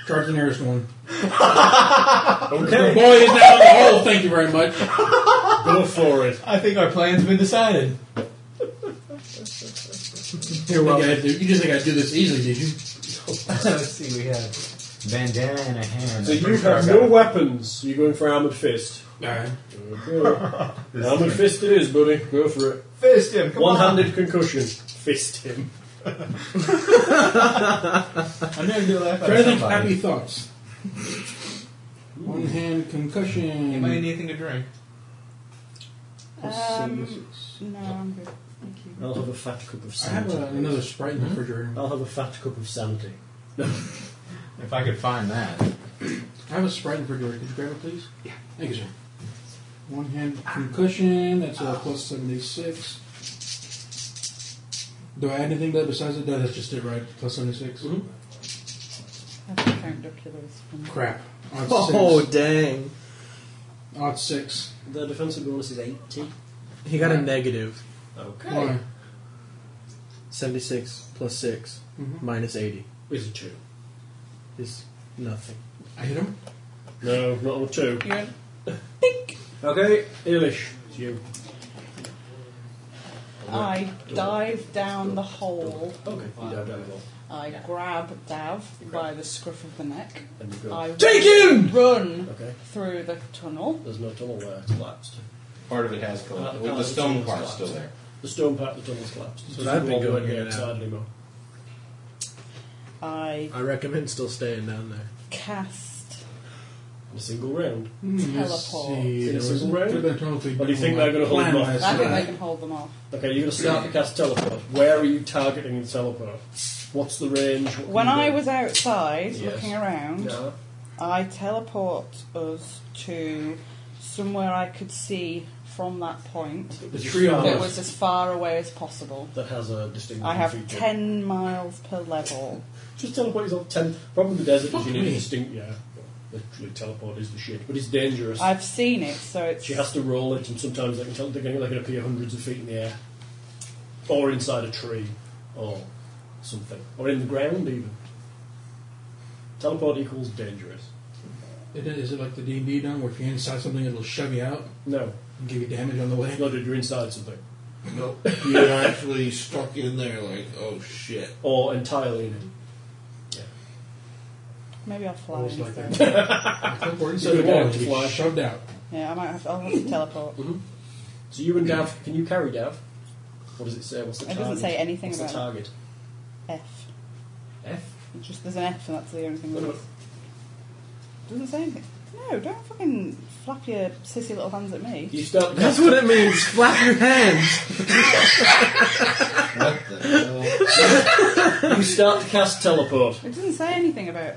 S3: Charge the nearest (laughs) one. The
S4: okay,
S3: boy is now in the hole. Thank you very much.
S4: go for it.
S10: I think our plan's been decided.
S3: Here, well, you, do, you just think I do this easily, did you?
S10: Let's see, we have bandana and a hand.
S4: So you have no weapons. You're going for armored fist.
S3: Alright.
S4: (laughs) Okay. armored fist it is, buddy. Go for it.
S10: Fist him. Come on.
S4: One-handed concussion. Fist him.
S10: I'm never gonna laugh
S3: Try to
S10: at
S3: think
S10: somebody.
S3: happy thoughts. One hand concussion.
S10: Anybody need anything to drink?
S2: Um, no, I'm good. Thank you.
S4: I'll have a fat cup of
S3: I have
S4: sanity.
S3: a, another sprite in the refrigerator.
S4: I'll have a fat cup of sanity.
S10: If I could find that.
S3: I have a sprite in the refrigerator. Could you grab it, please? Yeah. Thank you, sir. One hand concussion. That's a plus seventy-six. Do I add anything to that besides it? No, that's just it, right? Plus 76
S4: Mhm.
S2: I have to count Dracula's.
S3: Crap. Odd
S6: Oh,
S3: six.
S6: dang.
S3: Odd six.
S4: The defensive bonus is 80.
S6: He got a negative.
S4: Okay.
S3: Why?
S6: 76 plus 6
S3: Mhm.
S6: minus 80
S4: Is a 2.
S6: is nothing.
S3: I hit him.
S4: No, not on a 2.
S2: You're
S4: Okay, Elish. It's you.
S2: I dive down the hole.
S4: Okay. You dive down the wall.
S2: I grab Dav by the scruff of the neck.
S4: And you go.
S2: I
S4: Take him!
S2: run
S4: Okay.
S2: through the tunnel.
S4: There's no tunnel there. It's collapsed.
S10: Part of it has collapsed.
S4: Uh,
S10: the stone
S4: it's
S10: part's
S4: collapsed.
S10: still there.
S4: The stone part of the tunnel's collapsed. So
S6: But I've
S4: you
S6: been
S4: won't
S6: going
S4: get
S6: in and
S4: outside
S6: out.
S4: anymore.
S2: I
S6: I recommend still staying down there.
S2: cast.
S4: In a single round.
S3: Hmm, let's
S2: Teleport.
S3: see.
S4: Is it
S3: There was-
S4: single round?
S3: could have been totally
S4: Or do you think they're gonna hold
S3: plan
S4: them off?
S3: last
S2: I think they
S3: night.
S2: can hold them off.
S4: Okay, you're going to start to cast teleport. Where are you targeting in teleport? What's the range? What can
S2: When
S4: you
S2: I
S4: do?
S2: was outside
S4: Yes.
S2: looking around,
S4: Yeah.
S2: I teleport us to somewhere I could see from that point
S4: The tree
S2: that
S4: armor
S2: was as far away as possible.
S4: that has a distinct
S2: I have
S4: feature.
S2: 10 miles per level.
S4: Just teleport yourself ten. Problem with the desert is you need a
S3: me.
S4: distinct. Yeah, literally teleport is the shit, but it's dangerous.
S2: I've seen it, so it's.
S4: she has to roll it, and sometimes they can tell they can, they can appear hundreds of feet in the air, or inside a tree, or something, or in the ground even. Teleport equals dangerous.
S3: It is is it like the D&D done where if you're inside something it'll shove you out
S4: No,
S3: and give you damage on the way?
S4: no, dude, you're inside something,
S8: Nope. You're actually stuck in there like, oh shit.
S4: or entirely in it.
S2: Maybe I'll fly
S3: Rolls like
S2: instead.
S3: Teleport
S4: So
S3: inside the
S4: you
S3: wall
S4: don't
S3: and you
S4: fly.
S3: get shoved out.
S2: (laughs) Yeah, I might have to, I'll have to teleport.
S4: So you and Dav, can you carry Dav? What does it say? What's the
S2: It
S4: target?
S2: doesn't say anything
S4: What's the
S2: about
S4: target?
S2: F.
S4: F.
S2: It's just there's an F, and that's the only thing.
S4: What
S2: That
S4: about-
S2: is. Doesn't say anything. No, don't fucking flap your sissy little hands at me.
S4: You start.
S6: That's what it means. Flap your hands.
S10: What the hell?
S4: You start to cast teleport.
S2: It doesn't say anything about.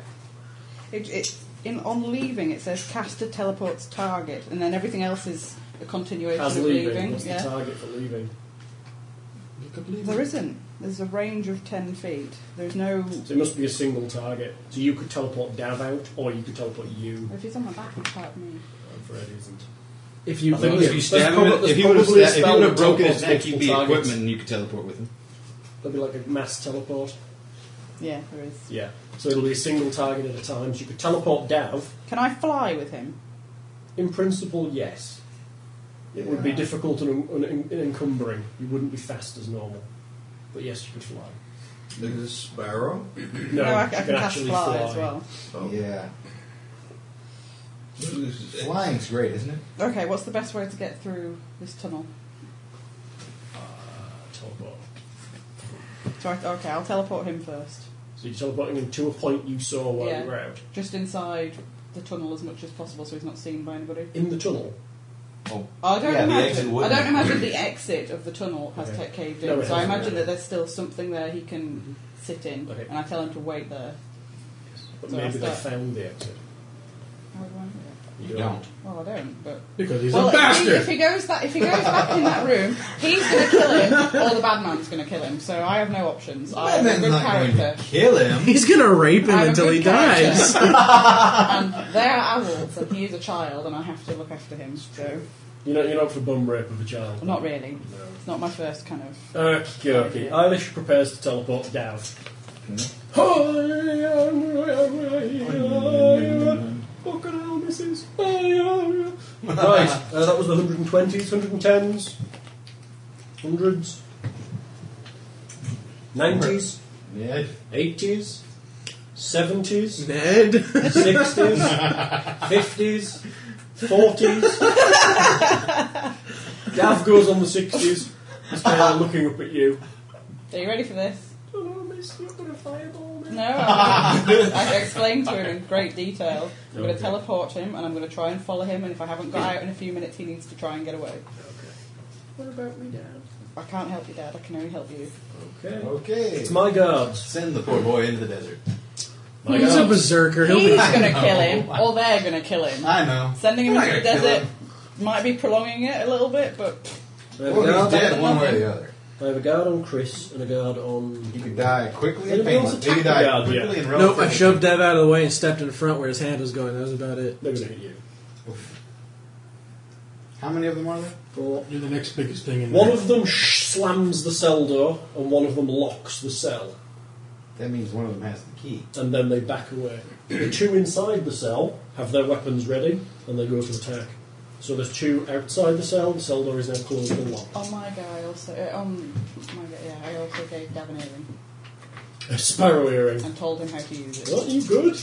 S2: It, it in on leaving it says caster teleports target, and then everything else is a continuation
S4: As
S2: of
S4: leaving, what's the
S2: Yeah,
S4: target for leaving?
S3: You could leave.
S2: there isn't. There's a range of ten feet. There's no.
S4: So it must be a single target. So you could teleport Dav out, or you could teleport you.
S2: If he's on my back, he's part of me.
S4: I'm afraid it isn't.
S6: If you,
S4: I think
S6: look
S4: if
S6: at-
S4: you
S10: Stab him
S4: There's
S10: with-
S4: prob-
S10: if he
S4: there's
S10: would
S4: probably
S10: have
S4: a
S10: if he
S4: spell
S10: would
S4: that
S10: have broken his
S4: teleports
S10: neck, you'd be
S4: multiple targets.
S10: equipment and you could teleport with him.
S4: That'd be like a mass teleport.
S2: Yeah, there is.
S4: Yeah. So it'll be a single target at a time. So you could teleport Dav.
S2: Can I fly with him?
S4: In principle, yes. It would be difficult and, un- un- encumbering. You wouldn't be fast as normal. But yes, you could fly.
S8: Like a sparrow?
S4: No,
S2: I, I
S4: you
S2: can,
S4: can
S2: cast
S4: actually
S2: fly,
S4: fly.
S2: as well.
S8: Oh.
S10: Yeah.
S8: This is it.
S10: Flying's great, isn't it?
S2: Okay, what's the best way to get through this tunnel?
S4: Uh, teleport.
S2: So I, okay, I'll teleport him first,
S4: So you're teleporting him to a point you saw while
S2: Yeah.
S4: you were out.
S2: just inside the tunnel as much as possible, so he's not seen by anybody.
S4: In the tunnel.
S2: I don't
S10: Yeah, the exit
S2: imagine. I
S10: would
S2: don't
S10: be.
S2: imagine the exit of the tunnel has
S4: Okay.
S2: tech caved in,
S4: No, it
S2: so I
S4: hasn't,
S2: imagine
S4: no.
S2: that
S4: Mm-hmm.
S2: there's still something there he can sit in,
S4: Okay.
S2: and I tell him to wait there.
S4: But
S2: So
S4: maybe
S2: that's
S4: they
S2: that.
S4: found the exit.
S2: How do I know?
S10: You don't.
S2: Well, I don't. But
S3: Because he's
S2: well,
S3: a
S2: if he, if
S3: bastard!
S2: he goes that if he goes back in that room, he's going to kill him, or the bad man's going to kill him. So I have no options. I'm a
S10: Batman's
S2: good
S10: not going
S2: character,
S10: to kill him.
S6: (laughs) he's gonna rape him
S2: I'm a
S6: until
S2: good
S6: he
S2: character. (laughs)
S6: dies.
S4: (laughs)
S2: and they're adults, and he is a child, and I have to look after him. So
S4: You're not, you're not for bum rape of a child.
S2: Not really.
S4: No.
S2: It's not my first kind of.
S4: Okay, okay. Eilish prepares to teleport down. What kind of hell this is? right, uh, that was the 120s, 110s, 100s, 90s,
S10: Yeah.
S4: 80s, 70s,
S6: (laughs) Ned.
S4: 60s, 50s, 40s. Gav goes on the 60s, He's (laughs) there looking up at you.
S2: Are you ready for this?
S4: Oh, miss, you're gonna fireball me.
S2: No, I'm- I've explained to him in great detail. I'm going
S4: Okay.
S2: to teleport him, and I'm going to try and follow him. And if I haven't got out in a few minutes, he needs to try and get away.
S4: What about me, Dad?
S2: I can't help you, Dad. I can only help you.
S4: Okay.
S9: Okay.
S4: It's my guards.
S9: Send the poor boy into the desert.
S4: My
S6: He's a
S4: guards.
S6: berserker. He'll
S2: He's
S6: be.
S2: going to kill him, or they're going to kill him.
S9: I know.
S2: Sending him
S9: I'm
S2: into the
S9: not gonna kill
S2: desert might be prolonging it a little bit, but
S4: I have, a
S9: Or he's
S4: guard.
S9: dead one way or the other.
S4: I have a guard on Chris and a guard on.
S9: He could die quickly
S4: It'll
S9: and
S4: be able
S9: painlessly.
S4: to
S9: He could
S4: tackle
S9: die
S4: down, yeah.
S9: quickly and
S6: Nope, I
S9: relatively-
S6: shoved Dev out of the way and stepped in front where his hand was going. That was about it.
S4: They're gonna hit you.
S9: How many of them are there?
S4: Four.
S3: You're the next biggest thing in
S4: One
S3: there.
S4: of them sh- slams the cell door, and one of them locks the cell,
S9: That means one of them has the key.
S4: and then they back away. The two inside the cell have their weapons ready, and they go to attack. So there's two outside the cell. The cell door is now closed and locked.
S2: on oh my guy also, uh, on my guy, yeah, I also gave Gavin earring
S4: A sparrow earring.
S2: and told him how to use it.
S4: Aren't you good?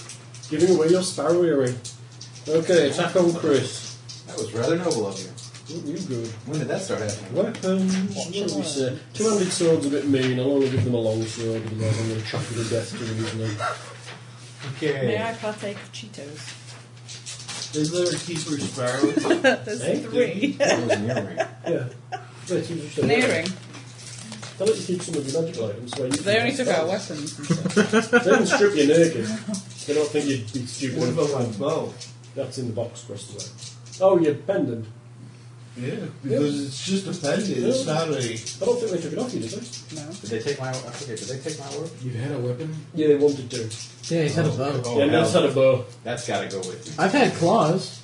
S4: Giving away your sparrow earring. Okay, attack on Chris.
S9: That was rather noble of you.
S4: Aren't you good?
S9: When did that start happening?
S4: Weapons. What
S2: your
S4: did we
S2: eye.
S4: say? Two-handed sword's a bit mean. I'll only give them a long sword because I'm going to chop you to death too easily.
S2: May
S9: Okay.
S2: I partake of Cheetos?
S8: Is there a key for Sparrow?
S2: (laughs) There's
S4: Eh?
S2: three.
S9: That was an earring.
S4: Yeah. Wait, you just said-
S2: An earring.
S4: I'll let you keep some of your magic items. Where you
S2: They
S4: can-
S2: only took our weapons and stuff.
S4: They didn't strip you naked. They don't think you'd be
S8: What
S4: stupid.
S8: about my bow?
S4: That's in the box, Chris. away. Oh, your pendant.
S8: Yeah, because it's just a pendant. It's not a.
S4: I don't think they took it off you, did they?
S2: No.
S9: Did they take my? I forget. Did they take my orb?
S3: You had a weapon?
S4: Yeah, they wanted to.
S6: Yeah, he's had a bow.
S9: Oh,
S4: yeah,
S9: hell.
S4: Ned's had a bow.
S9: That's got to go with you.
S6: I've had claws.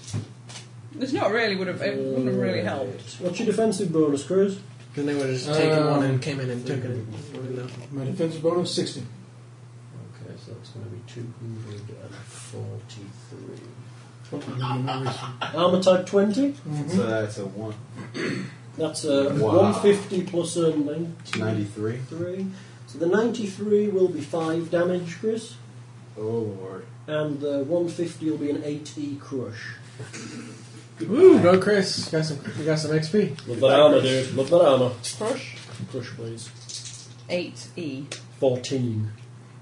S2: It's not really would have. It wouldn't have really helped.
S4: What's your defensive bonus, Chris?
S6: Then they would have just taken
S3: Um,
S6: one and came in and took it. Would've known.
S3: My defensive bonus, 60.
S4: Okay, so that's going to be 243. Armour type 20?
S9: So that's a one
S4: That's a
S9: Wow.
S4: 150 plus a 93.
S9: ninety-three.
S4: So the 93 will be 5 damage, Chris.
S9: Oh lord.
S4: And the 150 will be an 8e crush.
S6: Woo, go Chris. Got some, we got some XP.
S4: Love that armour, dude. Love that armour.
S2: Crush.
S4: Crush, please.
S2: 8E.
S4: 14.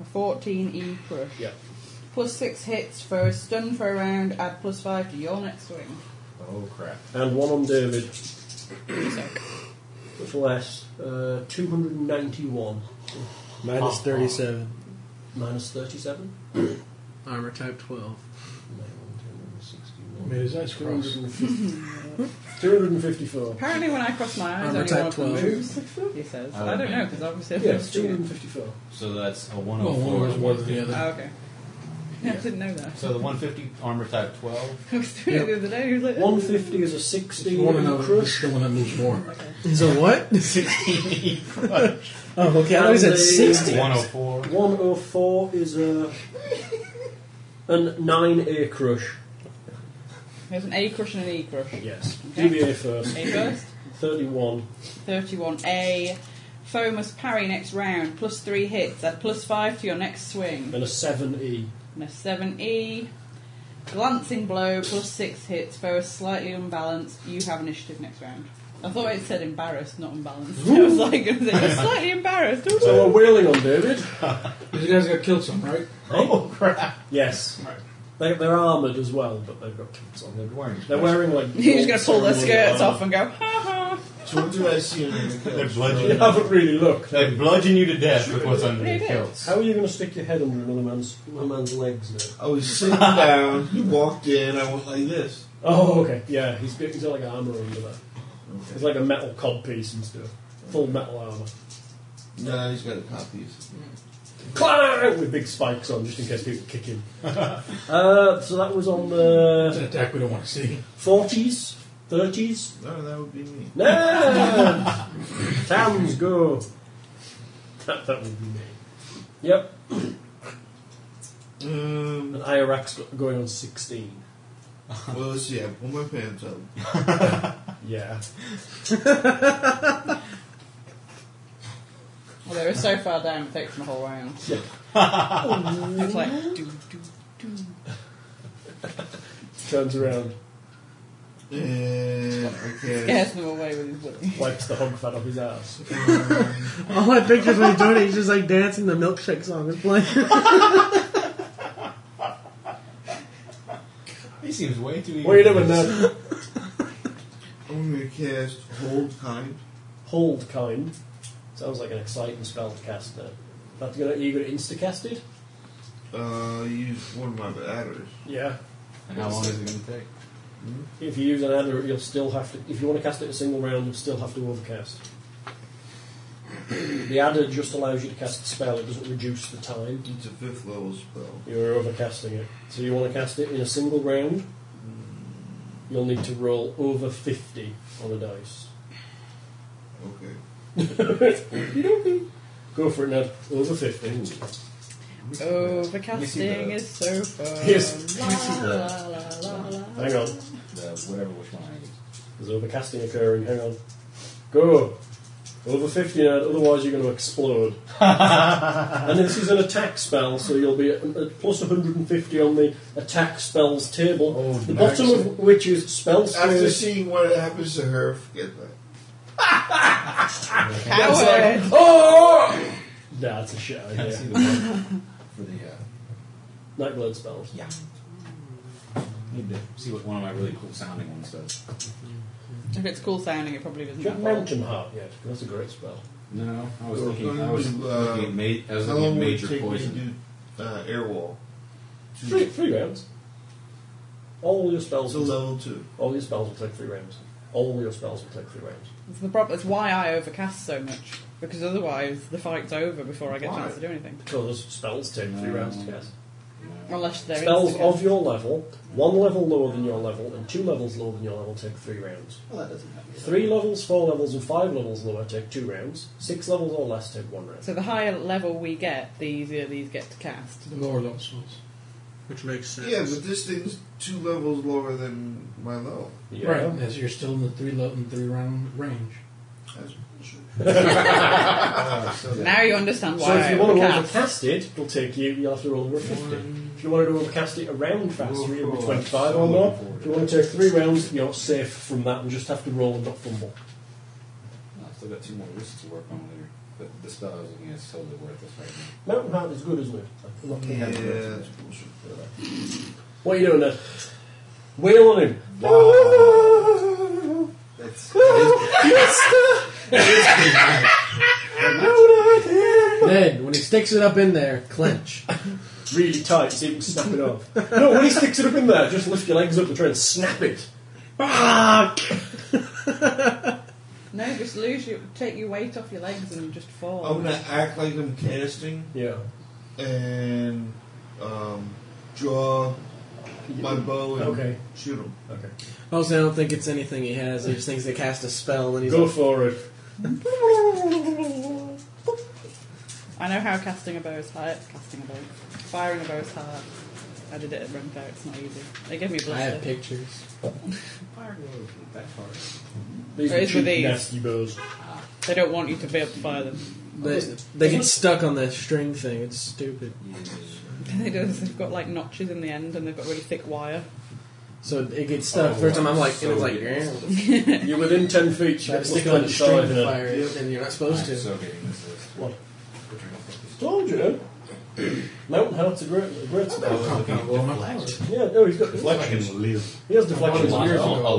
S2: A 14E crush.
S4: Yeah.
S2: E Plus 6 hits for a stun for a round, add plus 5 to your next swing.
S9: Oh crap.
S4: And one on David. With less. Uh, 291.
S6: Minus 37.
S4: Minus 37.
S6: Armor type 12.
S3: Made his
S4: (laughs)
S3: eyes cross.
S4: 254.
S2: Apparently, when I cross my eyes,
S6: Armor
S2: only
S6: type
S2: one of them
S6: 12.
S2: moves, he says.
S10: Oh,
S2: I don't
S10: okay.
S2: know, because obviously I'm
S4: Yeah,
S2: just doing
S4: 254.
S10: So that's a
S3: Well,
S10: 104.
S3: one was more than the
S2: Oh,
S3: other.
S2: okay. (laughs) I didn't know that.
S10: So the 150 armor type 12.
S2: I was doing it the other day, he was like, oh.
S4: 150 is a
S3: You
S4: 16
S3: want to know
S4: crush.
S3: it's the one that moves more.
S6: He's a what?
S10: 16.
S6: Oh, okay. I thought he said
S4: And a-
S6: 60.
S10: 104.
S4: 104 is a. an 9A crush.
S2: There's an A crush and an E crush.
S4: Yes.
S2: Okay.
S4: DBA first.
S2: A first.
S4: 31.
S2: 31A. Foe must parry next round, plus 3 hits, add plus 5 to your next swing.
S4: And a E. 7E.
S2: And a 7E. E, Glancing blow plus six hits, foe is slightly unbalanced. You have initiative next round. I thought it said embarrassed, not unbalanced. (laughs) I was like, it was like, "You're slightly embarrassed.
S4: So we're wheeling on David.
S3: These guys got killed some, right?
S10: (laughs) Oh, crap.
S4: Yes. They, they're armoured as well, but they've got kilts on. They're,
S10: Wearing-
S4: they're wearing
S2: (laughs)
S4: like.
S2: You're just going to pull their
S4: ceremonial
S2: skirts
S4: armour.
S2: off and go, ha ha.
S8: So what do I
S10: (laughs)
S8: see in the
S10: They're
S8: couch?
S4: You (laughs)
S10: bludgeoning.
S4: haven't really looked.
S10: They bludgeon you to death with what's under your
S2: They did.
S10: kilts.
S4: How are you going to stick your head under another man's, another man's legs now?
S8: I was sitting down. He walked in. I went like this.
S4: Oh, okay. Yeah, he's got, he's got like armour under that. It's like a metal cod piece and stuff. Full metal armour.
S8: No, he's got a copy.
S4: Clang! With big spikes on, just in case people kick him. (laughs) uh, so that was on the
S3: It's an attack we don't want to see.
S4: 40s. 30s?
S8: No, that would be me.
S4: No! Towns go. That, that would be me. Yep.
S8: Um,
S10: (laughs)
S4: And Iraq's go- going on 16.
S8: well, let's see. I pull my pants up.
S4: Yeah.
S2: Well, they were so far down, it takes them a whole round.
S4: Yeah.
S2: (laughs) it's like, do, do, do.
S4: Turns around,
S8: And I cast.
S2: Scares them away with his body.
S4: wipes the hog fat off his ass.
S6: All I picture is when he's doing it, he's just like dancing the milkshake song is playing.
S10: He seems way too eager.
S4: What are you
S10: for
S4: doing
S10: this.
S4: now?
S8: I'm going to cast Hold Kind.
S4: Hold kind. Sounds like an exciting spell to cast now. That's gonna, you gonna insta cast it?
S8: Uh, use one of my adders.
S4: Yeah.
S10: And how long is it going to take?
S4: If you use an adder, you'll still have to. If you want to cast it a single round, you'll still have to overcast. The adder just allows you to cast the spell. It doesn't reduce the time.
S8: It's a fifth level spell.
S4: You're overcasting it. So you want to cast it in a single round. You'll need to roll over 50 on a dice.
S8: Okay.
S4: Go for it, Ned. Over 50.
S2: Overcasting Oh, is so fun.
S4: Yes.
S2: La, la, la, la, la.
S4: Hang on.
S10: The whatever which one I use.
S4: There's overcasting occurring. Hang on. Go. Over 50 Ned, otherwise you're going to explode. and this is an attack spell, so you'll be at, at plus 150 on the attack spells table.
S10: Oh,
S4: the
S10: nice.
S4: bottom of which is spell
S8: After
S4: save.
S8: seeing what happens to her, forget that.
S2: Coward. Oh,
S4: Nah, it's a shit
S10: Can I
S4: idea.
S10: see the one for the? Uh,
S4: Nightblade spells.
S10: yeah. Need to see what one of my really cool sounding ones does.
S2: If it's cool sounding, it probably doesn't.
S4: Do you have
S2: matter.
S4: Mountain Heart yet? That's a great spell.
S10: No, I was
S8: We're
S10: looking.
S8: going
S10: I was
S8: to, uh,
S10: looking at ma- I was
S8: How
S10: looking at
S8: long would it
S10: major
S8: take me to
S10: poison.
S8: do uh, air wall? Two.
S4: Three, three rounds. All your spells.
S8: It's a
S4: Will,
S8: level two.
S4: all your spells will take three rounds. All your spells will take three rounds.
S2: It's the problem. It's why I overcast so much because otherwise the fight's over before I get a
S8: Why?
S2: chance to do anything.
S4: Because spells take three rounds to cast.
S2: Unless they're
S4: Spells
S2: insta-cast.
S4: of your level, one level lower than your level, and two levels lower than your level take three rounds.
S9: Well, that doesn't happen.
S4: Three levels, four levels, and five levels lower take two rounds. Six levels or less take one round.
S2: So the higher level we get, the easier these get to cast.
S3: The lower level spells.
S6: Which makes sense.
S8: Yeah, but this thing's two levels lower than my level.
S4: Yeah.
S3: Right. As you're still in the three level, three round range.
S10: (laughs)
S8: That's bullshit. (laughs) Uh,
S2: Now you understand why
S4: So if you
S2: I
S4: want to
S2: overcast.
S4: overcast it, it'll take you, you'll have to roll over 50. If you wanted to overcast it a round faster, it'll be
S8: forward.
S4: 25 or
S8: So
S4: more.
S8: forward.
S4: If you want to take three rounds, you're safe from that and just have to roll and not fumble.
S10: I've still got two more lists to work on later. But the spell I was looking at is totally worthless right now.
S4: Mountain Heart is good, isn't it? I love
S8: Yeah,
S4: Mountain Heart.
S8: that's bullshit.
S4: What are you doing there? Wheel on him.
S8: (laughs)
S10: That's
S6: Then, when he sticks it up in there, clench.
S4: Really tight, see if you can snap it off. no, when he sticks it up in there, just lift your legs up and try and snap it.
S2: No, just lose your take your weight off your legs and just fall.
S4: Oh,
S8: I'm gonna act like I'm casting
S4: Yeah.
S8: and um, draw my bow and
S4: Okay.
S8: shoot him.
S4: Okay.
S6: Also, I don't think it's anything he has. He just thinks they cast a spell and he's
S4: Go
S6: like,
S4: for it.
S2: I know how casting a bow is hard. Casting a bow, firing a bow is hard. I did it at Renfair. It's not easy. They give me
S6: I have
S2: blister.
S6: pictures.
S10: that far.
S4: These
S2: Raise
S4: are
S2: with
S4: cheap,
S2: these.
S4: nasty bows.
S2: They don't want you to be able to fire them.
S6: They,
S2: (laughs)
S6: they get stuck on that string thing. It's stupid.
S2: they do. this, They've got like notches in the end, and they've got really thick wire.
S6: So it gets stuck. First time I'm like, and it's like, yeah. (laughs)
S4: You're within 10 feet.
S6: Try
S4: You're
S6: to stick it on the string
S4: inside.
S6: and fire it, and you're not
S10: I'm
S6: supposed to.
S10: so getting this list.
S4: What?
S10: We're trying to focus.
S4: Told you. Mountain Heart's a great, a great
S10: I
S4: spell.
S10: was looking at deflections.
S4: Yeah, no, he's got
S10: Deflections
S4: deflections.
S10: live
S4: He has deflections.
S10: a lot, a
S3: years ago, in high
S10: lot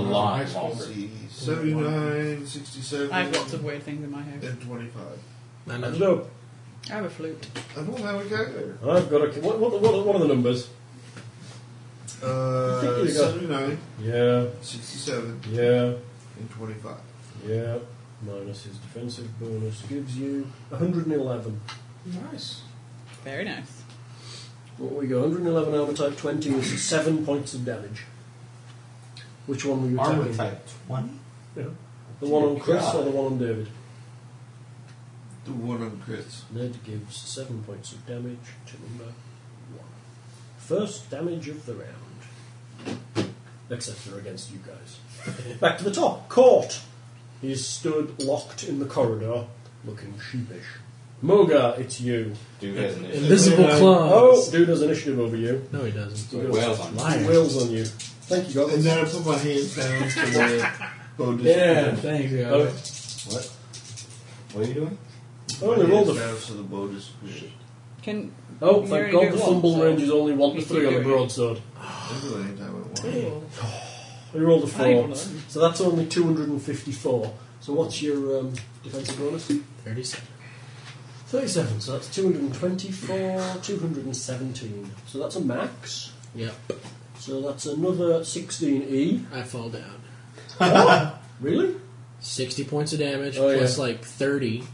S3: school.
S10: longer.
S8: See, 79, 67,
S2: I have lots of weird things in my head.
S8: and 25.
S6: I
S4: I
S6: know.
S4: don't know.
S2: I have a flute.
S8: I don't know how we got there.
S4: I've got a. What, what, what, what are the numbers?
S8: Uh,
S4: You got-
S8: 79,
S4: Yeah,
S8: 67,
S4: yeah.
S8: and 25.
S4: Yeah, minus his defensive bonus gives you 111.
S3: Nice.
S2: Very nice.
S4: What we go? 111 armor type 20 is 7 points of damage. Which one were you
S10: Armor
S4: attacking?
S10: type 20?
S4: Yeah. The one on
S10: Dear
S4: Chris
S10: God.
S4: or the one on David?
S8: The one on Chris.
S4: Ned gives seven points of damage to number one. First damage of the round. Except for against you guys. (laughs) Back to the top. Caught! He's stood locked in the corridor, looking sheepish. Moga, it's you.
S10: Dude has an issue.
S6: Invisible
S4: Uh,
S6: claws.
S4: Oh, dude has initiative over you.
S6: No, he doesn't.
S4: He goes-
S10: Wails on you.
S4: He wails on you. Thank you,
S8: And
S4: Goggles.
S8: then I put my hands down to the (laughs) bow
S6: Yeah,
S8: disadvantage.
S6: thanks, guys.
S4: Oh,
S10: What? What are you doing?
S4: oh, he rolled a
S8: so the bow disappeared.
S2: Can
S4: Oh,
S2: You
S4: thank
S2: already
S4: God
S2: do
S4: the
S2: it
S4: fumble
S2: once, so-
S4: range is only 1 to
S2: You
S4: 3
S2: can
S4: on
S2: do
S4: a
S2: it.
S4: broadsword.
S8: That's the only time I want.
S4: We rolled a
S2: I don't
S4: 4.
S2: know.
S4: So that's only 254. So what's your um, defensive bonus? 37. 37, so that's 224, 217. So that's a max.
S6: Yep.
S4: So that's another 16E.
S6: I fall down.
S4: Really?
S6: 60 points of damage
S4: Oh,
S6: plus
S4: yeah.
S6: like 30.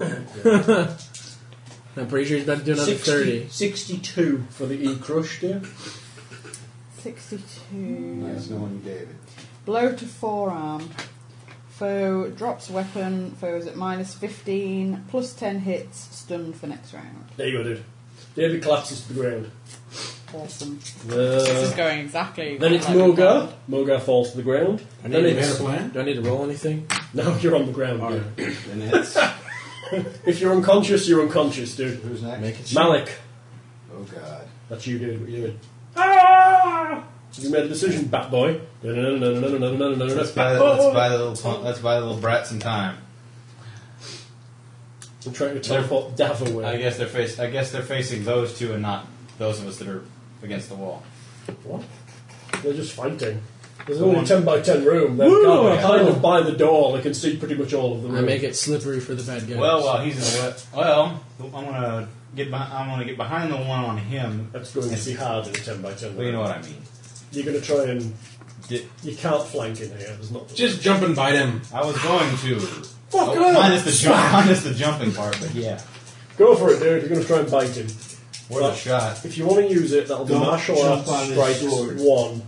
S6: I'm pretty sure he's about to do another
S4: 60,
S6: 30.
S4: 62 for the E crush, dear.
S2: 62.
S10: Nice knowing you, David.
S2: Blow to forearm. Foe drops weapon. Foe is at minus 15, plus 10 hits, stunned for next round.
S4: There you go, dude. David collapses to the ground.
S2: Awesome. this is
S4: Uh,
S2: going exactly.
S4: then it's
S2: like we
S4: Moga. Moga falls to the ground.
S6: I
S4: Then
S6: need,
S4: it's-
S6: to do I need to roll anything?
S4: No, (laughs) you're on the ground, dude.
S10: And (laughs) that's.
S4: If you're unconscious, you're unconscious, dude.
S10: Who's next? (laughs)
S6: Make it
S4: Malik,
S10: Oh, God.
S4: that's you, dude. What are you doing? Ah! You made a decision, Bat Boy. No, no, no, no, no, no, no, no, no,
S10: Let's
S4: no,
S10: buy,
S4: Bat
S10: let's buy
S4: Boy.
S10: the little punk, let's buy the little brat some time.
S4: I'm trying to teleport Dav
S10: I
S4: away.
S10: guess they're face. I guess they're facing those two and not those of us that are against the wall.
S4: What? They're just fighting. There's
S10: Go
S4: only
S10: on.
S4: a 10 by 10 room. They're
S6: Woo!
S4: kind of- kind of by the door. They can see pretty much all of the room.
S6: I make it slippery for the bad guys.
S10: Well, while he's in the way, well, I'm gonna get. Behind, I'm gonna get behind the one on him.
S4: That's going to be hard in a 10 by 10
S10: Well, you
S4: room.
S10: know what I mean.
S4: You're going to try and.
S10: Di-
S4: You can't flank in here. There's not.
S7: Just jump and bite him.
S10: I was going to.
S4: Fuck
S10: oh,
S4: off!
S10: minus the jump, (laughs) minus the jumping part, but yeah,
S4: Go for it, dude. You're going to try and bite him.
S10: worth a shot.
S4: If you want to use it, that'll be
S8: Don't
S4: martial
S8: jump
S4: arts
S8: on his
S4: strikes
S8: sword.
S4: one.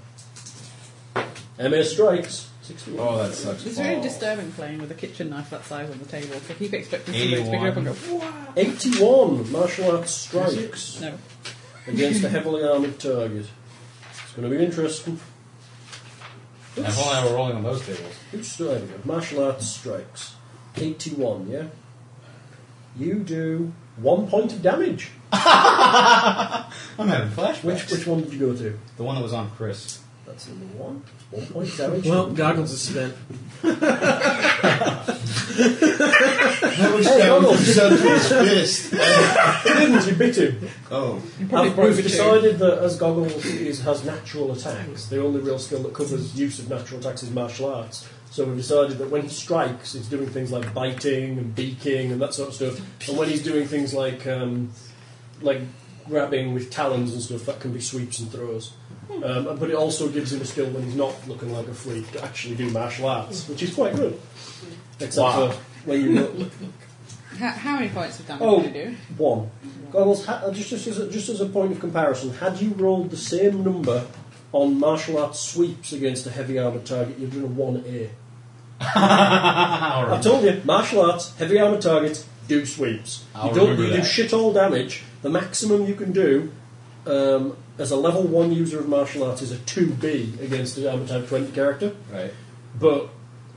S4: MA strikes. 61.
S10: Oh, that sucks.
S2: It's really
S10: balls.
S2: disturbing playing with a kitchen knife that size on the table. So I keep expecting somebody to pick it up and go, "Whoa."
S4: 81 martial arts strikes
S2: No.
S4: against a heavily armoured target. It's going to be interesting.
S10: And If only I were rolling on those tables.
S4: Oops, so there we go. Martial arts strikes. 81, yeah? You do one point of damage.
S10: I'm having flashbacks.
S4: Which which one did you go to?
S10: The one that was on Chris.
S4: That's number one. One point of damage.
S6: Well, goggles is spent.
S8: That was
S4: Hey,
S8: that
S4: Donald.
S8: was up to
S10: (laughs)
S8: his fist.
S4: you didn't, you bit him.
S8: Oh,
S2: probably
S4: I've-
S2: broke
S4: we've
S2: the chain.
S4: decided that as Goggles is, has natural attacks, the only real skill that covers use of natural attacks is martial arts. So we've decided that when he strikes, it's doing things like biting and beaking and that sort of stuff. And when he's doing things like um, like grabbing with talons and stuff, that can be sweeps and throws. Um, and- but it also gives him a skill when he's not looking like a freak to actually do martial arts, which is quite good. Except for when you look
S2: How, how many points of damage
S4: Oh.
S2: did you do?
S4: one. Goggles, ha- uh, just, just, as a, just as a point of comparison, had you rolled the same number on martial arts sweeps against a heavy armoured target, you'd done a 1A. I told you, martial arts, heavy armoured targets, do sweeps.
S10: I'll
S4: you don't
S10: remember
S4: you do
S10: that.
S4: shit all damage. The maximum you can do um, as a level 1 user of martial arts is a 2B against an armor type 20 character,
S10: Right.
S4: but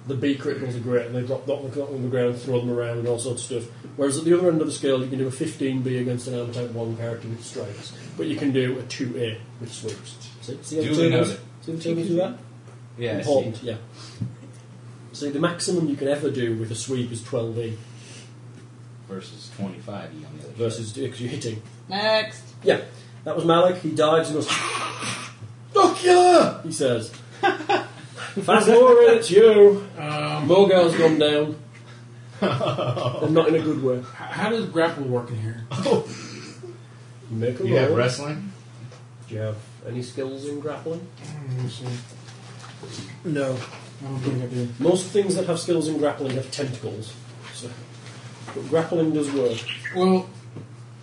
S4: the B criticals are great and they drop that one that one on the ground, throw them around and all sorts of stuff. Whereas at the other end of the scale, you can do a 15B against an armor type 1 character with strikes, but you can do a 2A with sweeps. See, see how the
S10: Duly
S4: tables-
S10: noted.
S4: see how the tables do that?
S10: Yeah. I see.
S4: important, yeah. So the maximum you can ever do with a sweep is 12e
S10: Versus 25 E on the other.
S4: versus because you're hitting.
S2: Next.
S4: Yeah, that was Malik. He dives and goes,
S7: Fuck yeah!
S4: he says. (laughs) Fast forward, it's you.
S3: Um,
S4: Morgal's gone
S10: (laughs)
S4: down. and not in a good way.
S3: h- how does grapple work in here?
S4: You make a
S10: You have
S4: roll.
S10: wrestling?
S4: Do you have any skills in grappling?
S3: Let me see.
S6: No.
S3: I don't think I do.
S4: Most things that have skills in grappling have tentacles. So. But grappling does work.
S3: Well,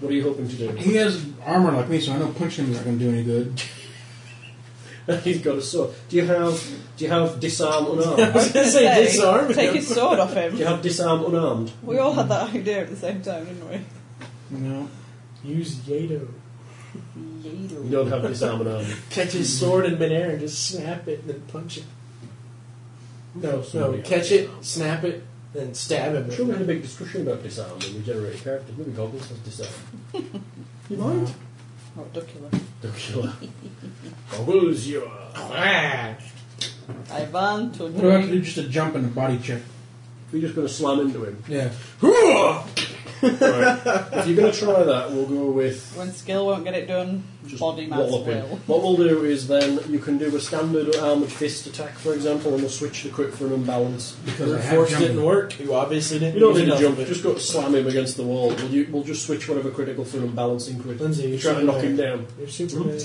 S4: What are you hoping to do? (laughs)
S3: he has armor like me, so I know punching is not going to do any good.
S4: He's got a sword. Do you have do you have disarm unarmed?
S2: I
S4: (laughs)
S2: was gonna
S4: Say
S2: say,
S4: disarm.
S2: Take his sword off
S4: Do you
S2: him.
S4: have disarm unarmed?
S2: We all had that idea at the same time, didn't we?
S6: No. Use Yato.
S4: You don't have disarm unarmed.
S6: Catch his sword in midair and just snap it and then punch it. No, no.
S4: Somebody
S6: Catch
S4: else.
S6: it, snap it, then stab
S4: I'm Oh, sure we
S6: him.
S4: had a big discussion about disarm when we generated characters. Maybe goggles has disarm.
S10: (laughs)
S6: You mind?
S2: Not Duckula.
S4: The killer. goggles, you are.
S2: Ivan to
S3: What do I have to
S2: drink.
S3: do just a jump and a body check?
S4: We're just going to slam into him.
S3: Yeah.
S4: If you're going to try that, we'll go with
S2: When skill won't get it done,
S4: just
S2: body mass
S4: wallop him.
S2: will.
S4: What we'll do is then you can do a standard armored fist attack, for example, and we'll switch the crit for an unbalance.
S3: Because I have
S6: Force
S3: jumping.
S6: didn't work. You obviously didn't.
S4: You don't
S6: use
S4: need to
S6: enough
S4: jump,
S6: of it.
S4: just go slam him against the wall. We'll, you, we'll just switch whatever critical for an unbalancing crit.
S6: Lindsay,
S4: You're
S6: you're
S4: trying to knock him
S6: Superman.
S4: down.
S6: You're Superman.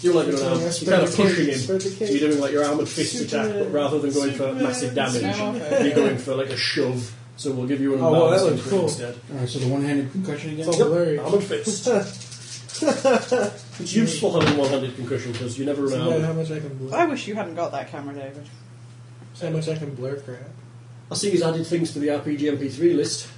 S4: You're like an arm.
S6: Yeah,
S4: You're
S6: spread
S4: kind of
S6: the
S4: pushing
S6: cage,
S4: him.
S6: spread the
S4: So you're doing like your armored fist attack, but rather than going for massive damage,
S2: Slam off
S4: you're
S2: him.
S4: going for like a shove. So we'll give you an
S6: Oh, well, that
S4: unbalancing
S6: looks
S4: crit
S6: cool.
S4: instead.
S3: Alright, so the one handed concussion again?
S6: It's all hilarious.
S4: Armored (laughs) fist. it's useful having one-handed concussion because you never
S6: Isn't
S4: remember.
S6: that how much I can blur?
S2: I wish you hadn't got that camera, David.
S6: How much I can blur crap.
S4: I see he's added things to the RPG MP3 list.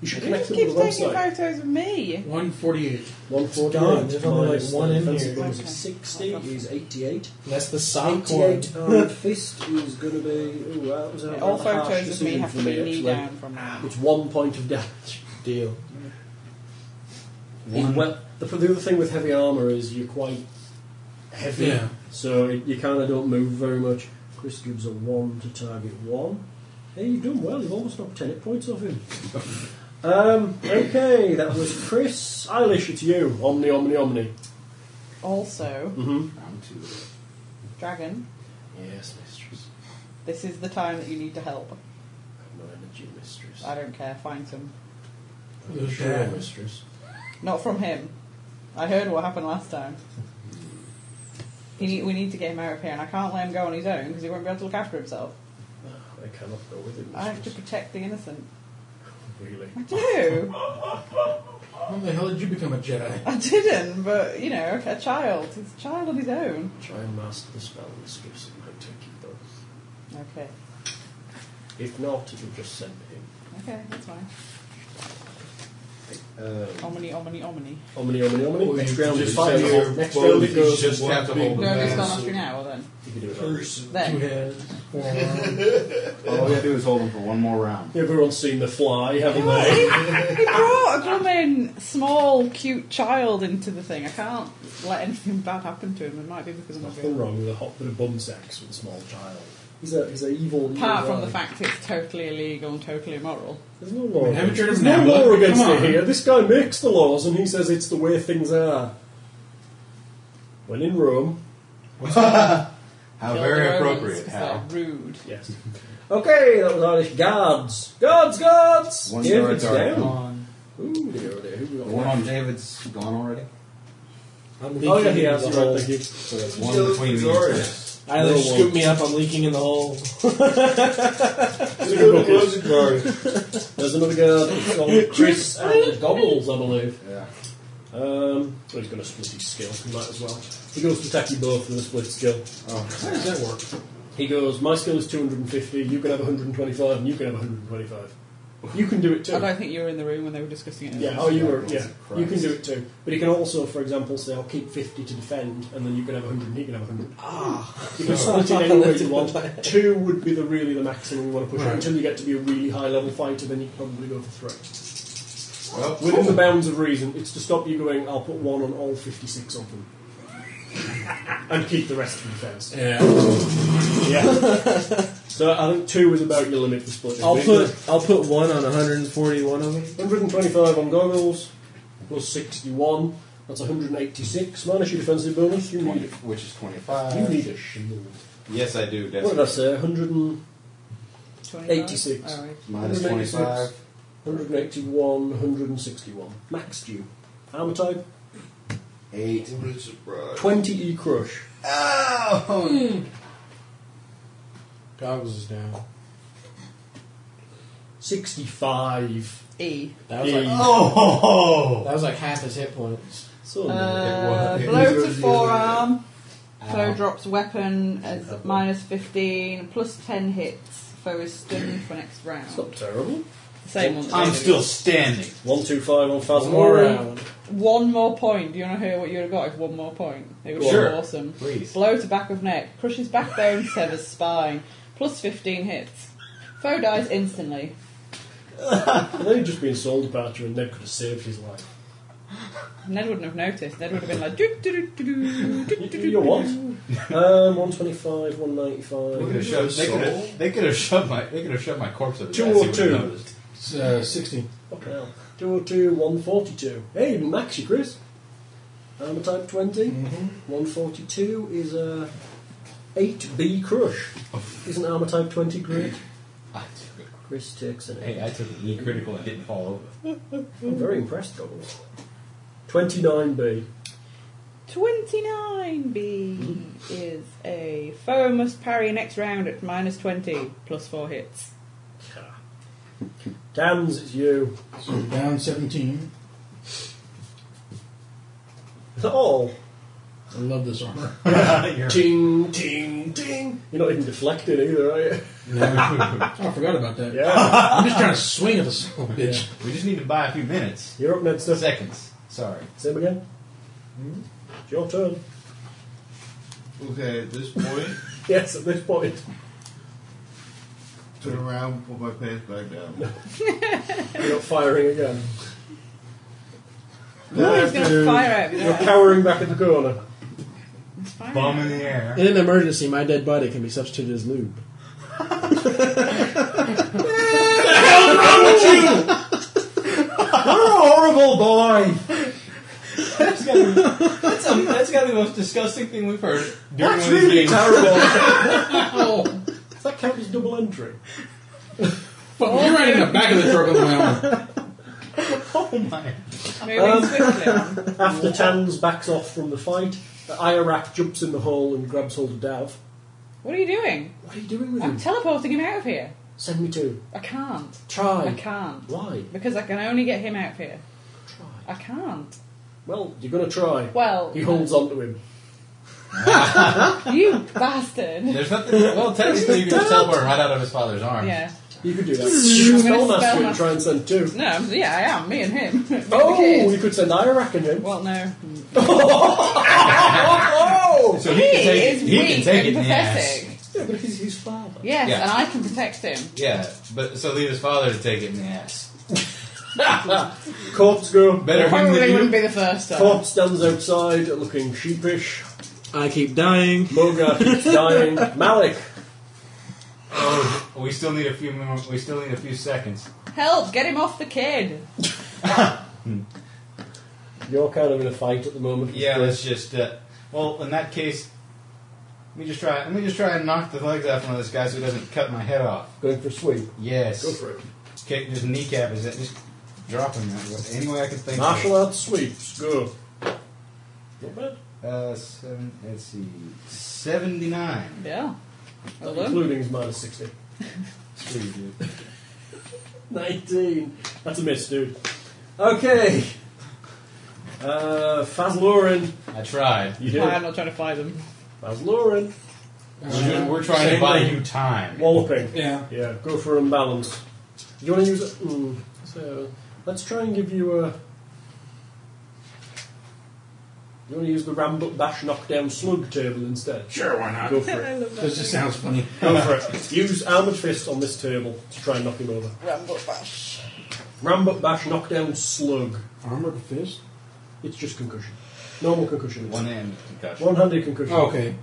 S4: You should
S2: You
S4: connect
S2: just
S4: them to
S2: keep
S4: the
S2: taking
S4: website.
S2: photos of me.
S3: 148.
S6: It's gone. There's only, like, one in
S4: defensive
S6: here.
S4: bonus
S2: Okay.
S4: is 60.
S2: Okay.
S4: He's 88.
S6: And that's the sock one.
S4: 88 (laughs) armed fist is going to be. Ooh, that was a
S2: All
S4: rather harsh
S2: photos of me
S4: decision
S2: have
S4: for
S2: to be knee
S4: actually.
S2: down from now.
S4: It's one point of damage.
S6: Deal.
S4: He's Well, the, the other thing with heavy armour is you're quite heavy,
S3: Yeah.
S4: so you kind of don't move very much. Chris gives a 1 to target 1. Hey, you've done well, you've almost knocked 10 hit points off him. um, okay, that was Chris. Eilish, it's you. Omni, omni, omni.
S2: Also,
S4: Mm-hmm.
S10: Round two.
S2: Dragon,
S4: Yes, mistress.
S2: this is the time that you need to help.
S4: I have no energy, mistress.
S2: I don't care, find some.
S4: You're sure, mistress.
S2: Not from him. I heard what happened last time. He need, we need to get him out of here, and I can't let him go on his own because he won't be able to look after himself.
S4: I cannot go with it,
S2: I have to
S4: mistress.
S2: protect the innocent.
S4: Really?
S2: I do.
S3: When the hell did you become a Jedi?
S2: I didn't, but you know, a child. He's a child on his own.
S4: Try and master the spell, mistress. It might take you, though.
S2: Okay.
S4: If not, it'll just send him.
S2: Okay, that's fine.
S10: Uh,
S4: Um,
S2: Omni, omni, omni.
S4: Omni, omni, omni.
S8: Well,
S4: next
S8: you
S4: round
S8: just
S4: is five.
S8: have to hold
S4: Next
S8: both.
S4: round it
S8: You
S4: goes
S10: just
S4: one
S10: have to
S4: big
S10: hold
S2: Do I do
S10: Yeah,
S2: spell
S10: so-
S2: mastery now or then?
S4: You can do it. all.
S3: Person.
S2: Then.
S3: Two heads. Forearm.
S10: All we gotta do is hold him for one more round.
S4: Everyone's seen The Fly, haven't
S2: Well, he,
S4: they?
S2: he brought a blooming small, cute child into the thing. I can't let anything bad happen to him. It might be because I'm a
S4: (laughs) Nothing
S2: girl.
S4: wrong with a hot bit of bum sex with a small child. He's a, he's a evil.
S2: Apart
S4: evil
S2: from the
S4: guy.
S2: fact it's totally illegal and totally immoral.
S4: There's no law.
S3: Haven't you heard
S4: There's
S3: of
S4: no
S3: Nabla?
S4: law against
S3: Come
S4: it
S3: on.
S4: here. This guy makes the laws and he says it's the way things are. When in Rome.
S10: How
S2: Kill the
S10: very
S2: Romans
S10: appropriate.
S2: 'cause
S10: How?
S2: They're rude.
S4: Yes. Okay, that was Irish guards. Guards, guards!
S10: One
S4: David's
S10: guard's
S4: down.
S10: gone.
S4: Ooh, dear, oh dear. Who we
S10: The
S4: got
S10: one
S4: left?
S10: on David's gone already.
S6: I'm
S4: Oh, yeah,
S6: leaking
S4: he
S6: in
S4: has.
S6: the
S4: You're
S6: hole.
S4: right, thank you.
S10: So it's one between these two.
S6: Either
S4: No
S6: scoop
S4: one.
S6: me up, I'm leaking in the hole.
S8: Let's go to closing guard.
S4: There's another guard that's called Chris and Gobbles, I believe.
S10: Yeah.
S4: Um, well, he's going to split his skill, he might as well. He goes to attack you both with a split skill.
S10: Oh,
S4: How does that work? He goes, my skill is 250, you can have 125, and you can have 125. You can do it
S2: I
S4: too.
S2: don't think you were in the room when they were discussing it.
S4: Yeah, oh, you were, yeah. You can do it too. But he can also, for example, say, I'll keep 50 to defend, and then you can have 100, and he can have 100. Ah! You can split it any way you want. Two would be the really the maximum you want to push it
S3: Right.
S4: until you get to be a really high level fighter, then you probably go for three.
S10: well,
S4: Within the bounds of reason, it's to stop you going, I'll put one on all 56 of them. and keep the rest of them first.
S3: Yeah.
S4: Yeah. so I think two is about your limit for splitting.
S6: I'll put I'll put one on 141 of them.
S4: 125 on goggles, plus 61. That's 186. Minus your defensive bonus, you
S10: 20,
S4: need,
S10: which is
S4: you
S10: 25.
S4: need a shield.
S10: Yes, I do,
S4: What did I
S10: definitely.
S4: say? 100 and
S2: 25?
S4: 86.
S2: Oh, right.
S10: Minus
S4: 186.
S10: 25.
S4: 181, 161. Maxed you. Armor type?
S10: 8.
S8: What a surprise.
S4: 20E E crush. Hmm.
S10: Oh!
S3: Goggles is down.
S4: 65.
S2: E.
S6: That was like
S10: Oh!
S6: that was like half his hit points.
S4: So
S2: Uh,
S10: it was-
S2: blow to forearm.
S10: I
S2: Foe drops weapon as minus 15, plus 10 hits. Foe is stunned for next round.
S4: It's not terrible.
S2: Same one.
S10: I'm still standing.
S7: One, two, five, one thousand.
S4: More
S7: More
S4: round.
S2: One more point. Do you want to hear what you would have got if one more point? It would have
S10: Sure.
S2: been awesome.
S10: Please.
S2: Blow to back of neck, crushes backbone, severs spine. Plus 15 hits. Foe dies instantly.
S4: They'd just been sold Badger and Ned could have saved his life.
S2: Ned wouldn't have noticed. Ned would have been like, doo doo doo doo doo doo doo
S4: You're what? um, 125, 195.
S10: They could have shoved. They could have. They could have shoved my. They could have shoved my corpse up. his
S4: Two
S10: ass, he
S4: or
S10: wouldn't
S4: two.
S10: have noticed.
S3: It's uh, 16.
S4: Fucking hell. 202, 142. Hey, you max you, Chris. I'm a type 20. 142 is a 8B crush. Isn't armor type 20 great?
S10: I took it.
S4: Chris takes an 8.
S10: Hey, I took an E critical and didn't fall over.
S4: I'm very impressed, goggles. 29B.
S2: 29B is a foe must parry next round at minus 20, plus 4 hits.
S4: Dams, it's you. (laughs)
S3: So down 17.
S4: Oh,
S3: I love this armor.
S4: ting, ting, ting. You're not even deflecting either, are you? (laughs)
S3: Oh, I forgot about that.
S4: Yeah.
S3: I'm just trying to swing at this little bitch.
S10: We just need to buy a few minutes.
S4: You're up next, sir.
S10: Seconds. Sorry.
S4: Same again. It's your turn. (laughs)
S8: Okay, at this point,
S4: Yes, at this point.
S8: turn around and put my pants back down.
S4: You're not firing again.
S2: No, he's going to fire at me.
S4: You're cowering back in the corner.
S2: He's firing
S10: Bomb
S2: at
S10: in
S2: me.
S10: the air.
S6: In an emergency, my dead body can be substituted as lube.
S10: horrible boy. that's gotta be, that's, um, that's gotta be the most disgusting thing we've heard during one of these games.
S4: (laughs) Oh, Does that count as double entry?
S3: Fuck, you're right in the back of the truck on the way home.
S10: (laughs) Oh my!
S2: Moving
S10: Um.
S2: swiftly on.
S4: After Tans backs off from the fight, Irarak jumps in the hole and grabs hold of Dav.
S2: What are you doing?
S4: What are you doing with
S2: I'm
S10: Hmm.
S4: him?
S2: teleporting him out of here.
S4: Send me two.
S2: I can't. I
S4: Try.
S2: can't.
S4: Why?
S2: Because I can only get him out of here.
S4: Try.
S2: I can't.
S4: Well, you're gonna try.
S2: Well,
S4: He holds on to him.
S2: you bastard.
S10: There's nothing. Well, technically, you can just teleport right out of his father's arms.
S2: Yeah.
S4: You could do that. You could
S2: I'm gonna
S4: spell master
S2: spell
S4: him and
S2: master-
S4: try and send two.
S2: No, I'm- yeah, I am. Me and
S10: (laughs)
S2: him.
S4: Oh,
S2: Okay.
S4: you could send Irarak and him.
S2: Well, no.
S4: Oh!
S10: So
S2: He,
S10: he, can take
S2: is
S10: it. He
S2: weak
S10: can take it
S2: and
S10: in the ass.
S2: pathetic.
S4: Yeah, but he's his father.
S2: Yes,
S10: Yeah.
S2: and I can protect him.
S10: Yeah, but so leave his father to take it in the ass.
S4: Corpse go.
S10: Better him
S2: Probably
S10: than
S2: wouldn't be
S10: you.
S2: the first time.
S4: Corpse stands outside looking sheepish.
S6: I keep dying. (laughs)
S4: Mogar keeps dying. Malik.
S10: Oh, we still need a few. More, we still need a few seconds.
S2: Help! Get him off the kid.
S4: You're kind of in a fight at the moment. with
S10: Yeah,
S4: Chris.
S10: let's just. Uh, well, in that case, let me just try. Let me just try and knock the legs off one of this guy so he doesn't cut my head off.
S4: Going for a sweep.
S10: Yes.
S4: Go for it.
S10: Kick just kneecap is it? Just drop him that way. Any way I can think.
S4: Martial arts sweeps. Go. Not bad.
S10: Of. Uh, seven. Let's see. Seventy-nine.
S2: Yeah. Well done.
S4: Including his minus 60.
S10: That's pretty good.
S4: 19. That's a miss, dude. Okay. Uh, Fazlorin.
S10: I tried.
S4: You
S2: Why I'm
S4: did.
S2: not trying to fly them.
S4: Fazlorin.
S10: We're, we're trying to
S4: Same
S10: buy
S4: thing.
S10: you time.
S4: Walloping.
S3: Yeah.
S4: Yeah, go for imbalance. Do you want to use it? Mm, so let's try and give you a. You want to use the Rambuck Bash Knockdown Slug table instead?
S3: Sure, why not?
S4: Go for it.
S2: I love
S3: This just sounds funny.
S4: Go for it. Use Armored Fist on this table to try and knock him over.
S2: Rambo bash.
S4: Rambuck Bash Knockdown Slug.
S3: Armored fist?
S4: It's just concussion. Normal concussion.
S10: One end concussion.
S4: One handed concussion.
S3: okay.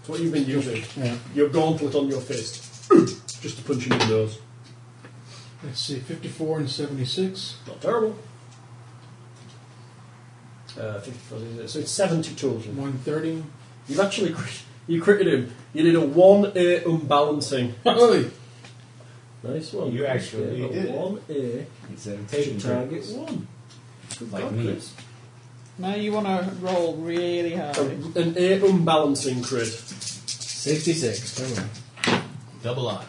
S4: It's what you've been using.
S3: Yeah.
S4: Your gauntlet on your fist. (clears throat) just to punch him in the nose.
S3: Let's see, 54 and 76.
S4: Not terrible. Uh, 50, so it's 70 total.
S3: 130.
S4: You've actually crit- you critted him. You did a one A unbalancing.
S3: Holy!
S4: Nice one.
S10: You actually
S4: Yeah,
S10: did it.
S4: one A
S10: Instead of
S4: to
S10: taking
S4: target
S10: crits.
S4: one. Good
S10: Like
S4: God,
S10: me.
S4: Chris.
S2: Now you want to roll really
S4: A-
S10: Oh.
S2: high.
S4: An A unbalancing crit.
S6: 66. Come on.
S10: Double on.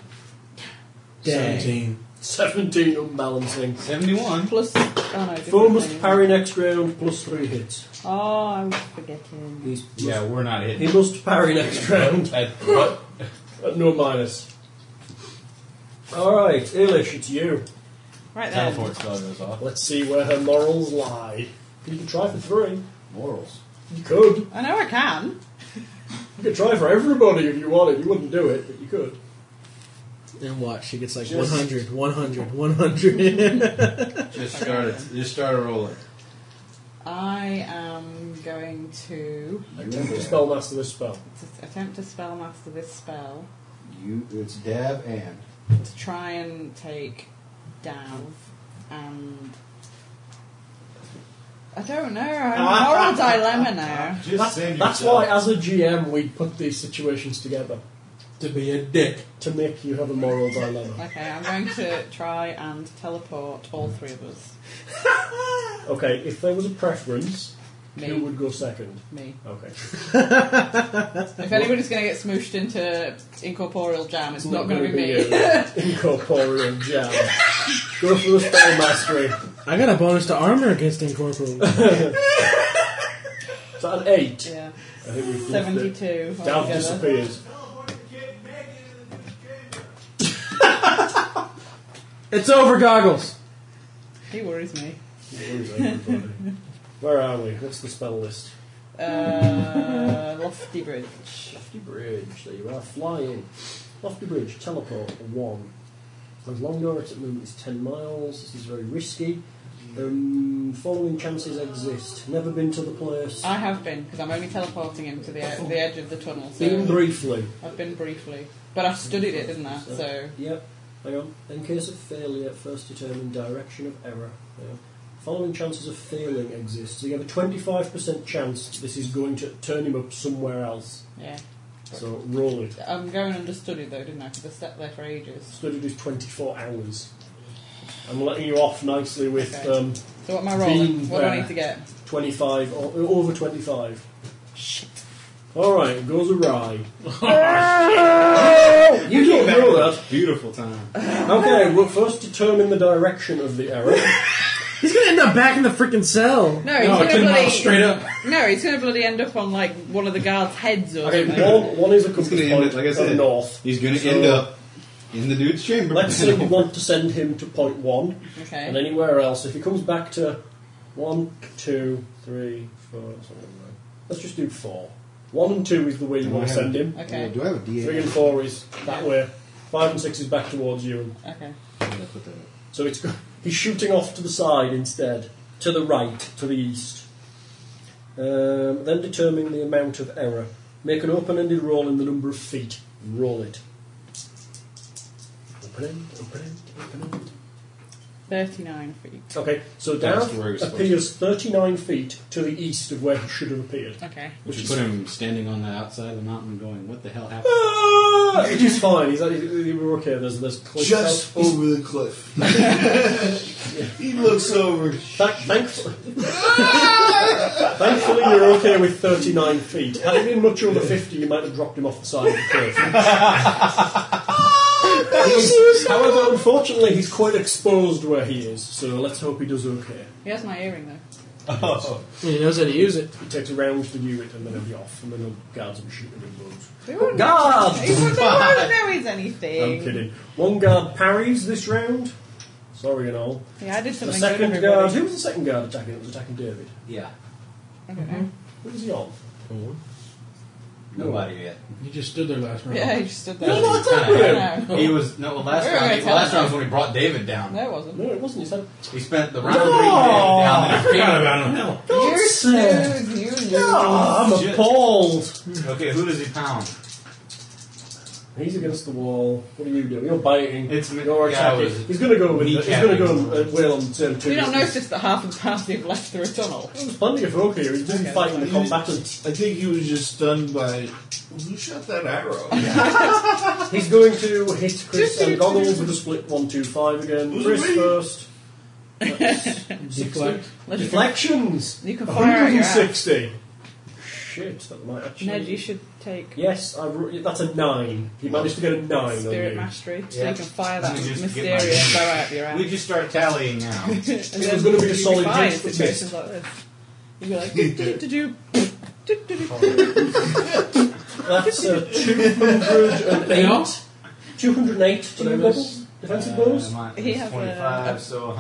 S6: Dang.
S3: 17.
S4: Seventeen unbalancing.
S10: 71.
S2: Plus, oh no,
S4: Foe
S2: different
S4: must
S2: thing.
S4: parry next round plus three hits.
S2: Oh, I was forgetting.
S4: He's
S10: Yeah, we're not
S4: He
S10: hitting.
S4: must parry next round (laughs)
S10: At what?
S4: at Uh, no minus. All right, Ilish, it's you.
S2: Right then.
S10: Teleport spell goes off.
S4: Let's see where her morals lie. You can try for three.
S10: Morals.
S4: You could.
S2: I know I can.
S4: You could try for everybody if you wanted. You wouldn't do it, but you could.
S7: And watch, she gets like
S10: Just-
S7: 100, 100,
S4: (laughs)
S7: 100.
S10: Just start it. Just start a roll it.
S2: I am going to,
S4: Attempt to spell master this spell.
S2: to attempt to spell master this spell
S10: You. It's dab and.
S2: to try and take down and. I don't know. I'm a moral dilemma now.
S8: Just send
S4: That's why,
S8: yourself.
S4: as a GM, we put these situations together
S7: to be a dick.
S4: to make you have a moral dilemma.
S2: Okay, I'm going to try and teleport all three of us.
S4: Okay, if there was a preference, who
S2: Me,
S4: would go second?
S2: me.
S4: Okay.
S2: If anybody's going to get smooshed into incorporeal jam, it's not going to be
S4: gonna
S2: me.
S4: you. (laughs) Incorporeal jam. Go for the spell mastery.
S6: I got a bonus to armor against
S4: (laughs)
S6: incorporeal.
S4: Is that an eight?
S2: Yeah,
S4: I think we've bluffed it.
S2: seventy-two.
S4: Dav
S2: altogether.
S4: disappears.
S6: it's over, goggles.
S2: He worries me.
S4: Where are we? What's the spell list?
S2: Uh, lofty bridge.
S4: Lofty Bridge, there you are, flying. Lofty Bridge, teleport, one. As long your at movement is 10 miles, this is very risky. The um, following chances exist. Never been to the place.
S2: I have been because I'm only teleporting him to the, e- the edge of the tunnel. So
S4: Been briefly.
S2: I've been briefly, but I've studied it, didn't I? So
S4: Yep. Hang on. In case of failure, first determine direction of error. Hang on. Following chances of failing exist. So you have a 25% chance this is going to turn him up somewhere else.
S2: yeah,
S4: So roll it.
S2: I'm going under study though, didn't I? Because I sat there for ages.
S4: Studied is 24 hours. I'm letting you off nicely with
S2: Okay.
S4: um,
S2: So what am I rolling?
S4: Being
S2: what do I
S4: there.
S2: need to get?
S4: 25 or over 25. All right, it goes awry. you don't know that.
S10: Beautiful time.
S4: Okay, we'll first determine the direction of the error.
S6: He's gonna end up back in the freaking cell.
S2: No, he's gonna
S7: came out
S2: bloody
S7: straight up.
S2: no, he's gonna bloody end up on like one of the guards' heads or
S4: Okay,
S2: something.
S4: one, one is a compass
S10: He's gonna end
S4: point
S10: it, like I
S4: of
S10: said. (laughs)
S4: north.
S10: He's gonna
S4: So-
S10: end up in the dude's chamber. (laughs)
S4: Let's say we want to send him to point one and
S2: Okay,
S4: anywhere else. If he comes back to one, two, three, four, something like that. Let's just do four. One and two is the way you
S10: Do
S4: want
S10: I
S4: to
S10: have-
S4: send him.
S2: okay,
S10: Do I have a D8?
S4: Three and four is that way. Five and six is back towards you.
S2: okay.
S10: Yeah, put that up.
S4: So it's (laughs) he's shooting off to the side instead, to the right, to the east. Um, then determine the amount of error. Make an open-ended roll in the number of feet. Roll it. Open-end, open-end, open-end.
S2: Thirty-nine feet.
S4: Okay, so
S10: That's
S4: Dav
S10: where he was supposed
S4: appears 39 feet to the east of where he should have (laughs) appeared.
S2: Okay.
S10: We
S4: Which
S10: should
S4: is
S10: put him standing on the outside of the mountain going, what the hell happened?
S4: Ah! He's fine. He's, he's okay. There's there's cliffs
S8: Just
S4: out- he's-
S8: over the
S4: (laughs)
S8: cliff. he looks over.
S4: Thank, thankfully, thankfully, you're okay with 39 feet. Had it been much over 50, you might have dropped him off the side of the cliff.
S2: Oh,
S4: He's- however, unfortunately, he's quite exposed where he is, so let's hope he does okay.
S2: He has my earring though. Oh.
S7: He knows how to use it.
S4: He takes a round to do it, and then he'll be off, and then the guards will be shooting him loads.
S2: They won't,
S4: Guard!
S2: they won't, they
S4: (laughs)
S2: won't know he's anything.
S4: Oh, I'm kidding. One guard parries this round. Sorry and all.
S2: Yeah, I did
S4: The
S2: something
S4: second
S2: good.
S4: guard.
S2: Everybody.
S4: Who was the second guard attacking? It was attacking David.
S10: Yeah.
S2: I don't know.
S4: Who was he on?
S10: Nobody yet.
S3: You just stood there last round.
S2: Yeah, he just stood there.
S4: No, no, it's not
S2: I
S4: good.
S2: don't know.
S10: He was no well, last
S2: Wait, wait,
S10: round.
S2: wait,
S10: well, last
S2: tell
S10: round was when he brought David down.
S2: No, it wasn't.
S4: No, it wasn't. He said
S10: He spent the round no!
S4: (laughs)
S10: down. And I forgot about him.
S2: You're
S4: Sir.
S2: smooth, you
S4: Oh, I'm
S10: Shit.
S4: appalled.
S10: Hmm, Okay, who does he pound?
S4: He's against the wall. What are you doing? You're biting.
S10: It's me-
S4: You're
S10: yeah, I
S4: attacking.
S10: was
S4: He's going to go with. He's going to go uh,
S10: kneecapping.
S4: and wail on turn two.
S2: You don't
S4: isn't he?
S2: notice that half of the party have left through a tunnel.
S4: There's plenty of folk here. He's busy
S2: Okay.
S4: fighting the combatants.
S8: I think he was just stunned by who shot that
S4: (laughs)
S8: arrow.
S4: He's going to hit Chris and Goggles with a split one two five again.
S8: Who's
S4: Chris
S8: me?
S2: (laughs)
S4: first. That's
S3: Deflect.
S4: 60.
S2: Let's (laughs)
S4: Deflections.
S2: You can fire out your ass.
S4: 160. Shit, that might actually.
S2: Ned, you should take
S4: Yes, I, ru- that's a nine. You managed to get a nine
S2: spirit
S4: on you.
S2: mastery, so
S10: Yeah.
S2: you can fire that
S10: Let me just get my-
S2: mysterious arrow up your
S10: We
S2: ass.
S10: just start tallying
S4: (laughs)
S10: now.
S2: and
S4: It was gonna be a
S2: you'd
S4: solid
S2: fine in
S4: jinx, but
S2: situations like this. You'd be like, do do do do do do
S10: Oh,
S2: do.
S4: That's a 208. 208 to your level. Defensive bonus?
S2: He has a-
S10: 25, Uh, so.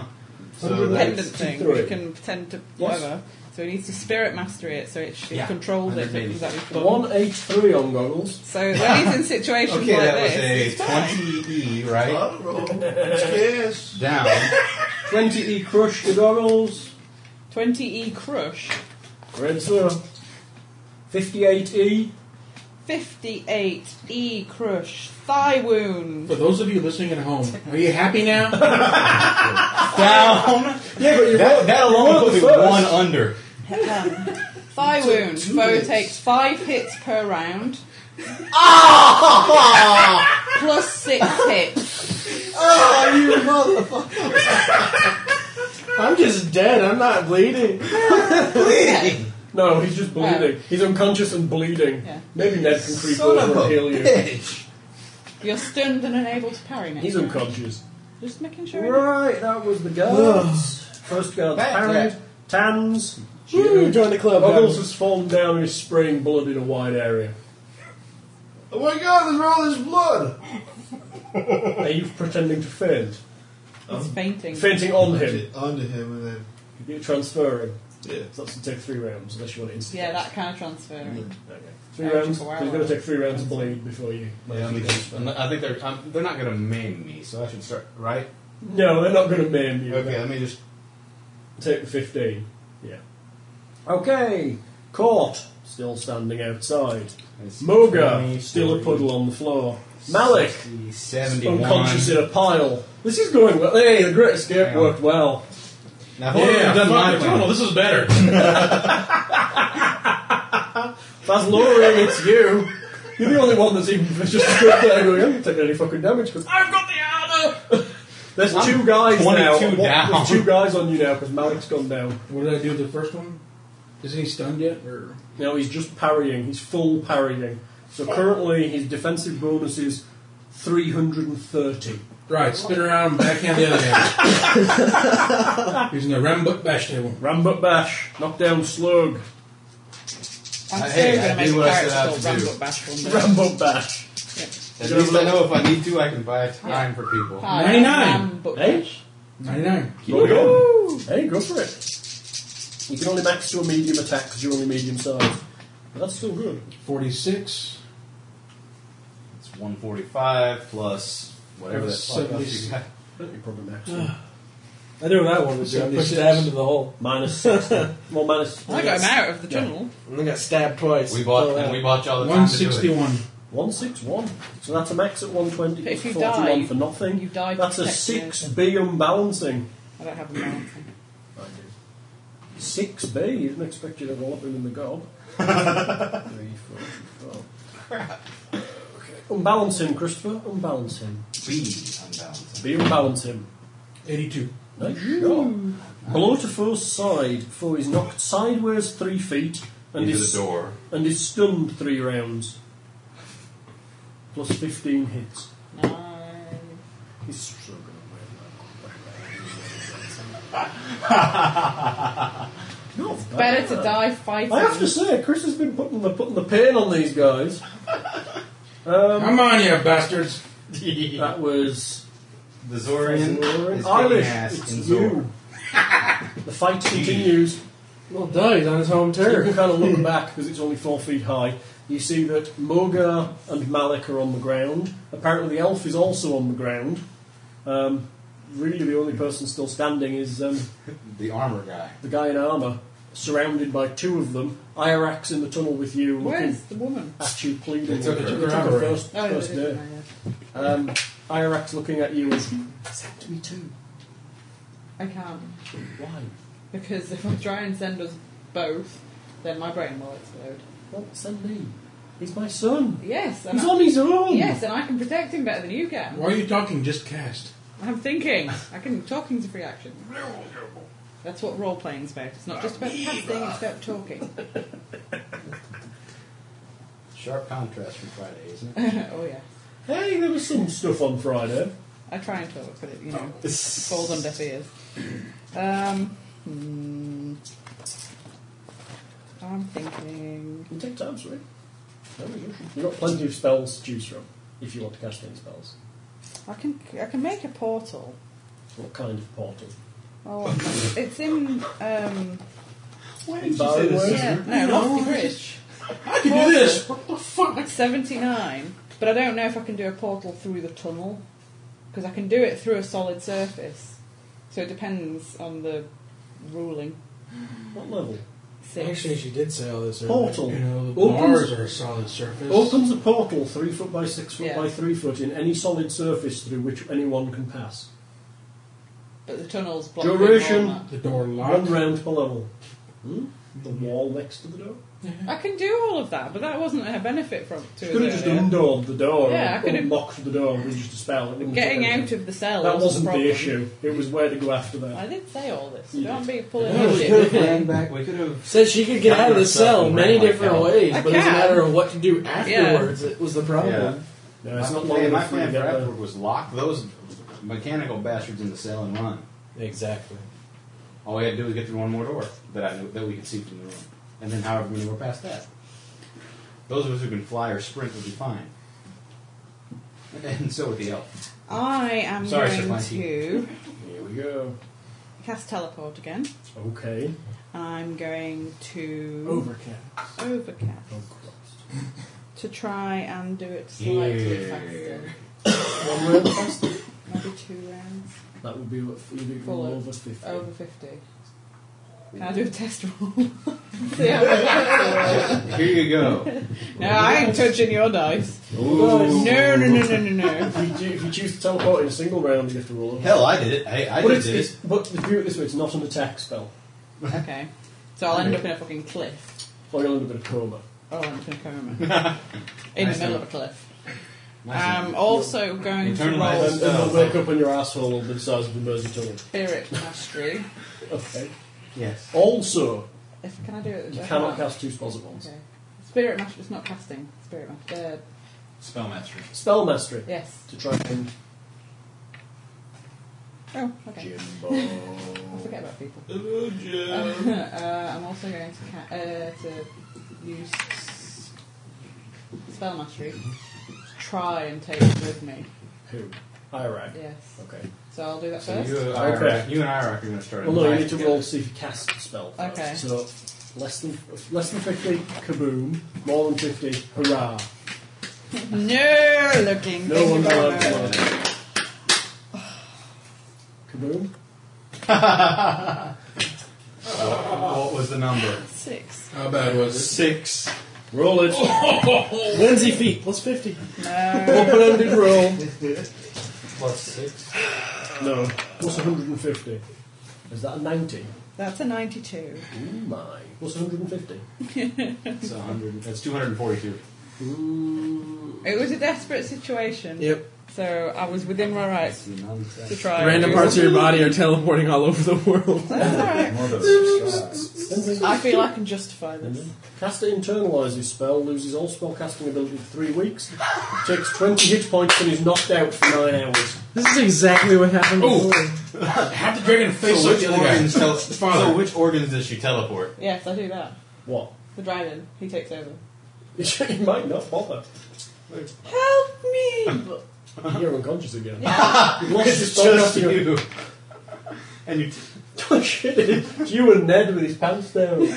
S10: so
S4: Hundred
S10: that's-
S2: pendant thing,
S4: Three.
S2: which can pretend to whatever. So he needs to spirit mastery it, so it, sh- it
S10: Yeah.
S2: controls it. so it comes out his bum.
S4: 183 on goggles.
S2: So when
S10: (laughs)
S2: he's in situations
S10: Okay,
S2: like
S10: that was
S2: this,
S10: a 20E, right?
S8: roll. yes.
S10: Down.
S4: 20E crush to goggles.
S2: 20e E crush,
S4: Red zero. 58E.
S2: 58e E crush, thigh wound.
S3: For those of you listening at home, are you
S10: (laughs)
S3: happy now?
S10: Down!
S4: Yeah, but you're
S10: That, that
S4: One of
S10: alone put
S4: the
S10: me
S4: first.
S10: one under.
S2: Thigh wound. Foe takes five hits per round.
S3: Ah!
S2: Plus
S10: (laughs)
S2: six hits.
S6: I'm just dead. I'm not bleeding.
S4: No, he's just bleeding. He's unconscious and bleeding.
S2: Yeah.
S4: Maybe Ned can creep
S9: Son
S4: over
S9: of a
S4: and heal you.
S9: bitch.
S2: You're stunned and unable to parry next
S4: He's
S2: round.
S4: unconscious.
S2: Just making sure.
S4: Right, that was the guards. First guard parried. Tans.
S6: Woo, join the club.
S4: Goggles
S6: Goggles.
S4: has fallen down and is spraying blood in a wide area.
S8: Oh my god, there's all this blood!
S4: Are you pretending to faint?
S2: He's fainting.
S4: Fainting on him.
S8: Onto- Onto him and then.
S4: You're transferring.
S8: Yeah.
S4: So that's going to take three rounds, unless you want it instantly.
S2: Yeah, that kind of transferring.
S4: Okay. Three
S2: That would
S4: rounds.
S2: take a while,
S4: So you've got to
S2: wouldn't
S4: take three rounds of bleed before you.
S10: Yeah,
S4: manage to transfer.
S10: I think they're um, they're not gonna maim me, so I should start right.
S4: No, they're not going to maim you.
S10: Okay, let me just.
S4: Take the 15. Yeah. Okay. Court. Still standing outside. Moga. Still a puddle on the floor. Malik.
S10: 60, 71.
S4: Unconscious in a pile. This is going well. Hey, the Great Escape
S10: Hang on.
S4: worked well.
S10: Now, hold on, I've done my plan.
S7: this is better.
S4: That's lowering, it's you. (laughs) You're the only one that's even just stood there going, I'm not taking any fucking damage because I've got the armor! (laughs) There's
S10: I'm
S4: two guys
S10: 22
S4: now.
S10: down.
S4: There's two guys on you now because Malik's gone down.
S3: what did I do with the first one? Isn't he stunned yet? Or
S4: Now he's just parrying. He's full parrying. So currently his defensive bonus is 330.
S3: right, spin around, backhand the other hand. Using the Rambo bash table.
S4: Rambut Bash, knockdown slug, (laughs)
S2: I'm
S10: I-
S2: still
S10: hey,
S2: going
S10: I
S2: to make
S10: do
S2: a
S10: what I set
S2: character
S10: out
S2: called
S10: to do.
S2: Rambut Bash one day.
S4: Rambut Bash.
S10: At least I know if I need to, I can buy time for people.
S2: Hi,
S3: 99.
S2: Rambut
S4: Hey?
S2: Bash.
S3: 99.
S4: Roll again. Hey, go for it. You can only max to a medium attack because you're only medium size. But that's still good.
S3: 46.
S10: It's 145 plus whatever that
S3: Seventy-
S10: fuck else you got.
S4: But you're probably maxed
S2: (sighs)
S4: out.
S6: I know what I wanted to do. I pushed Dab into the hole.
S4: Minus 60. well, minus
S2: (laughs) I got him out of the tunnel.
S6: And then got stabbed twice.
S10: We bought
S6: Oh,
S10: and
S6: wow.
S10: we bought y'all the time to do it.
S3: 161.
S4: 161. So that's a max at 120.
S2: But if you
S4: 41
S2: die,
S4: for nothing.
S2: you die
S4: That's a
S2: protected.
S4: 6B unbalancing.
S2: I don't have the mountain.
S4: 6B? You didn't expect you to roll up him in the gob. Three, four, four. Okay. Unbalance him, Christopher. Unbalance him.
S10: B unbalanced.
S4: B unbalance him.
S3: 82.
S4: Nice shot. Blow to foe's side. Foe is knocked sideways three feet and
S10: Into
S4: is
S10: the door.
S4: and is stunned three rounds. Plus fifteen hits. He's so gonna win. Not bad.
S2: Better to die fighting.
S4: I have to say, Chris has been putting the putting the pain on these guys.
S3: Come on, you bastards.
S10: the (laughs)
S4: That was
S10: Zorian is getting
S4: Eilish,
S10: ass
S4: it's
S10: in Zor.
S4: you. (laughs) The fight continues.
S6: Well, duh, he's on his home
S4: So you
S6: turf.
S4: can kind of look back because it's only four feet high. You see that Moga and Malik are on the ground. Apparently, the elf is also on the ground. Um, really, the only person still standing is um,
S10: The armor guy.
S4: the guy in armour, surrounded by two of them. Irax in the tunnel with you, looking
S2: Where's the woman?
S4: at you, pleading.
S3: They took it to
S4: They
S3: Corroborate.
S4: her first,
S2: Oh,
S4: first
S2: there it
S4: day.
S2: is. Oh,
S4: Um, Irax looking at you as, That's happened to me too.
S2: yeah. I can't.
S4: Why?
S2: Because if I try and send us both, then my brain will explode.
S4: Well, send me. He's my son.
S2: Yes, and
S4: He's
S2: I,
S4: on his own.
S2: yes, and I can protect him better than you can.
S3: Why are you talking just cast?
S2: I'm thinking. I can talking's a free action. That's what role playing's about. It's not just about casting, it's about talking.
S10: Sharp contrast from Friday, isn't it?
S2: (laughs) oh yeah.
S4: Hey, there was some stuff on Friday.
S2: I try and talk, but it you
S4: Oh.
S2: know falls on deaf ears. Um, hmm. I'm thinking.
S4: You can take time, sorry. No, you should. You've got plenty of spells to choose from if you want to cast any spells.
S2: I can I can make a portal.
S4: What kind of portal?
S2: Oh, it's in um,
S3: Why
S4: In
S3: did you say
S4: Barrow
S3: this?
S2: yeah,
S3: sister?
S2: no,
S3: No,
S2: Lofty
S3: I
S2: Bridge.
S3: I can do this! What the fuck?
S2: Seventy nine, but I don't know if I can do a portal through the tunnel because I can do it through a solid surface. So it depends on the ruling.
S4: What level?
S2: Six.
S7: Actually, she did say all this earlier.
S4: Portal.
S3: You know, the
S4: Opens-
S3: bars are a solid surface.
S4: Opens a portal three foot by six foot
S2: Yeah.
S4: by three foot in any solid surface through which anyone can pass.
S2: but the tunnel's blocked. in
S4: Duration.
S2: all
S3: The door
S4: One
S3: locked.
S4: round per level. Hmm? The wall next to the door.
S2: that. I can do all of that, but that wasn't a benefit from to
S4: Could have
S2: us
S4: just
S2: earlier.
S4: undoored the door
S2: Yeah, I
S4: and
S2: could've-
S4: unlocked the door with just a spell. It wouldn't
S2: Getting
S4: do anything.
S2: out of the cell.
S4: That
S2: was
S4: wasn't
S2: a problem.
S4: the issue. It was where to go after
S2: I
S4: that.
S2: did say all this.
S4: You
S2: Don't be pulling
S7: No,
S2: no,
S7: she
S2: shit
S7: could
S2: with
S7: have ran
S2: me.
S7: back.
S10: We could have.
S7: Said she could get out of the cell in many different ways,
S2: I
S7: but it was a
S2: can.
S7: matter of what to do afterwards. It was the problem.
S10: Yeah.
S4: No, it's
S10: my
S4: not long
S10: plan, my
S4: enough for you to
S10: plan for
S4: get there.
S10: afterward was lock those mechanical bastards in the cell and run.
S7: Exactly.
S10: All we had to do was get through one more door that I knew, that we could see from the room, and then however many were past that. Those of us who can fly or sprint would be fine. (laughs) And so would the (laughs) elf.
S2: I am
S10: Sorry, Sir
S2: going
S10: Clancy.
S2: to
S4: Here we go.
S2: cast teleport again.
S4: Okay.
S2: I'm going to
S6: Overcast.
S2: overcast
S4: Oh, Christ.
S2: to try and do it slightly
S10: Yeah.
S2: faster.
S4: One round past.
S2: Maybe two rounds
S4: That would be what you do
S2: Full of-
S4: over 50.
S2: over fifty. Can I do a test roll? (laughs) See how many I
S10: Here you go.
S2: roll. no, I ain't touching your dice.
S4: Ooh.
S2: No, no, no, no, no, no.
S4: If you, do, if you choose to teleport in a single round, you have to roll over.
S10: Hell, I did it. Hey, I
S4: but
S10: did
S4: it's, it's,
S10: this.
S4: but view it this way, it's not an attack spell.
S2: Okay, so I'll end up in a fucking cliff.
S4: Or you'll end up in a coma.
S2: Oh, I'm just gonna
S10: (laughs)
S2: coma. In the
S10: Nice
S2: middle
S10: one.
S2: of a cliff.
S10: Nice
S2: I'm also going to
S10: Internalize
S2: roll
S4: And then you'll wake up and your asshole will be the size of the Mersey Tunnel.
S2: spirit mastery.
S4: Okay.
S10: yes.
S4: Also,
S2: If can I do it?
S4: you
S2: I
S4: cannot
S2: can't.
S4: cast two spells at once.
S2: Okay. Spirit mastery. It's not casting. Spirit mastery. Uh,
S10: Spell mastery.
S4: Spell mastery.
S2: yes.
S4: To try and
S2: Oh, okay. I
S10: Oh.
S8: Jimbo.
S2: forget about people.
S8: Hello, Jim.
S2: uh, I'm also going to ca- uh, to use s- spell mastery. to Try and take it with me.
S4: who? Irag.
S2: Yes.
S4: Okay.
S2: So I'll do that
S10: So
S2: first.
S10: you, uh,
S4: Okay.
S10: Iraq- you and Iraq are going to start.
S4: Well, no, you
S10: in
S4: need to
S10: five
S4: roll to see if you cast the spell. first.
S2: Okay.
S4: So, less than less than fifty, kaboom. More than fifty, hurrah!
S2: No looking.
S4: No
S2: Thank you
S4: one's
S2: very
S4: allowed to
S2: much.
S4: roll. Kaboom.
S10: together. What was the number?
S2: Six.
S3: How bad was
S4: Six. Roll it. Lindsay feet plus fifty.
S2: No.
S4: Open ended roll.
S10: Plus six.
S4: No. Plus one hundred and fifty. Is that a ninety?
S2: That's a 92.
S4: Ooh my. Plus one hundred and fifty.
S10: That's a hundred. That's two hundred and forty-two.
S4: Hmm.
S2: It was a desperate situation.
S7: Yep.
S2: So I was within my rights to try.
S7: Random
S2: and do
S7: parts of your body are teleporting all over the world.
S2: That's all right.
S10: Motherfucker.
S4: Lindsay,
S2: I feel I can justify this.
S4: Mm-hmm. Caster internalises spell, loses all spell casting ability for three weeks, takes 20 hit points, and is knocked out for nine hours.
S7: (laughs) This is exactly what happened
S3: Oh.
S7: before.
S3: it? Have the dragon face
S10: So
S3: up
S10: which
S3: the other guy.
S10: organs? Tel-
S3: Father.
S10: so which organs does she teleport?
S2: Yes, I do that.
S4: What? (laughs)
S2: The dragon, he takes over.
S4: you might not bother.
S2: Help me!
S4: You're unconscious again.
S2: yeah.
S4: (laughs) You lost your spell casting ability. (laughs)
S10: And you. (laughs) T-
S4: Oh, shit, it's you and Ned with his pants down.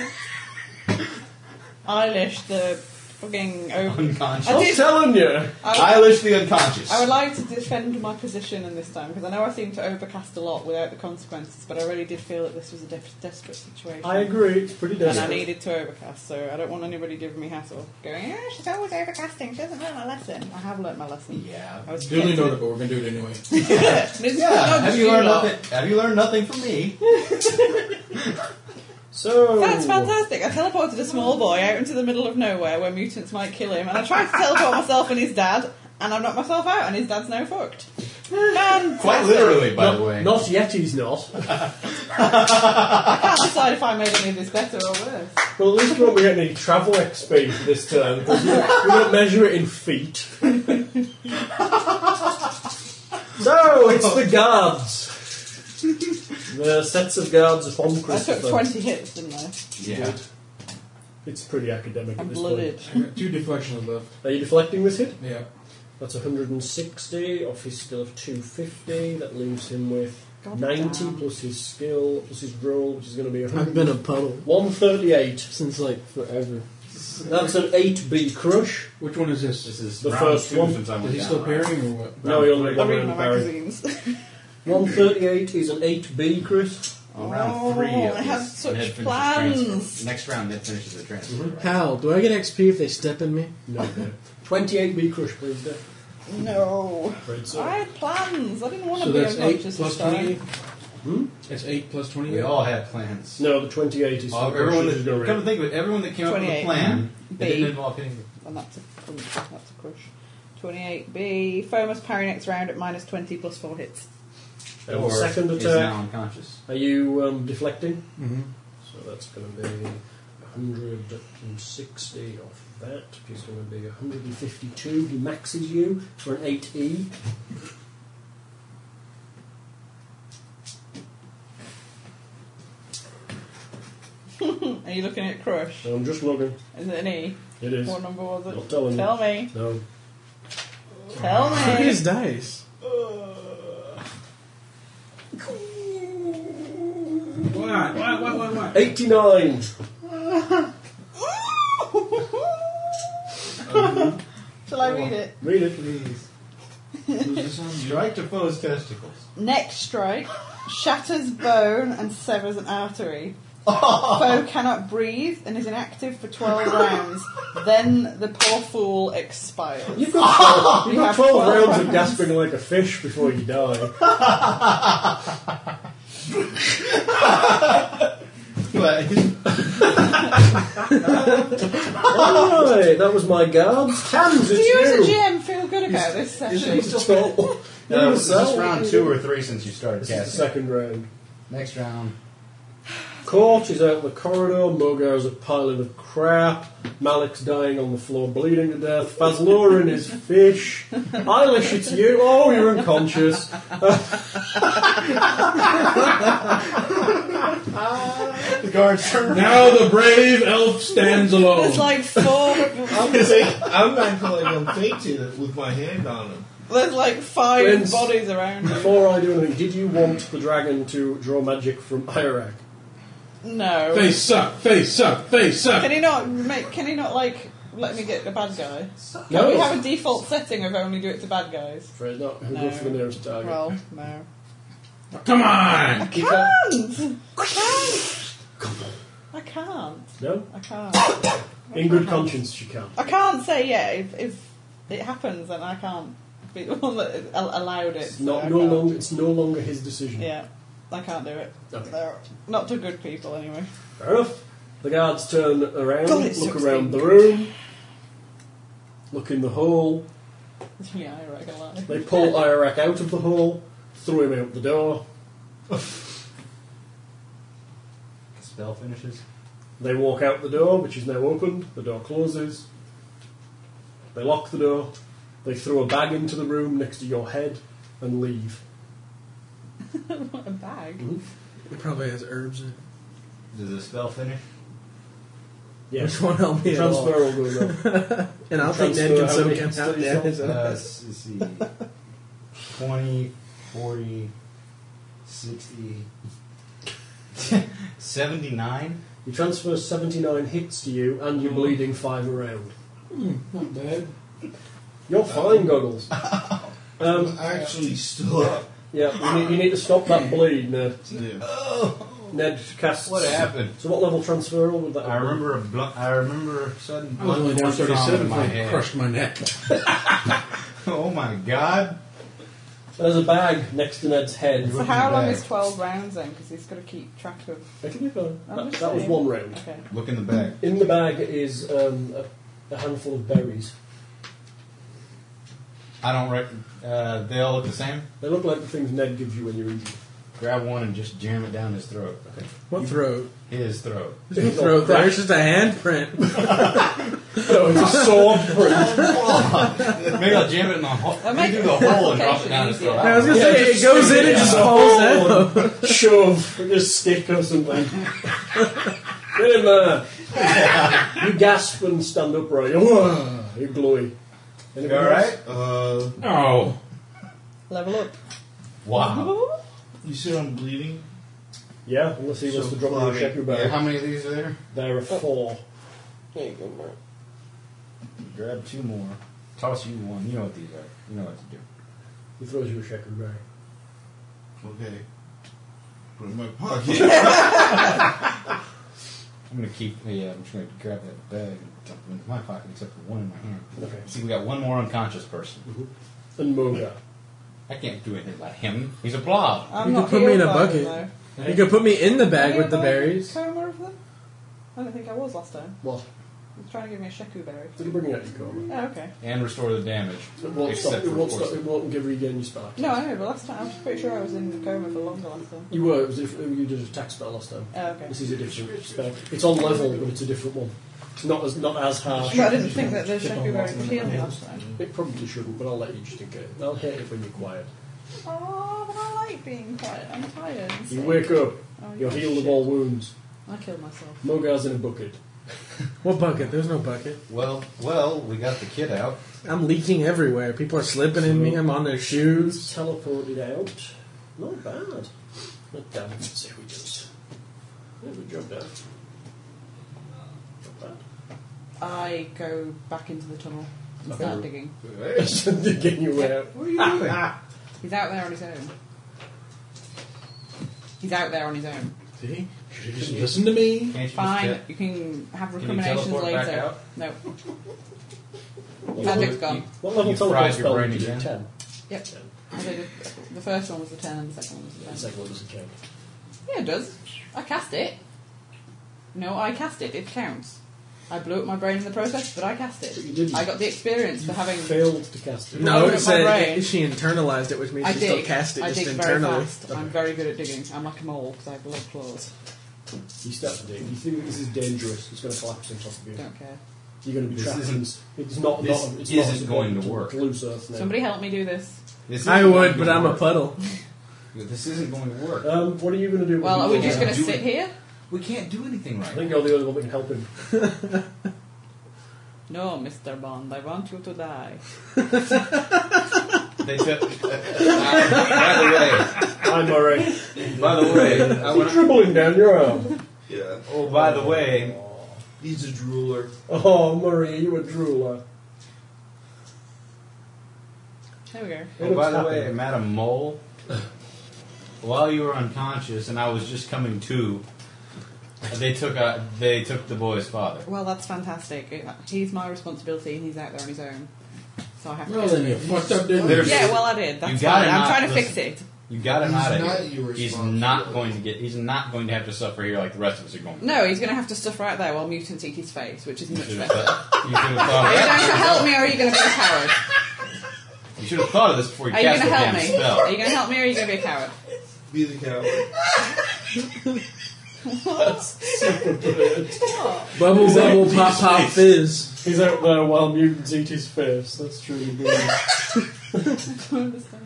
S2: Eilish, the fucking over.
S10: unconscious.
S2: I
S4: I'm
S2: did-
S4: telling you.
S2: I,
S10: Eilish the unconscious.
S2: I would like to defend my position in this time because I know I seem to overcast a lot without the consequences, but I really did feel that this was a de- desperate situation.
S4: I agree, it's pretty
S2: And I
S4: desperate.
S2: needed to overcast, so I don't want anybody giving me hassle. Going, yeah, she's always overcasting. She hasn't learned my lesson. I have learned my lesson.
S10: yeah.
S2: I was
S3: You only know that,
S2: kidding.
S3: but we're gonna do it
S2: (laughs)
S3: anyway.
S2: It's not
S10: Yeah. Have
S2: just
S10: you learned
S2: lot.
S10: nothing? Have you learned nothing from me?
S4: So.
S2: That's fantastic. I teleported a small boy out into the middle of nowhere where mutants might kill him, and I tried to teleport myself and his dad, and I knocked myself out, and his dad's now fucked. And
S10: Quite literally, by
S4: Not,
S10: the way.
S4: not yet, he's not.
S2: I can't decide if I made any of this better or worse.
S4: Well, at least we won't be getting any travel XP for this turn because we're going to measure it
S6: (laughs)
S4: in feet. so it's the guards. There are sets of guards upon
S2: I took
S4: Christopher.
S2: 20 hits, didn't I?
S10: Yeah.
S4: It's pretty academic
S2: I
S4: at this
S2: blooded.
S4: point.
S3: I got two deflections left.
S4: Are you deflecting with hit?
S3: Yeah.
S4: That's 160 off his skill of 250. That leaves him with
S2: God
S4: 90
S2: damn.
S4: plus his skill plus his roll, which is going to be
S6: I've
S4: 100.
S6: been a puddle
S4: 138.
S6: since like forever.
S4: That's an 8B crush.
S3: Which one is this? Is
S10: This is
S4: The
S10: round
S4: first
S10: two
S4: one.
S10: Since I'm
S3: he
S10: down,
S3: still
S10: right?
S3: parrying or what?
S4: No, he only got
S2: I'm
S4: one
S2: reading my
S4: round parry.
S2: magazines. (laughs)
S4: 138 is an 8B, Chris.
S10: On round three,
S2: Oh,
S10: at
S2: I have
S10: least,
S2: such
S10: Ned finishes the
S2: plans.
S10: transfer. Next round, Ned finishes the transfer.
S4: Mm-hmm.
S10: right?
S6: Hal, do I get XP if they step in me?
S4: No, no. 28B crush, please, Dave.
S2: No.
S4: Right, so-
S2: I had plans. I didn't want to
S3: So
S2: be
S3: that's 8
S2: unconscious
S3: plus
S2: this time.
S3: 28? That's 8 plus 28?
S10: We all have plans.
S4: No, the 28 is
S10: All-
S4: the
S10: Oh, everyone
S4: crush.
S10: that,
S4: You're
S10: come to
S4: right.
S10: think of it, everyone that came up with a
S2: 28.
S10: plan that
S2: B.
S10: didn't involve hitting.
S2: And that's a, crunch, that's a crush. 28B. Fomus parry next round at minus 20 plus 4 hits.
S4: And
S10: or
S4: second
S10: is
S4: attack.
S10: now unconscious.
S4: Are you um, deflecting?
S3: Mm-hmm.
S4: So that's going to be 160 off that. He's going to be 152. He maxes you for an E. 8E.
S2: Hmm, Are you looking at crush?
S4: I'm just looking.
S2: Is it an E?
S4: It is. Oh,
S2: What number was
S4: Not
S2: it?
S4: telling
S2: Tell me.
S4: No.
S2: Tell
S4: (laughs)
S6: Look at
S2: me.
S6: his dice.
S3: Why? Why? Why? Why? Why?
S4: 89.
S2: (laughs) Shall I read it?
S4: Read it, please.
S10: Strike to foe's testicles.
S2: Neck strike shatters bone and severs an artery. Foe cannot breathe and is inactive for 12 rounds. Then the poor fool expires. (laughs)
S4: You've got 12,
S2: You
S4: you've got
S2: have
S4: 12
S2: 12
S4: rounds of gasping like a fish before you die.
S10: But
S4: Alright, that was my guards. Tams,
S2: Do
S4: it's
S2: you as a
S4: you!
S2: GM feel good about this session?
S4: Twelve.
S10: (laughs) no, is this
S4: So-
S10: round two or three since you started
S4: This is the
S10: casting?
S4: second round.
S10: Next round.
S4: Court is out in the corridor. Mogar's a piling of crap. Malik's dying on the floor, bleeding to death. Fazlorin is fish. Eilish, it's you. Oh, you're unconscious.
S10: The guards turn
S3: Now the brave elf stands alone.
S2: There's like four.
S8: I'm not going to fake it with my hand on him.
S2: There's like five
S4: Friends.
S2: bodies around you.
S4: Before I do anything, did you want the dragon to draw magic from Iraq?
S2: No.
S3: Face suck. Face suck. Face
S2: Can
S3: suck.
S2: he not make? Can he not like let me get the bad guy? Can
S4: No.
S2: we have a default setting of only do it to bad guys?
S4: Afraid not. Who
S2: No.
S4: goes for the nearest target?
S2: Well, no.
S3: Come on.
S4: You can't-
S2: Can't. I can't. I can't.
S4: No?
S2: I can't.
S4: In good conscience, she can.
S2: I can't say yeah. If, if it happens, then I can't be the one that al- allowed it.
S4: It's,
S2: so
S4: not,
S2: I
S4: no
S2: can't.
S4: longer, it's no longer his decision.
S2: Yeah, I can't do it.
S4: Okay.
S2: They're not to good people anyway.
S4: Fair enough. The guards turn around,
S2: God, it's
S4: look
S2: so
S4: around the
S2: stinking.
S4: room, look in the hall.
S2: It's really ironic, I lie.
S4: They pull Iraq out of the hall, throw him out the door.
S10: Spell finishes.
S4: They walk out the door, which is now opened. The door closes. They lock the door. They throw a bag into the room next to your head and leave.
S2: What a bag.
S6: Mm-hmm. It probably has herbs in it.
S10: Does the spell finish?
S4: Yes.
S6: Which won't help me
S4: Transfer
S6: at all.
S4: all going on.
S6: (laughs) And I'll think Ned can
S4: Transfer, how
S6: soak
S4: many
S6: him
S4: studies
S6: out Ned is
S10: Uh,
S6: up.
S10: let's see. 20, 40, 60, (laughs) 79.
S4: You transfer 79 hits to you and
S6: Mm.
S4: you're bleeding five around.
S3: Not bad.
S4: You're
S6: Uh, (laughs)
S4: fine, Goggles. Um,
S8: I'm actually still up.
S4: yeah, you need, you need to stop that bleed, Ned.
S8: Yeah.
S4: Ned casts.
S10: What happened?
S4: So, what level transferal would that
S10: I
S4: have been?
S10: remember a bl- I remember a sudden
S3: I was
S10: blood
S3: only down
S10: pouring from
S3: 37
S10: my
S3: when I
S10: head.
S3: crushed my neck.
S10: Oh my god!
S4: There's a bag next to Ned's head.
S2: So how long is 12 rounds then? Because he's got to keep track of...
S4: It'll be fine.
S2: I'm
S4: That,
S2: just
S4: that was
S2: saying.
S4: one round.
S2: Okay.
S10: Look in the back.
S4: In the bag is um, a, a handful of berries.
S10: I don't. Rec- uh, they all look the same.
S4: They look like the things Ned gives you when you're eating.
S10: grab one and just jam it down his throat. Okay.
S6: What
S7: (laughs)
S6: throat?
S10: His throat.
S6: There's no throat there. It's just a handprint.
S10: No, it's a
S6: (laughs)
S10: sore print. Maybe I'll jam it in the hole.
S2: That
S10: Maybe
S2: might-
S10: do the hole and drop it down his
S2: easier.
S10: throat.
S6: I was gonna say it goes in and just falls out.
S4: out. Shove. Or Just stick or something. (laughs) Get him there. You gasp and stand upright. Oh, You're glowy.
S8: You alright? Uh,
S10: No.
S2: Level up.
S10: Wow.
S6: Oh.
S8: you said I'm bleeding?
S4: Yeah, unless he wants
S8: So
S4: to drop you a
S8: fly.
S4: shepherd your
S10: Yeah,
S4: back.
S10: how many of these are there?
S4: There are four.
S7: There you go, Mark.
S10: Grab two more. Toss you one. You know what these are. You know what to do.
S4: He throws you a shepherd back.
S8: Okay. Put it in my
S10: (laughs)
S8: pocket.
S10: I'm gonna keep. Yeah, I'm just gonna grab that bag and dump it into my pocket, except for one in my hand.
S4: Okay.
S10: See, we got one more unconscious person.
S4: And Moga.
S10: I can't do anything about him. He's a blob.
S2: I'm
S6: You
S2: not
S6: could put me in
S2: healed
S6: a
S2: by
S6: bucket.
S2: them, though.
S6: You could put me in the bag
S2: Am I
S6: with the
S2: healed by
S6: berries.
S2: Coma of them? I don't think I was last time.
S4: What?
S2: He was trying to give me a sheku berry.
S4: It'll bring you out your coma.
S2: Oh, okay.
S10: And restore the damage.
S4: It won't stop.
S10: Except
S4: It
S10: for,
S4: won't
S10: of course,
S4: stop. It won't give you again your spell. attack.
S2: No, I know, but last time I was pretty sure I was in the coma for longer last time.
S4: You were. It was if you did a attack spell last time.
S2: Oh, okay.
S4: This is a different spell. It's on level, but it's a different one. It's not as not as harsh.
S2: But I didn't think that the sheku berry would heal me last time.
S4: It probably shouldn't, but I'll let you just think it. I'll hit it when you're quiet.
S2: Oh, but I like being quiet. I'm tired. and
S4: You
S2: sick.
S4: wake up.
S2: Oh,
S4: You're
S2: yeah,
S4: healed of
S2: shit.
S4: all wounds.
S2: I killed myself.
S4: Mogar's in a bucket.
S6: What bucket? There's no bucket.
S10: Well, well, we got the kid out.
S6: I'm leaking everywhere. People are slipping in me. I'm on their shoes.
S4: He's teleported out. Not bad. Not damn it. Let's see who he does. Yeah, good job, Dan. Not bad.
S2: I go back into the tunnel and
S4: Okay.
S2: start digging.
S4: (laughs)
S10: Hey.
S4: Digging your way out.
S8: (laughs) what are you doing?
S2: He's out there on his own. He's out there on his own.
S4: See? Should have just listened to me.
S10: Can't you just
S2: Fine,
S10: tell-
S2: you can have
S10: you
S2: recriminations
S10: teleport back
S2: later.
S10: out?
S2: No.
S4: What
S2: Magic's
S4: level,
S2: gone.
S4: what level
S10: You
S4: teleport
S10: fried your
S4: spell
S10: brain
S4: did you do?
S10: again.
S4: Ten.
S2: Yep. I did the first one was a 10 and the second one was a 10.
S4: The second one doesn't count.
S2: Yeah, it does. I cast it. No, I cast it. It counts. I blew up my brain in the process, but I cast it.
S4: But you didn't.
S2: I got the experience for having.
S4: Failed to cast it.
S6: No, it
S2: Look at my
S6: said
S2: brain.
S6: it- she internalized it, which means
S2: I
S6: she
S2: dig.
S6: still cast it
S2: I
S6: just
S2: dig very
S6: internally.
S2: fast. I'm very good at digging. I'm like a mole because I have love claws.
S4: You start to dig. You think this is dangerous. It's going to collapse on top of you.
S2: Don't care.
S4: You're going to be
S10: This
S4: trapped. in-
S10: isn't-
S4: it's not.
S10: this
S4: not, it's
S10: isn't
S4: not,
S10: going to
S4: it's
S10: work.
S4: Loose earth. now.
S2: Somebody help me do this.
S10: This isn't
S6: I
S10: going
S6: would,
S10: to
S6: but I'm a Uh,
S10: work.
S6: puddle.
S10: This isn't going to work.
S4: Um, what are you going to do?
S2: Well, are we just
S4: Yeah.
S2: going to sit here?
S10: We can't do anything
S4: I
S10: right
S4: think
S10: now.
S4: you're the only one that can help him.
S2: No, Mr. Bond, I want you to die.
S10: (laughs) They (laughs) took. by
S4: I'm alright.
S10: the way, (laughs) by the
S4: (laughs)
S10: way, I
S4: You're
S10: want.
S4: dribbling down your arm.
S8: Yeah.
S10: Oh, by the way,
S8: He's a drooler.
S4: Oh, Murray, you a drooler.
S2: There we go.
S10: oh, by the way, Madam Mole. While you were unconscious and I was just coming to, they took uh, they took the boy's father.
S2: Well, that's fantastic. It- He's my responsibility, and he's out there on his own. So I have to.
S3: Well, then you fucked up, didn't you?
S10: There's-
S2: yeah, well, I did. That's
S10: gotta
S2: fine. I'm
S10: not
S2: trying to
S10: listen.
S2: fix it.
S10: You got him
S8: He's
S10: out
S8: not
S10: of here.
S8: your
S10: He's
S8: responsibility.
S10: not going to get. He's not going to have to suffer here like the rest of us are going. to.
S2: No, he's going to have to stuff right there while mutants eat his face, which is
S10: You
S2: much
S10: should have (laughs)
S2: better.
S10: thought. You should have
S8: (laughs)
S2: Are you
S10: thought.
S2: going to help me, or are you going to be a coward?
S10: You should have thought of this before you
S2: Are you going to
S10: cast the
S2: help
S10: damn
S2: me?
S10: spell.
S2: Are you going to help me, or are you going to be a coward?
S8: Be the coward.
S6: Bubble,
S10: (laughs)
S6: bubble, pop, pop, fizz.
S4: He's out there while mutants eat his face. That's truly good.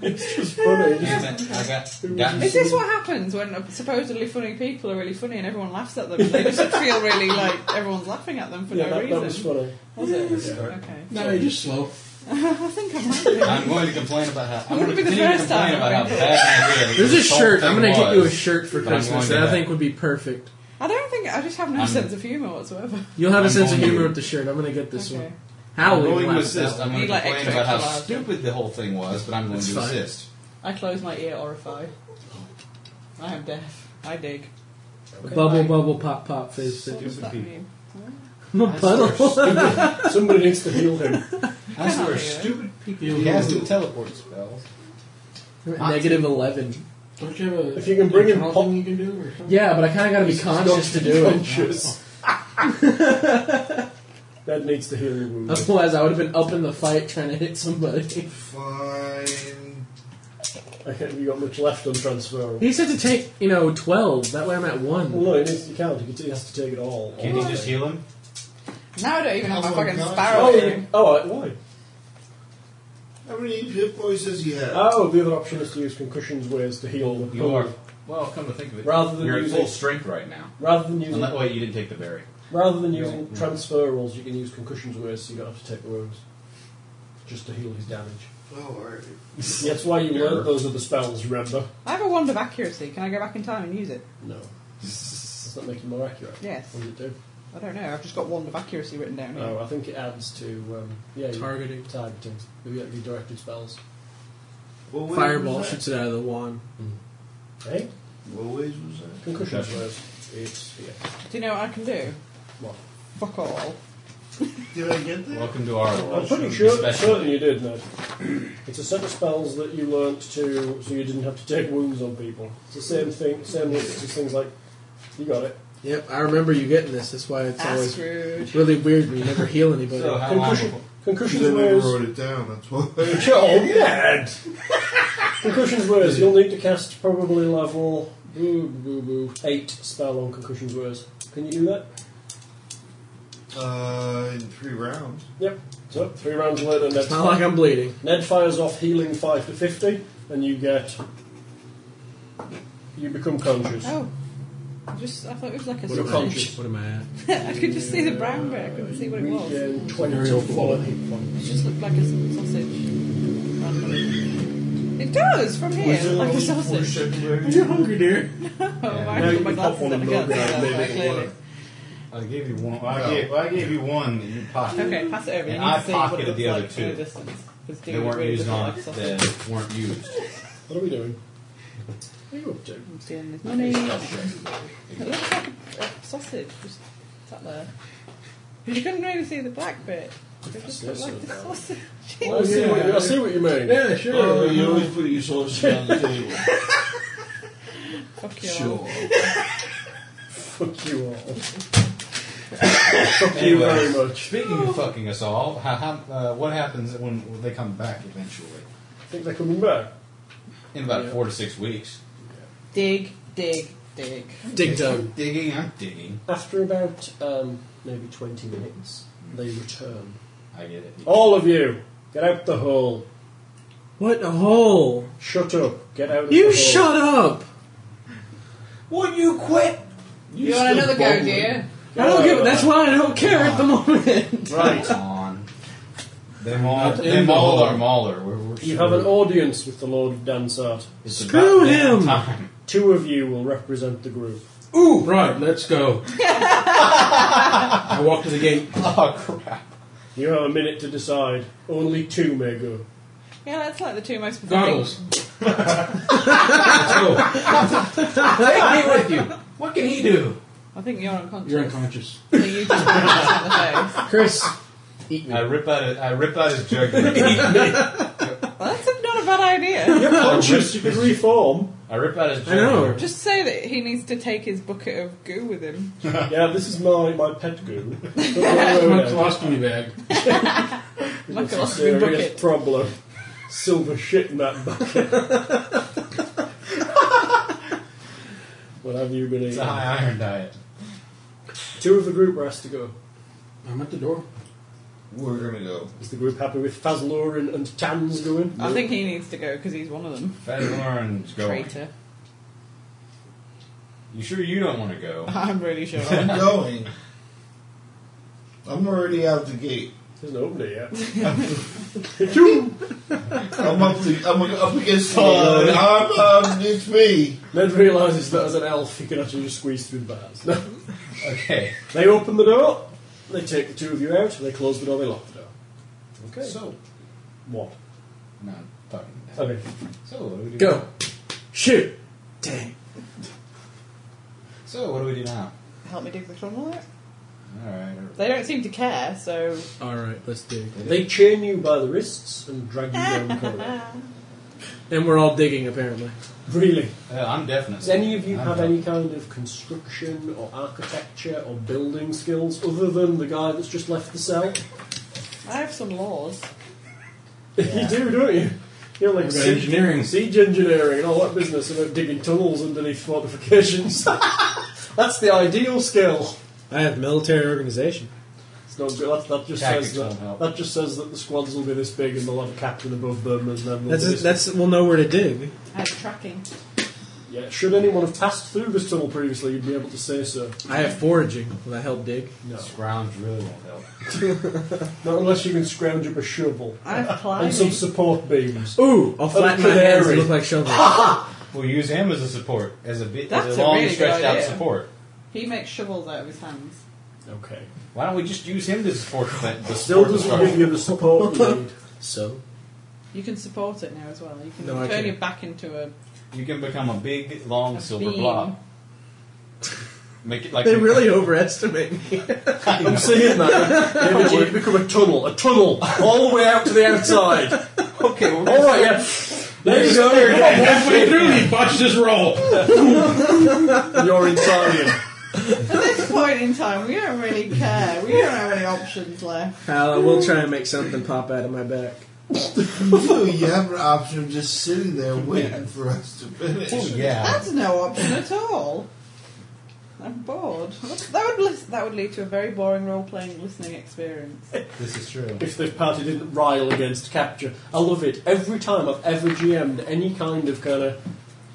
S4: it's just funny.
S10: Damn it, I got, got
S2: Is this what happens when supposedly funny people are really funny and everyone laughs at them? They just feel really like everyone's laughing at them for
S4: yeah,
S2: no
S4: that,
S2: reason.
S4: that was funny.
S2: Was it?
S10: Yeah.
S2: Okay.
S3: No, you're just slow.
S2: (laughs) I think I might be.
S10: I'm going to complain about how. I'm
S2: Wouldn't
S10: going
S2: be
S10: to
S2: the
S10: continue to
S2: first
S10: complain
S2: time.
S10: about how bad my idea.
S6: There's a
S10: this whole
S6: shirt. I'm
S10: thing
S6: gonna get you a
S10: was.
S6: shirt for
S10: but I'm
S6: Christmas
S10: going
S6: that I
S10: to-
S6: think would be perfect.
S2: I don't think I just have no
S10: I'm-
S2: sense of humour whatsoever.
S6: You'll have
S10: I'm
S6: a sense of
S10: going
S6: humor
S10: to-
S6: with the shirt. I'm gonna get this
S2: okay.
S6: one.
S10: I'm
S6: How laugh
S10: going to
S6: at
S10: assist.
S6: that one.
S10: I'm going to
S2: Need, like,
S10: complain
S2: extra
S10: about how
S2: colours.
S10: stupid the whole thing was, but I'm going
S6: It's
S10: to
S6: fine.
S10: assist.
S2: I close my ear orifice. I am deaf. I dig.
S6: Bubble, bubble, pop, pop, fizz.
S2: What
S6: fizz.
S2: does that
S10: people.
S2: mean?
S6: I'm a (laughs) puddle.
S4: Somebody needs to heal him.
S10: That's
S2: Come
S10: where
S2: on, Leo.
S10: stupid people cast the teleport spells.
S6: Negative eleven.
S3: Don't you have a
S4: If you can bring him
S3: control
S4: pop-
S3: thing you can do or something?
S6: Yeah, but I kind of got to be conscious to do it.
S4: Conscious. (laughs) that needs to heal your wound.
S6: Otherwise, I would have been up in the fight trying to hit somebody.
S8: Fine.
S4: Have you got much left on transfer?
S6: He said to take, you know, 12. That way I'm at 1.
S4: Well, no, it is, you can't. You can t- He has to take it all.
S10: Can you just heal him?
S2: Now I don't even have my
S8: Oh,
S2: fucking
S8: God.
S2: sparrow.
S4: Oh,
S2: thing.
S4: you- oh, why?
S8: How many hit points does he have?
S4: Oh, the other option is to use concussions ways to heal the
S10: You are. Well, come to think of it,
S4: Rather than
S10: you're at
S4: using-
S10: full strength right now.
S4: Rather than using
S10: Unless, wait, you didn't take the berry.
S4: rather than using transferals, you can use concussions ways, so you don't have to take the wounds, just to heal his damage.
S8: Oh, alright.
S4: That's why you learned those are the spells. Remember?
S2: I have a wand of accuracy. Can I go back in time and use it?
S4: No. Does that make you more accurate?
S2: Yes.
S4: What does it do?
S2: I don't know. I've just got wand of accuracy written down here.
S4: Oh, I think it adds to um, yeah you-
S6: Targeting.
S4: targeting. Maybe that'd be directed spells.
S8: What ways
S6: Fireball
S8: was that?
S6: shoots it out of the wand.
S4: Hey,
S8: What ways was that?
S4: concussions
S10: Concussion.
S4: ways. It's yeah.
S2: Do you know what I can do?
S4: What?
S2: Fuck all.
S8: Did I get that?
S10: Welcome to our
S4: I'm
S10: world.
S4: pretty sure,
S10: Special.
S4: certain you did, Ned. It's a set of spells that you learnt to, so you didn't have to take wounds on people. It's the same thing, same list as things like, you got it.
S6: Yep, I remember you getting this. That's why it's
S2: That's
S6: always
S2: rude.
S6: really weird when you never heal anybody.
S10: So how long?
S4: Concussion,
S10: Before,
S4: concussions
S8: They never
S4: wares,
S8: wrote it down, that's why.
S4: (laughs) oh, Ned! concussions wares, you'll need to cast probably level, boo, boo, boo, 8 spell on concussions wares. Can you do that?
S8: uh, in three rounds.
S4: Yep. So, three rounds later, Ned's
S6: it's not like I'm bleeding.
S4: Ned fires off healing 5 to 50, and you get. You become conscious.
S2: Oh. I Just, I thought it was like a
S6: What am, I,
S2: switch.
S6: what am I at?
S2: (laughs) I could just see the brown bit. I couldn't see what it was. It
S4: Regain 24 hit points.
S2: just looked like a s- sausage. Randomly. It does from here, like a sausage.
S8: February?
S6: hungry, dear.
S2: (laughs) Oh, I
S4: Now
S2: put
S4: you
S2: my
S4: can pop
S2: glasses
S4: one
S2: on. I
S4: and
S2: can't
S4: milk
S2: see
S4: it out
S2: that
S4: and
S2: very
S4: make it
S2: clearly.
S4: work.
S10: I gave you one. Well, I, gave, well, I gave you one. And you pocket.
S2: Okay, pass it over.
S10: And
S2: you
S10: I
S2: can see what it
S10: pocketed
S2: looks
S10: the other
S2: like from a
S10: two.
S2: distance. 'Cause
S10: They
S2: doing it
S10: weren't
S2: really
S10: used
S2: doesn't
S10: on.
S2: like sausage.
S10: They weren't used.
S4: What are we doing? What are you up to?
S2: I'm stealing this money. It looks like a, a sausage just sat there. You couldn't really see the black bit. It just looked like the sausage.
S4: Oh, I, see what you, I see what you mean. Yeah, sure.
S8: Oh, you always put your sausage on the (laughs) table.
S2: Fuck you. all.
S8: sure.
S4: Fuck you all. Thank you
S10: Anyway,
S4: very much.
S10: speaking of fucking us all, how, how, uh, what happens when they come back eventually?
S4: Think they're coming back?
S10: In about
S4: Yeah.
S10: four to six weeks.
S2: Dig, dig, dig.
S6: Dig dug.
S10: Digging, I'm digging.
S4: After about um, maybe 20 minutes, they return.
S10: I get it.
S6: Oh,
S4: All of you, get out the hole.
S6: What a hole.
S4: Shut up. Get out of the
S6: You
S4: hole.
S6: shut up.
S8: What, you quit?
S2: You want another go, do you?
S6: I don't give. That's why I don't care at the moment.
S10: Right. on. They maul,
S4: Not
S10: they
S4: in the
S10: maul
S4: hole.
S10: our mauler. We're, we're
S4: You have an
S10: screwed.
S4: audience with the Lord of Dansart.
S10: It's about
S6: Screw
S10: damn
S6: him.
S10: Time. (laughs)
S4: Two of you will represent the group.
S7: Ooh, right, let's go. I walk to the gate.
S10: Oh, crap.
S4: You have a minute to decide. Only two may go.
S2: Yeah, that's like the two most specific.
S7: Goggles. let's go. Take me with you. What can he do?
S2: I think you're unconscious.
S7: You're unconscious.
S2: So you just punch him in the face.
S6: Chris, eat
S10: I
S6: me.
S10: rip out a, I rip out his
S4: (laughs)
S10: jugular.
S2: Well, that's not a bad idea.
S4: Conscious, you could reform.
S10: I rip out his
S6: I know.
S10: jugular.
S2: Just say that he needs to take his bucket of goo with him.
S4: Yeah, this is my, my pet goo. Don't worry
S7: My
S4: about it.
S7: colostomy bag.
S2: Like a
S4: It's a
S2: lost
S4: serious
S2: bucket.
S4: problem. Silver shit in that bucket. what have you been
S10: It's a
S4: eating?
S10: high iron diet.
S4: Two of the group were asked to go.
S7: I'm at the door.
S8: We're gonna go.
S4: Is the group happy with Fazlorin and Tans going?
S2: I think he needs to go because he's one of them.
S10: Fat Lauren's going.
S2: Traitor. (laughs)
S10: You sure you don't want to go?
S2: I'm really sure.
S8: I'm going. I'm already out the gate.
S4: There's no opening yet. (laughs)
S8: I'm up to, I'm up against the wall. I'm, um, it's me.
S4: Ned realises that as an elf, he can actually just squeeze through the bars.
S10: Okay.
S4: (laughs) They open the door, they take the two of you out, they close the door, they lock the door. Okay.
S10: So,
S4: What?
S10: no, I'm fucking. that.
S4: Okay.
S10: So what do we do?
S6: Go. Shoot. Dang.
S10: So what do we do now?
S2: Help me dig the tunnel out.
S10: All right.
S2: They don't seem to care, so.
S6: All right, let's dig.
S4: They chain you by the wrists and drag you down the corridor.
S6: And we're all digging apparently.
S4: Really?
S10: Uh, I'm definitely.
S4: Does any of you
S10: I'm
S4: have
S10: done.
S4: any kind of construction or architecture or building skills other than the guy that's (laughs) just left the cell?
S2: I have some laws.
S4: you do, don't you? You're like
S3: We've got
S4: siege
S3: engineering.
S4: siege engineering, and all that business about digging tunnels underneath fortifications. (laughs) That's the ideal skill.
S6: I have military organization.
S4: It's not good. That, that just
S10: Tactics
S4: says that,
S10: don't help.
S4: that just says that the squads will be this big, and they'll have a captain above them, and then they'll be
S6: That's
S4: this-
S6: that's we'll know where to dig.
S2: I have tracking.
S4: Yeah, should anyone have passed through this tunnel previously, you'd be able to say so.
S6: I have foraging. Will that help dig?
S4: No.
S10: Scrounge really won't help.
S4: Not unless you can scrounge up a shovel
S2: I (laughs) have
S4: and some
S2: climbing.
S4: support beams.
S6: Ooh, I'll flatten my hands and
S4: canary.
S6: look like shovels.
S10: We'll use him as a support, as a bit,
S2: That's
S10: as
S2: a
S10: a long,
S2: really good
S10: stretched out
S2: idea.
S10: support.
S2: He makes shovels out of his hands.
S4: Okay.
S10: Why don't we just use him to support the, the
S4: Still
S10: support
S4: doesn't
S10: construction?
S4: give you the support you need.
S6: So
S2: You can support it now as well. You can
S6: No, I
S2: turn
S6: can't.
S2: your back into a.
S10: You can become a big, long
S2: A
S10: silver
S2: beam.
S10: blob. Make it like
S6: they
S10: (laughs)
S6: really overestimate (laughs) me.
S4: I'm saying that. Maybe it would become a tunnel. A tunnel. All the way out to the outside.
S10: okay. Well,
S4: All
S6: Oh,
S4: right, yeah. There you go. You're halfway through.
S3: He botched his roll.
S4: You're Italian.
S2: At this point in time, we don't really care. We don't have any options left.
S6: Hal, I will try and make something pop out of my back.
S8: So you have an option of just sitting there waiting for us to finish.
S10: oh, yeah.
S2: That's no option at all. I'm bored. That would lis- that would lead to a very boring role playing listening experience.
S10: This is true.
S4: If the party didn't rile against capture, I love it. Every time I've ever GM'd any kind of kind of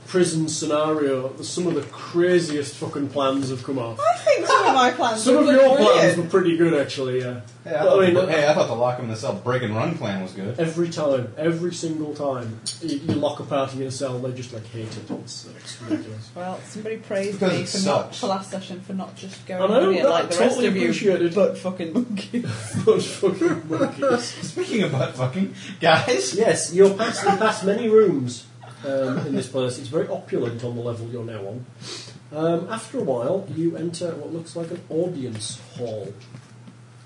S4: prison scenario, some of the craziest fucking plans have come off.
S2: I think some of my plans.
S4: Some of
S2: would look
S4: your plans
S2: brilliant.
S4: were pretty good, actually. Yeah.
S10: Hey, I
S4: But, I
S10: thought,
S4: mean,
S10: the, hey, I thought the lock him in the cell break and run plan was good.
S4: Every time, every single time, you, you lock a party in a cell, they just like hate it. It's, it's ridiculous.
S2: Well, somebody praised
S10: Because
S2: me
S10: it
S2: for, not,
S10: sucks.
S2: for last session for not just going
S4: I know,
S2: on it
S4: no,
S2: like
S4: I
S2: the
S4: totally
S2: rest of you,
S4: appreciate it. (laughs)
S2: but fucking monkey.
S4: Those fucking monkeys.
S10: (laughs) Speaking of butt fucking, guys.
S4: Yes, you're past, you pass many rooms um, in this place. It's very opulent on the level you're now on. Um, after a while, you enter what looks like an audience hall.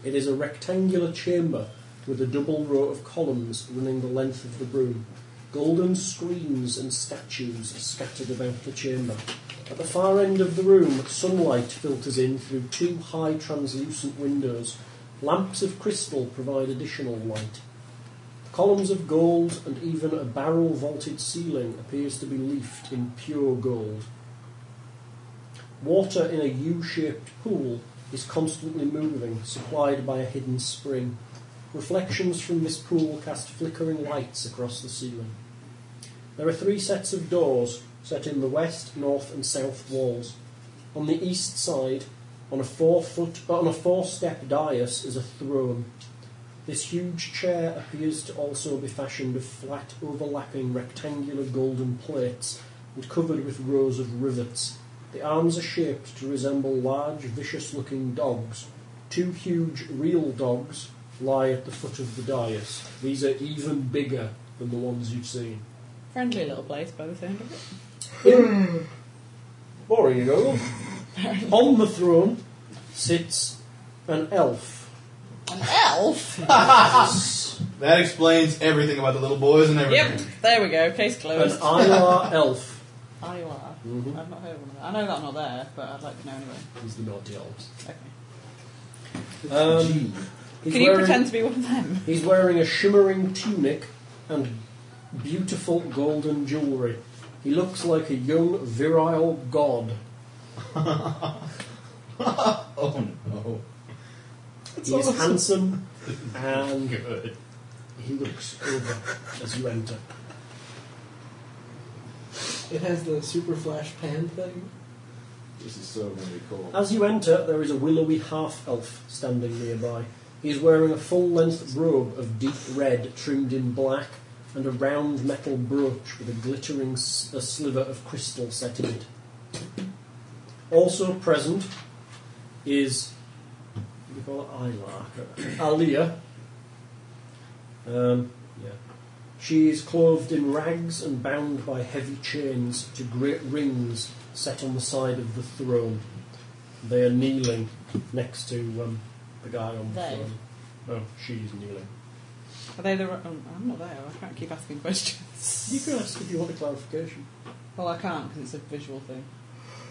S4: It is a rectangular chamber with a double row of columns running the length of the room. Golden screens and statues are scattered about the chamber. At the far end of the room, sunlight filters in through two high translucent windows. Lamps of crystal provide additional light. Columns of gold and even a barrel vaulted ceiling appears to be leafed in pure gold. Water in a U shaped pool is constantly moving, supplied by a hidden spring. Reflections from this pool cast flickering lights across the ceiling. There are three sets of doors set in the west, north, and south walls. On the east side, on a four foot, on a four step dais, is a throne. This huge chair appears to also be fashioned of flat, overlapping rectangular golden plates and covered with rows of rivets. The arms are shaped to resemble large, vicious looking dogs. Two huge, real dogs lie at the foot of the dais. These are even bigger than the ones you've seen.
S2: Friendly little place by the sound of it.
S4: Boring, you go. On the throne sits an elf.
S2: An elf.
S10: That explains everything about the little boys and
S2: yep.
S10: everything.
S2: There we go. Case
S4: An
S2: closed.
S4: Ilar elf.
S2: Iowa.
S4: Mhm.
S2: I've not heard one of that. I know that I'm not there, but I'd like to know anyway.
S4: He's the naughty elves.
S2: Okay.
S4: Um, he's
S2: Can you
S4: wearing-
S2: pretend to be one of them?
S4: He's wearing a shimmering tunic and beautiful golden jewellery. He looks like a young, virile god.
S10: Oh no.
S4: He is handsome and he looks over as you enter.
S6: It has the super flash pan thing.
S10: This is so gonna be cool.
S4: As you enter, there is a willowy half elf standing nearby. He is wearing a full length robe of deep red trimmed in black and a round metal brooch with a glittering s- a sliver of crystal set in it. Also present is. What do you call it? Ilar. Alia. Um, yeah. She is clothed in rags and bound by heavy chains to great rings set on the side of the throne. They are kneeling next to um, the guy on the
S2: They.
S4: throne. No, she's kneeling.
S2: Are they the? ri- Um, I'm not there. I can't keep asking questions.
S4: You can ask if you want a clarification.
S2: Well, I can't because it's a visual thing,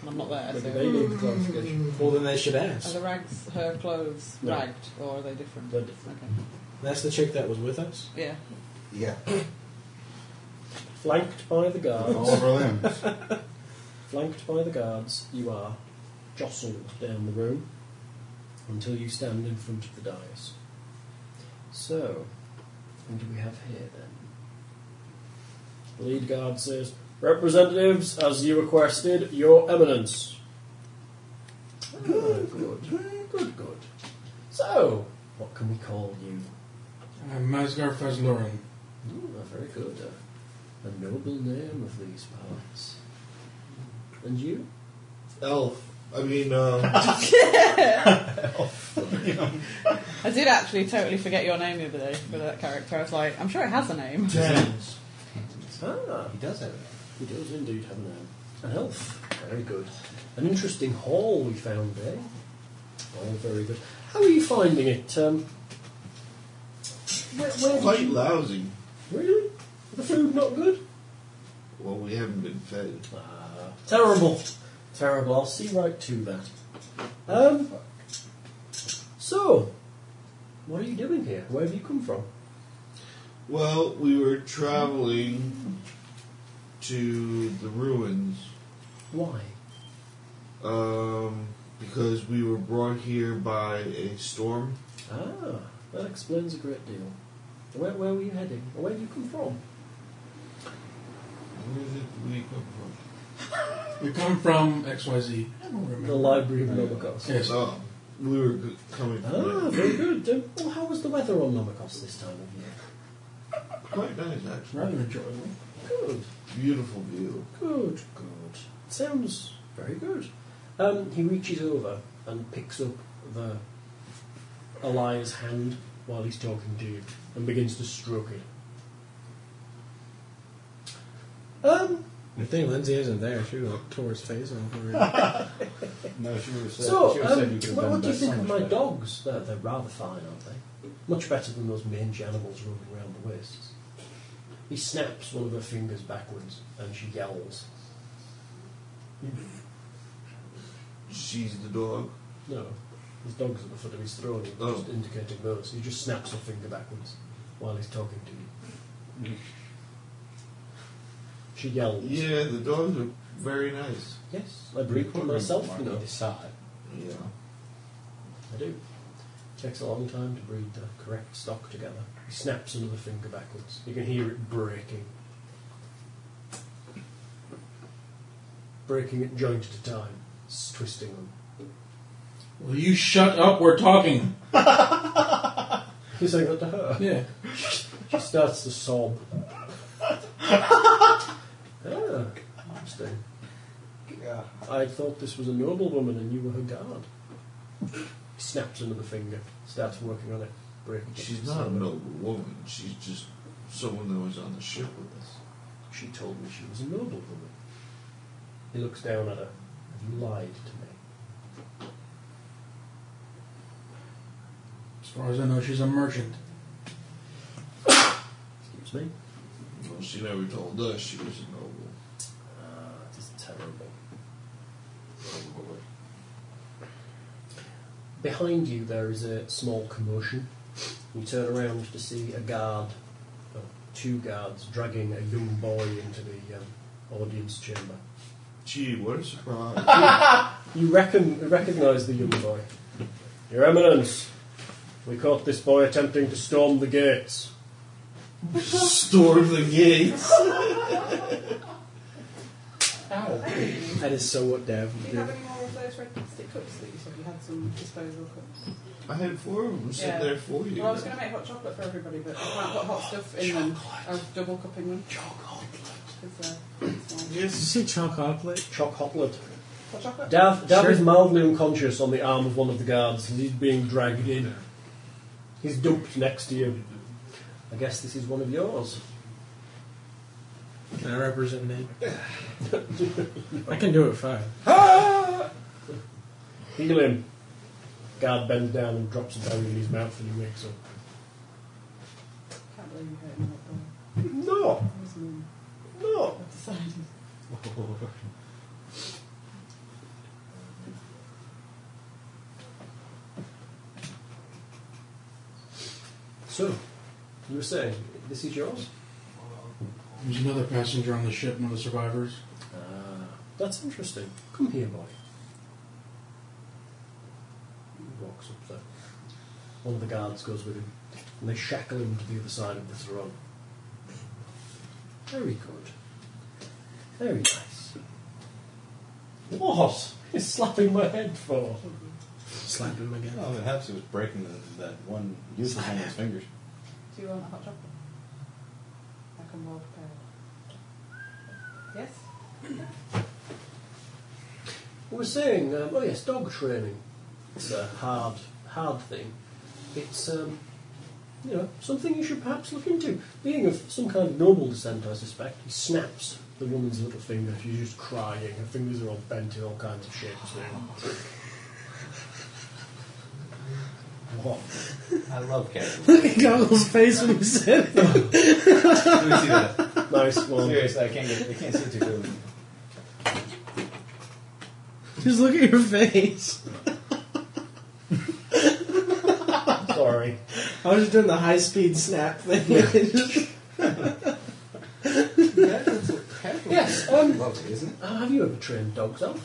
S2: and I'm not there.
S4: Maybe
S2: So.
S4: they need the clarification.
S6: Well, then they should
S2: Are
S6: ask.
S2: the rags her clothes
S4: No.
S2: ragged or are they different?
S4: They're different.
S2: Okay.
S6: That's the chick that was with us.
S2: Yeah.
S8: Yeah.
S4: Flanked by the guards.
S19: All of our limbs.
S4: Flanked by the guards, you are jostled down the room until you stand in front of the dais. So, what do we have here then? The lead guard says, Representatives, as you requested, Your Eminence. Good, good, good, good. So, what can we call you?
S3: I'm Masgar Fazloran.
S4: Ooh, a very good. uh, A, a noble name of these parts. And you?
S8: Elf. I mean, um,
S3: (laughs)
S2: I did actually totally forget your name the other day for that character. I was like, I'm sure it has a name.
S8: James.
S4: Ah,
S19: He does have it.
S4: he does indeed have a name. An elf. Very good. An interesting hall we found there. All very good. How are you finding it? Um, where, where did
S8: quite
S4: you-
S8: lousy.
S4: Really? The food not good?
S8: Well, we haven't been fed.
S4: Ah, terrible. Terrible. I'll see right to that. Um, so, what are you doing here? Where have you come from?
S8: Well, we were traveling to the ruins
S4: Why?
S8: um, because we were brought here by a storm.
S4: Ah, that explains a great deal. Where, where were you heading? Or Where did you come from?
S8: Where did we come from?
S3: We come from XYZ. I don't remember.
S4: The Library of Nobakos.
S3: Yes.
S8: Oh, we were g- coming from
S4: Ah,
S8: there.
S4: very good. Um, well, how was the weather on Nomikos this time of year?
S8: Quite nice, actually.
S3: Ah. Rather enjoyable.
S4: Good,
S8: Beautiful view.
S4: good, good. Sounds very good. Um, he reaches over and picks up the Elias hand while he's talking to you and begins to stroke it. Um,
S6: The thing Lindsay isn't there. She would like tore his face off. already.
S19: No, she would have said. she
S4: so,
S19: would have said
S4: um,
S19: you could have
S4: what,
S19: done
S4: what do you
S19: that so
S4: think of
S19: much
S4: my
S19: better.
S4: dogs? They're, they're rather fine, aren't they? Much better than those mange animals running around the wastes. He snaps one of her fingers backwards and she yells.
S8: She's the dog.
S4: No, his dog's at the foot of his throne, he's
S8: Oh.
S4: just indicating those. He just snaps a finger backwards while he's talking to you. She yells.
S8: Mm-hmm. Yeah, the dogs are very nice.
S4: Yes, I breed one myself, you know.
S19: Decide.
S8: Yeah.
S4: I do. Takes a long time to breed the correct stock together. He snaps another finger backwards. You can hear it breaking. Breaking it joint at a time, s- twisting them.
S3: Will you shut up? We're talking.
S4: He's saying that to her.
S3: Yeah.
S4: She starts to sob. ah, interesting. I thought this was a noble woman and you were her guard. Snaps another finger, starts working on it, breaking it.
S8: She's not a noble woman. She's just someone that was on the ship with us.
S4: She told me she was a noble woman. He looks down at her. Have you lied to me?
S3: As far as I know, she's a merchant.
S4: Excuse me?
S8: Well, she never told us she was a noble.
S4: Ah, it is terrible. Behind you, there is a small commotion. You turn around to see a guard, or two guards, dragging a young boy into the um, audience chamber.
S8: Gee, what a surprise.
S4: You reckon, recognise the young boy. Your Eminence, we caught this boy attempting to storm the gates.
S8: Storm the gates.
S2: (laughs)
S6: that is so what Dav
S2: Do
S6: would
S2: you
S6: do.
S2: have any more of those red plastic cups that you said you had some disposable cups?
S8: I had four of them sit
S2: Yeah.
S8: there for you.
S2: Well, I was going to make hot chocolate for everybody, but I can't put hot stuff in them. I was double cupping them. uh, Chocolate.
S6: (laughs) Did you say chocolate?
S4: Chock hotlet.
S2: Hot chocolate?
S4: Dav, Dav
S6: Sure.
S4: is mildly unconscious on the arm of one of the guards and he's being dragged in. He's dumped next to you. I guess this is one of yours.
S6: Can I represent Nate? I can do it fine.
S4: Heal him. Guard bends down and drops a berry in his mouth and he wakes up.
S2: can't believe you hurt me like (laughs) that. I
S4: No,
S2: was mean.
S4: no.
S2: I've decided.
S4: So, you were saying this is yours?
S3: There's another passenger on the ship, one of the survivors.
S4: Ah, that's interesting. Come here, boy. He walks up there. One of the guards goes with him, and they shackle him to the other side of the throne. Very good. Very nice. What? You're slapping my head for? Slap him again.
S10: Oh, it helps. It was breaking the, that one useless on his fingers.
S2: Do you want a hot chocolate? I can roll prepared. Yes?
S4: We were saying, um, oh yes, dog training. It's a hard, hard thing. It's, um, you know, something you should perhaps look into. Being of some kind of noble descent, I suspect, he snaps the woman's little finger. She's just crying. Her fingers are all bent in all kinds of shapes now.
S10: What? I love Captain.
S6: Look at Goggle's face when he said it.
S10: Let me see that.
S4: Nice one.
S10: Seriously, I can't get. I can't see too clearly.
S6: (laughs) Just look at your face.
S4: Sorry.
S6: I was just doing the high speed snap thing.
S4: Yes, um,
S19: Lovely, isn't it?
S4: have you ever trained dogs up?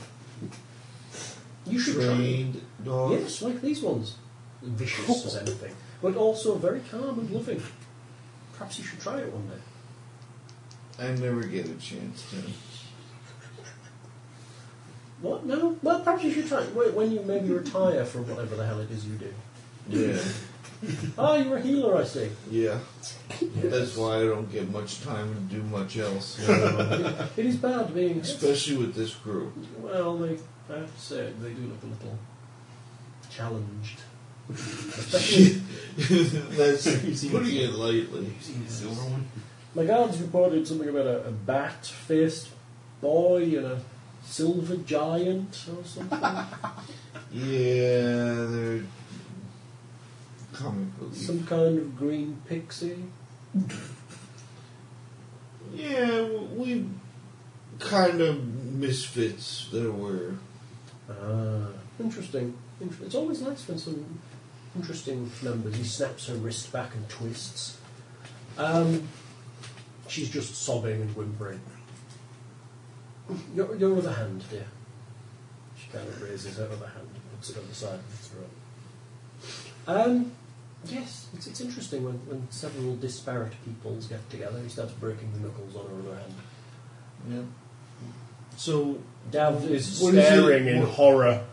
S4: You should train.
S8: Trained dogs.
S4: Yes, like these ones. Vicious as anything, but also very calm and loving. Perhaps you should try it one day.
S8: I never get a chance to.
S4: What? No? Well, perhaps you should try it when when you maybe retire from whatever the hell it is you do.
S8: Yeah.
S4: Ah, you're a healer, I see.
S8: Yeah. That's why I don't get much time to do much else.
S4: (laughs) It is bad being.
S8: Especially with this group. (laughs)
S4: Well, they, I have to say, they do look a little challenged. Especially,
S8: That's putting it lightly.
S19: Silver one?
S4: my guards reported something about a, a bat faced boy and a silver giant or something.
S8: Yeah, they're comic books.
S4: Some kind of green pixie.
S8: Yeah, we kind of misfits there were.
S4: Ah, interesting. Int- It's always nice when some interesting numbers. He snaps her wrist back and twists. Um, she's just sobbing and whimpering. Your, your other hand, dear. She kind of raises her other hand and puts it on the side of the throat. Um, yes, it's, it's interesting when, when several disparate peoples get together. He starts breaking the knuckles on her other hand.
S8: Yeah. So
S4: Dav is
S8: What is it-
S4: staring in
S8: what-
S4: horror.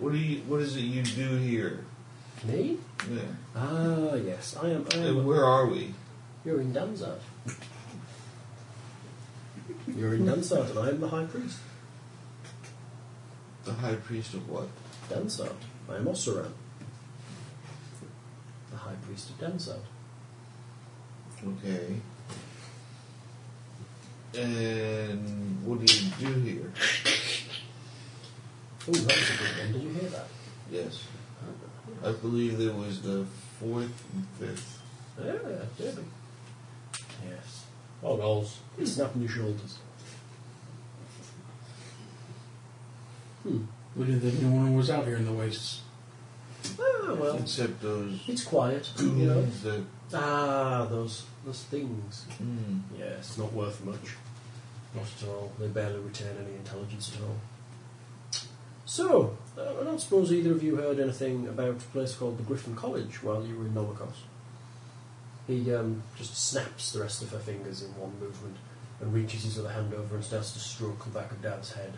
S8: what do you? What is it you do here?
S4: Me?
S8: Yeah.
S4: Ah, yes, I am. I am
S8: And where are we?
S4: You're in Danzard. You're in Danzard, and I am the High Priest.
S8: The high priest of what?
S4: Danzard. I am Ossoran. The High Priest of Danzard.
S8: Okay. And what do you do here?
S4: Oh, that was a good one. Did you hear that?
S8: Yes. I believe there was the fourth and fifth.
S4: Yeah, did. Yes. Oh, goals. Snapping your shoulders.
S3: We didn't think no one was out here in the wastes.
S4: Ah, well, Mm.
S8: Except those
S4: it's quiet, you know.
S8: goons that.
S4: Ah, those those things.
S8: Mm,
S4: Yeah, it's not worth much. Not at all. They barely retain any intelligence at all. So, uh, I don't suppose either of you heard anything about a place called the Griffin College while you were in Novikos. He um, just snaps the rest of her fingers in one movement and reaches his other hand over and starts to stroke the back of Dav's head.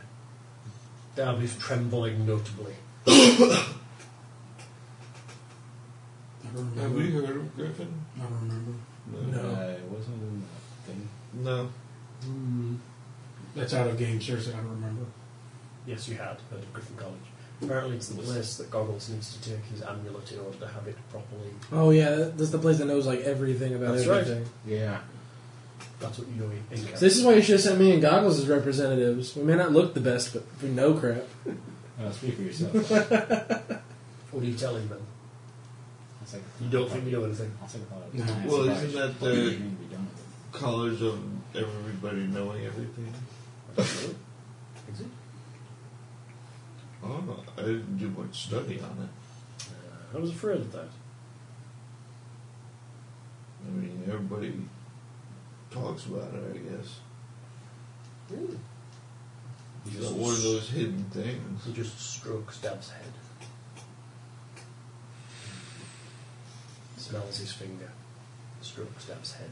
S4: Dav is trembling notably.
S3: I don't remember.
S8: have we heard of Griffin?
S3: I don't remember.
S10: No, I Uh, wasn't in that thing.
S8: No. Hmm.
S3: That's out of game, seriously, I don't remember.
S4: Yes, you had heard of Griffin College. Apparently, it's the place that Goggles needs to take his amulet in order to have it properly.
S6: oh yeah, that- that's the place that knows like everything about
S4: That's right.
S6: everything.
S10: Yeah.
S4: That's what you know in- in
S6: So this is why you should have sent me and Goggles as representatives. We may not look the best, but we know crap.
S10: Uh, speak for yourself. I
S4: What do you tell him then?
S10: was like,
S4: You don't think you know anything?
S10: I was like, oh,
S3: No.
S10: that's
S8: Well,
S10: about
S8: isn't
S10: it.
S8: that the-
S10: What do you mean we don't?
S8: Colors of everybody knowing everything.
S4: Is it?
S8: Oh, I didn't do much study on it.
S4: I was afraid of that.
S8: I mean, everybody talks about it, I guess.
S4: Really?
S8: He's just one of those hidden things.
S4: He just strokes Dab's head. Smells his finger. Strokes Dab's head.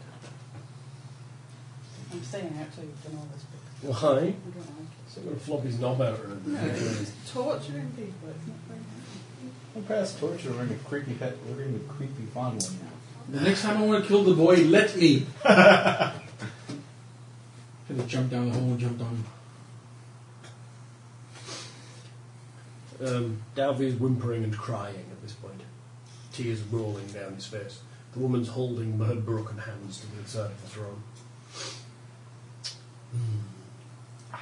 S2: I'm staying out till you've done all this. bit.
S4: Why?
S2: I don't like it.
S4: So I'm going to flop his knob out and
S2: No, it's torturing people. It's not very
S19: I'm past torture. We're into creepy. Pet, we're into creepy fondling now.
S3: The next time I want to kill the boy, let
S8: (laughs)
S3: me. Could have jumped down the hole and jumped on him.
S4: Um, Dav is whimpering and crying at this point. Tears rolling down his face. The woman's holding her broken hands to the side of the throne. Hmm.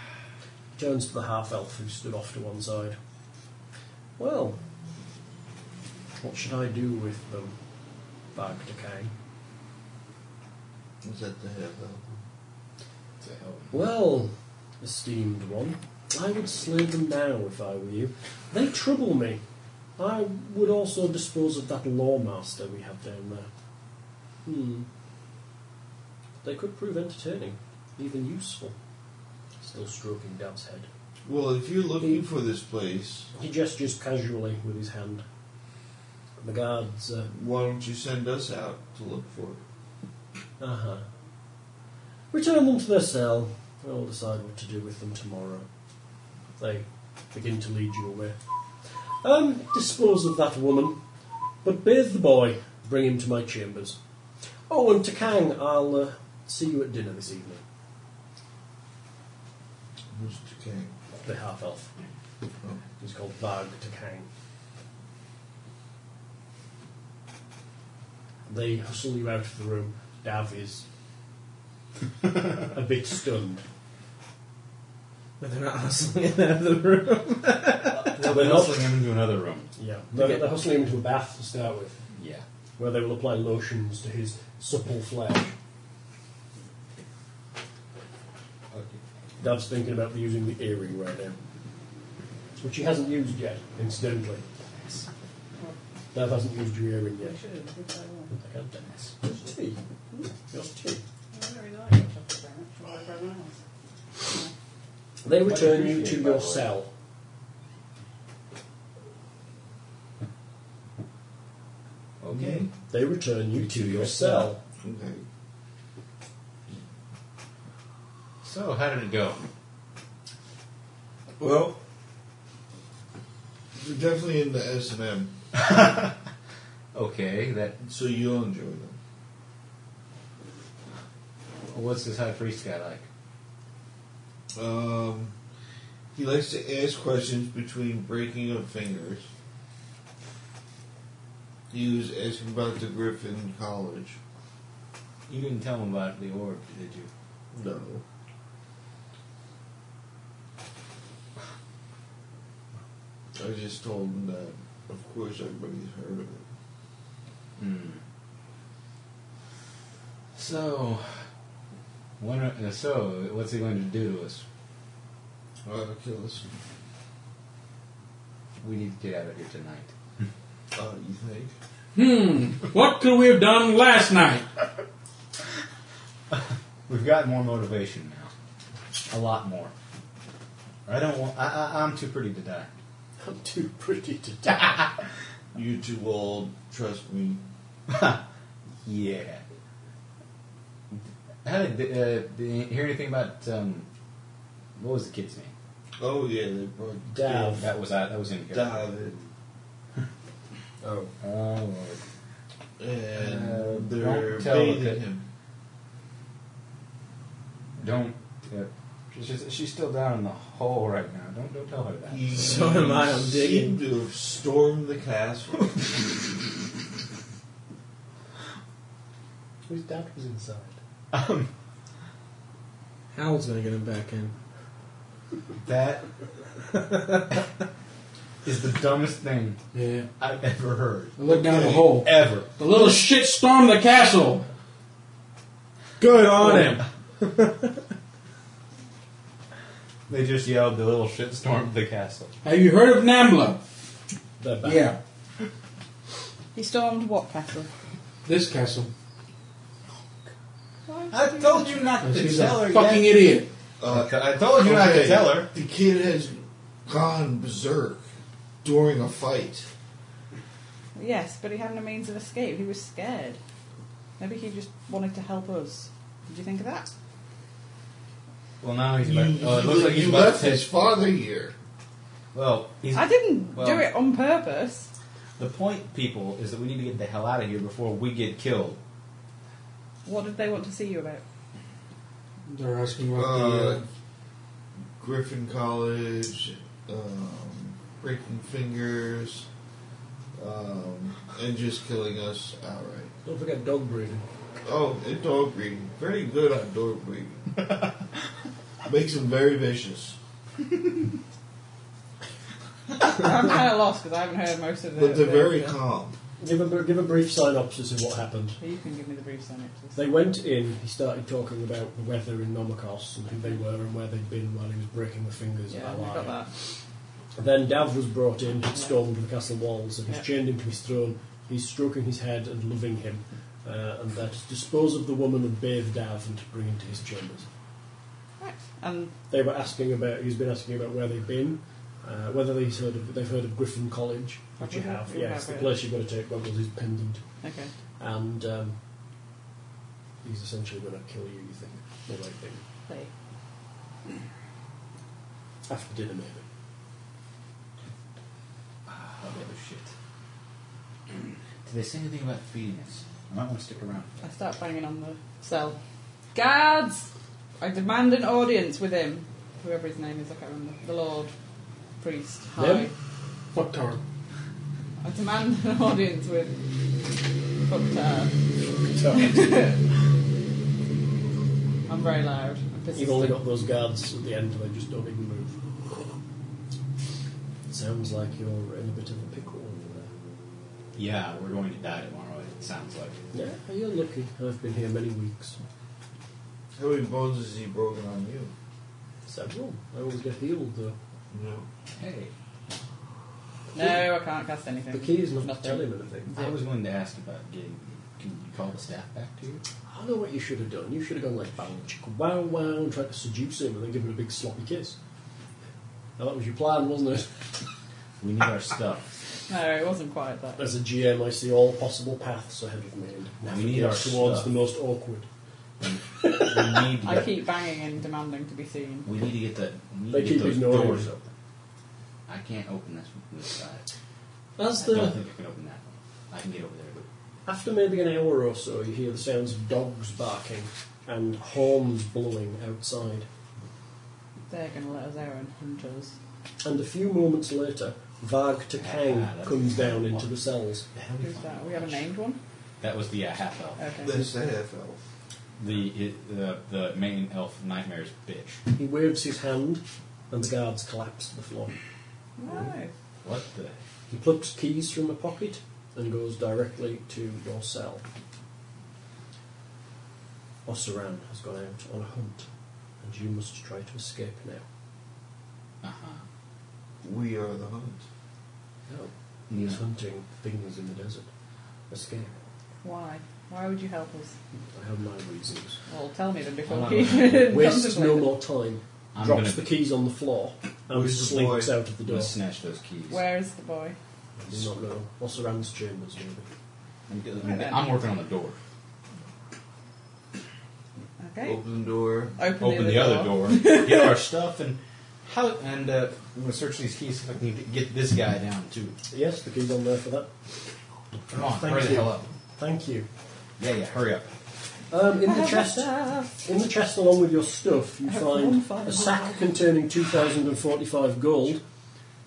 S4: Turns to the half elf who stood off to one side. Well, what should I do with them, Bark Decay?
S8: Is that the hell?
S10: It's a hell.
S4: Well, esteemed one, I would slay them now if I were you. They trouble me. I would also dispose of that lawmaster we have down there. Hmm. They could prove entertaining, even useful. Still stroking Dab's head.
S8: Well, if you're looking for this place,
S4: He gestures casually with his hand. The guards, uh
S8: why don't you send us out to look for it?
S4: huh. Uh-huh. Return them to their cell. I will decide what to do with them tomorrow. They begin to lead you away. Um, dispose of that woman, but bathe the boy. Bring him to my chambers. Oh, and to Kang, I'll uh, see you at dinner this evening.
S8: Who's the king?
S4: The half elf. He's called Varg Takang. They hustle you out of the room. Dav is a bit stunned.
S7: But they're not hustling in out of the room.
S4: No,
S10: They're hustling him into another room.
S4: Yeah, they're, they're hustling him into a bath to start with,
S10: Yeah.
S4: where they will apply lotions to his supple flesh. Dad's thinking about using the earring right now, which he hasn't used yet, incidentally. Dad hasn't used your earring yet.
S2: I should have did that one.
S4: I can't dance. Just tea. Just tea.
S2: I don't really like it, chocolate very much, or whatever everyone else.
S4: They
S10: Much
S4: return you to
S10: appreciated, by
S4: your
S10: the way.
S4: cell.
S8: Okay.
S4: They return you to your cell.
S8: Okay.
S10: So how did it go?
S8: Well, you're definitely in the S and M,
S10: Okay, that.
S8: so you'll enjoy them.
S10: What's this high priest guy like?
S8: Um, he likes to ask questions between breaking of fingers. He was asking about the Griffin College.
S10: You didn't tell him about the orb, did you?
S8: No. I just told him that, of course, everybody's heard of it.
S10: Hmm. So, what are, uh, so what's he going to do to us?
S8: Uh, kill us.
S10: We need to get out of here tonight.
S8: Uh, you think?
S3: Hmm. What could we have done last night?
S10: We've got more motivation now, a lot more. I don't want. I, I, I'm too pretty to die.
S4: I'm too pretty to die.
S8: You too old. Trust me.
S10: Yeah. How did, uh, did you hear anything about um, what was the kid's name?
S8: Oh yeah, they brought
S4: Dav.
S10: That was uh, that was in here.
S8: David
S10: Oh. Oh. Lord.
S8: and
S10: Uh,
S8: they're
S10: don't tell that-
S8: bathing him.
S10: Don't. Uh, she's, just, she's still down in the hole right now. Don't don't tell her that.
S8: He
S7: So am I, I'm digging.
S8: seemed to have stormed the castle.
S4: His dad was inside.
S10: Um,
S7: Howl's gonna get him back in.
S10: that (laughs) is the dumbest thing
S3: Yeah.
S10: I've ever heard.
S3: I looked down the
S9: Oh.
S3: hole.
S10: Ever.
S3: The little shit stormed the castle.
S7: Good
S10: Oh.
S7: on him.
S10: (laughs) They just yelled the little shit stormed the castle.
S3: Have you heard of Nambla?
S4: They're back.
S3: Yeah.
S2: He stormed what castle?
S3: This castle.
S2: Why
S9: I told you not to
S3: She's
S9: tell
S3: a
S9: her.
S3: fucking
S9: yet.
S3: idiot.
S8: Uh,
S10: I told you not to tell her.
S8: The kid has gone berserk during a fight.
S2: Yes, but he had no means of escape. He was scared. Maybe he just wanted to help us. Did you think of that?
S10: Well, now he's about.
S8: You-
S10: Oh, it looks
S8: you-
S10: like he's
S8: you
S10: about
S8: left
S10: to.
S8: his father here.
S10: Well, he's.
S2: I didn't
S10: well-
S2: do it on purpose.
S10: The point, people, is that we need to get the hell out of here before we get killed.
S2: What did they want to see you about?
S3: They're asking what the.
S8: Uh,
S3: Uh,
S8: Griffin College, um, breaking fingers, um, and just killing us outright.
S4: Don't forget dog breeding.
S8: Oh, and dog breeding. Very good on dog
S10: (laughs)
S8: breeding. Makes them very vicious.
S2: I'm kind of lost because I haven't heard most of the.
S8: But they're
S2: the-
S8: very
S2: the-
S8: calm.
S4: Give a, br- give a brief synopsis of what happened.
S2: You can give me the brief synopsis.
S4: They went in, he started talking about the weather in Nomakos and who they were and where they'd been while he was breaking the fingers
S2: Yeah,
S4: of
S2: we got that.
S4: Then Dav was brought in, had stormed the castle walls, and he's
S2: Yeah.
S4: chained him to his throne. He's stroking his head and loving him, uh, and that dispose of the woman and bathe Dav and bring him to his chambers.
S2: Right. And
S4: They were asking about, he's been asking about where they've been, uh, whether he's heard of, they've heard of Griffin College,
S2: Have
S4: which
S2: we
S4: you
S2: heard-
S4: have,
S2: we
S4: yes,
S2: have
S4: the
S2: heard.
S4: place you've got to take Goggles is pendant.
S2: okay.
S4: And um, he's essentially going to kill you, you think, the right thing.
S2: Play.
S4: After dinner, maybe.
S10: Oh, shit. Did they say anything about feeding us? I might want to stick around.
S2: I start banging on the cell. Guards! I demand an audience with him. Whoever his name is, I can't remember. The Lord. Priest. High.
S4: Them?
S3: fuck tar.
S2: I demand an audience with. Fucktar.
S4: So,
S2: (laughs) I'm very loud. I'm persistent.
S4: you've only got those guards at the end, they just don't even move. Sounds like you're in a bit of a pickle.
S10: Yeah, we're going to die tomorrow, it sounds like.
S4: Yeah, you're lucky. I've been here many weeks.
S8: How many bones has he broken on you?
S4: Several. I always get healed, though.
S8: No.
S10: Hey,
S2: No, I can't cast anything.
S4: The key is not to
S2: Nothing.
S4: tell him anything.
S10: I was going to ask about getting. Can you call the staff back to you?
S4: I know what you should have done. You should have gone like, bow, chicka, wow, wow, and tried to seduce him and then give him a big sloppy kiss. Now, that was your plan, wasn't it?
S10: We need our stuff.
S2: No, it wasn't quite that.
S4: As a GM, I see all possible paths ahead of me and
S10: need our
S4: navigate towards
S10: stuff.
S4: the most awkward.
S2: (laughs)
S10: We need to
S2: I
S10: get,
S2: keep banging and demanding to be seen.
S10: we need to get the we need
S4: They
S10: to
S4: keep
S10: get those
S4: ignoring
S10: doors
S4: you.
S10: open. I can't open this one from this side.
S4: As
S10: I don't
S4: the
S10: think I can open that one. I can get over there, but
S4: after maybe an hour or so, you hear the sounds of dogs barking and horns blowing outside.
S2: They're going to let us out and hunt us.
S4: And a few moments later, Varg
S10: Ah,
S4: Takang
S10: that's
S4: comes down
S10: one.
S4: into the cells.
S10: that'll be
S2: Who's
S10: fun.
S2: that? We haven't named one?
S10: That was the uh, half elf.
S2: Okay.
S8: That's the half elf.
S10: The, it, the the main elf nightmares bitch.
S4: He waves his hand, and the guards collapse to the floor.
S2: No.
S10: What the?
S4: He plucks keys from a pocket and goes directly to your cell. Ossaran has gone out on a hunt, and you must try to escape now.
S10: Uh huh.
S8: We are the hunt.
S10: Oh.
S4: No. He is hunting things in the desert. Escape.
S2: Why? Why would you help us?
S4: I have my reasons.
S2: Well, tell me them before (laughs)
S10: I'm
S2: we
S10: not
S4: Wastes
S2: contemplate
S4: no
S2: them.
S4: more time,
S10: I'm
S4: drops
S10: gonna-
S4: the keys on the floor, and
S8: Where's the
S4: slinks
S8: boy?
S4: out of the
S10: I'm
S4: door.
S10: gonna snatch those keys.
S2: Where is the boy?
S4: I do not know. Ossaran's chambers, maybe.
S10: I'm, good- I'm good- I'm working on the door.
S2: Okay.
S8: Open the door.
S2: Open,
S10: Open the other door. get our stuff and how and uh, I'm gonna search these keys if I can get this guy down too.
S4: Yes, the key's on there for that.
S10: Come on,
S4: Thank
S10: hurry the
S4: you.
S10: hell up.
S4: Thank you.
S10: Yeah, yeah, hurry up.
S4: Um, in
S2: I
S4: the
S2: have
S4: chest,
S2: stuff.
S4: in the chest along with your stuff, you
S2: I have one
S4: find
S2: file.
S4: a sack containing 2,045 gold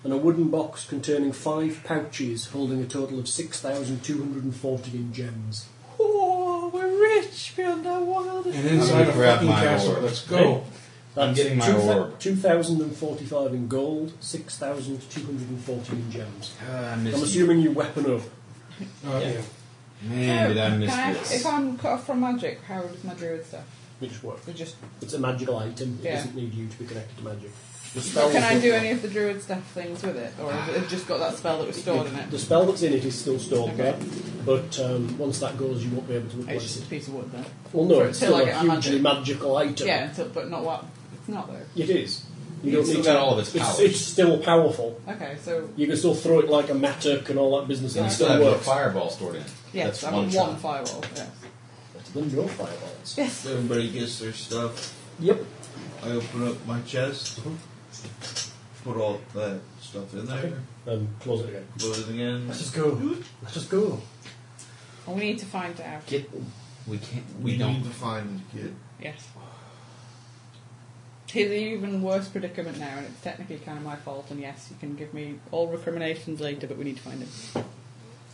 S4: and a wooden box containing five pouches holding a total of 6,240 in gems.
S2: Oh, we're rich beyond our wildest.
S3: And inside a
S10: grab
S3: fucking
S10: my
S3: castle.
S10: orb.
S3: Let's go.
S10: I'm getting my
S4: thou-
S10: orb.
S4: 2,045 in gold, 6,240 in gems.
S10: Uh, I
S4: I'm
S10: missed you.
S4: assuming you weapon up.
S3: Uh, yeah.
S10: Man, did I
S2: Can
S10: miss
S2: I-
S10: this.
S2: if I'm cut off from magic, how does my druid stuff?
S4: Which works.
S2: It just
S4: It's a magical item. It
S2: Yeah.
S4: doesn't need you to be connected to magic.
S19: The
S2: So can I do any of the druid staff things with it, or has it just got that spell that was stored in it?
S4: The spell that's in it is still stored there, but um, once that goes, you won't be able to replace
S2: It's just a
S4: it.
S2: piece of wood, though.
S4: Well, no,
S2: For-
S4: it's
S2: till
S4: still
S2: I
S4: a
S2: get my
S4: hugely
S2: magic.
S4: magical item.
S2: Yeah, till, but not what? It's not though.
S4: It is. You
S2: It's
S4: don't
S2: still
S4: need
S2: got
S4: to-
S2: all of
S10: its
S4: it's,
S10: powers.
S4: it's still powerful.
S2: Okay, so
S4: You can still throw it like a mattock and all that business, and
S10: I
S4: it
S10: still
S4: still
S10: have your
S4: works.
S10: fireball stored in. it.
S2: yes,
S10: That's
S2: I
S10: one
S2: want
S10: shot.
S2: one firewall. Yes.
S4: Then your fireballs.
S2: Yes.
S8: Everybody gets their stuff.
S4: Yep.
S8: I open up my chest, put all that stuff in there,
S4: Um, close it again.
S8: load it again.
S4: Let's just go. Let's just go.
S2: And we need to find out.
S10: Get. We can't.
S8: We,
S10: We, don't.
S8: need to find the kid.
S2: Yes. He's in an even worse predicament now, and it's technically kind of my fault. And yes, you can give me all recriminations later, but we need to find him.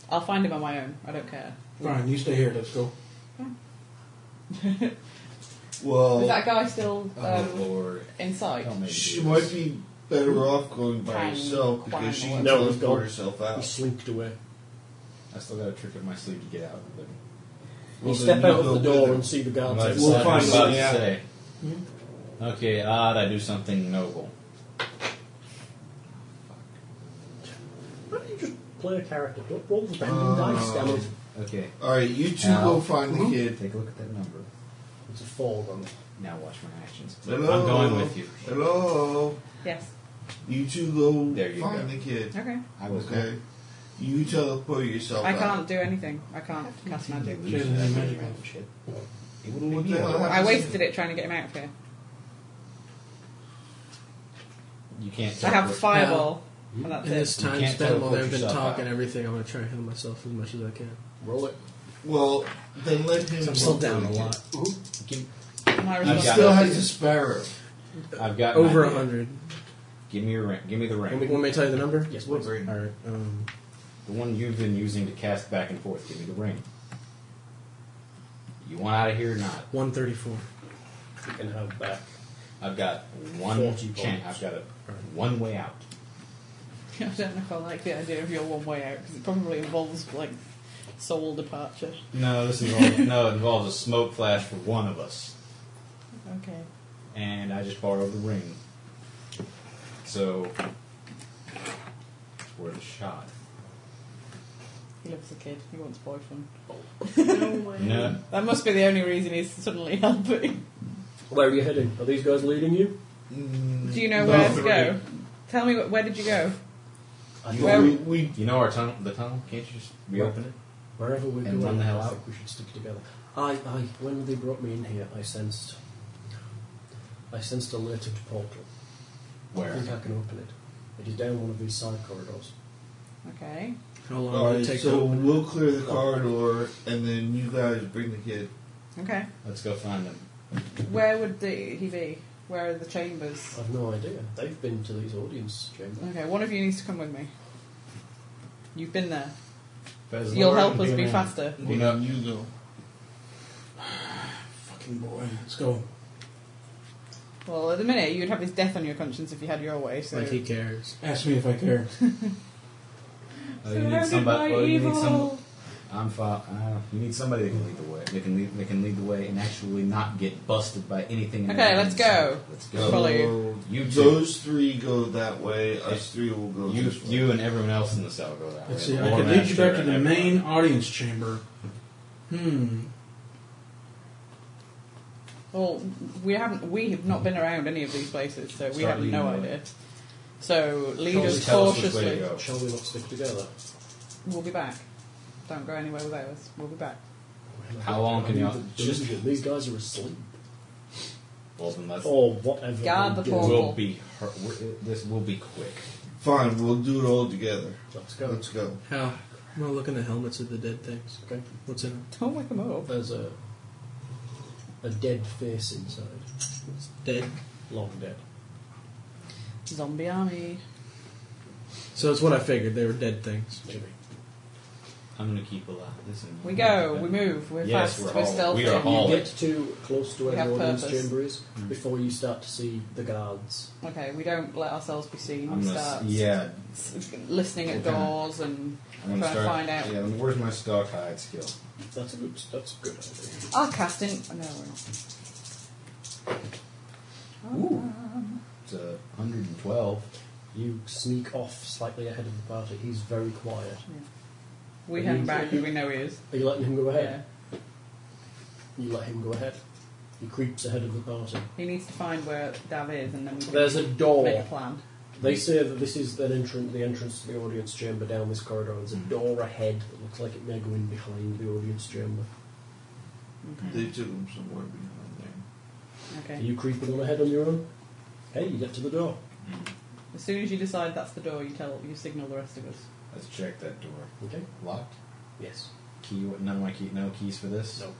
S2: I'll find him on my own. I don't care.
S3: Fine, you stay here. Let's go.
S2: Is
S8: Well,
S2: that guy still um,
S10: Lord.
S2: in sight?
S10: Help me.
S8: she might be better off going by
S2: Tang,
S8: herself
S2: quang,
S8: because she can
S4: No,
S8: teleport
S4: we've gone.
S8: herself
S4: He
S8: out.
S4: slinked away.
S10: I still got a trick up my sleeve to get out of it.
S8: Well,
S4: you
S8: then
S4: step
S8: you
S4: out of
S8: go
S4: the
S8: with
S4: door
S8: her.
S4: and see the guards.
S10: Right,
S4: outside.
S10: so
S8: We'll
S10: I'm
S8: find
S10: about
S8: out.
S10: to say. Okay, odd, I do something noble.
S4: Why don't you just play a character? Don't roll the bending dice, damn it.
S10: Okay.
S8: Alright, you two
S10: Now-
S8: go find the kid.
S10: Take a look at that number.
S4: It's a four on it.
S10: Now watch my actions.
S8: Hello.
S10: I'm going with you.
S8: Hello.
S2: Yes.
S8: You two go
S10: There you
S8: find
S10: go.
S8: the kid.
S2: Okay.
S10: I was
S8: Okay. You teleport yourself
S2: I
S8: out.
S2: can't do anything. I can't cast magic.
S10: They lose
S3: Shit,
S10: that
S3: magic.
S10: round shit. It would
S8: What
S10: be
S8: the hell
S10: otherwise.
S2: I wasted it trying to get him out of here.
S10: You can't.
S2: I have
S10: teleport.
S2: fireball, and that's
S6: In this
S2: it.
S10: You
S6: time
S10: can't
S6: spent while
S10: teleport
S6: they've been
S10: yourself
S6: talking
S10: out.
S6: everything, I'm going to try to heal myself as much as I can.
S4: Roll it.
S8: Well, then let him.
S6: I'm still
S8: go
S6: down
S8: for
S6: a
S8: the
S6: lot.
S8: kid.
S2: My
S8: He
S10: I've got
S8: still
S10: it.
S8: has a sparrow.
S10: I've got an
S6: Over
S10: idea.
S6: 100.
S10: Give me your rank. Give me the rank.
S6: Want me, want me to tell you the number?
S4: Yes,
S8: What
S4: please.
S8: ring?
S6: Alright. Um,
S10: The one you've been using to cast back and forth. Give me the ring. You want out of here or not?
S6: 134.
S4: You can have back.
S10: I've got one
S4: 40
S10: chance.
S4: points.
S10: I've got a one way out.
S2: (laughs) I don't know if I like the idea of your one way out because it probably involves like soul departure.
S10: No, this (laughs) involves, no. It involves a smoke flash for one of us,
S2: Okay.
S10: and I just borrowed the ring, so it's worth a shot.
S2: He loves a kid. He wants a boyfriend.
S10: No,
S2: That must be the only reason he's suddenly (laughs) helping.
S4: Where are you heading? Are these guys leading you?
S8: Mm,
S2: Do you know
S8: no,
S2: where to
S8: three.
S2: go? Tell me, wh- where did you go?
S8: You-
S2: Where-
S8: we, we,
S10: you know our tunnel. The tunnel. Can't you just reopen it?
S4: Wherever we're
S10: And
S4: going,
S10: run the hell
S4: I
S10: out.
S4: think we should stick together. I, I, when they brought me in here, I sensed, I sensed a latent portal. I think
S10: Where?
S4: I can open it. It is down one of these side corridors.
S2: Okay.
S6: how long will
S8: alright,
S6: it take to
S8: so
S6: open it?
S8: we'll clear the corridor and then you guys bring the kid.
S2: Okay.
S10: Let's go find them.
S2: Where would the, he be? Where are the chambers?
S4: I've no idea. They've been to these audience chambers.
S2: Okay, one of you needs to come with me. You've been there.
S10: Fez,
S2: You'll
S10: Laura,
S2: help us
S10: you
S2: be
S10: know.
S2: faster.
S10: You know,
S8: you go.
S3: Fucking boy. Let's go.
S2: Well, at the minute, you'd have this death on your conscience if you had your way. So,
S6: Like he cares.
S3: Ask me if I care.
S10: oh, you need somebody. Oh, you need some. I'm fine. Uh, you need somebody that can lead the way. They can lead. They can lead the way and actually not get busted by anything. in
S2: Okay,
S10: their
S2: let's
S10: hands.
S2: go.
S10: Let's go.
S2: Follow you.
S10: You two.
S8: Those three go that way. Us three will go
S10: You,
S8: this way.
S10: you and everyone else in the cell go that
S3: Let's
S10: way.
S3: see. I
S10: Laura
S3: could lead you
S10: Asher
S3: back to
S10: and
S3: the
S10: everyone.
S3: main audience chamber. Hmm.
S2: Well, we haven't. We have not been around any of these places, so we
S10: Start
S2: have no
S10: leading the way.
S2: idea. So lead
S10: Surely
S2: us
S10: tell us which way to
S2: cautiously.
S10: go.
S4: Shall we not stick together?
S2: we'll be back. Don't go anywhere without us. We'll be back.
S10: How long can
S4: I mean,
S10: y'all-
S4: the
S10: just-
S4: delusion. These guys are asleep.
S10: Well, then let's.
S4: Or whatever.
S2: Guard
S4: they
S2: the
S4: do.
S2: portal.
S10: We'll be. hur- we're- This will be quick.
S8: Fine, we'll do it all together.
S4: Let's go.
S8: Let's go.
S6: How? I'm going to look in the helmets of the dead things.
S4: Okay.
S6: What's in them?
S2: Don't wake them up.
S4: There's a a dead face inside.
S6: It's dead.
S4: Long dead.
S2: Zombie army.
S6: So it's what I figured. They were dead things.
S4: Maybe.
S10: I'm gonna keep a lot. Listen.
S2: We go. We move. We're
S10: Yes,
S2: fast.
S10: we're
S2: We're,
S10: all-
S2: stealthy.
S10: we are all-
S4: You
S10: All
S4: get too close to
S2: We
S4: where the
S2: have
S4: audience
S2: purpose.
S4: chamber is before you start to see the guards.
S2: Okay, we don't let ourselves be seen.
S10: I'm
S2: we
S10: gonna. s-
S2: start
S10: Yeah.
S2: s- listening at
S10: We're gonna-
S2: doors and
S10: I'm gonna
S2: Try to
S10: start.
S2: find out.
S10: Yeah. Where's my stalk hide skill?
S4: That's a good. That's a good idea.
S2: Oh, I'll cast in. No, we're not. Um,
S10: Ooh. to 112.
S4: You sneak off slightly ahead of the party. He's very quiet.
S2: We hang back and we know he is.
S4: Are you letting him go ahead? You let him go ahead. He creeps ahead of the party.
S2: He needs to find where Dav is and then we can
S4: There's a door.
S2: Make a plan.
S4: They say that this is an entrance, the entrance to the audience chamber down this corridor. There's a door ahead that looks like it may go in behind the audience chamber.
S8: They took him somewhere behind there.
S2: Okay.
S4: Are you creeping on ahead on your own? Okay, you get to the door.
S2: As soon as you decide that's the door, you tell you signal the rest of us.
S10: Let's check that door.
S4: Okay.
S10: Locked?
S4: Yes.
S10: Key? What, none of my key, no keys for this?
S4: No.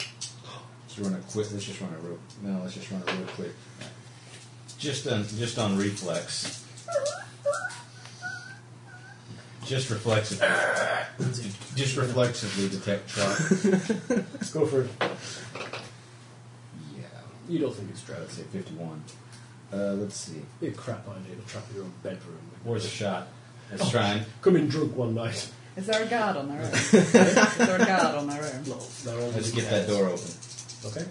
S10: Let's run a quick. Let's just run a real. No, let's just run a real quick. Just on, just on reflex. Just reflexively. just reflexively detect trap.
S4: Let's go for it.
S10: yeah.
S4: You don't think it's
S10: Try
S4: trapped.
S10: to say 51. Uh, let's see.
S4: Be a crap idea to trap your own bedroom.
S10: Where's a shot? Oh, Let's try and.
S4: Come in drunk one night.
S2: Is there a guard on their own? is there a guard on their own?
S4: No, they're all
S10: Let's get that door open.
S4: Okay.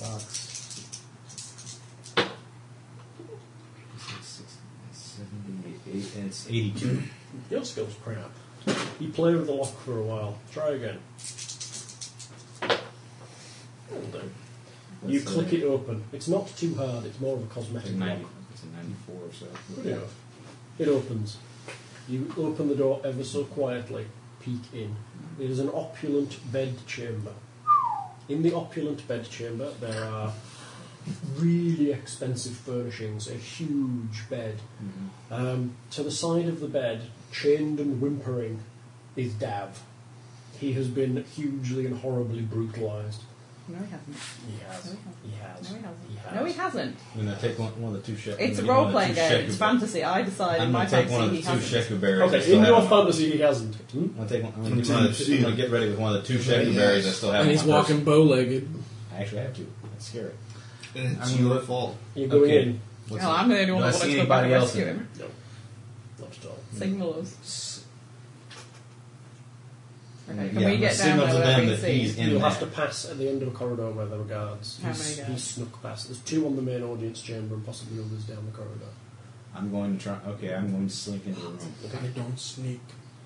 S10: Locks. 78, and it's 82.
S4: Your skill's crap. You play with the lock for a while. Try again. That'll do. you
S10: That's, uh,
S4: click it open. It's not too hard. It's more of a
S10: It's a
S4: cosmetic lock.
S10: 90, it's a 94 or so.
S4: Good enough. It opens. You open the door ever so quietly, peek in. It is an opulent bed chamber. In the opulent bed chamber, there are really expensive furnishings, a huge bed. Um, to the side of the bed, chained and whimpering, is Dav. He has been hugely and horribly brutalised.
S2: No, he hasn't.
S4: He has. He has.
S2: No, he hasn't.
S4: He has.
S2: No, he hasn't.
S10: I'm going to take one, one of the two shekels.
S2: It's a role playing game. It's fantasy. I decide in
S10: I'm
S2: my
S10: going to take
S2: fantasy
S10: one of the
S2: he
S10: two
S2: hasn't.
S10: shekel berries. I
S4: Okay,
S10: still
S4: in your
S10: have.
S4: fantasy, he hasn't. Hmm?
S10: I'm going to take one. I'm going to get, one of the two- I'm gonna get ready with one of the two shekel
S8: Yes.
S10: berries I still have.
S6: And
S10: in
S6: he's
S10: my purse.
S6: walking bow legged.
S10: I actually have two. That's scary.
S8: And it's
S10: I mean,
S8: your
S10: what-
S8: fault.
S4: You're going
S10: Okay.
S4: in.
S10: What's
S2: Hell,
S10: it-
S2: Oh, I'm the only one
S10: Do I
S2: that wants
S10: see
S2: to go back and
S10: anybody else
S2: rescue
S10: in Hmm. there?
S2: him.
S4: Not at all.
S2: Signal us. Okay, can
S10: Hmm. yeah,
S2: we
S10: I'm
S2: get
S10: gonna
S2: down
S10: signal
S2: there
S10: to
S2: where
S10: them
S2: we
S10: that
S2: see?
S10: he's in
S4: You'll
S10: there.
S4: have to pass at the end of the corridor where there are guards.
S2: How
S4: He's-
S2: many
S4: he
S2: guards?
S4: snuck past. There's two on the main audience chamber and possibly others down the corridor.
S10: I'm going to try. Okay, I'm going to slink into the room.
S3: I don't sneak.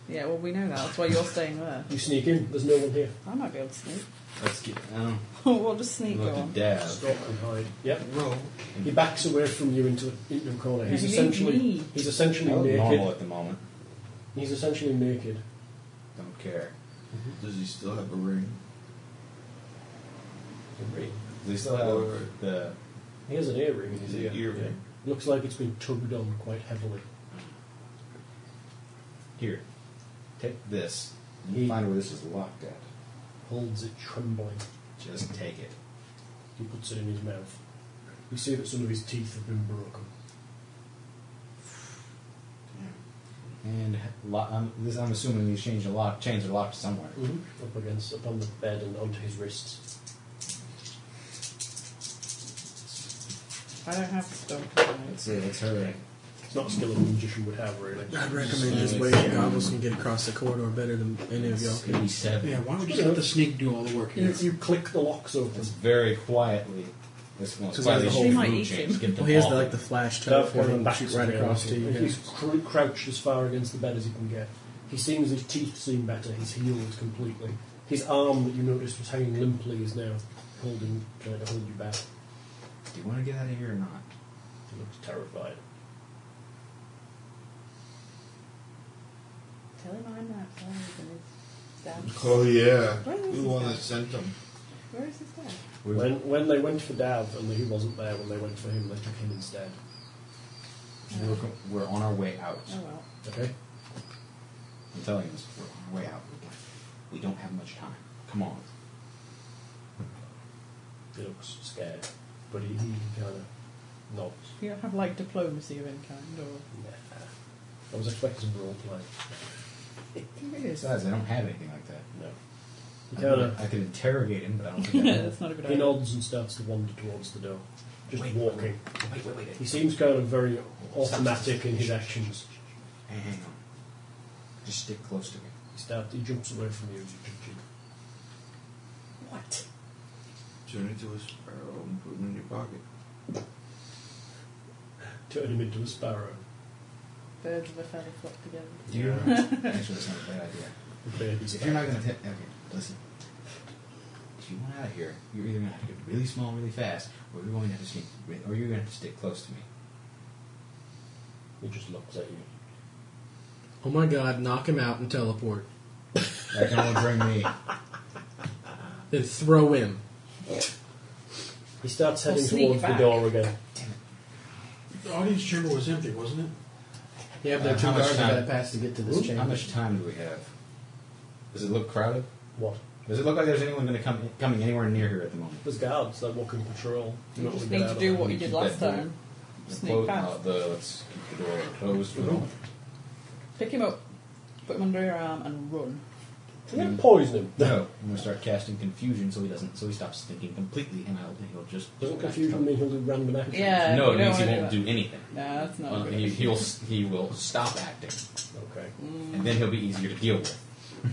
S2: Yeah, well, we know that. That's why you're staying there.
S4: You sneak in. There's no one here.
S2: I might be able to sneak. (laughs)
S10: Let's get. Um,
S2: we'll just sneak
S10: look
S2: on.
S10: at Dab.
S4: Stop and hide. Yep.
S8: Roll.
S4: He backs away from you into into a corner. He's
S2: Yeah, he needs
S4: essentially
S2: me.
S4: he's essentially
S10: I look normal
S4: naked.
S10: at the moment.
S4: He's essentially naked.
S10: Don't care.
S8: Does he still have a ring?
S10: They still have
S8: Or-
S10: the.
S4: He has an earring in his
S8: Is it
S4: ear.
S8: earring?
S4: Yeah. Looks like it's been tugged on quite heavily.
S10: Here, take this. You
S4: He-
S10: find where this is locked at.
S4: Holds it trembling.
S10: Just take it.
S4: He puts it in his mouth. You see that some of his teeth have been broken.
S10: And lo- I'm, this, I'm assuming these change the lock. Chains are locked somewhere.
S4: Up against upon the bed and onto his wrists.
S2: I don't have to stop.
S10: Let's see. Let's hurry.
S4: It's not a skill a magician would have, really.
S6: I'd recommend just waiting. and Goggles can get across the corridor better than any of y'all can.
S10: Eighty-seven.
S3: Yeah, why would you let the sneak do all the work
S4: You,
S3: here?
S4: you click the locks open.
S10: It's very quietly. This one's
S6: 'Cause
S10: quietly.
S6: there's a
S10: shoot
S6: whole- They
S2: might
S10: food
S2: eat
S10: chains.
S2: him.
S10: Get them
S6: Well, he has
S10: all.
S6: the, like the flash
S4: Darth
S6: teleport
S4: Vader
S6: and
S4: backs
S6: shoots right
S4: away.
S6: across to you.
S4: He's
S6: guys.
S4: cr- crouched as far against the bed as he can get. He seems his teeth seem better. He's healed completely. His arm that you noticed was hanging limply is now holding, trying to hold you back.
S10: Do you want to get out of here or not?
S4: He looks terrified.
S2: Tell him I'm Oh, not. Tell him it's Dav.
S8: Oh, yeah.
S2: Where is
S8: We
S2: this
S8: want
S2: guy?
S8: to send him.
S2: Where is this guy?
S10: We've-
S4: When when they went for Dav and he wasn't there, when they went for him, they took him instead.
S10: We're, co- we're on our way out.
S2: Oh well.
S4: Okay.
S10: I'm telling you, this, we're on our way out. We don't have much time. Come on.
S4: He looks scared, but he, he kind of nods.
S2: You don't have like diplomacy of any kind,
S10: (laughs)
S2: or
S4: Nah. I was expecting role play.
S10: Besides, I don't have anything like that.
S4: No. He
S10: I
S4: kind
S10: could,
S4: of
S10: I could interrogate him, but I don't think I
S2: yeah,
S10: will.
S2: (laughs) that's not a good
S4: he
S2: idea.
S4: nods and starts to wander towards the door, just
S10: Wait.
S4: walking.
S10: Wait, wait, wait.
S4: He
S10: wait.
S4: seems kind of very automatic in his actions.
S10: Hey, hang on. Just stick close to me.
S4: He starts. He jumps away from you. as you jump in.
S10: What?
S4: What?
S8: Turn into a sparrow and put them in your pocket.
S4: Turn him into a sparrow.
S2: Birds of a feather flock together.
S10: You're right. Actually, that's not a bad idea. If you're not going to take. Okay, listen. If you want out of here, you're either going to have to get really small really fast, or you're going to have to sneak, re- or you're going to have to stick close to me.
S4: He just looks at you.
S6: Oh my god, knock him out and teleport.
S10: That can only bring (laughs) me.
S6: Then throw him.
S4: He starts
S2: Or
S4: heading
S2: sneak
S4: towards
S2: back.
S4: the door again.
S3: The audience chamber was empty, wasn't it?
S6: Yeah, but there
S10: Uh,
S6: are two
S10: how much
S6: guards that
S10: time?
S6: gotta pass to get to this
S10: How
S6: chamber.
S10: much time do we have? Does it look crowded?
S4: What?
S10: Does it look like there's anyone going to come coming anywhere near here at the moment?
S4: There's guards that walk in patrol.
S2: You just
S4: Not
S2: need
S4: get
S2: to
S4: out
S2: do
S4: of
S2: what
S4: it.
S2: you did
S10: keep
S2: last
S10: that door.
S2: time.
S10: The
S2: Sneak
S10: clo-
S2: past.
S10: uh, the, let's keep the door closed for the moment.
S2: Pick him up, put him under your arm, and run.
S4: And then poison him.
S10: No, I'm going to start casting confusion so he doesn't, so he stops thinking completely, and I'll, he'll just.
S4: Doesn't confusion mean he'll do random actions?
S2: Yeah.
S10: No,
S2: you
S10: it
S2: don't
S10: means he
S2: wanna
S10: won't
S2: do.
S10: do anything.
S2: that. Nah, that's not.
S10: Uh,
S2: good.
S10: he, he'll s- he will stop acting,
S4: Okay.
S10: and then he'll be easier to deal with.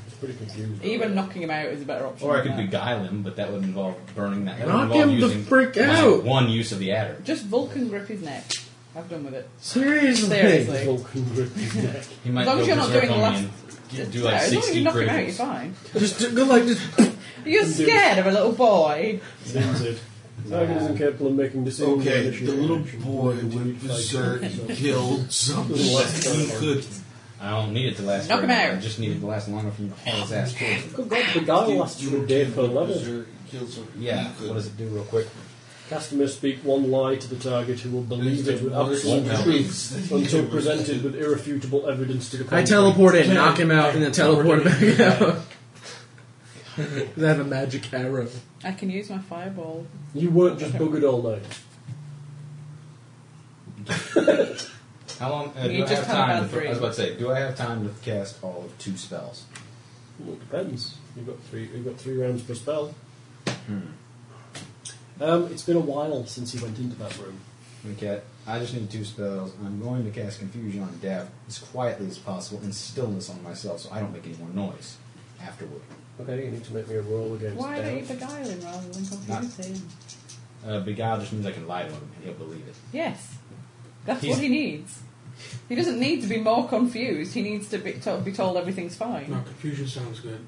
S4: It's pretty confusing. (laughs)
S2: Even knocking him out is a better option.
S10: Or I
S2: than
S10: could
S2: that.
S10: beguile him, but that would involve burning that. that would
S6: Knock
S10: involve
S6: him the
S10: using
S6: frick
S10: my
S6: out.
S10: One use of the adder.
S2: Just Vulcan grip his neck. I've done with
S10: (laughs)
S2: it.
S6: Seriously.
S2: Seriously.
S4: Vulcan grip his neck.
S10: He might
S2: As long
S10: go
S2: as you're not
S10: berserk
S2: doing
S10: on me
S2: last.
S10: and do
S2: No,
S10: like
S2: as long as you
S10: sixty
S2: knock him out, you're
S10: criticals. (laughs)
S2: fine.
S6: Just do- go like just
S2: You're scared of a little boy.
S4: Sends it. Tigers incapable of making decisions.
S8: Okay,
S4: Issue
S8: the little
S4: action.
S8: boy
S4: Continue
S8: went
S4: to fight.
S8: berserk and killed something
S4: Little less
S8: he
S4: than
S8: could.
S10: I don't need it to last.
S2: Knock him
S10: very long.
S2: out.
S10: I just need it to last longer from your his ass poison.
S4: Good God, the guy lasts you a day per level.
S8: Berserk and killed something
S10: Yeah.
S8: he
S10: What
S8: could.
S10: does it do, real quick?
S4: Customer speak one lie to the target who will believe it with absolute
S8: One
S4: truth until presented with irrefutable evidence to the
S6: I
S4: contrary.
S6: teleport in, knock him out, and then teleport back out. Does that have a magic arrow?
S2: I can use my fireball.
S4: You weren't just buggered all night.
S10: How long? Uh,
S2: You
S10: do I
S2: just had a
S10: have
S2: bad
S10: time? To,
S2: three.
S10: I was about to say, do I have time to cast all of two spells?
S4: Well, it depends. You've got three. You've got three rounds per spell.
S10: Hmm.
S4: Um, it's been a while since he went into that room.
S10: Okay, I just need two spells. I'm going to cast Confusion on Death as quietly as possible and stillness on myself so I don't make any more noise afterward.
S4: Okay, you need to make me a roll against
S2: Why
S4: doubt.
S2: don't you beguile him rather than confuse him?
S10: Uh, Beguile just means I can lie to him and he'll believe it.
S2: Yes, that's
S10: He's-
S2: what he needs. He doesn't need to be more confused. He needs to be, to- be told everything's fine.
S3: No, confusion sounds good.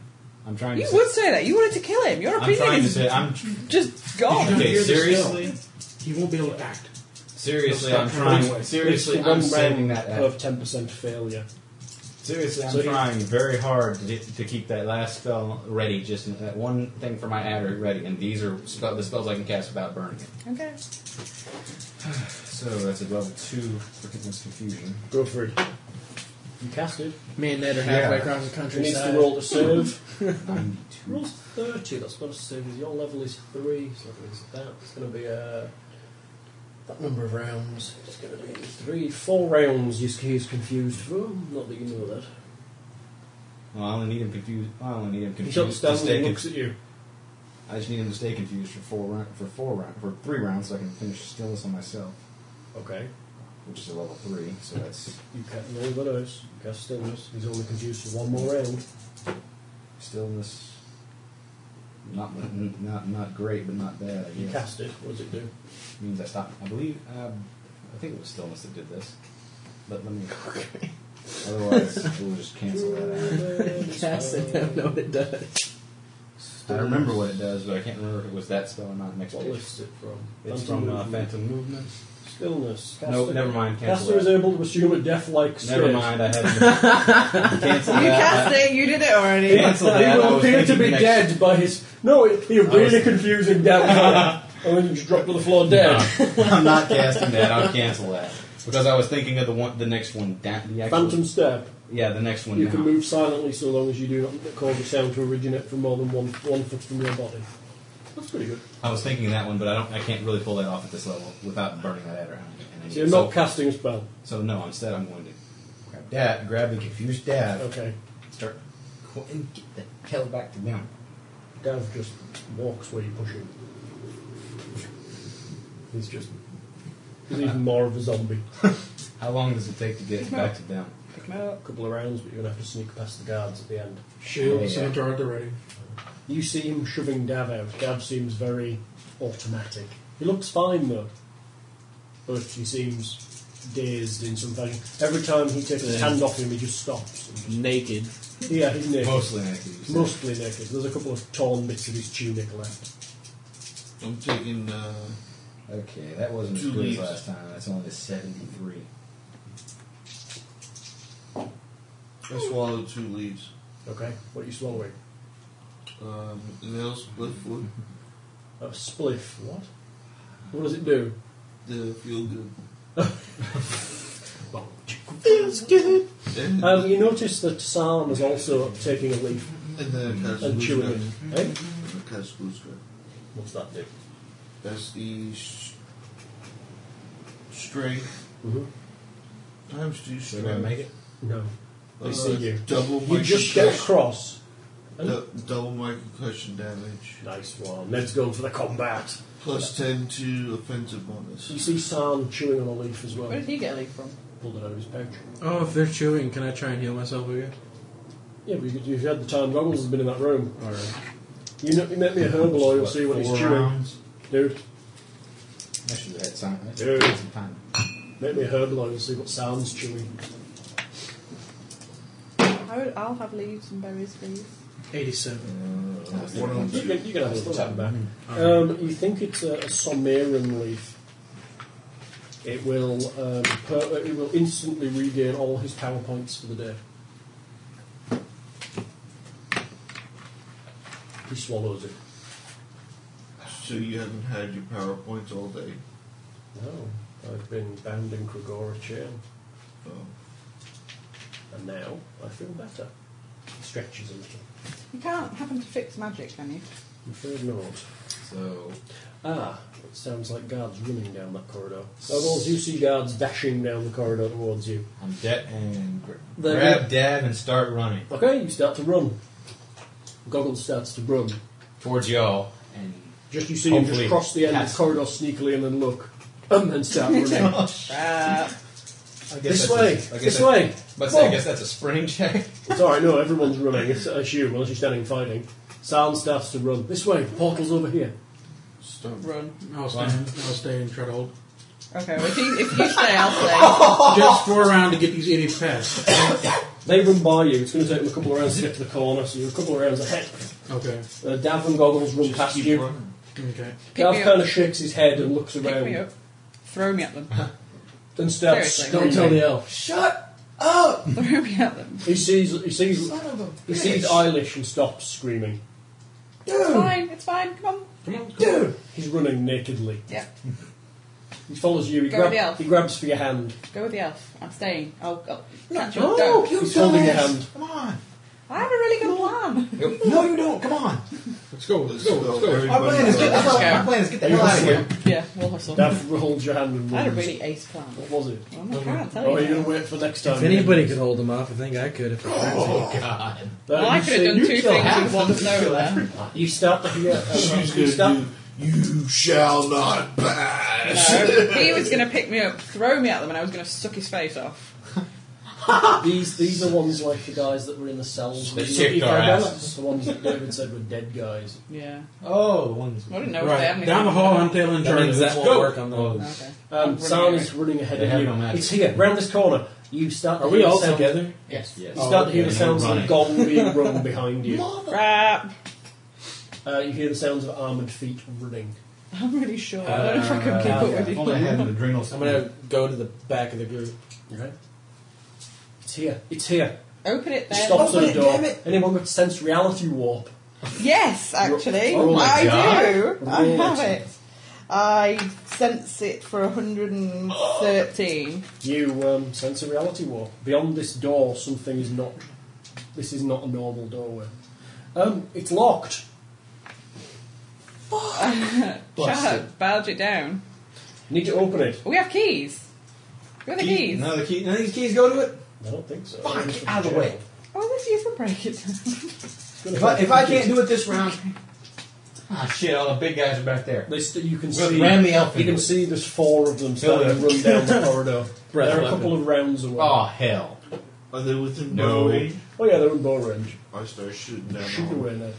S10: I'm trying
S2: You
S10: to.
S2: would say that. You wanted to kill him. Your
S10: I'm
S2: opinion
S10: trying to
S2: is
S10: say. I'm
S2: just gone.
S10: (laughs) okay.
S3: hear the
S10: Seriously,
S3: He won't be able to act.
S10: seriously,
S3: Stop
S10: I'm
S3: trying.
S10: trying. Seriously,
S4: It's the
S10: I'm
S4: one
S10: saving
S4: round
S10: that. As,
S4: of ten percent failure.
S10: seriously, I'm
S4: So you-
S10: trying very hard to, to keep that last spell ready. Just that one thing for my adder ready, and these are spell, the spells I can cast without burning it.
S2: Okay.
S10: So that's a level two for Confusion.
S4: Go for it. You cast it.
S6: Me and Ned are halfway
S10: Yeah.
S6: across the
S4: He needs
S6: countryside.
S4: to roll to save. (laughs)
S10: Ninety-two.
S4: Rolls 30, that's what it says. Your level is 3, so that means that it's going to be uh, that number of rounds. It's going to be 3, 4 rounds he's, he's confused for. Not that you know that.
S10: Well, I only need him confused. I only need him
S4: He
S10: confused.
S4: jumps
S10: To
S4: down
S10: stay
S4: and
S10: con-
S4: looks at you.
S10: I just need him to stay confused for four round, for four round, for three rounds, so I can finish stillness on myself,
S4: Okay.
S10: which is a level three. So that's
S4: You cast no but us. You cast stillness. He's only confused for one more round.
S10: stillness. Not n- not not great, but not bad. I
S4: You
S10: guess.
S4: cast it. What does it do?
S10: means I stopped. I believe. Um, I think it was stillness that did this, but let me. Otherwise, we'll just cancel
S4: (laughs)
S10: that out.
S6: Yes, I don't know what it does.
S10: I remember what it does, but I can't remember if it was that spell or not. Next
S4: What
S10: page.
S4: lists it from?
S10: It's
S4: Phantom
S10: from uh,
S4: movement.
S10: Phantom Movement.
S4: Stillness.
S10: No,
S4: Caster-
S10: never mind. Cancel
S4: Caster
S10: that.
S4: is able to assume a death-like state.
S10: Never mind, (laughs) I had cancel
S2: You
S10: that.
S2: cast it. You did it already.
S10: Cancel
S4: He
S10: that. I
S4: will
S10: was
S4: appear to
S10: thinking
S4: be
S10: next-
S4: dead by his. No, you're really confusing
S10: (laughs)
S4: down there. and then you just drop to the floor dead.
S10: I'm not casting that. I'll cancel (laughs) that because I was thinking of the one, the next one down. The actual,
S4: Phantom step.
S10: Yeah, the next one.
S4: You
S10: down.
S4: can move silently so long as you do not cause the sound to originate from more than one, one foot from your body. That's pretty good.
S10: I was thinking of that one, but I don't. I can't really pull that off at this level without burning that adder. out. And
S4: So
S10: I need-
S4: you're not casting a spell.
S10: so no. Instead, I'm going to grab dab, grab the confused dab,
S4: Okay.
S10: start qu- and get the hell back to them.
S4: Dav just walks where you push him. He's just. He's even more of a zombie.
S10: How long does it take to get back to them?
S2: Pick him up.
S4: A couple of rounds, but you're going to have to sneak past the guards at the end.
S3: Shields
S10: Yeah.
S3: and a dart already.
S4: You see him shoving Dav out. Dav seems very automatic. He looks fine though, but he seems dazed in some fashion. Every time he takes his
S19: Yeah.
S4: hand off him, he just stops. And just,
S19: Naked.
S4: yeah, he's naked.
S19: Mostly naked, you said.
S4: Mostly naked. There's a couple of torn bits of his tunic left.
S8: I'm taking. Uh,
S19: Okay, that wasn't
S8: Two
S19: as good
S8: leaves.
S19: as last time. That's only a 73.
S8: I swallowed two leaves.
S4: Okay, what are you swallowing?
S8: Um, they'll split food.
S4: A spliff. What? What does it do? (laughs)
S8: They feel good.
S4: Feels good.
S8: And,
S4: Um, you notice that Sam is also taking a leaf
S8: and then I cast
S4: and
S8: Blue
S4: chewing
S8: Sky.
S4: it. Eh?
S8: I cast Blue Sky.
S4: What's that do?
S8: That's the sh- strength
S4: Mhm.
S8: times two strength.
S19: Did I make it?
S4: No. They
S8: Uh,
S4: see you.
S8: Double my
S4: You just get
S8: concussion-
S4: across.
S8: du- double my concussion damage.
S4: Nice one. Let's go for the combat.
S8: Plus ten to offensive bonus.
S4: You see Sam chewing on a leaf as well.
S2: Where did he get a leaf from?
S4: Pulled it out of his pouch.
S6: Oh, if they're chewing, can I try and heal myself again?
S4: Yeah, but you- you've had the time goggles has been in that room. You, know, you make me a herbal oil, see what he's
S19: Four
S4: chewing.
S19: rounds?
S4: Dude,
S19: I should have had some, I
S4: Dude.
S19: should have had some time.
S4: make me a herbal oil, see what Sam's chewing.
S2: I would, I'll have leaves and berries, please.
S6: 87.
S19: Uh, I was
S8: One
S19: thinking
S8: of
S4: You
S8: them.
S4: can, you can have still have it back.
S6: Alright.
S4: Um, you think it's a, a Somerian leaf. It will um, per- it will instantly regain all his power points for the day. He swallows it.
S8: So you haven't had your PowerPoints all day.
S4: No, I've been bound in Kragora chain,
S8: Oh.
S4: and now I feel better. Stretches a little.
S2: You can't happen to fix magic, can you?
S4: I'm afraid not.
S19: So,
S4: Ah, it sounds like guards running down that corridor. Oh, well, you see guards dashing down the corridor towards you.
S19: I'm dead and gra-
S4: They're
S19: grab
S4: good.
S19: dab and start running
S4: Okay, you start to run. Goggles starts to run.
S19: towards y'all. And
S4: Just you see him just
S19: Hopefully.
S4: cross the end of
S19: Yes.
S4: the corridor sneakily and then look. um, And then
S19: (laughs)
S4: start running.
S2: Uh,
S19: I
S4: this
S19: guess that's
S4: way,
S19: a- I guess
S4: this
S19: that-
S4: way.
S19: But say, I
S4: Whoa.
S19: guess that's a spring check.
S4: Sorry, no, everyone's running. It's, it's you, unless you're standing fighting. Sam starts to run. This way, portal's over here.
S8: Stop.
S2: run.
S6: I'll stay, I'll stay and try to
S10: (laughs)
S6: hold.
S2: Okay, well, if you, if you stay, I'll
S6: Just for a round to get these idiots past.
S4: They run by you. It's going to take them a couple of rounds to get to the corner, so you're a couple of rounds ahead.
S6: Okay.
S4: Uh, Dav and Goggles run past
S8: Keep
S4: you.
S8: running.
S6: Okay.
S4: Dav
S2: Pick me
S4: kind of shakes his head and looks
S2: stay. Pick me
S4: around
S2: up. Throw me at
S4: (laughs)
S2: them.
S4: and starts
S2: Seriously.
S4: Don't tell the elf.
S2: (laughs) Throw me at them.
S4: He sees, he sees, he sees Eilish and stops screaming.
S2: It's fine, it's fine, come on.
S4: Dude! He's running nakedly.
S2: Yeah,
S4: (laughs) He follows you. He,
S2: Go
S4: grab-
S2: with the elf.
S4: he grabs for your hand.
S2: go with the elf. I'm staying. I'll, I'll catch you.
S4: Oh,
S2: Go.
S4: he's holding your hand.
S19: Come on.
S2: I have a really good
S4: (laughs)
S2: plan.
S19: No, you don't. Oh, Come (laughs) on.
S6: Let's go. Let's
S8: Let's
S6: go.
S8: go,
S6: Let's go.
S19: My
S8: everybody.
S19: plan is get,
S2: Let's go.
S19: my plan is get the
S4: Are you
S19: hell out of
S4: hustling?
S19: here.
S2: Yeah, we'll hustle.
S4: Dav holds your hand and
S2: I had a
S4: runs.
S2: really ace plan.
S4: What was it?
S2: I'm not trying to tell
S4: Oh, are
S2: you.
S4: you going to wait for next time?
S6: If anybody could hold them off, I think I could. If I tried to.
S4: That
S2: Well, I
S4: you
S2: could have
S4: see-
S2: done
S4: you
S2: two
S4: still
S2: things
S4: have
S2: with one
S4: (laughs)
S2: solo there.
S4: You start to hear.
S8: She's
S4: you
S8: gonna
S4: start,
S8: do, You shall not pass.
S2: No, he was going to pick me up, throw me at them, and I was going to suck his face off.
S4: these these are ones like the guys that were in the cells.
S19: They
S4: with
S19: kicked
S4: Yuki
S19: our
S4: Kagana.
S19: asses.
S4: The ones that David said were dead guys.
S2: Yeah.
S19: Oh, the ones.
S2: I didn't know if they had
S6: Right.
S2: me.
S6: Down the hall, I'm tailing
S4: That
S6: Jordan.
S4: means
S6: That
S4: that-
S6: won't
S4: Go.
S6: work on those.
S2: Okay. I'm
S4: Um,
S2: running
S4: Sam
S2: away.
S4: is running ahead
S19: They
S4: of
S19: have
S4: you.
S19: no magic.
S4: it's here, round this corner. You start.
S6: Are
S4: to
S6: we
S4: hear the
S6: all
S4: sound-
S6: together?
S2: Yes.
S19: Yes.
S4: You start to hear
S19: okay,
S4: the sounds of
S19: running.
S4: a gong being run behind you.
S2: Crap.
S4: Uh, you hear the sounds of armoured feet running.
S2: I'm really sure. I don't know if I can keep
S19: Uh,
S2: up with
S19: if
S2: you.
S19: only I had an adrenal
S6: I'm gonna go to the back of the group.
S4: Right? It's here. It's here.
S2: Open it
S4: It
S2: then.
S4: stops at a door. Anyone got sense reality warp?
S2: Yes, actually.
S4: Oh my
S2: I
S4: God.
S2: do. I
S4: Roll
S2: have
S4: it.
S2: it. I sense it for 113.
S4: You um, sense a reality warp. Beyond this door, something is not. This is not a normal doorway. Um, it's locked.
S2: Shut up. Barge it down.
S4: You need to open it.
S2: We have keys. Where are the
S19: Key-
S2: keys?
S19: None of the keys. None of these keys go to it.
S4: I don't think so.
S19: Fuck,
S4: It's from
S19: out of the
S4: jail.
S19: way.
S2: Oh, this you can break (laughs) it down.
S4: It's gonna
S19: If I,
S4: break
S19: if I
S4: the
S19: can't
S4: keys.
S19: do it this round, ah shit! All the big guys are back there.
S4: They st- you can
S19: We'll
S4: see.
S19: ram the elf
S4: you
S19: into
S4: can
S19: it.
S4: see there's four of them starting to
S19: Build
S4: run down the corridor.
S6: Breath
S4: They're a
S6: weapon.
S4: couple of rounds away.
S19: Oh hell!
S8: Are they within
S19: No.
S8: range?
S4: Oh yeah, they're in bow range.
S8: I start shooting down.
S4: Shoot
S8: the hall.
S4: away now.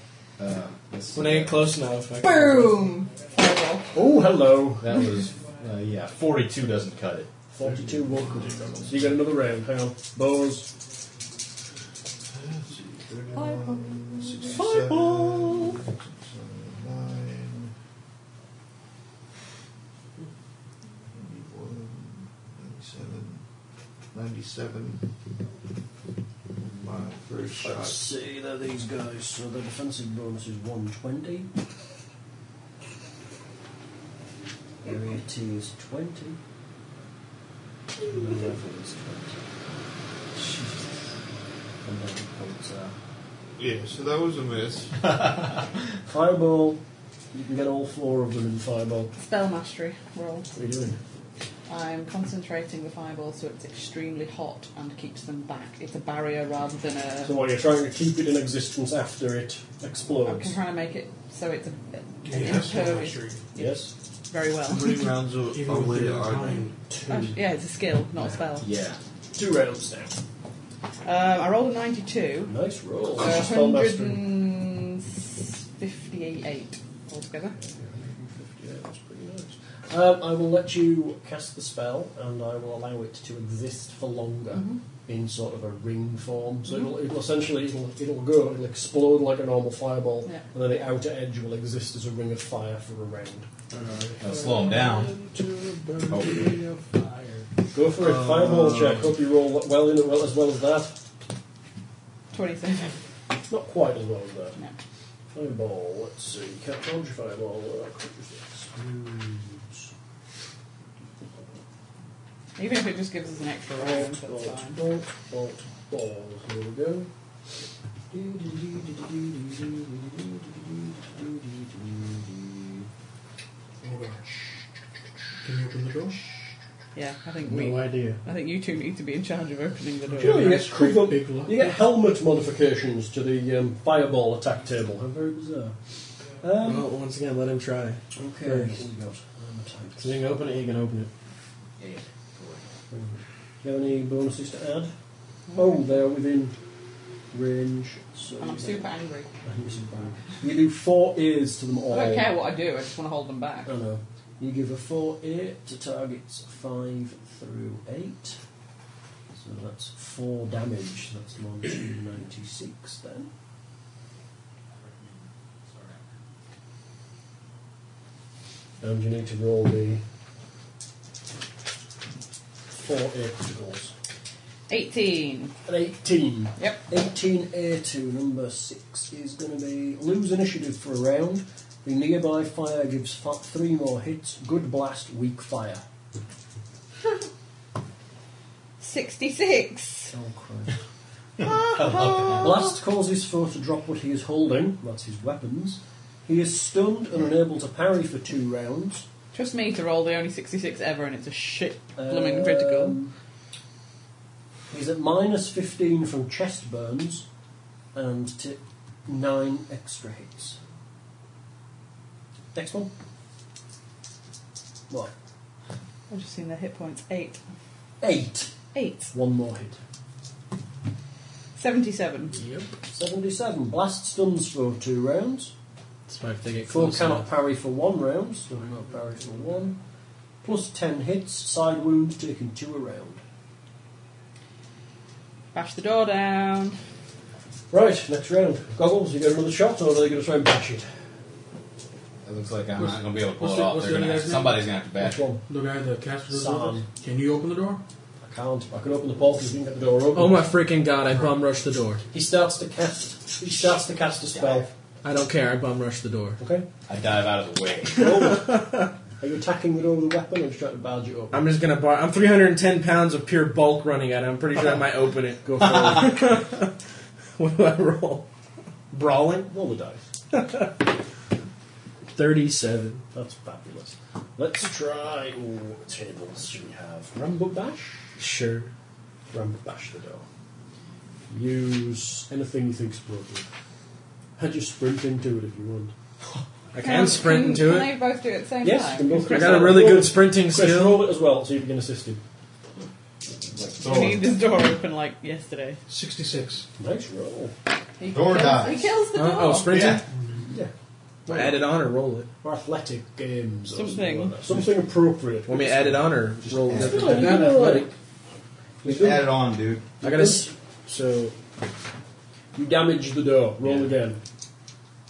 S19: Uh, let's
S6: When I get close enough, I can-
S2: Boom! Fireball.
S4: Oh, hello.
S10: That was, uh, yeah, 42 doesn't cut it.
S4: 42 will cut it. So you got another round. Hang on. Bows.
S2: Fireball.
S4: Fireball.
S8: Nine. Ninety-one, ninety-seven, ninety-seven. My first shot.
S4: Let's see there, these guys. So the defensive bonus is 120. Area T is 20. And the level is 20. Jesus. And then the points are.
S8: Yeah, so that was a miss.
S4: Fireball. You can get all four of them in Fireball.
S2: Spell mastery roll.
S4: What are you doing?
S2: I'm concentrating the fireball so it's extremely hot and keeps them back. It's a barrier rather than a.
S4: So what, you're trying to keep it in existence after it
S2: I'm
S4: explodes?
S2: trying to make it so it's a.
S3: Do
S2: an
S3: you have spell
S2: impervious-
S3: mastery?
S4: Yes?
S2: Very well.
S8: How many rounds of
S3: Even
S8: of
S3: with
S8: wit
S3: your
S8: are there?
S3: time,
S2: Oh,
S3: too.
S2: yeah, it's a skill, not a spell.
S10: Yeah.
S4: Two rounds now.
S2: Um, I rolled a Uh, 92,
S4: Nice roll.
S2: so
S4: That's spell mastery.
S2: 158 altogether.
S4: Yeah, that's pretty nice. Um, I will let you cast the spell, and I will allow it to exist for longer in sort of a ring form. So it'll, it'll essentially it'll, it'll go, it'll explode like a normal fireball,
S2: Yeah.
S4: and then the outer edge will exist as a ring of fire for a round.
S19: That'll slow him down. Oh.
S6: Hopefully.
S4: Go for it, fireball check. Hope you roll well in it well as well as that.
S2: 27.
S4: Not quite as well as that.
S2: No.
S4: Fireball. Let's see. Can't dodge fireball. Uh, creatures
S6: Hmm.
S4: explodes.
S2: Even if it just gives us an extra round, that's
S4: Bolt, bolt,
S2: fine.
S4: bolt, bolt, balls. Here we go.
S3: Can you open the door?
S2: Yeah, I think we.
S6: No idea.
S2: I think you two need to be in charge of opening the door.
S4: Sure, you, get
S3: Nice, great
S4: cover-
S3: big lock.
S4: you get helmet modifications to the um, fireball attack table. How very bizarre. Um,
S6: Well, once again, let him try.
S4: okay, what we got? Um, attacks.
S6: So you can open it, you can open it.
S19: Yeah, yeah.
S4: Do you have any bonuses to add? Oh, they're within range. So
S2: And I'm super angry.
S4: I think it's fine. You do four ears to them all.
S2: I don't care what I do, I just want to hold them back.
S4: I know. You give a 4 ear to targets 5 through 8. So that's 4 damage. That's 196 then. And Um, you need to roll the 4 ear criticals.
S2: 18.
S4: An 18.
S2: Yep.
S4: 18 air 2, number 6 is going to be lose initiative for a round. The nearby fire gives fa- 3 more hits. Good blast, weak fire.
S2: 66.
S4: Oh, Christ. Blast causes foe to drop what he is holding, that's his weapons. He is stunned and unable to parry for two rounds.
S2: Trust me to roll the only 66 ever, and it's a shit blooming
S4: Um,
S2: critical.
S4: He's at minus 15 from chest burns and t- 9 extra hits. Next one. What?
S2: I've just seen their hit points. 8.
S4: 8.
S2: 8.
S4: One more hit.
S2: 77.
S4: 77. Blast stuns for two rounds.
S7: So if they get
S4: Four
S7: close
S4: cannot
S7: enough.
S4: parry for one round, so not parry for one. Plus 10 hits, side wound, taking two a round.
S2: Bash the door down.
S4: Right, next round. Goggles, you get another shot, or are they going to try and bash it?
S19: It looks like I'm
S3: What's-
S19: not gonna be able to pull
S3: what's
S19: it
S3: the-
S19: off.
S3: what's
S19: They're
S3: the
S19: gonna
S3: other
S19: have,
S3: guy's
S19: somebody gonna have to
S4: Next
S19: bash.
S4: one.
S3: The guy that cast the door.
S4: Sam.
S3: Can you open the door?
S4: I can't. I can open the portal, you can get the door open.
S6: Oh my freaking god, I bum rushed the door.
S4: He starts to cast. He starts to cast a spell.
S6: I don't care, I bum rushed the door.
S4: Okay.
S19: I dive out of the way.
S4: Are you attacking the door with a weapon or just trying to barge it up?
S6: I'm just gonna bar. I'm 310 pounds of pure bulk running at it. I'm pretty sure I might open it. Go for it. (laughs) what do I roll? Brawling?
S4: Roll the dice.
S6: (laughs) 37.
S4: That's fabulous. Let's try. Ooh, what tables should we have? Rambo Bash?
S6: Sure.
S4: Rambo Bash the door. Use anything you think's appropriate. Had you sprint into it if you want.
S6: I can sprint into
S2: can
S6: it.
S2: Can they both do it at the same
S4: Yes,
S2: time?
S4: you can both
S6: I got a really good sprinting
S4: Chris, roll
S6: skill.
S4: it as well, so you can assist him.
S2: We need this door open like yesterday.
S3: 66.
S4: Nice roll.
S2: He
S19: Door
S2: kills,
S19: dies.
S2: He kills the
S6: Huh?
S2: door.
S6: Oh, sprinting?
S19: Yeah.
S4: Right.
S6: Add it on or roll it.
S4: Or athletic games. Or
S2: Something.
S4: something, like that. something appropriate.
S6: Want me to add it on or roll
S4: It's
S6: it?
S4: not like that athletic.
S19: Just add it on, dude.
S6: I gotta. s-
S4: So you damage the door. Roll again.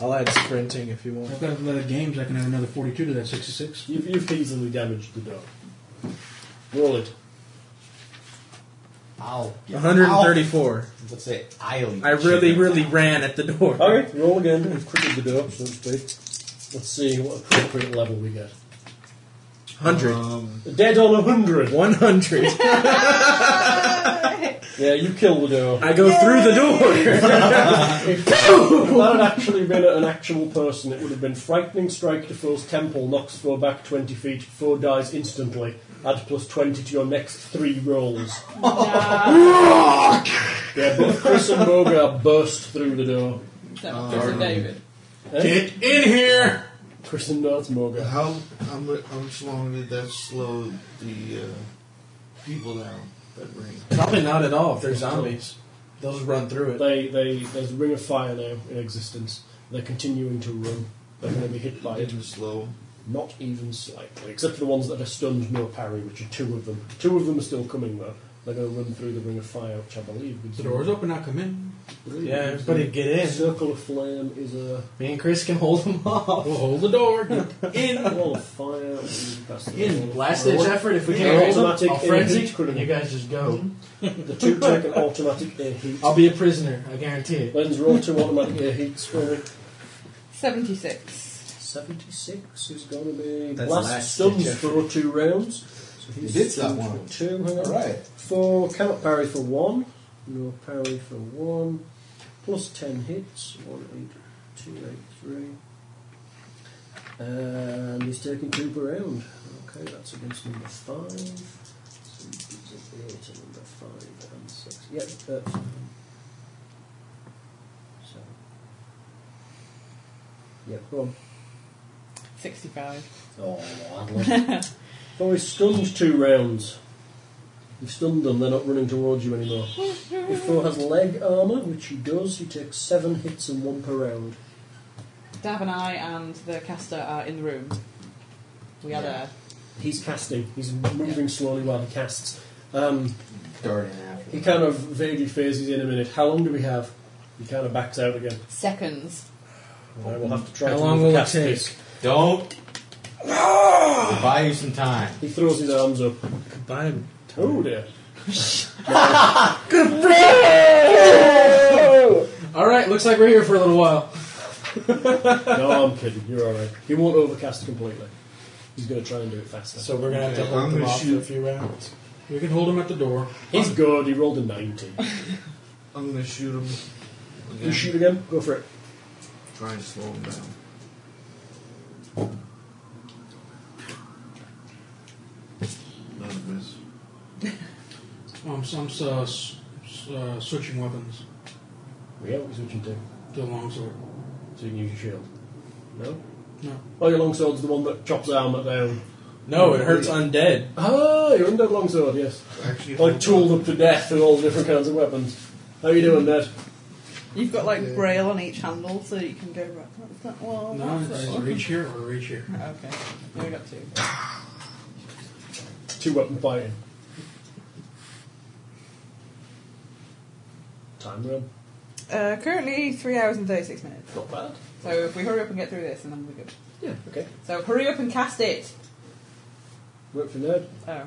S6: I'll add sprinting if you want.
S3: I've got another games. I can add another 42 to that 66.
S4: You've, you've easily damaged the door. Roll it.
S19: Ow.
S6: 134.
S19: Let's say I'll.
S6: I really, really ran at the door.
S4: Okay, roll again. We've critted the door, so to speak. Let's see what appropriate level we get.
S6: 100.
S4: Dead on a hundred.
S6: 100.
S4: Yeah, you kill the door.
S6: I go through the (laughs) door.
S4: (coughs) If that had actually been an actual person, it would have been frightening strike to foe's temple, knocks foe back 20 feet, foe dies instantly. Add plus 20 to your next three rolls.
S6: (laughs)
S4: yeah, both Chris and Bogar burst through the door.
S2: That was Chris and David.
S4: Get in here! Chris and North Mogar.
S8: How how much, how much longer did that slow the uh, people down? That ring.
S6: Probably not at all if they're zombies. They'll just run through it.
S4: They, they, there's a ring of fire now in existence. They're continuing to run. They're going to be hit by it.
S8: It was slow.
S4: Not even slightly, except for the ones that are stunned no parry, which are two of them. Two of them are still coming though. They're going to run through the ring of fire, which I believe. gives
S3: The
S4: them-
S3: door's open. Now come in.
S6: Yeah, everybody get
S4: The
S6: in.
S4: circle of flame is a
S6: Me and Chris can hold them off.
S3: We'll hold the door. Get in.
S4: wall of fire. That's the wall
S7: In
S4: of
S7: last
S4: fire.
S7: ditch effort, if we
S4: An
S7: can hold
S4: automatic
S7: them, I'll
S4: air
S7: frenzy.
S4: heat critical.
S7: You guys just go.
S3: (laughs)
S4: The two take an automatic air heat.
S7: I'll be a prisoner. I guarantee it.
S4: Len's roll two automatic air heats for me.
S2: 76.
S4: 76 is going to be
S19: That's
S4: last,
S19: last ditch
S4: stuns
S19: effort.
S4: for two rounds. So he's
S19: You did that
S4: stunned
S19: one.
S4: for Two, hang on.
S19: Alright.
S4: Four, cannot parry for one. No parry for one. Plus ten hits. One, eight, two, eight, three. And he's taking two per round. Okay, that's against number five. So he gives an eight to number five and six. Yep, that's fine. So. Yep, go on.
S2: 65.
S4: Oh, well, (laughs) he's stunned two rounds. You've stunned them, they're not running towards you anymore. If Thor has leg armour, which he does, he takes seven hits and one per round.
S2: Dav and I and the caster are in the room. We are there.
S4: He's casting, he's moving slowly while he casts. Um,
S19: Dart in after.
S4: he kind of vaguely phases in a minute. How long do we have? He kind of backs out again.
S2: Seconds.
S4: I will have to try
S6: How
S4: to
S6: long
S4: move
S6: will it
S4: cast
S6: take?
S4: this.
S19: Don't. We'll buy you some time.
S4: He throws his arms up.
S6: Goodbye. (laughs)
S4: Oh dear.
S7: Alright, looks like we're here for a little while.
S4: No, I'm kidding. You're alright. He won't overcast completely. He's going to try and do it faster.
S6: So we're gonna have to
S8: Okay,
S6: hold
S8: I'm
S6: them
S8: gonna
S6: off for a
S8: shoot.
S6: few rounds.
S3: We can hold him at the door.
S4: He's good. He rolled a
S6: (laughs)
S4: 90.
S8: I'm gonna shoot him.
S4: You shoot again? Go for it.
S8: Try and slow him down. Not a miss.
S3: Um, so I'm uh, s- s- uh, switching weapons
S4: Yeah, what was what you do?
S3: to the longsword.
S4: So you can use your shield. No?
S3: No.
S4: Oh, your longsword's the one that chops armour down.
S6: No, it hurts undead.
S4: Ah, your undead longsword, yes.
S8: Actually,
S4: Like tooled up to death with all different kinds of weapons. How you doing, Ned?
S2: You've got like braille on each handle so you can go right. That's that wall.
S3: No,
S2: that's
S3: it's
S2: that
S3: it's
S2: wall.
S3: reach here or reach here.
S2: Okay. Now we got two.
S4: Two weapon fighting. Time run.
S2: Uh, currently, 3 hours and 36 minutes.
S4: Not bad.
S2: So if we hurry up and get through this, and then we're good.
S4: Yeah, okay.
S2: So hurry up and cast it!
S4: Work for Ned.
S2: Oh.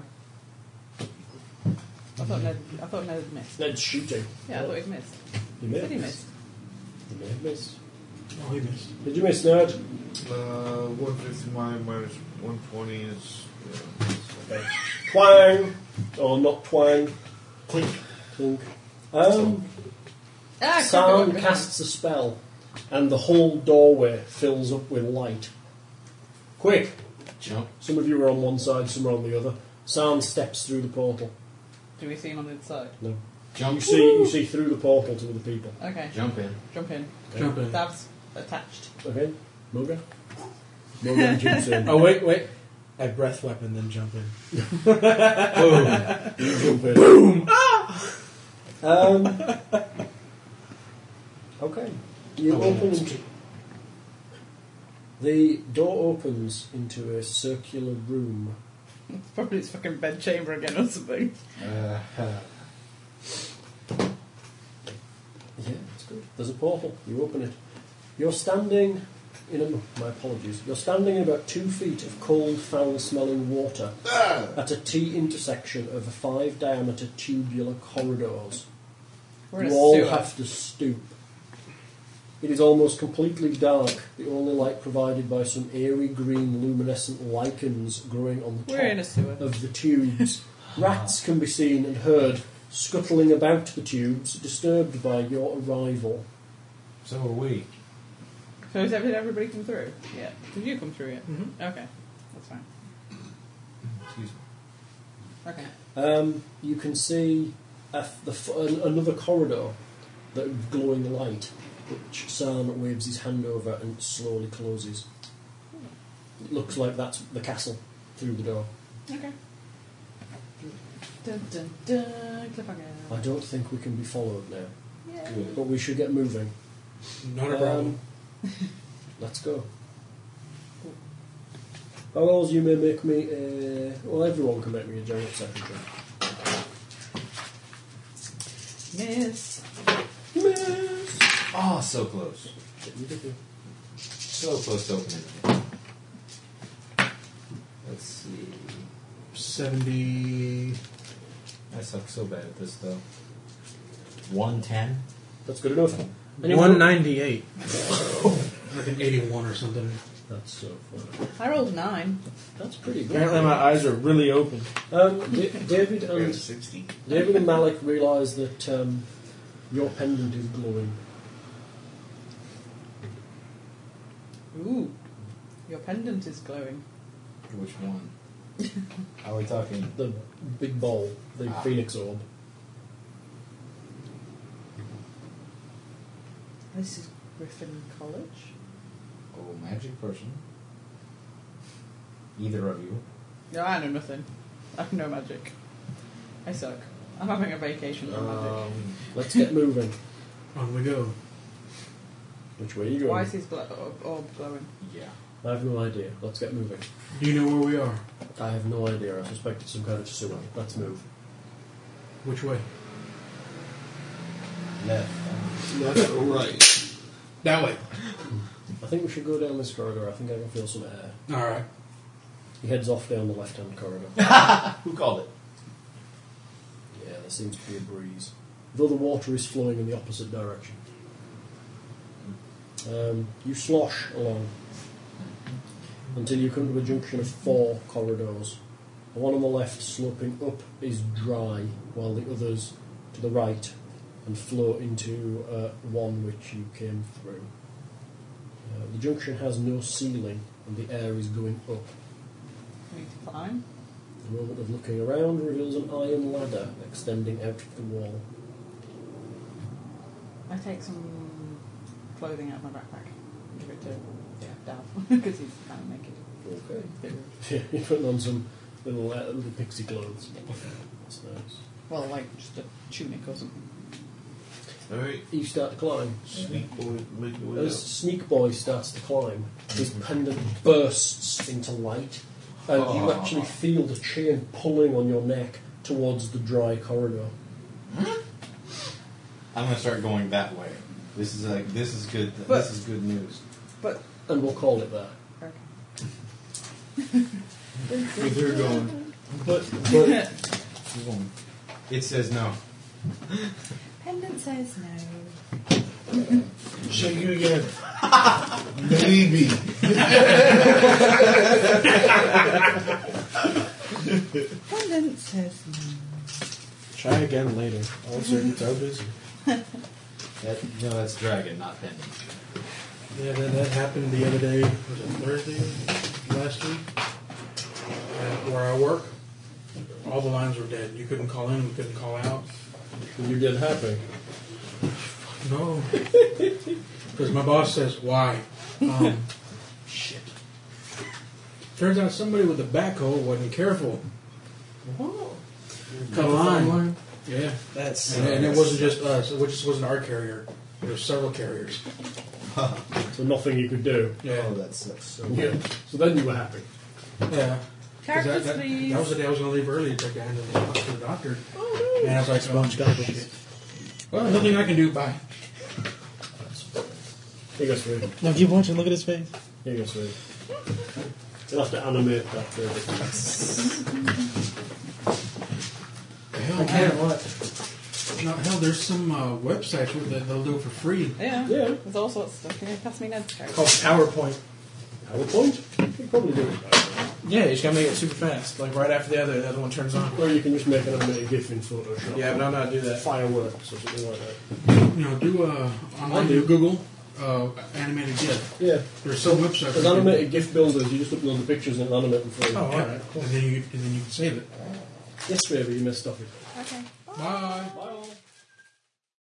S2: I thought Ned, I thought Ned had missed.
S4: Ned's shooting.
S2: Yeah, I thought he'd missed. He
S4: You may
S2: said
S4: have
S2: he
S4: missed.
S2: missed.
S4: You may have missed.
S3: Oh, he missed.
S4: Did you miss, Ned?
S8: Uh, 159 minus 120 is. Yeah.
S4: Okay. Twang! Or not twang.
S8: Click.
S4: Clink. Um,
S2: Ah,
S4: Sam
S2: crap, I
S4: casts a spell, and the whole doorway fills up with light. Quick!
S19: Jump.
S4: Some of you are on one side, some are on the other. Sam steps through the portal.
S2: Do we see him on the other side?
S4: No. You
S19: Jump.
S4: see, you see through the portal to other people.
S2: Okay,
S19: Jump in.
S2: jump in.
S3: Jump in.
S2: Dab's attached.
S4: Okay, Moga. Moga jumps in.
S6: Oh, wait, wait. I breath weapon, then jump in.
S19: Boom.
S4: You jump in. Boom! Ah! Um, okay. You open.
S19: The door opens into a circular room.
S2: It's probably his fucking bedchamber again or something.
S19: Uh, yeah, that's good. There's a portal. You open it. You're standing in a. My apologies. You're standing in about two feet of cold, foul-smelling water at a T intersection of five-diameter tubular corridors.
S2: We're in
S19: you
S2: a
S19: all
S2: sewer.
S19: have to stoop. It is almost completely dark, the only light provided by some airy green luminescent lichens growing on the
S2: We're in a sewer.
S19: top of
S2: (laughs)
S19: the tubes. Rats can be seen and heard scuttling about the tubes, disturbed by your arrival.
S20: So are we.
S2: So has every- everybody come through? Yeah. Did you come through yet? Mm-hmm. Okay. That's fine.
S10: Excuse me.
S2: Okay.
S19: Um, you can see a f- the f- an- another corridor that with glowing light, which Sam waves his hand over and slowly closes. It looks like that's the castle through the door.
S2: Okay. Dun dun dun. Cliffhanger.
S19: I don't think we can be followed now,
S2: Yeah.
S20: Good.
S19: but we should get moving. Um,
S6: Not a problem.
S19: Let's go. By all you may make me a. Well, everyone can make me a general perception check.
S2: Miss.
S10: Oh, so close. So close to opening it. Let's see.
S21: 70.
S10: I suck so bad at this, though. 110?
S19: That's good enough.
S6: One ninety-eight.
S3: Like an 81 or something.
S19: That's so funny.
S2: I rolled nine.
S19: That's pretty good.
S6: Apparently, my eyes are really open.
S19: Um, Da- David and
S8: 60.
S19: David and Malik realise that um, your pendant is glowing.
S2: Ooh. Your pendant is glowing.
S10: Which one? (laughs) Are we talking?
S19: The big ball, the
S10: Ah.
S19: phoenix orb.
S2: This is Griffin College.
S10: Oh, magic person. Either of you.
S2: No, I know nothing. I have no magic. I suck. I'm having a vacation from
S10: Uh,
S2: magic.
S10: Um,
S19: Let's get moving.
S3: On Um, we go.
S19: Which way are you going?
S2: Why is his glo- orb- orb glowing?
S10: Yeah.
S19: I have no idea. Let's get moving.
S3: Do you know where we are?
S19: I have no idea. I suspect it's some kind of sewer. Let's move.
S3: Which way?
S10: Left.
S8: Left or right?
S3: That way.
S19: I think we should go down this corridor. I think I can feel some air.
S3: Alright.
S19: He heads off down the left-hand corridor.
S10: Who called it?
S19: yeah, there seems to be a breeze. Though the water is flowing in the opposite direction. Um, you slosh along until you come to a junction of four corridors. The one on the left sloping up is dry, while the others to the right and flow into uh, one which you came through. Uh, the junction has no ceiling and the air is going up.
S2: We need to climb.
S19: A moment of looking around reveals an iron ladder extending out of the wall.
S2: I take some clothing out of my backpack. and Give it to Dad (laughs) because he's kind of naked.
S19: Okay. (laughs) Yeah, you're putting on some little, uh, little pixie clothes. That's nice.
S2: Well, like just a tunic or something.
S8: Alright,
S19: You start to climb.
S8: sneak boy, make your way up.
S19: As Sneak Boy starts to climb, his pendant bursts into light, and you actually feel the chain pulling on your neck towards the dry corridor.
S10: I'm gonna start going that way. This is like this is good.
S2: But-
S10: this is good news.
S2: But
S19: And we'll call it that.
S2: okay.
S8: But they're going.
S19: But, but
S2: (laughs)
S10: This one- It says no.
S2: Pendant says no.
S8: Shake you again. Maybe.
S2: Pendant says no.
S6: Try again later. All servants are busy.
S10: That, no, that's dragon, not pendant.
S3: Yeah, that, that happened the other day. Was it Thursday? Last week? At where I work. All the lines were dead. You couldn't call in, you couldn't call out.
S19: you get happy.
S3: No. Because my boss says, why? Um, shit. Turns out somebody with a backhoe wasn't careful. Cut a line. Yeah.
S6: That's
S3: And, and it wasn't just us, it just wasn't our carrier. There's several carriers.
S4: so nothing you could do.
S3: Yeah.
S4: Oh, that sucks. So, yeah. so then you were happy.
S3: Yeah. 'Cause
S2: Characters,
S3: that, that,
S2: please.
S3: that was the day I was going to leave early to take the hand to the to the doctor. And I was like, oh, shit. Well, nothing I can do. Bye.
S4: Here goes Rudy.
S7: (laughs) Now keep watching. Look at his face.
S4: Here goes Rudy. You'll have to animate that. Rudy.
S3: Hell, hell, no, hell, there's some uh, websites where that they'll do it for free.
S2: Yeah.
S4: Yeah.
S2: There's all sorts of stuff. Can you pass me Ned's card?
S6: Called PowerPoint.
S4: PowerPoint? You probably do it.
S6: Yeah, you just gotta make it super fast. Like right after the other, the other one turns on.
S4: Or you can just make an animated GIF in Photoshop.
S6: Yeah, but I'm not do that.
S4: Fireworks or something like that.
S3: You know, do uh,
S4: I'll
S3: online,
S4: Oh, do.
S3: do Google uh, animated GIF.
S4: Yeah.
S3: There's some
S4: As
S3: websites. where you can-
S4: animated GIF builders, you just upload the pictures and it'll animate them for you.
S6: Oh, alright, cool.
S3: And then you and then you can save it.
S4: Yes, baby, you missed off it.
S2: Okay.
S3: Bye.
S4: Bye all.